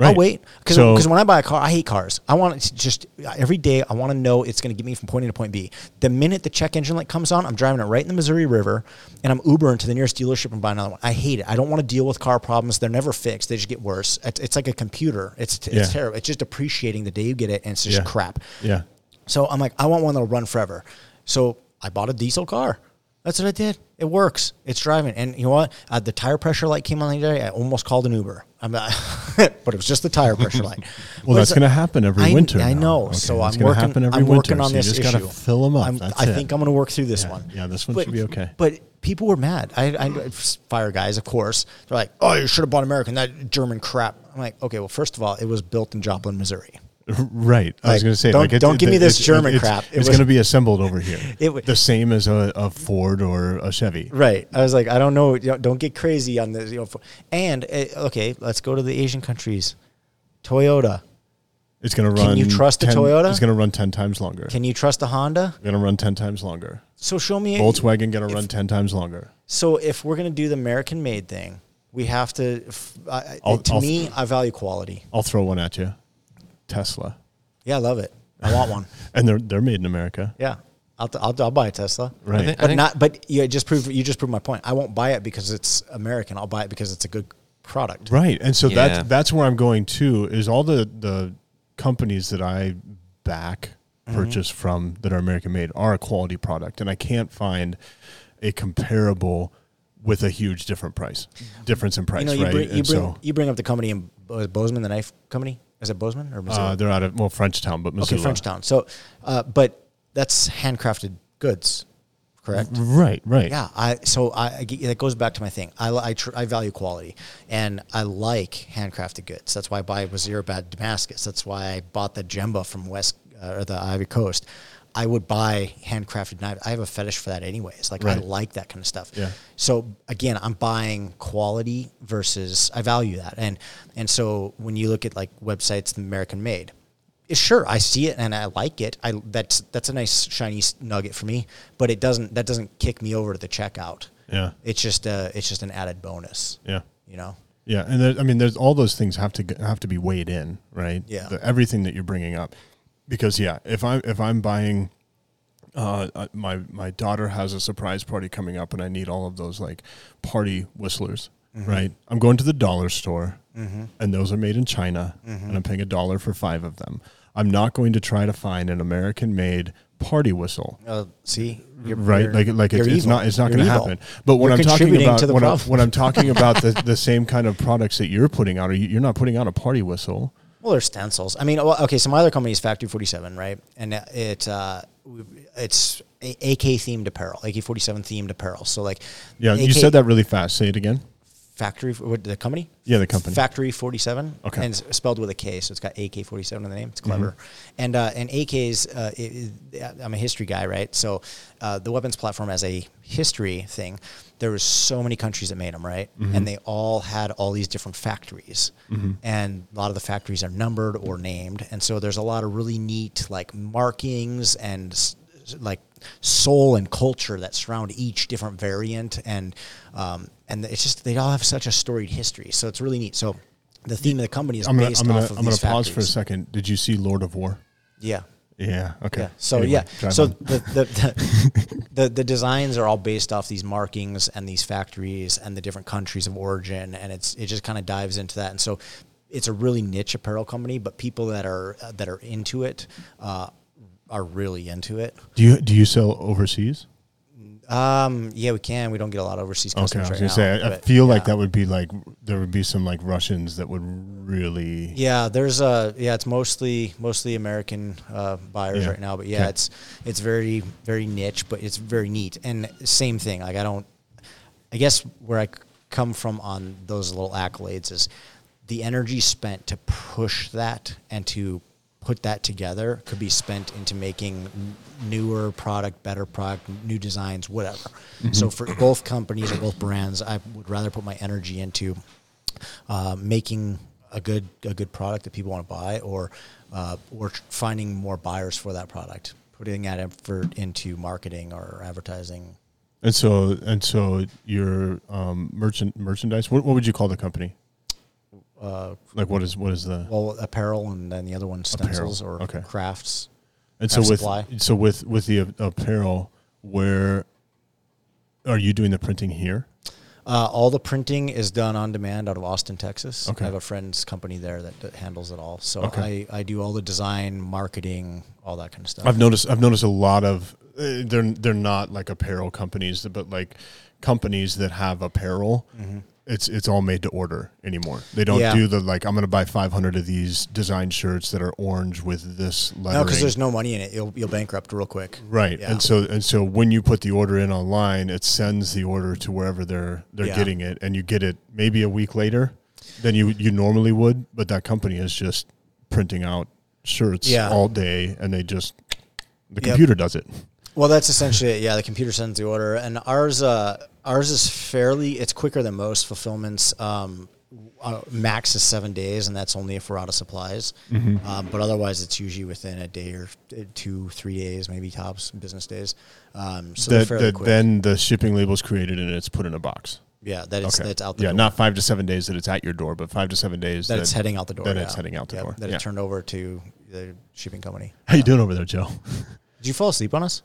Speaker 3: I'll
Speaker 2: Right.
Speaker 3: wait because
Speaker 2: So-
Speaker 3: when I buy a car, I hate cars. I want it to just every day. I want to know it's going to get me from point A to point B. The minute the check engine light comes on, I'm driving it right in the Missouri River, and I'm Ubering to the nearest dealership and buy another one. I hate it. I don't want to deal with car problems. They're never fixed. They just get worse. It's, it's like a computer. It's it's
Speaker 2: Yeah.
Speaker 3: terrible. It's just depreciating the day you get it, and it's just
Speaker 2: Yeah.
Speaker 3: crap.
Speaker 2: Yeah.
Speaker 3: So I'm like, I want one that'll run forever. So I bought a diesel car. That's what I did. It works. It's driving. And you know what? Uh, the tire pressure light came on the other day. I almost called an Uber. I'm not, but it was just the tire pressure light.
Speaker 2: Well,
Speaker 3: But
Speaker 2: that's
Speaker 3: it's-
Speaker 2: going to happen every
Speaker 3: I,
Speaker 2: winter.
Speaker 3: I
Speaker 2: now.
Speaker 3: know.
Speaker 2: Okay,
Speaker 3: So
Speaker 2: it's
Speaker 3: I'm
Speaker 2: gonna
Speaker 3: working.
Speaker 2: happen every
Speaker 3: I'm
Speaker 2: winter.
Speaker 3: working on
Speaker 2: so
Speaker 3: this
Speaker 2: You just
Speaker 3: issue.
Speaker 2: gotta fill them up.
Speaker 3: I'm-
Speaker 2: That's
Speaker 3: I
Speaker 2: it.
Speaker 3: think I'm going to work through this
Speaker 2: Yeah.
Speaker 3: one.
Speaker 2: Yeah, this one should be okay.
Speaker 3: But people were mad. I, I fire guys, of course. They're like, "Oh, you should have bought American. That German crap." I'm like, "Okay, well, first of all, it was built in Joplin, Missouri."
Speaker 2: Right. I was
Speaker 3: Like,
Speaker 2: going to say,
Speaker 3: don't-
Speaker 2: like, it-
Speaker 3: don't give
Speaker 2: it-
Speaker 3: me this
Speaker 2: it-
Speaker 3: German
Speaker 2: it's-
Speaker 3: crap. It
Speaker 2: it's
Speaker 3: was-
Speaker 2: going to be assembled over here.
Speaker 3: It wa-
Speaker 2: the same as a, a Ford or a Chevy.
Speaker 3: Right. I was like, I don't know. you know, Don't get crazy on this. You know, for- and uh, okay, let's go to the Asian countries. Toyota.
Speaker 2: It's going to
Speaker 3: Can
Speaker 2: run.
Speaker 3: you trust a
Speaker 2: 10
Speaker 3: Toyota?
Speaker 2: It's going to run ten times longer.
Speaker 3: Can you trust the Honda?
Speaker 2: going to run ten times longer.
Speaker 3: So show me.
Speaker 2: Volkswagen going to run ten times longer.
Speaker 3: So if we're gonna do the American made thing, we have to. f- I I
Speaker 2: I'll-
Speaker 3: to
Speaker 2: I'll-
Speaker 3: me, I value quality.
Speaker 2: I'll throw one at you. Tesla,
Speaker 3: Yeah, I love it. I want one.
Speaker 2: and they're they're made in America.
Speaker 3: Yeah, I'll, I'll, I'll buy a Tesla.
Speaker 2: Right.
Speaker 1: think- I
Speaker 3: But not. But you just proved you just proved my point. I won't buy it because it's American. I'll buy it because it's a good product.
Speaker 2: Right. And so
Speaker 1: Yeah.
Speaker 2: that's that's where I'm going to is all the the companies that I back purchase from that are American made are a quality product and I can't find a comparable with a huge different price difference in price,
Speaker 3: You know, you
Speaker 2: right?
Speaker 3: bring, you, bring,
Speaker 2: and so
Speaker 3: you bring up the company in Bo- Bozeman, the knife company. Is it Bozeman or Missouri?
Speaker 2: uh, they're out of well Frenchtown, but
Speaker 3: Okay,
Speaker 2: Missoula.
Speaker 3: Frenchtown. So, uh, but that's handcrafted goods, correct?
Speaker 2: Right, right.
Speaker 3: Yeah. I so I I get- that goes back to my thing. I li- I, tr- I value quality, and I like handcrafted goods. That's why I buy Wazirabad Damascus. That's why I bought the Jemba from West uh, or the Ivory Coast. I would buy handcrafted knives. I have a fetish for that, anyways. Like I
Speaker 2: Right.
Speaker 3: like that kind of stuff.
Speaker 2: Yeah.
Speaker 3: So again, I'm buying quality versus I value that, and and so when you look at like websites, American made, yeah, sure i see it and i like it i that's that's a nice shiny s- nugget for me but it doesn't that doesn't kick me over to the checkout
Speaker 2: Yeah.
Speaker 3: it's just uh it's just an added bonus
Speaker 2: Yeah.
Speaker 3: you know
Speaker 2: Yeah, and there, I mean, there's all those things have to g- have to be weighed in, right?
Speaker 3: Yeah.
Speaker 2: The- everything that you're bringing up, because yeah, if I'm if I'm buying, uh, uh, my my daughter has a surprise party coming up, and I need all of those like party whistlers, right? I'm going to the dollar store, and those are made in China, and I'm paying a dollar for five of them. I'm not going to try to find an American-made party whistle
Speaker 3: uh, see you're,
Speaker 2: right
Speaker 3: you're-
Speaker 2: like like it's,
Speaker 3: you're
Speaker 2: it's
Speaker 3: evil.
Speaker 2: not it's not
Speaker 3: You're
Speaker 2: going to
Speaker 3: evil.
Speaker 2: happen but when i'm
Speaker 3: You're
Speaker 2: talking
Speaker 3: contributing
Speaker 2: about
Speaker 3: to the
Speaker 2: when, I,
Speaker 3: problem.
Speaker 2: when i'm talking about the, the same kind of products that you're putting out are you, you're not putting out a party whistle
Speaker 3: Well, there's stencils. I mean, well, okay. So my other company is Factory Forty Seven, right? And it uh, it's A- AK themed apparel, AK Forty Seven themed apparel. So like,
Speaker 2: yeah you
Speaker 3: AK
Speaker 2: said that really fast say it again
Speaker 3: Factory, what, the company?
Speaker 2: Yeah, the company.
Speaker 3: Factory 47.
Speaker 2: Okay.
Speaker 3: And it's spelled with a K, so it's got AK 47 in the name. It's clever. And uh, and AKs, uh, it, it- I'm a history guy, right? So uh, the weapons platform as a history thing, there was so many countries that made them, right? And they all had all these different factories. And a lot of the factories are numbered or named. And so there's a lot of really neat like markings and s- like soul and culture that surround each different variant and um, and it's just they all have such a storied history so it's really neat so the theme of the company is
Speaker 2: i'm going to
Speaker 3: based
Speaker 2: i'm going
Speaker 3: off
Speaker 2: to
Speaker 3: of
Speaker 2: i'm going
Speaker 3: these
Speaker 2: to pause for a
Speaker 3: factories.
Speaker 2: second did you see lord of war
Speaker 3: yeah
Speaker 2: yeah okay
Speaker 3: yeah so
Speaker 2: Anyway,
Speaker 3: yeah
Speaker 2: drive
Speaker 3: so
Speaker 2: on.
Speaker 3: the the, the, the the designs are all based off these markings and these factories and the different countries of origin and it's it just kind of dives into that and so it's a really niche apparel company but people that are that are into it uh, are really into it
Speaker 2: do you do you sell overseas
Speaker 3: Um. Yeah, we can. We don't get a lot of overseas
Speaker 2: okay i
Speaker 3: customers
Speaker 2: was
Speaker 3: right
Speaker 2: going
Speaker 3: now.
Speaker 2: to say I, I
Speaker 3: but-
Speaker 2: feel like that would be like there would be some like russians that would really
Speaker 3: Yeah, there's a yeah. It's mostly mostly American uh, buyers
Speaker 2: Yeah.
Speaker 3: right now, but yeah,
Speaker 2: Okay.
Speaker 3: it's it's very very niche, but it's very neat. And same thing. Like I don't I guess where I c- come from on those little accolades is the energy spent to push that and to put that together could be spent into making n- newer product, better product, new designs, whatever.
Speaker 2: Mm-hmm.
Speaker 3: So for both companies or both brands, I would rather put my energy into uh, making a good a good product that people want to buy, or uh, or tr- finding more buyers for that product, putting that effort into marketing or advertising.
Speaker 2: And so, and so, your um, merchant merchandise. What, what would you call the company?
Speaker 3: Uh,
Speaker 2: Like, what is what is the?
Speaker 3: well, apparel, and then the other one stencils
Speaker 2: Apparel,
Speaker 3: or
Speaker 2: okay.
Speaker 3: crafts.
Speaker 2: and so with
Speaker 3: supply.
Speaker 2: so with with the apparel, where are you doing the printing here?
Speaker 3: Uh, all the printing is done on demand out of Austin, Texas.
Speaker 2: Okay.
Speaker 3: I have a friend's company there that, that handles it all. So
Speaker 2: Okay.
Speaker 3: I, I do all the design, marketing, all that kind of stuff.
Speaker 2: I've noticed I've noticed a lot of uh, they're they're not like apparel companies, but like companies that have apparel. It's it's all made to order anymore. They don't
Speaker 3: Mm-hmm. Yeah.
Speaker 2: do the like I'm going to buy 500 of these design shirts that are orange with this lettering.
Speaker 3: no, because there's no money in it. You'll, you'll bankrupt real quick.
Speaker 2: Right,
Speaker 3: Yeah.
Speaker 2: and so and so when you put the order in online, it sends the order to wherever they're they're
Speaker 3: Yeah.
Speaker 2: getting it, and you get it maybe a week later than you you normally would. But that company is just printing out shirts
Speaker 3: Yeah.
Speaker 2: all day, and they just the computer does it.
Speaker 3: Well, that's essentially it. Yeah, the computer sends the order, and ours uh, ours is fairly it's quicker than most fulfillments. Um, uh, max is seven days, and that's only if we're out of supplies.
Speaker 2: Mm-hmm.
Speaker 3: Um, but otherwise, it's usually within a day or uh, two, three days, maybe tops business days. Um, so they're
Speaker 2: That,
Speaker 3: fairly
Speaker 2: that
Speaker 3: quick.
Speaker 2: then the shipping label's created and it's put in a box.
Speaker 3: yeah, that it's that's out the
Speaker 2: yeah,
Speaker 3: door.
Speaker 2: not five to seven days that it's at your door, but five to seven days
Speaker 3: that it's heading out the door.
Speaker 2: That
Speaker 3: yeah.
Speaker 2: it's heading out the
Speaker 3: Yep,
Speaker 2: door.
Speaker 3: That
Speaker 2: Yeah.
Speaker 3: it's turned over to the shipping company.
Speaker 2: How you doing over there, Joe?
Speaker 3: Did you fall asleep on us?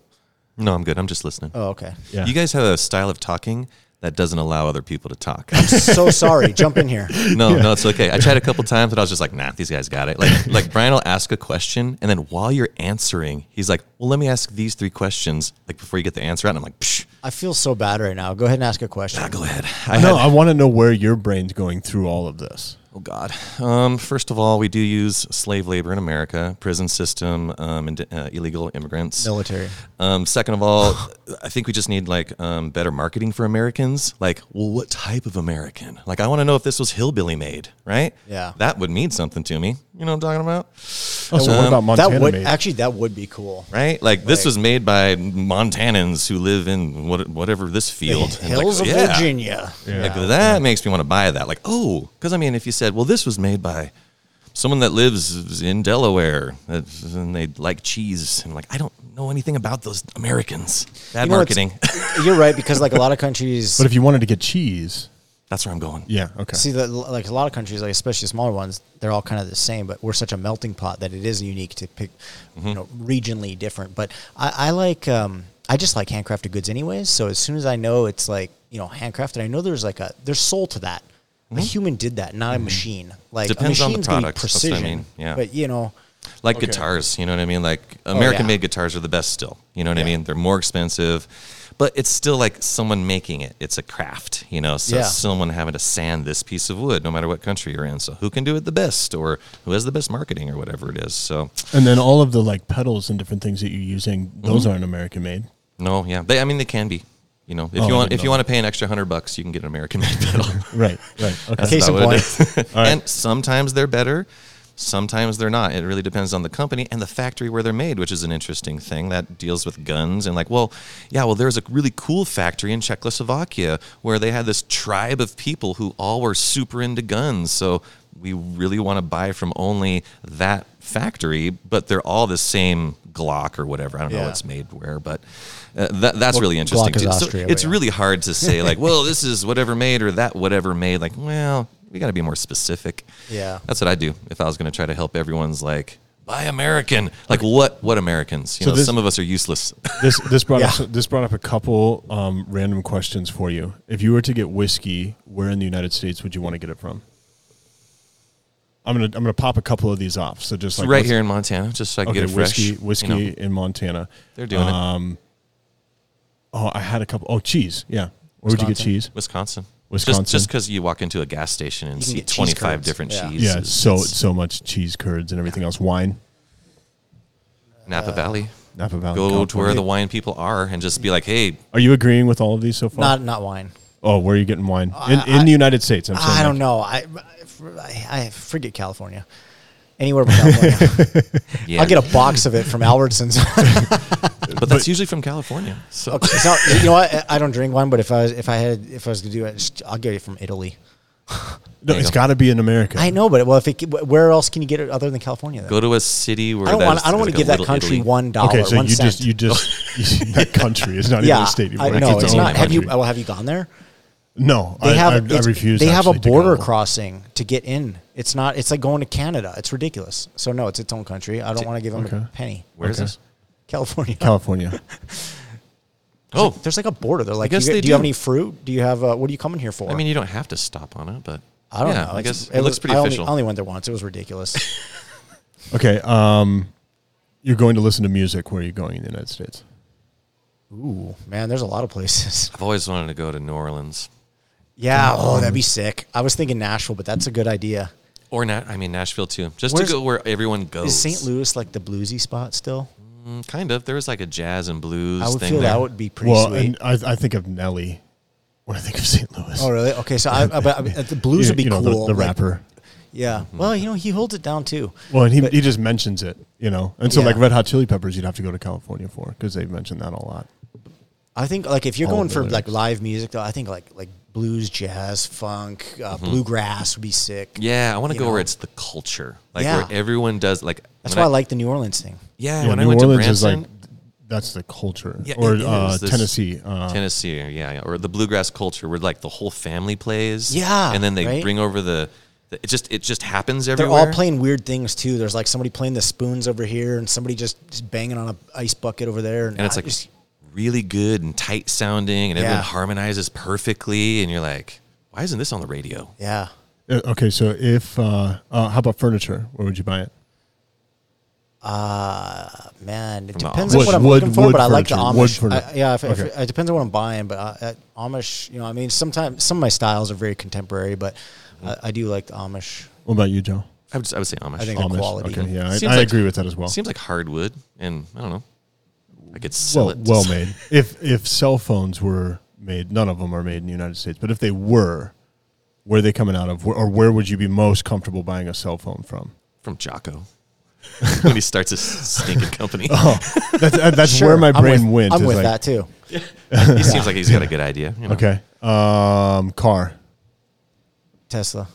Speaker 1: No, I'm good. I'm just listening.
Speaker 3: Oh, okay.
Speaker 2: Yeah.
Speaker 1: You guys have a style of talking that doesn't allow other people to talk.
Speaker 3: so sorry. Jump in here.
Speaker 1: No, no, it's okay. I tried a couple times, but I was just like, nah, these guys got it. Like, like Brian will ask a question, and then while you're answering, he's like, well, let me ask these three questions, like before you get the answer out. And I'm like, Psh,
Speaker 3: I feel so bad right now. Go ahead and ask a question.
Speaker 1: ah, go ahead. I
Speaker 2: no,
Speaker 1: had-
Speaker 2: I want to know where your brain's going through all of this.
Speaker 1: oh God. Um, first of all, we do use slave labor in America, prison system, um, and uh, illegal immigrants.
Speaker 3: Military.
Speaker 1: Um, second of all, I think we just need like um, better marketing for Americans. Like, well, what type of American? Like, I want to know if this was hillbilly made, right?
Speaker 3: Yeah.
Speaker 1: that would mean something to me. You know what I'm talking about,
Speaker 2: Oh, so what about
Speaker 1: Um,
Speaker 2: Montana?
Speaker 3: that would
Speaker 2: made?
Speaker 3: actually that would be cool.
Speaker 1: right? Like, this
Speaker 3: Right.
Speaker 1: was made by Montanans who live in what, whatever this field, And, like,
Speaker 3: Hills of
Speaker 1: yeah.
Speaker 3: Virginia.
Speaker 1: Like, that makes me want to buy that. Like, oh, because I mean, if you said, well, this was made by someone that lives in Delaware that's- and they like cheese, and like, I don't know anything about those Americans. Bad
Speaker 3: You know, it's-
Speaker 1: marketing.
Speaker 3: You're right because like a lot of countries
Speaker 2: But if you wanted to get cheese,
Speaker 1: That's where I'm going.
Speaker 2: yeah, okay.
Speaker 3: see that like a lot of countries like especially smaller ones they're all kind of the same but we're such a melting pot that it is unique to pick
Speaker 1: Mm-hmm.
Speaker 3: you know regionally different but I, I like um, I just like handcrafted goods anyways so as soon as I know it's like you know handcrafted I know there's like a there's soul to that a human did that not
Speaker 2: Mm-hmm.
Speaker 3: a machine like
Speaker 1: Mm-hmm. Depends
Speaker 3: a
Speaker 1: on the
Speaker 3: machine's gonna be
Speaker 1: product, that's what I
Speaker 3: precision
Speaker 1: mean, yeah.
Speaker 3: but you know
Speaker 1: Like guitars, you know what I mean? Like
Speaker 2: Oh,
Speaker 1: American made guitars are the best still. You know what I mean? They're more expensive, but it's still like someone making it. It's a craft, you know? So
Speaker 3: Yeah.
Speaker 1: someone having to sand this piece of wood, no matter what country you're in. So who can do it the best or who has the best marketing or whatever it is. So
Speaker 2: And then all of the like pedals and different things that you're using,
Speaker 1: Mm-hmm.
Speaker 2: those aren't American made.
Speaker 1: no, yeah. They I mean they can be. You know, if
Speaker 2: Oh, I
Speaker 1: you want
Speaker 2: didn't
Speaker 1: if you
Speaker 2: know
Speaker 1: want to pay an extra hundred bucks, you can get an American made pedal.
Speaker 2: Right, right. Okay.
Speaker 3: case in
Speaker 1: about what it
Speaker 3: point
Speaker 1: is. And sometimes they're better, sometimes they're not. It really depends on the company and the factory where they're made, which is an interesting thing that deals with guns and like, well, yeah, well, there's a really cool factory in Czechoslovakia where they had this tribe of people who all were super into guns. So we really want to buy from only that factory, but they're all the same Glock or whatever. I don't know
Speaker 3: Yeah.
Speaker 1: what's made where, but uh, that, that's really interesting.
Speaker 3: Glock is
Speaker 1: too. So
Speaker 3: Austria, but
Speaker 1: it's
Speaker 3: yeah.
Speaker 1: really really hard to say like, well, this is whatever made or that whatever made. Like, well, we got to be more specific.
Speaker 3: Yeah.
Speaker 1: that's what I do if I was going to try to help everyone's like buy American. Like, what what Americans? You
Speaker 2: So
Speaker 1: know,
Speaker 2: this-
Speaker 1: some of us are useless.
Speaker 2: This this brought
Speaker 3: Yeah.
Speaker 2: up this brought up a couple um, random questions for you. If you were to get whiskey, where in the United States would you want to get it from? I'm gonna I'm gonna pop a couple of these off. So just like
Speaker 1: right
Speaker 2: let's-
Speaker 1: here in Montana, just so I can
Speaker 2: okay,
Speaker 1: get it fresh.
Speaker 2: whiskey
Speaker 1: you
Speaker 2: whiskey um,
Speaker 1: know.
Speaker 2: in Montana. Uh,
Speaker 1: they're doing
Speaker 2: Oh, I had a couple. Oh, cheese. Yeah, where would you get
Speaker 3: Wisconsin.
Speaker 2: cheese?
Speaker 1: it. Wisconsin.
Speaker 2: Wisconsin.
Speaker 1: Just just because you walk into a gas station and
Speaker 3: can
Speaker 1: see
Speaker 3: get cheese
Speaker 1: 25
Speaker 3: curds.
Speaker 1: different
Speaker 3: Yeah.
Speaker 1: cheeses.
Speaker 2: Yeah, so so much cheese curds and everything else. Wine,
Speaker 1: Napa
Speaker 3: uh,
Speaker 1: Valley.
Speaker 2: Napa Valley.
Speaker 1: Go to where
Speaker 2: California.
Speaker 1: the wine people are and just be like, hey,
Speaker 2: Are you agreeing with all of these so far?
Speaker 3: not not wine
Speaker 2: Oh, where are you getting wine in,
Speaker 3: I-
Speaker 2: in the United States? I'm saying
Speaker 3: I don't
Speaker 2: like-
Speaker 3: know. I, I I forget California. Anywhere but California.
Speaker 1: Yeah.
Speaker 3: I'll get a box of it from Albertsons.
Speaker 1: but that's usually from California. So
Speaker 3: Okay, so, you know what? I- I don't drink wine, but if I was if I had if I was gonna do it, just- I'll get it from Italy.
Speaker 2: No,
Speaker 1: you
Speaker 2: it's
Speaker 1: go.
Speaker 2: got to be in America.
Speaker 3: I know, but well, if it, where else can you get it other than California? Though?
Speaker 1: go to a city where
Speaker 3: I don't
Speaker 1: that
Speaker 3: want.
Speaker 1: is-
Speaker 3: I don't want
Speaker 1: like
Speaker 3: to
Speaker 1: a
Speaker 3: give that
Speaker 1: little
Speaker 3: country
Speaker 1: Italy.
Speaker 3: one dollar.
Speaker 2: Okay, so
Speaker 3: one
Speaker 2: you just
Speaker 3: cent.
Speaker 2: you just you- that country is not even
Speaker 3: yeah.
Speaker 2: a state.
Speaker 3: I,
Speaker 2: anymore.
Speaker 3: no,
Speaker 1: its
Speaker 3: it's
Speaker 1: own
Speaker 3: not. Have you?
Speaker 1: country.
Speaker 3: Well, have you gone there?
Speaker 2: No,
Speaker 3: They
Speaker 2: I,
Speaker 3: have.
Speaker 2: I, I
Speaker 3: it's-
Speaker 2: refuse.
Speaker 3: They have a
Speaker 2: actually to
Speaker 3: border
Speaker 2: go.
Speaker 3: crossing to get in. It's not. It's like going to Canada. It's ridiculous. So no, it's its own country. I don't want to give them
Speaker 2: okay.
Speaker 3: a penny.
Speaker 1: Where is
Speaker 2: Okay.
Speaker 1: this?
Speaker 3: California.
Speaker 2: California.
Speaker 1: Oh,
Speaker 3: There's like a border. They're like,
Speaker 1: guess
Speaker 3: you,
Speaker 1: they
Speaker 3: do, you have
Speaker 1: do.
Speaker 3: any fruit? Do you have? Uh, what are you coming here for?
Speaker 1: I mean, you don't have to stop on it, but
Speaker 3: I don't
Speaker 1: yeah,
Speaker 3: know.
Speaker 1: I
Speaker 3: It's-
Speaker 1: guess it, looks
Speaker 3: was-
Speaker 1: pretty
Speaker 3: I only-
Speaker 1: official.
Speaker 3: I only, went there once. It was ridiculous.
Speaker 2: Okay. Um, you're going to listen to music. Where are you going in the United States?
Speaker 3: Ooh, man, there's a lot of places.
Speaker 1: I've always wanted to go to New Orleans
Speaker 3: Yeah.
Speaker 1: Um,
Speaker 3: Oh, that'd be sick. I was thinking Nashville, but that's a good idea.
Speaker 1: or not. I mean, Nashville too, just
Speaker 3: Where's-
Speaker 1: to go where everyone goes.
Speaker 3: Is St. Louis like the bluesy spot still?
Speaker 1: Mm, Kind of. There was like a jazz and blues
Speaker 3: I would
Speaker 1: thing
Speaker 3: feel
Speaker 1: there.
Speaker 3: that would be pretty
Speaker 2: well,
Speaker 3: sweet.
Speaker 2: and I, I think of Nelly when I think of St. Louis.
Speaker 3: Oh, really? Okay, so I, I, but I, the blues
Speaker 2: You-
Speaker 3: would be
Speaker 2: you know, the-
Speaker 3: cool.
Speaker 2: the,
Speaker 3: like-
Speaker 2: rapper.
Speaker 3: yeah.
Speaker 1: Mm-hmm.
Speaker 3: Well, you know, he holds it down too.
Speaker 2: Well, and he, he just mentions it, you know. And so,
Speaker 3: Yeah.
Speaker 2: like Red Hot Chili Peppers, you'd have to go to California for because they've mentioned that a lot.
Speaker 3: I think like if you're
Speaker 2: All
Speaker 3: going
Speaker 2: the
Speaker 3: for
Speaker 2: lyrics.
Speaker 3: like live music though, I think like like blues, jazz, funk, uh, bluegrass would be sick.
Speaker 1: Mm-hmm. Yeah, I want to
Speaker 3: You
Speaker 1: go
Speaker 3: know?
Speaker 1: where it's the culture, like
Speaker 3: Yeah.
Speaker 1: where everyone does like.
Speaker 3: That's
Speaker 1: when
Speaker 3: why I like the New Orleans thing.
Speaker 1: Yeah,
Speaker 2: Yeah,
Speaker 1: when
Speaker 2: New
Speaker 1: I went
Speaker 2: Orleans
Speaker 1: to
Speaker 2: is like
Speaker 1: Branson,
Speaker 2: that's the culture,
Speaker 1: Yeah,
Speaker 2: or
Speaker 1: it is.
Speaker 2: uh,
Speaker 1: This-
Speaker 2: Tennessee. Uh,
Speaker 1: Tennessee, yeah, yeah, or the bluegrass culture where like the whole family plays.
Speaker 3: Yeah,
Speaker 1: and then they
Speaker 3: right?
Speaker 1: bring over the, the. It just it just happens
Speaker 3: They're
Speaker 1: everywhere.
Speaker 3: all playing weird things too. There's like somebody playing the spoons over here, and somebody just, just banging on a ice bucket over there,
Speaker 1: and it's
Speaker 3: I
Speaker 1: like
Speaker 3: just-
Speaker 1: really good and tight sounding, and everyone
Speaker 3: Yeah.
Speaker 1: harmonizes perfectly, and you're like, why isn't this on the radio?
Speaker 3: yeah.
Speaker 2: uh, okay, so if uh, uh, how about furniture? Where would you buy it?
Speaker 3: Uh, man, it
Speaker 1: the
Speaker 3: depends
Speaker 1: Amish.
Speaker 3: on what I'm
Speaker 2: Wood-
Speaker 3: looking for,
Speaker 2: wood
Speaker 3: but I like the
Speaker 2: furniture, wood
Speaker 3: Amish.
Speaker 2: furniture.
Speaker 3: I, yeah, if, if-
Speaker 2: Okay.
Speaker 3: it depends on what I'm buying, but I, I, Amish, you know, I mean, sometimes some of my styles are very contemporary, but I, I do like the Amish.
Speaker 2: What about you, Joe?
Speaker 1: I would just, I would say Amish.
Speaker 3: I think The
Speaker 2: Amish.
Speaker 3: quality.
Speaker 2: Okay, yeah, I,
Speaker 1: Seems
Speaker 2: I
Speaker 1: like-
Speaker 2: agree with that as well.
Speaker 1: Seems like hardwood, and I don't know. I could sell
Speaker 2: well,
Speaker 1: it. to
Speaker 2: well
Speaker 1: some-
Speaker 2: made. If if cell phones were made, none of them are made in the United States. But if they were, where are they coming out of, Where- or where would you be most comfortable buying a cell phone from?
Speaker 1: from Jocko when he starts his stinking company.
Speaker 2: That's, uh, that's
Speaker 3: Sure,
Speaker 2: where my
Speaker 3: I'm
Speaker 2: brain
Speaker 3: with-
Speaker 2: wins.
Speaker 3: I'm
Speaker 2: is
Speaker 3: with
Speaker 2: like,
Speaker 3: that too.
Speaker 1: He seems like he's got a good idea. you know.
Speaker 2: Okay, um, car.
Speaker 3: Tesla,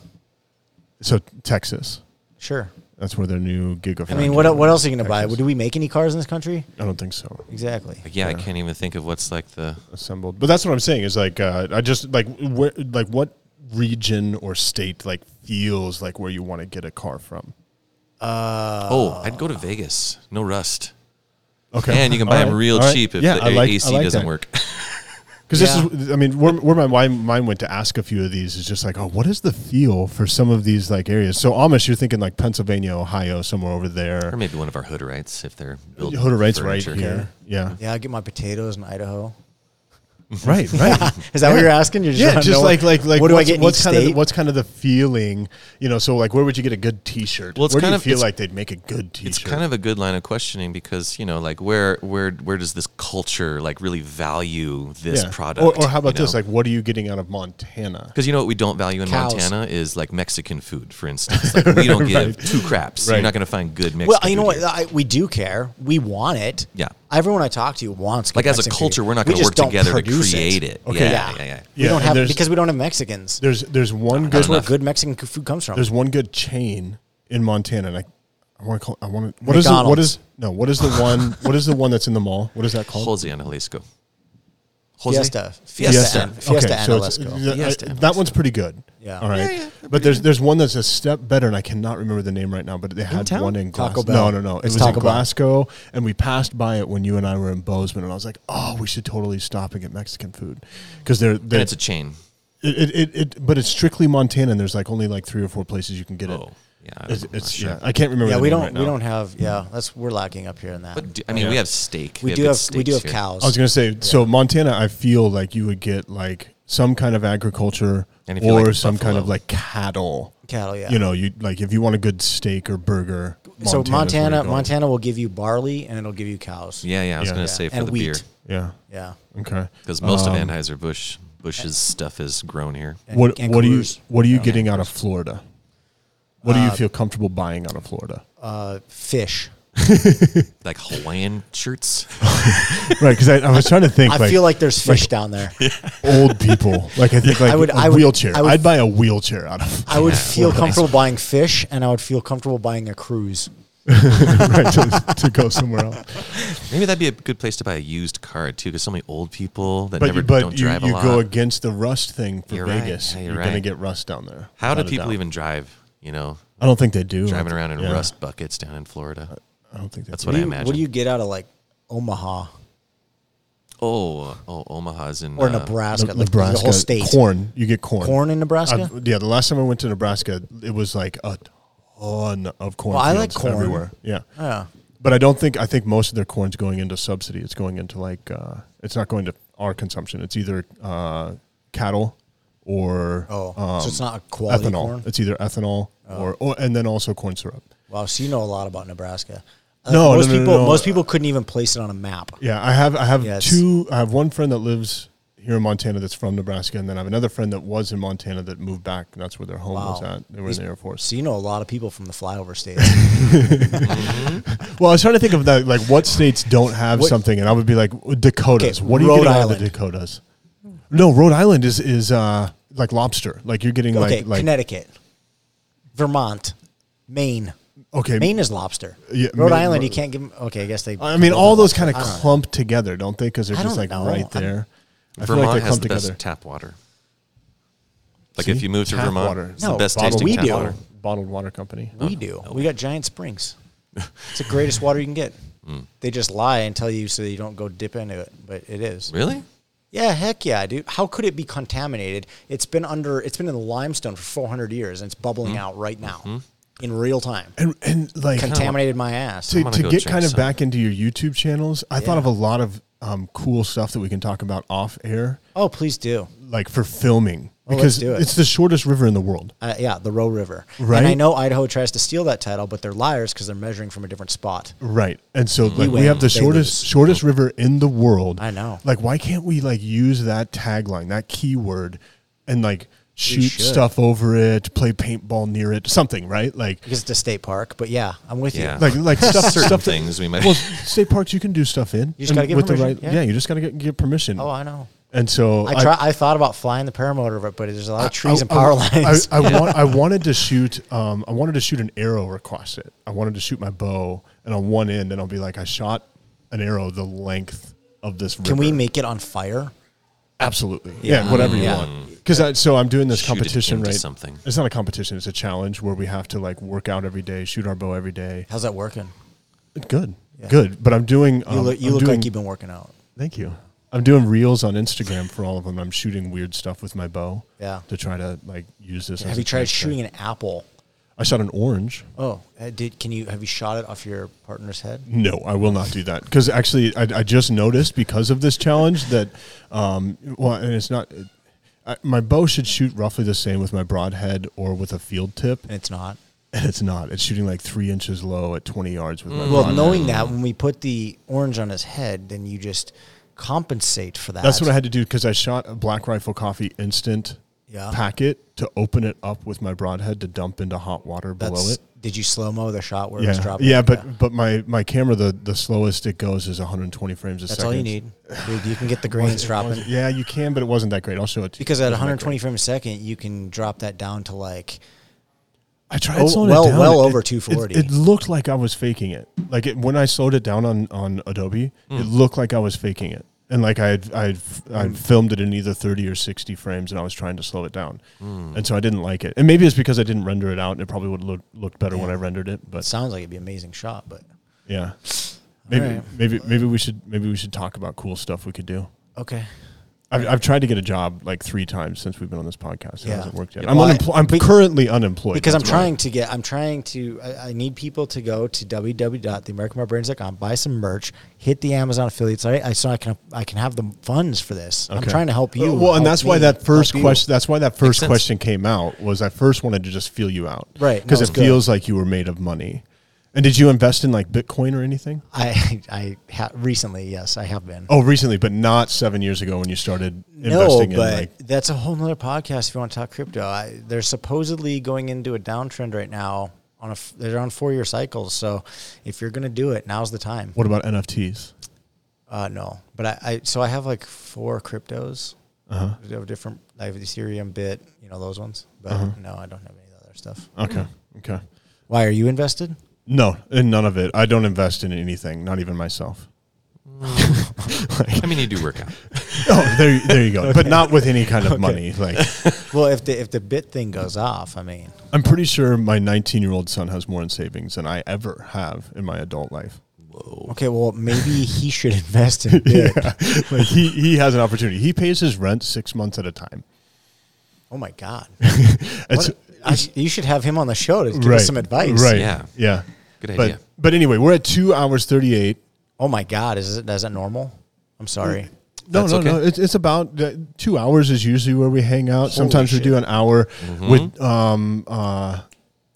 Speaker 2: So Texas.
Speaker 3: sure.
Speaker 2: That's where their new gig of.
Speaker 3: I mean, what what else are you gonna buy? Do we make any cars in this country?
Speaker 2: I don't think so.
Speaker 3: Exactly.
Speaker 1: Like, yeah, I can't even think of what's like the.
Speaker 2: Assembled, but that's what I'm saying. Is like uh, I just like where like what region or state like feels like where you want to get a car from. Uh,
Speaker 1: oh, I'd go to Vegas. No rust.
Speaker 2: Okay,
Speaker 1: And you can buy
Speaker 2: All
Speaker 1: them
Speaker 2: right.
Speaker 1: real
Speaker 2: All right.
Speaker 1: cheap if
Speaker 2: Yeah,
Speaker 1: the
Speaker 2: I like-
Speaker 1: AC
Speaker 2: I like
Speaker 1: doesn't
Speaker 2: that.
Speaker 1: work.
Speaker 2: Because
Speaker 3: Yeah.
Speaker 2: this is, I mean, where, where my mind, mind went to ask a few of these is just like, oh, what is the feel for some of these like areas? So Amish, you're thinking like Pennsylvania, Ohio, somewhere over
Speaker 1: or
Speaker 2: there.
Speaker 1: maybe one of our hood rights if they're built.
Speaker 2: Hood rights right
Speaker 1: furniture.
Speaker 2: here. Yeah.
Speaker 3: Yeah, I get my potatoes in Idaho.
Speaker 2: right, right.
Speaker 3: Is that what
Speaker 2: Yeah.
Speaker 3: you're asking? You're just
Speaker 2: yeah,
Speaker 3: wanna
Speaker 2: just
Speaker 3: know
Speaker 2: like like like
Speaker 3: what do I
Speaker 2: what's-
Speaker 3: get in
Speaker 2: What's
Speaker 3: each
Speaker 2: kind of
Speaker 3: state?
Speaker 2: the, what's kind of the feeling? You know, so like, where would you get a good T-shirt?
Speaker 1: Well, it's
Speaker 2: where do
Speaker 1: kind
Speaker 2: you
Speaker 1: of-
Speaker 2: feel
Speaker 1: it's-
Speaker 2: like they'd make a good T-shirt?
Speaker 1: It's kind of a good line of questioning because you know, like, where where where does this culture like really value this product?
Speaker 2: Or, or how about this? Like, what are you getting out of Montana?
Speaker 1: because you know what we don't value in
Speaker 3: Cows.
Speaker 1: Montana is like Mexican food, for instance. Like, we don't give two craps.
Speaker 2: Right.
Speaker 1: You're not going to find good Mexican.
Speaker 3: Well, you know
Speaker 1: food
Speaker 3: what?
Speaker 1: here.
Speaker 3: I, we do care. We want it.
Speaker 1: Yeah.
Speaker 3: Everyone I talk to wants.
Speaker 1: Like
Speaker 3: good
Speaker 1: as a
Speaker 3: Mexican food.
Speaker 1: culture, we're not
Speaker 3: We
Speaker 1: going to
Speaker 3: just
Speaker 1: work
Speaker 3: don't
Speaker 1: together to
Speaker 3: produce
Speaker 1: create it.
Speaker 3: Okay.
Speaker 1: Yeah,
Speaker 3: Yeah.
Speaker 1: yeah, yeah.
Speaker 3: We
Speaker 2: Yeah,
Speaker 3: don't
Speaker 2: and
Speaker 3: have
Speaker 2: there's-
Speaker 3: because we don't have Mexicans.
Speaker 2: There's there's one good
Speaker 3: That's where
Speaker 1: enough.
Speaker 3: good Mexican c- food comes from.
Speaker 2: there's one good chain in Montana, and I, I want to call. I want to. What is the, what
Speaker 3: McDonald's.
Speaker 2: is no? What is the one? what is the one that's in the mall? What is that
Speaker 3: uh,
Speaker 2: called?
Speaker 1: Jose and Jalisco. Jose?
Speaker 3: Fiesta, Fiesta, Fiesta, Fiesta
Speaker 2: Okay, so it's-
Speaker 3: Analesco.
Speaker 2: th-
Speaker 1: Fiesta
Speaker 2: I-
Speaker 1: and
Speaker 2: that one's pretty good.
Speaker 3: Yeah.
Speaker 2: All right. but there's there's one that's a step better, and I cannot remember the name right now. But they had
Speaker 1: town?
Speaker 2: one in Glasgow.
Speaker 3: Taco Bell.
Speaker 2: No, no, no. It
Speaker 3: It's
Speaker 2: was in
Speaker 3: Taco Bell.
Speaker 2: Glasgow, and we passed by it when you and I were in Bozeman, and I was like, oh, we should totally stop and get Mexican food because they're,
Speaker 1: And
Speaker 2: they're
Speaker 1: it's a chain.
Speaker 2: it, it, it, it- but it's strictly Montana, and there's like only like three or four places you can get it.
Speaker 1: Oh, yeah. I'm
Speaker 2: It's,
Speaker 1: not
Speaker 2: it's-
Speaker 1: sure.
Speaker 2: yeah. I can't remember.
Speaker 3: Yeah,
Speaker 2: the
Speaker 3: we
Speaker 2: name
Speaker 3: don't
Speaker 2: right
Speaker 3: we
Speaker 2: now.
Speaker 3: don't have yeah. That's we're lacking up here in that.
Speaker 1: But do, I mean, we have steak.
Speaker 3: we
Speaker 1: have
Speaker 3: do
Speaker 1: good
Speaker 3: have we do have
Speaker 1: steaks here.
Speaker 3: cows.
Speaker 2: I was gonna say, so Montana, I feel like you would get like some kind of agriculture
Speaker 1: And if you
Speaker 2: or
Speaker 1: like
Speaker 2: some kind
Speaker 1: buffalo.
Speaker 2: of like cattle.
Speaker 3: cattle. Yeah.
Speaker 2: You know, you like if you want a good steak or burger.
Speaker 3: so
Speaker 2: Montana's where
Speaker 3: Montana
Speaker 2: you're going.
Speaker 3: Montana will give you barley and it'll give you cows.
Speaker 1: Yeah, yeah. I was
Speaker 2: Yeah.
Speaker 1: going
Speaker 2: Yeah.
Speaker 1: to say for
Speaker 3: And
Speaker 1: the
Speaker 3: wheat.
Speaker 1: beer
Speaker 2: Yeah.
Speaker 3: Yeah.
Speaker 2: Okay.
Speaker 1: because most of Anheuser Busch Bush's stuff has grown here.
Speaker 3: And
Speaker 2: What
Speaker 3: and
Speaker 2: what are you
Speaker 3: Coors.
Speaker 2: what are you getting out of Florida? What do you feel comfortable buying out of Florida?
Speaker 3: Uh, fish.
Speaker 1: Like Hawaiian shirts.
Speaker 2: right, because I, I was trying to think.
Speaker 3: I
Speaker 2: like,
Speaker 3: feel like there's fish down there.
Speaker 2: old people. Like I think like
Speaker 3: I would-
Speaker 2: a
Speaker 3: I would-
Speaker 2: wheelchair.
Speaker 3: I would-
Speaker 2: I'd buy a wheelchair out of
Speaker 3: I would feel comfortable buying fish, and I would feel comfortable buying a cruise.
Speaker 2: right, to, to go somewhere else.
Speaker 1: Maybe that'd be a good place to buy a used car too, because so many old people that
Speaker 2: But
Speaker 1: never
Speaker 2: you, but
Speaker 1: don't
Speaker 2: you,
Speaker 1: drive
Speaker 2: you
Speaker 1: a lot.
Speaker 2: go against the rust thing for
Speaker 1: You're right.
Speaker 2: Vegas.
Speaker 1: Yeah,
Speaker 2: you're
Speaker 1: you're
Speaker 2: gonna
Speaker 1: right.
Speaker 2: get rust down there.
Speaker 1: How do
Speaker 2: without a
Speaker 1: people
Speaker 2: doubt.
Speaker 1: even drive? You know,
Speaker 2: I don't think they do.
Speaker 1: driving around in
Speaker 2: Yeah. Uh,
Speaker 1: rust buckets down in Florida.
Speaker 2: I don't think they
Speaker 1: That's
Speaker 2: do.
Speaker 1: what I
Speaker 3: You-
Speaker 1: imagine.
Speaker 3: What do you get out of like Omaha
Speaker 1: Oh, oh, Omaha's in
Speaker 3: or
Speaker 1: uh,
Speaker 3: Nebraska,
Speaker 2: Ne-
Speaker 3: like the whole state?
Speaker 2: corn. You get corn.
Speaker 3: Corn in Nebraska.
Speaker 2: I- yeah, the last time I went to Nebraska, it was like a ton of corn.
Speaker 3: Well, I like
Speaker 2: fields
Speaker 3: corn.
Speaker 2: everywhere. Yeah,
Speaker 3: yeah.
Speaker 2: but I don't think I think most of their corn's going into subsidy. It's going into like uh, it's not going to our consumption. It's either uh, cattle or
Speaker 3: Oh,
Speaker 2: um,
Speaker 3: so it's not a quality
Speaker 2: ethanol.
Speaker 3: corn. Oh.
Speaker 2: It's either ethanol or, or and then also corn syrup.
Speaker 3: Wow, so you know a lot about Nebraska. Uh,
Speaker 2: No,
Speaker 3: most
Speaker 2: no, no, no,
Speaker 3: people
Speaker 2: no.
Speaker 3: most people couldn't even place it on a map.
Speaker 2: Yeah, I have I have
Speaker 3: Yes.
Speaker 2: two. I have one friend that lives here in Montana that's from Nebraska, and then I have another friend that was in Montana that moved back, and that's where their home was
Speaker 3: Wow.
Speaker 2: at. They were in the Air Force.
Speaker 3: So you know a lot of people from the flyover states.
Speaker 2: Well, I was trying to think of that, like what states don't have
Speaker 3: What-
Speaker 2: something, and I would be like Dakotas.
Speaker 3: Okay,
Speaker 2: what are you
Speaker 3: Rhode
Speaker 2: getting out of the
Speaker 3: Island.
Speaker 2: Dakotas? No, Rhode Island is is uh, like lobster. Like you're getting
Speaker 3: okay,
Speaker 2: like like
Speaker 3: Connecticut, Vermont, Maine.
Speaker 2: okay.
Speaker 3: Maine is lobster.
Speaker 2: Yeah,
Speaker 3: Rhode
Speaker 2: Maine-
Speaker 3: Island, you can't give 'em- Okay, I guess they.
Speaker 2: I mean,
Speaker 3: they
Speaker 2: all
Speaker 3: build
Speaker 2: those kind of
Speaker 3: lobster. I don't know.
Speaker 2: clump together, don't they? Because they're
Speaker 3: I
Speaker 2: just
Speaker 3: don't
Speaker 2: like
Speaker 3: know.
Speaker 2: right
Speaker 3: I'm-
Speaker 2: there. I feel
Speaker 1: Vermont
Speaker 2: like they
Speaker 1: has
Speaker 2: clump
Speaker 1: the
Speaker 2: together.
Speaker 1: best tap water. Like
Speaker 2: See?
Speaker 1: if you move to
Speaker 2: Tap
Speaker 1: Vermont,
Speaker 2: water.
Speaker 1: it's the
Speaker 3: No,
Speaker 1: best
Speaker 3: bottled
Speaker 1: tasting
Speaker 3: we
Speaker 1: tap
Speaker 3: do.
Speaker 1: water.
Speaker 2: bottled water company.
Speaker 3: We do. We got giant springs. It's the greatest water you can get.
Speaker 1: Hmm.
Speaker 3: They just lie and tell you so that you don't go dip into it, but it is.
Speaker 1: Really?
Speaker 3: Yeah, heck yeah, dude. How could it be contaminated? It's been under. It's been in the limestone for 400 years, and it's
Speaker 1: Hmm.
Speaker 3: bubbling out right now in real time.
Speaker 2: And and like
Speaker 3: Contaminated my ass.
Speaker 2: to,
Speaker 1: gonna
Speaker 2: to
Speaker 1: go
Speaker 2: get
Speaker 1: check
Speaker 2: kind of
Speaker 1: some.
Speaker 2: back into your YouTube channels, I thought
Speaker 3: Yeah.
Speaker 2: of a lot of um, cool stuff that we can talk about off air,
Speaker 3: Oh, please do.
Speaker 2: like for filming,
Speaker 3: let's
Speaker 2: because
Speaker 3: do it.
Speaker 2: it's the shortest river in the world.
Speaker 3: Uh, yeah, the Roe River.
Speaker 2: Right?
Speaker 3: And I know Idaho tries to steal that title, but they're liars because they're measuring from a different spot.
Speaker 2: Right, and so like we
Speaker 3: win,
Speaker 2: have the
Speaker 3: they
Speaker 2: shortest
Speaker 3: lose.
Speaker 2: shortest river in the world.
Speaker 3: I know.
Speaker 2: Like, why can't we like use that tagline, that keyword, and like shoot
Speaker 3: should.
Speaker 2: stuff over it, play paintball near it, something, right? Like,
Speaker 3: Because it's a state park. But yeah, I'm with
Speaker 1: Yeah.
Speaker 3: you.
Speaker 2: like, like stuff,
Speaker 1: Certain
Speaker 2: stuff that-
Speaker 1: things we might.
Speaker 2: well, state parks you can do stuff in.
Speaker 3: You just
Speaker 2: and
Speaker 3: gotta get
Speaker 2: with
Speaker 3: permission,
Speaker 2: The right, yeah.
Speaker 3: yeah.
Speaker 2: you just gotta get, get permission.
Speaker 3: Oh, I know.
Speaker 2: and so
Speaker 3: I try. I thought about flying the paramotor, but, but there's a lot of trees
Speaker 2: I-
Speaker 3: and power
Speaker 2: I-
Speaker 3: lines.
Speaker 2: I, I, want, I wanted to shoot. Um, I wanted to shoot an arrow across it. I wanted to shoot my bow, and on one end, and I'll be like, I shot an arrow the length of this. River.
Speaker 3: Can we make it on fire?
Speaker 2: absolutely? Yeah, whatever you
Speaker 3: Yeah.
Speaker 2: want. Because so I'm doing this
Speaker 1: Shoot it
Speaker 2: competition
Speaker 1: into
Speaker 2: right.
Speaker 1: something.
Speaker 2: It's not a competition. It's a challenge where we have to like work out every day, shoot our bow every day.
Speaker 3: How's that working?
Speaker 2: Good, good. But I'm doing. Um,
Speaker 3: You look. You
Speaker 2: I'm
Speaker 3: look
Speaker 2: doing,
Speaker 3: like you've been working out.
Speaker 2: Thank you. I'm doing reels on Instagram for all of them. I'm shooting weird stuff with my bow.
Speaker 3: Yeah.
Speaker 2: To try to like use this. as
Speaker 3: Have
Speaker 2: a
Speaker 3: you tried
Speaker 2: test thing.
Speaker 3: shooting an apple?
Speaker 2: I shot an orange.
Speaker 3: Oh, uh, did can you have you shot it off your partner's head?
Speaker 2: No, I will not do that because actually, I, I just noticed because of this challenge that, um, well, and it's not. I, my bow should shoot roughly the same with my broadhead or with a field tip,
Speaker 3: And it's not.
Speaker 2: and it's not. It's shooting like three inches low at twenty yards with my
Speaker 3: Mm. Well,
Speaker 2: broadhead.
Speaker 3: knowing that when we put the orange on his head, then you just compensate for that.
Speaker 2: That's what I had to do because I shot a Black Rifle Coffee instant
Speaker 3: Yeah.
Speaker 2: packet to open it up with my broadhead to dump into hot water below
Speaker 3: That's,
Speaker 2: it.
Speaker 3: did you slow mo the shot where it was
Speaker 2: Yeah,
Speaker 3: dropping?
Speaker 2: yeah, but but my my camera the the slowest it goes is 120 frames a
Speaker 3: that's
Speaker 2: second.
Speaker 3: all you need. Dude, you can get the grains dropping.
Speaker 2: Yeah, you can, but it wasn't that great. I'll show it to you.
Speaker 3: Because at
Speaker 2: It wasn't that
Speaker 3: 120 frames a second, you can drop that down to like
Speaker 2: I tried
Speaker 3: Oh,
Speaker 2: slowing
Speaker 3: well-
Speaker 2: it down.
Speaker 3: well
Speaker 2: It-
Speaker 3: over
Speaker 2: it-
Speaker 3: 240.
Speaker 2: It, looked like I was faking it. Like it, when I slowed it down on on Adobe,
Speaker 3: Hmm.
Speaker 2: it looked like I was faking it, and like I had, I had, I had filmed it in either thirty or sixty frames, and I was trying to slow it down,
Speaker 3: Hmm.
Speaker 2: and so I didn't like it. And maybe it's because I didn't render it out, and it probably would look looked better when I rendered it. But
Speaker 3: sounds like it'd be an amazing shot, but
Speaker 2: yeah, maybe
Speaker 3: right.
Speaker 2: maybe maybe we should maybe we should talk about cool stuff we could do.
Speaker 3: okay.
Speaker 2: I've, I've tried to get a job like three times since we've been on this podcast. It
Speaker 3: Yeah.
Speaker 2: hasn't worked yet.
Speaker 3: Yeah,
Speaker 2: I'm
Speaker 3: well, I-
Speaker 2: unimpl- I'm
Speaker 3: be-
Speaker 2: currently unemployed
Speaker 3: Because I'm
Speaker 2: that's why.
Speaker 3: trying to get, I'm trying to, I, I need people to go to www.theamericanbarbrains.com, buy some merch, hit the Amazon affiliate site, I, so I can, I can have the funds for this. I'm
Speaker 2: Okay.
Speaker 3: trying to help
Speaker 2: Uh, Well,
Speaker 3: you.
Speaker 2: and
Speaker 3: help
Speaker 2: that's why
Speaker 3: me,
Speaker 2: that first
Speaker 3: help you.
Speaker 2: question. That's why that first
Speaker 1: sense.
Speaker 2: question came out was I first wanted to just feel you out,
Speaker 3: Right, no,
Speaker 2: Because
Speaker 3: it's
Speaker 2: it
Speaker 3: good.
Speaker 2: feels like you were made of money, And did you invest in like Bitcoin or anything?
Speaker 3: I I ha- recently, yes, I have been.
Speaker 2: Oh, recently, but not seven years ago when you started
Speaker 3: no,
Speaker 2: investing
Speaker 3: but
Speaker 2: in like
Speaker 3: that's a whole nother podcast. If you want to talk crypto, I, they're supposedly going into a downtrend right now. On a f- they're on four year cycles, so if you're going to do it, now's the time.
Speaker 2: what about NFTs?
Speaker 3: Uh, no, but I, I so I have like four cryptos.
Speaker 2: Uh-huh.
Speaker 3: I have different. I have Ethereum, Bit, you know those ones. But no, I don't have any of the other stuff.
Speaker 2: Okay. Okay.
Speaker 3: Why are you invested?
Speaker 2: No, in none of it. I don't invest in anything, not even myself.
Speaker 1: I mean, you do work out.
Speaker 2: Oh, there, there you go. But not with any kind of money. Like,
Speaker 3: Well, if the if the Bit thing goes off, I mean,
Speaker 2: I'm pretty sure my 19 year old son has more in savings than I ever have in my adult life.
Speaker 3: okay, well maybe he should invest in Bit.
Speaker 2: Like, he, he has an opportunity. He pays his rent six months at a time.
Speaker 3: Oh my God,
Speaker 2: It's,
Speaker 3: What- I, you should have him on the show to give
Speaker 2: right,
Speaker 3: us some advice.
Speaker 2: Right.
Speaker 1: Yeah.
Speaker 2: Yeah.
Speaker 1: Good
Speaker 2: but,
Speaker 1: idea.
Speaker 2: But anyway, we're at two hours 38.
Speaker 3: Oh my God, is it is that normal? I'm sorry.
Speaker 2: No,
Speaker 1: That's
Speaker 2: no, no.
Speaker 1: okay.
Speaker 2: It's, it's about uh, two hours is usually where we hang out. Sometimes we
Speaker 3: shit.
Speaker 2: do an hour
Speaker 1: Mm-hmm.
Speaker 2: with um uh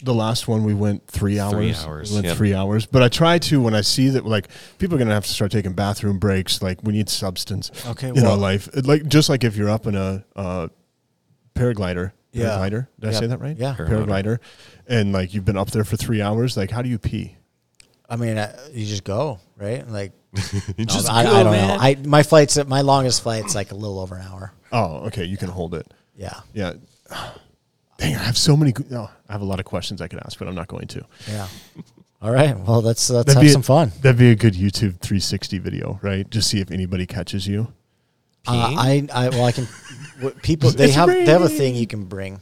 Speaker 2: the last one we went three hours.
Speaker 1: hours,
Speaker 2: We went
Speaker 1: yep.
Speaker 2: three hours. But I try to when I see that like people are gonna have to start taking bathroom breaks. Like we need substance.
Speaker 3: Okay,
Speaker 2: in our
Speaker 3: well-
Speaker 2: life, It, like just like if you're up in a uh, paraglider.
Speaker 3: Yeah.
Speaker 2: Paraglider. Did I
Speaker 3: Yeah.
Speaker 2: say that right?
Speaker 3: Yeah.
Speaker 1: Paraglider.
Speaker 2: Paraglider. And like you've been up there for three hours. Like how do you pee?
Speaker 3: I mean, I, you just go right. Like,
Speaker 1: You just
Speaker 3: I,
Speaker 1: go,
Speaker 3: I don't know.
Speaker 1: man.
Speaker 3: I my flight's my longest flight's like a little over an hour.
Speaker 2: Oh, okay. You can hold it.
Speaker 3: Yeah.
Speaker 2: Yeah. Dang, I have so many. No, I have a lot of questions I could ask, but I'm not going to.
Speaker 3: Yeah. All right. Well, let's let's have some
Speaker 2: a,
Speaker 3: fun.
Speaker 2: That'd be a good YouTube 360 video, right? Just see if anybody catches you.
Speaker 3: Uh, I I well I can w- people they
Speaker 2: It's
Speaker 3: have they have a thing you can bring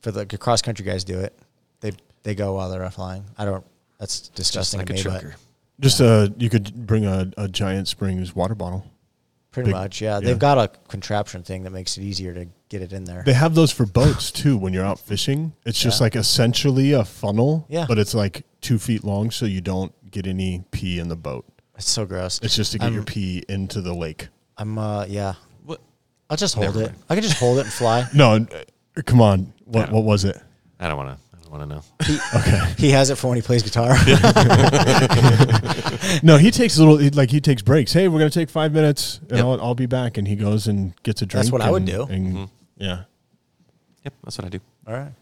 Speaker 3: for the cross country guys do it. They they go while they're flying. I don't. That's disgusting
Speaker 1: like a
Speaker 3: to me, but
Speaker 1: trucker.
Speaker 2: Just uh, you could bring a, a Giant Springs water bottle.
Speaker 3: pretty
Speaker 2: Big-
Speaker 3: much yeah.
Speaker 2: yeah.
Speaker 3: They've got a contraption thing that makes it easier to get it in there.
Speaker 2: They have those for boats too when you're out fishing. It's just
Speaker 3: Yeah.
Speaker 2: like essentially a funnel,
Speaker 3: Yeah.
Speaker 2: but it's like two feet long, so you don't get any pee in the boat.
Speaker 3: it's so gross.
Speaker 2: It's just to get your
Speaker 3: I'm-
Speaker 2: pee into the lake.
Speaker 3: I'm uh yeah.
Speaker 1: What?
Speaker 3: I'll just hold
Speaker 1: Never
Speaker 3: it.
Speaker 1: mind.
Speaker 3: I can just hold it and fly.
Speaker 2: No, uh, come on. What,
Speaker 1: Yeah.
Speaker 2: what was it?
Speaker 1: I don't want to. I don't want to know.
Speaker 3: He has it for when he plays guitar.
Speaker 2: No, he takes little he- like he takes breaks. Hey, we're gonna take five minutes, and
Speaker 1: Yep.
Speaker 2: I'll, I'll be back. And he goes and gets a drink.
Speaker 3: That's what I would
Speaker 2: and-
Speaker 3: do.
Speaker 2: and- Yeah.
Speaker 1: Yep, that's what I do.
Speaker 3: All right.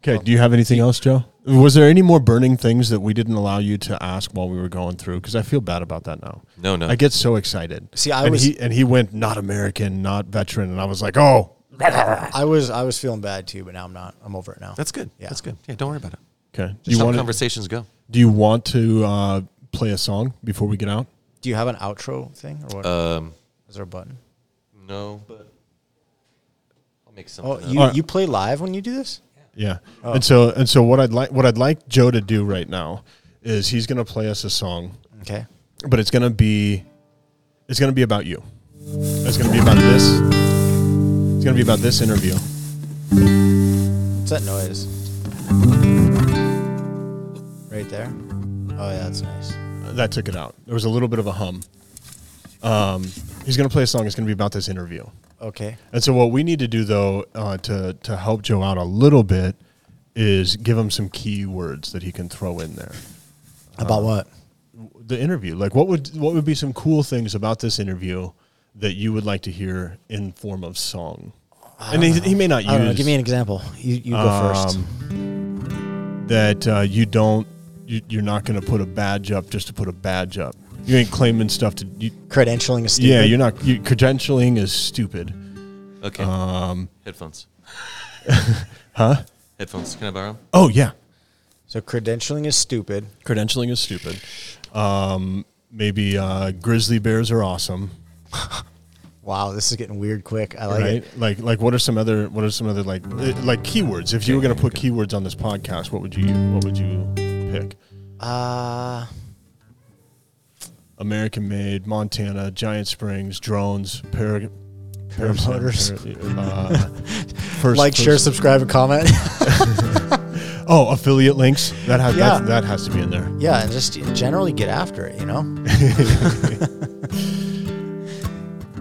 Speaker 2: Okay. do you have anything else, Joe? Was there any more burning things that we didn't allow you to ask while we were going through? Because I feel bad about that now.
Speaker 1: No, no.
Speaker 2: I get so excited.
Speaker 3: See, I
Speaker 2: and
Speaker 3: was-
Speaker 2: he, and he went not American, not veteran, and I was like, oh,
Speaker 3: I was I was feeling bad too, but now I'm not. I'm over it now.
Speaker 1: That's good.
Speaker 3: Yeah.
Speaker 1: That's good. Yeah, don't worry about it.
Speaker 2: okay. Do
Speaker 1: Just
Speaker 2: you
Speaker 1: how
Speaker 2: want to,
Speaker 1: conversations go.
Speaker 2: Do you want to uh, play a song before we get out?
Speaker 3: Do you have an outro thing or what?
Speaker 1: Um,
Speaker 3: Is there a button?
Speaker 1: no, but I'll make something.
Speaker 3: Oh,
Speaker 1: up.
Speaker 3: you,
Speaker 2: Alright.
Speaker 3: you play live when you do this?
Speaker 2: Yeah.
Speaker 3: Oh.
Speaker 2: And so and so what I'd like what I'd like Joe to do right now is he's gonna play us a song,
Speaker 3: Okay.
Speaker 2: but it's gonna be it's gonna be about you. It's gonna be about this. It's gonna be about this interview.
Speaker 3: What's that noise? Right there. Oh yeah, that's nice.
Speaker 2: Uh, That took it out. There was a little bit of a hum. Um, he's gonna play a song. It's gonna be about this interview.
Speaker 3: Okay.
Speaker 2: And so what we need to do though uh, to to help Joe out a little bit is give him some key words that he can throw in there.
Speaker 3: About what?
Speaker 2: the interview like what would what would be some cool things about this interview that you would like to hear in form of song and he, he may not
Speaker 3: I don't know.
Speaker 2: use
Speaker 3: Give me an example. You you go first.
Speaker 2: um, that uh, you don't you, you're not going to put a badge up just to put a badge up you ain't claiming stuff to you,
Speaker 3: Credentialing is stupid.
Speaker 2: yeah you're not you, credentialing is stupid
Speaker 1: okay. Um, Headphones.
Speaker 2: huh
Speaker 1: Headphones. Can I borrow? 'em?
Speaker 2: oh yeah
Speaker 3: So credentialing is stupid.
Speaker 2: credentialing is stupid um, maybe uh, grizzly bears are awesome
Speaker 3: Wow, this is getting weird quick. I like
Speaker 2: right
Speaker 3: it.
Speaker 2: like like what are some other what are some other like eh, like keywords if you were going to put keywords on this podcast what would you what would you pick
Speaker 3: Uh
Speaker 2: american made montana giant springs drones para, para-
Speaker 3: Paramotors.
Speaker 2: para- uh, first
Speaker 3: like, share,
Speaker 2: first-
Speaker 3: subscribe, and comment.
Speaker 2: oh affiliate links that has
Speaker 3: Yeah.
Speaker 2: that, that has to be in there
Speaker 3: yeah, and just generally get after it, you know?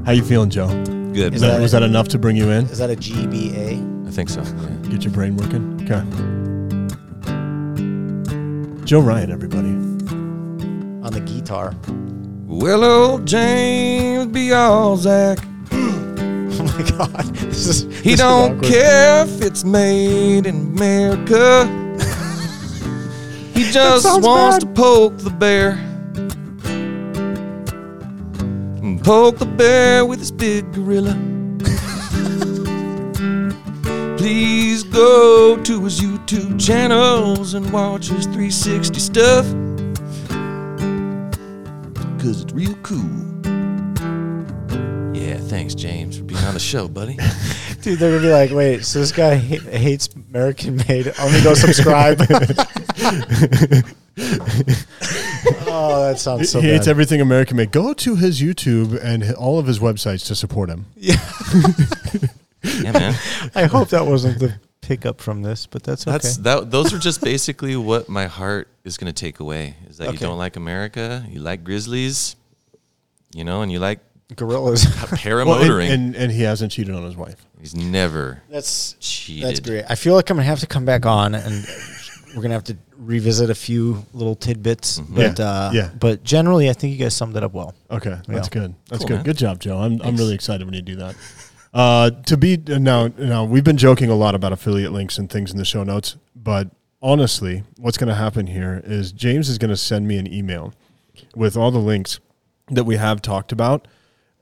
Speaker 2: how you feeling joe
Speaker 1: Good.
Speaker 3: Is
Speaker 2: That-
Speaker 3: that
Speaker 2: was that enough to bring you in
Speaker 3: Is that a GBA?
Speaker 1: I think so. yeah.
Speaker 2: get your brain working okay Joe Ryan, everybody.
Speaker 4: on the guitar.
Speaker 5: Well, old James be all Zach.
Speaker 3: Oh my God, this is
Speaker 5: He
Speaker 3: this is
Speaker 5: don't
Speaker 3: awkward.
Speaker 5: care if it's made in America. he just
Speaker 3: sounds
Speaker 5: wants
Speaker 3: bad.
Speaker 5: to poke the bear. And poke the bear with his big gorilla. Please go to his YouTube channels and watch his 360 stuff. Cause it's real cool.
Speaker 1: Yeah, thanks, James, for being on the show, buddy.
Speaker 3: Dude, they're gonna be like, wait, so this guy ha- hates American Made. I'm gonna go subscribe. oh, that sounds so
Speaker 2: he hates
Speaker 3: bad.
Speaker 2: everything American made. Go to his YouTube and hi- all of his websites to support him.
Speaker 1: Yeah, man.
Speaker 3: I hope that wasn't the pickup from this, but that's okay.
Speaker 1: That's that. Those are just basically what my heart is going to take away is that you
Speaker 3: Okay.
Speaker 1: don't like America, you like Grizzlies, you know, and you like
Speaker 3: gorillas.
Speaker 1: paramotoring.
Speaker 2: Well, and, and and he hasn't cheated on his wife.
Speaker 1: He's never
Speaker 4: That's
Speaker 1: cheated.
Speaker 4: that's great.
Speaker 3: I feel like I'm gonna have to come back on, and we're gonna have to revisit a few little tidbits. But
Speaker 2: Yeah,
Speaker 3: Uh,
Speaker 2: yeah.
Speaker 3: But generally, I think you guys summed it up well.
Speaker 2: Okay, that's
Speaker 3: Yeah.
Speaker 2: good. That's
Speaker 1: Cool,
Speaker 2: good.
Speaker 1: man.
Speaker 2: Good job, Joe. I'm, I'm really excited when you do that. Uh, to be uh, now, now we've been joking a lot about affiliate links and things in the show notes, but honestly, what's going to happen here is James is going to send me an email with all the links that we have talked about.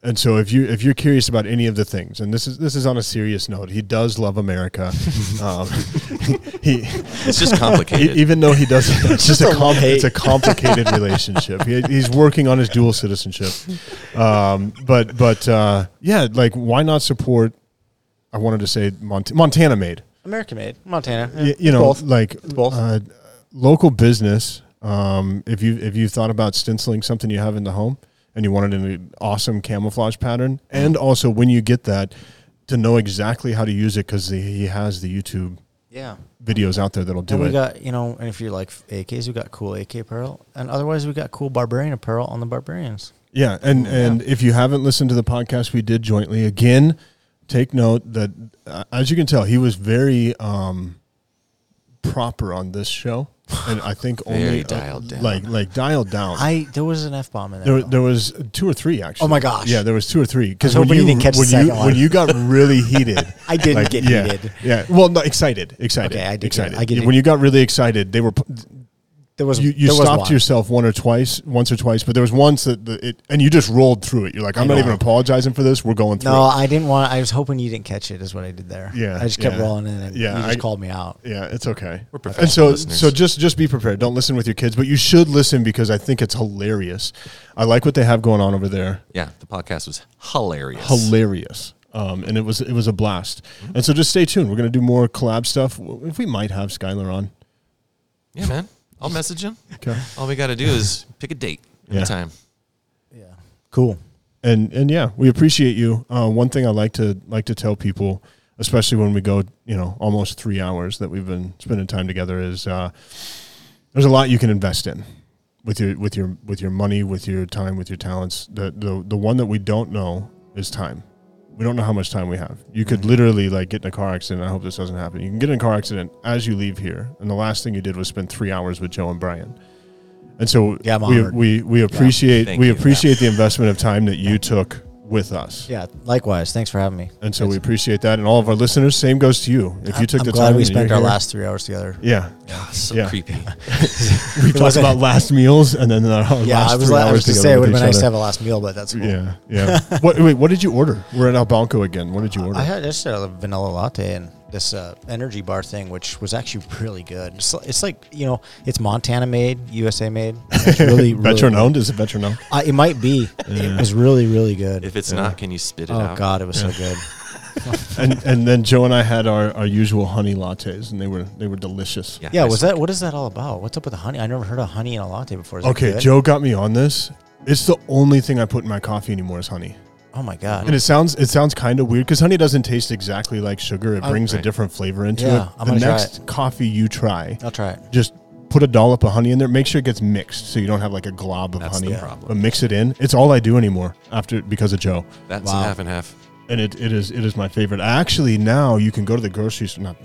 Speaker 2: And so if you if you're curious about any of the things, and this is this is on a serious note, he does love America. um, he
Speaker 1: It's just
Speaker 2: E-
Speaker 1: complicated.
Speaker 2: even though he doesn't, it's just a,
Speaker 3: a
Speaker 2: com-
Speaker 3: love hate.
Speaker 2: it's a complicated relationship. He, he's working on his dual citizenship, um, but but uh, yeah, like why not support? I wanted to say Mont- Montana made,
Speaker 4: American made Montana.
Speaker 2: Y- you know,
Speaker 4: both.
Speaker 2: like
Speaker 4: both.
Speaker 2: Uh, local business. Um, if you if you thought about stenciling something you have in the home and you wanted an awesome camouflage pattern, and also when you get that, to know exactly how to use it because he has the YouTube
Speaker 3: Yeah.
Speaker 2: videos out there that'll do
Speaker 3: and
Speaker 2: it.
Speaker 3: we got you know, and if you're like AKs, we got cool AK apparel, and otherwise we got cool barbarian apparel on the barbarians.
Speaker 2: Yeah, and and if you haven't listened to the podcast we did jointly again, take note that uh, as you can tell, he was very um, proper on this show, and I think only uh,
Speaker 1: Very dialed down.
Speaker 2: like like dialed down.
Speaker 3: I there was an f bomb in there.
Speaker 2: there,
Speaker 3: though.
Speaker 2: there was two or three actually.
Speaker 3: Oh my gosh.
Speaker 2: Yeah, there was two or three because
Speaker 3: I was
Speaker 2: when
Speaker 3: hoping
Speaker 2: you
Speaker 3: you didn't catch the
Speaker 2: when you
Speaker 3: second one.
Speaker 2: when you got really heated,
Speaker 3: I didn't
Speaker 2: like,
Speaker 3: get
Speaker 2: yeah,
Speaker 3: heated.
Speaker 2: Yeah, well, no, excited, excited.
Speaker 3: Okay, I did get-
Speaker 2: excited.
Speaker 3: I get
Speaker 2: when you got really excited, they were p-
Speaker 3: There was
Speaker 2: you, you
Speaker 3: there was
Speaker 2: stopped
Speaker 3: one.
Speaker 2: yourself one or twice, once or twice, but there was once that the, it, and you just rolled through it. You're like, I'm not
Speaker 3: know.
Speaker 2: even apologizing for this. We're going through.
Speaker 3: No,
Speaker 2: it.
Speaker 3: I didn't want. I was hoping you didn't catch it. Is what I did there.
Speaker 2: Yeah,
Speaker 3: I just kept
Speaker 2: yeah.
Speaker 3: rolling in, and
Speaker 2: Yeah,
Speaker 3: you just
Speaker 2: I-
Speaker 3: called me out.
Speaker 2: yeah, it's okay. We're
Speaker 1: professional
Speaker 2: and so,
Speaker 1: listeners.
Speaker 2: so just just be prepared. Don't listen with your kids, but you should listen because I think it's hilarious. I like what they have going on over there.
Speaker 1: yeah, the podcast was hilarious.
Speaker 2: Hilarious. Um, and it was it was a blast.
Speaker 3: Mm-hmm.
Speaker 2: And so just stay tuned. We're gonna do more collab stuff. W- If we might have Skylar on.
Speaker 1: yeah, man. I'll message him.
Speaker 2: Okay.
Speaker 1: All we got to do is pick a date and
Speaker 2: Yeah.
Speaker 1: a time.
Speaker 3: Yeah, cool.
Speaker 2: and and yeah, we appreciate you. Uh, one thing I like to like to tell people, especially when we go, you know, almost three hours that we've been spending time together, is uh, there's a lot you can invest in with your with your with your money, with your time, with your talents. The the the one that we don't know is time. We don't know how much time we have. You could
Speaker 3: Mm-hmm.
Speaker 2: literally like get in a car accident. I hope this doesn't happen. You can get in a car accident as you leave here, and the last thing you did was spend three hours with Joe and Brian. And so
Speaker 3: Yeah, I'm
Speaker 2: we,
Speaker 3: honored.
Speaker 2: we we appreciate
Speaker 1: Thank
Speaker 2: we
Speaker 1: you.
Speaker 2: appreciate the investment of time that you took with us.
Speaker 3: Yeah, likewise. Thanks for having me.
Speaker 2: And so we appreciate that, and all of our listeners. Same goes to you. If you took
Speaker 3: I'm
Speaker 2: the
Speaker 3: glad
Speaker 2: time,
Speaker 3: we
Speaker 2: and you're
Speaker 3: spent our
Speaker 2: here-
Speaker 3: last three hours together.
Speaker 2: Yeah,
Speaker 1: God, Ah, so
Speaker 2: Yeah.
Speaker 1: creepy.
Speaker 2: we talked about last meals, and then our
Speaker 3: Yeah,
Speaker 2: last
Speaker 3: I was,
Speaker 2: three
Speaker 3: I was
Speaker 2: hours
Speaker 3: to
Speaker 2: together
Speaker 3: say it would
Speaker 2: with
Speaker 3: have been
Speaker 2: each
Speaker 3: nice to
Speaker 2: other.
Speaker 3: have a last meal, but that's cool.
Speaker 2: Yeah, yeah. what, wait, what did you order? We're at Albanco again. What did you order?
Speaker 3: I had just had a vanilla latte and this uh, energy bar thing, which was actually really good. It's, it's like you know, it's Montana made, USA made. It's really, really
Speaker 2: veteran
Speaker 3: good.
Speaker 2: owned is it veteran owned?
Speaker 3: Uh, it might be. It was really, really good.
Speaker 1: If it's not, can you spit it
Speaker 3: oh
Speaker 1: out?
Speaker 3: God, it was so good.
Speaker 2: And and then Joe and I had our, our usual honey lattes, and they were they were delicious.
Speaker 3: Yeah,
Speaker 1: I
Speaker 3: was
Speaker 1: saw-
Speaker 3: that what is that all about? What's up with the honey? I never heard of honey in a latte before. Is that
Speaker 2: Okay,
Speaker 3: good?
Speaker 2: Joe got me on this. It's the only thing I put in my coffee anymore is honey.
Speaker 3: Oh my god.
Speaker 2: And it sounds it sounds kind of weird because honey doesn't taste exactly like sugar. It brings a
Speaker 1: Right.
Speaker 2: different flavor into
Speaker 3: Yeah,
Speaker 2: it.
Speaker 3: I'm
Speaker 2: the
Speaker 3: gonna try
Speaker 2: next coffee you try,
Speaker 3: I'll try it.
Speaker 2: just put a dollop of honey in there. Make sure it gets mixed so you don't have like a glob of
Speaker 1: That's
Speaker 2: honey.
Speaker 1: the problem.
Speaker 2: But mix it in. It's all I do anymore after because of Joe.
Speaker 1: That's
Speaker 3: Wow.
Speaker 1: half and half.
Speaker 2: And it, it is it is my favorite. Actually, now you can go to the grocery store. Not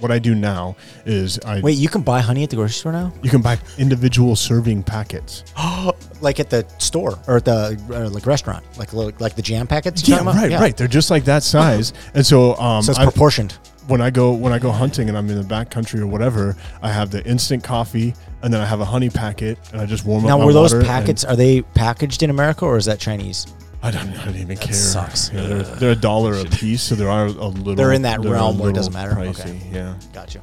Speaker 2: what I do now is I
Speaker 3: Wait, you can buy honey at the grocery store now?
Speaker 2: you can buy individual serving packets.
Speaker 3: Like at the store or at the uh, like restaurant, like little, like the jam packets. you're
Speaker 2: Yeah,
Speaker 3: talking about?
Speaker 2: right, right. They're just like that size, and so um,
Speaker 3: So it's
Speaker 2: I've-
Speaker 3: proportioned.
Speaker 2: when I go when I go hunting and I'm in the back country or whatever, I have the instant coffee and then I have a honey packet and I just warm up.
Speaker 3: Now,
Speaker 2: my
Speaker 3: were those
Speaker 2: water and-
Speaker 3: packets? Are they packaged in America or is that Chinese?
Speaker 2: I don't. I don't even care.
Speaker 3: sucks.
Speaker 2: Yeah, they're, they're a dollar a piece, so there are a little.
Speaker 3: They're in that
Speaker 2: a
Speaker 3: realm where
Speaker 2: little
Speaker 3: it doesn't matter?
Speaker 2: Pricey,
Speaker 3: Okay.
Speaker 2: Yeah. Hmm.
Speaker 3: Gotcha.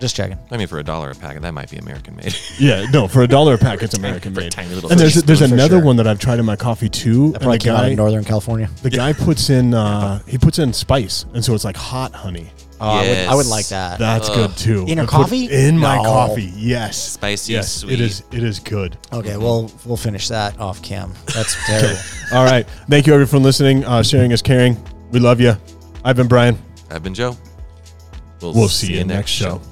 Speaker 3: Just checking.
Speaker 1: I mean, for a dollar a packet, that might be American made.
Speaker 2: Yeah. No, for a dollar a pack, it's American made.
Speaker 1: tiny little
Speaker 2: And there's
Speaker 1: teaspoon
Speaker 2: there's
Speaker 1: for
Speaker 2: another
Speaker 3: sure.
Speaker 2: one that I've tried in my coffee too.
Speaker 3: That
Speaker 2: And the
Speaker 3: probably came out
Speaker 2: guy
Speaker 3: of Northern California.
Speaker 2: the guy puts in uh, he puts in spice, and so it's like hot honey.
Speaker 3: Oh, I, would, I would
Speaker 1: Yes.
Speaker 3: like that.
Speaker 2: That's good too.
Speaker 3: In a
Speaker 2: I put
Speaker 3: coffee?
Speaker 2: In my
Speaker 3: No.
Speaker 2: coffee. Yes.
Speaker 1: Spicy,
Speaker 2: Yes.
Speaker 1: sweet.
Speaker 2: It is. It is good.
Speaker 3: Okay, well, we'll finish that off cam. That's terrible.
Speaker 2: All right. Thank you, everyone, for listening. Uh, sharing is caring. We love you. I've been Brian.
Speaker 1: I've been Joe.
Speaker 2: We'll see, you next show.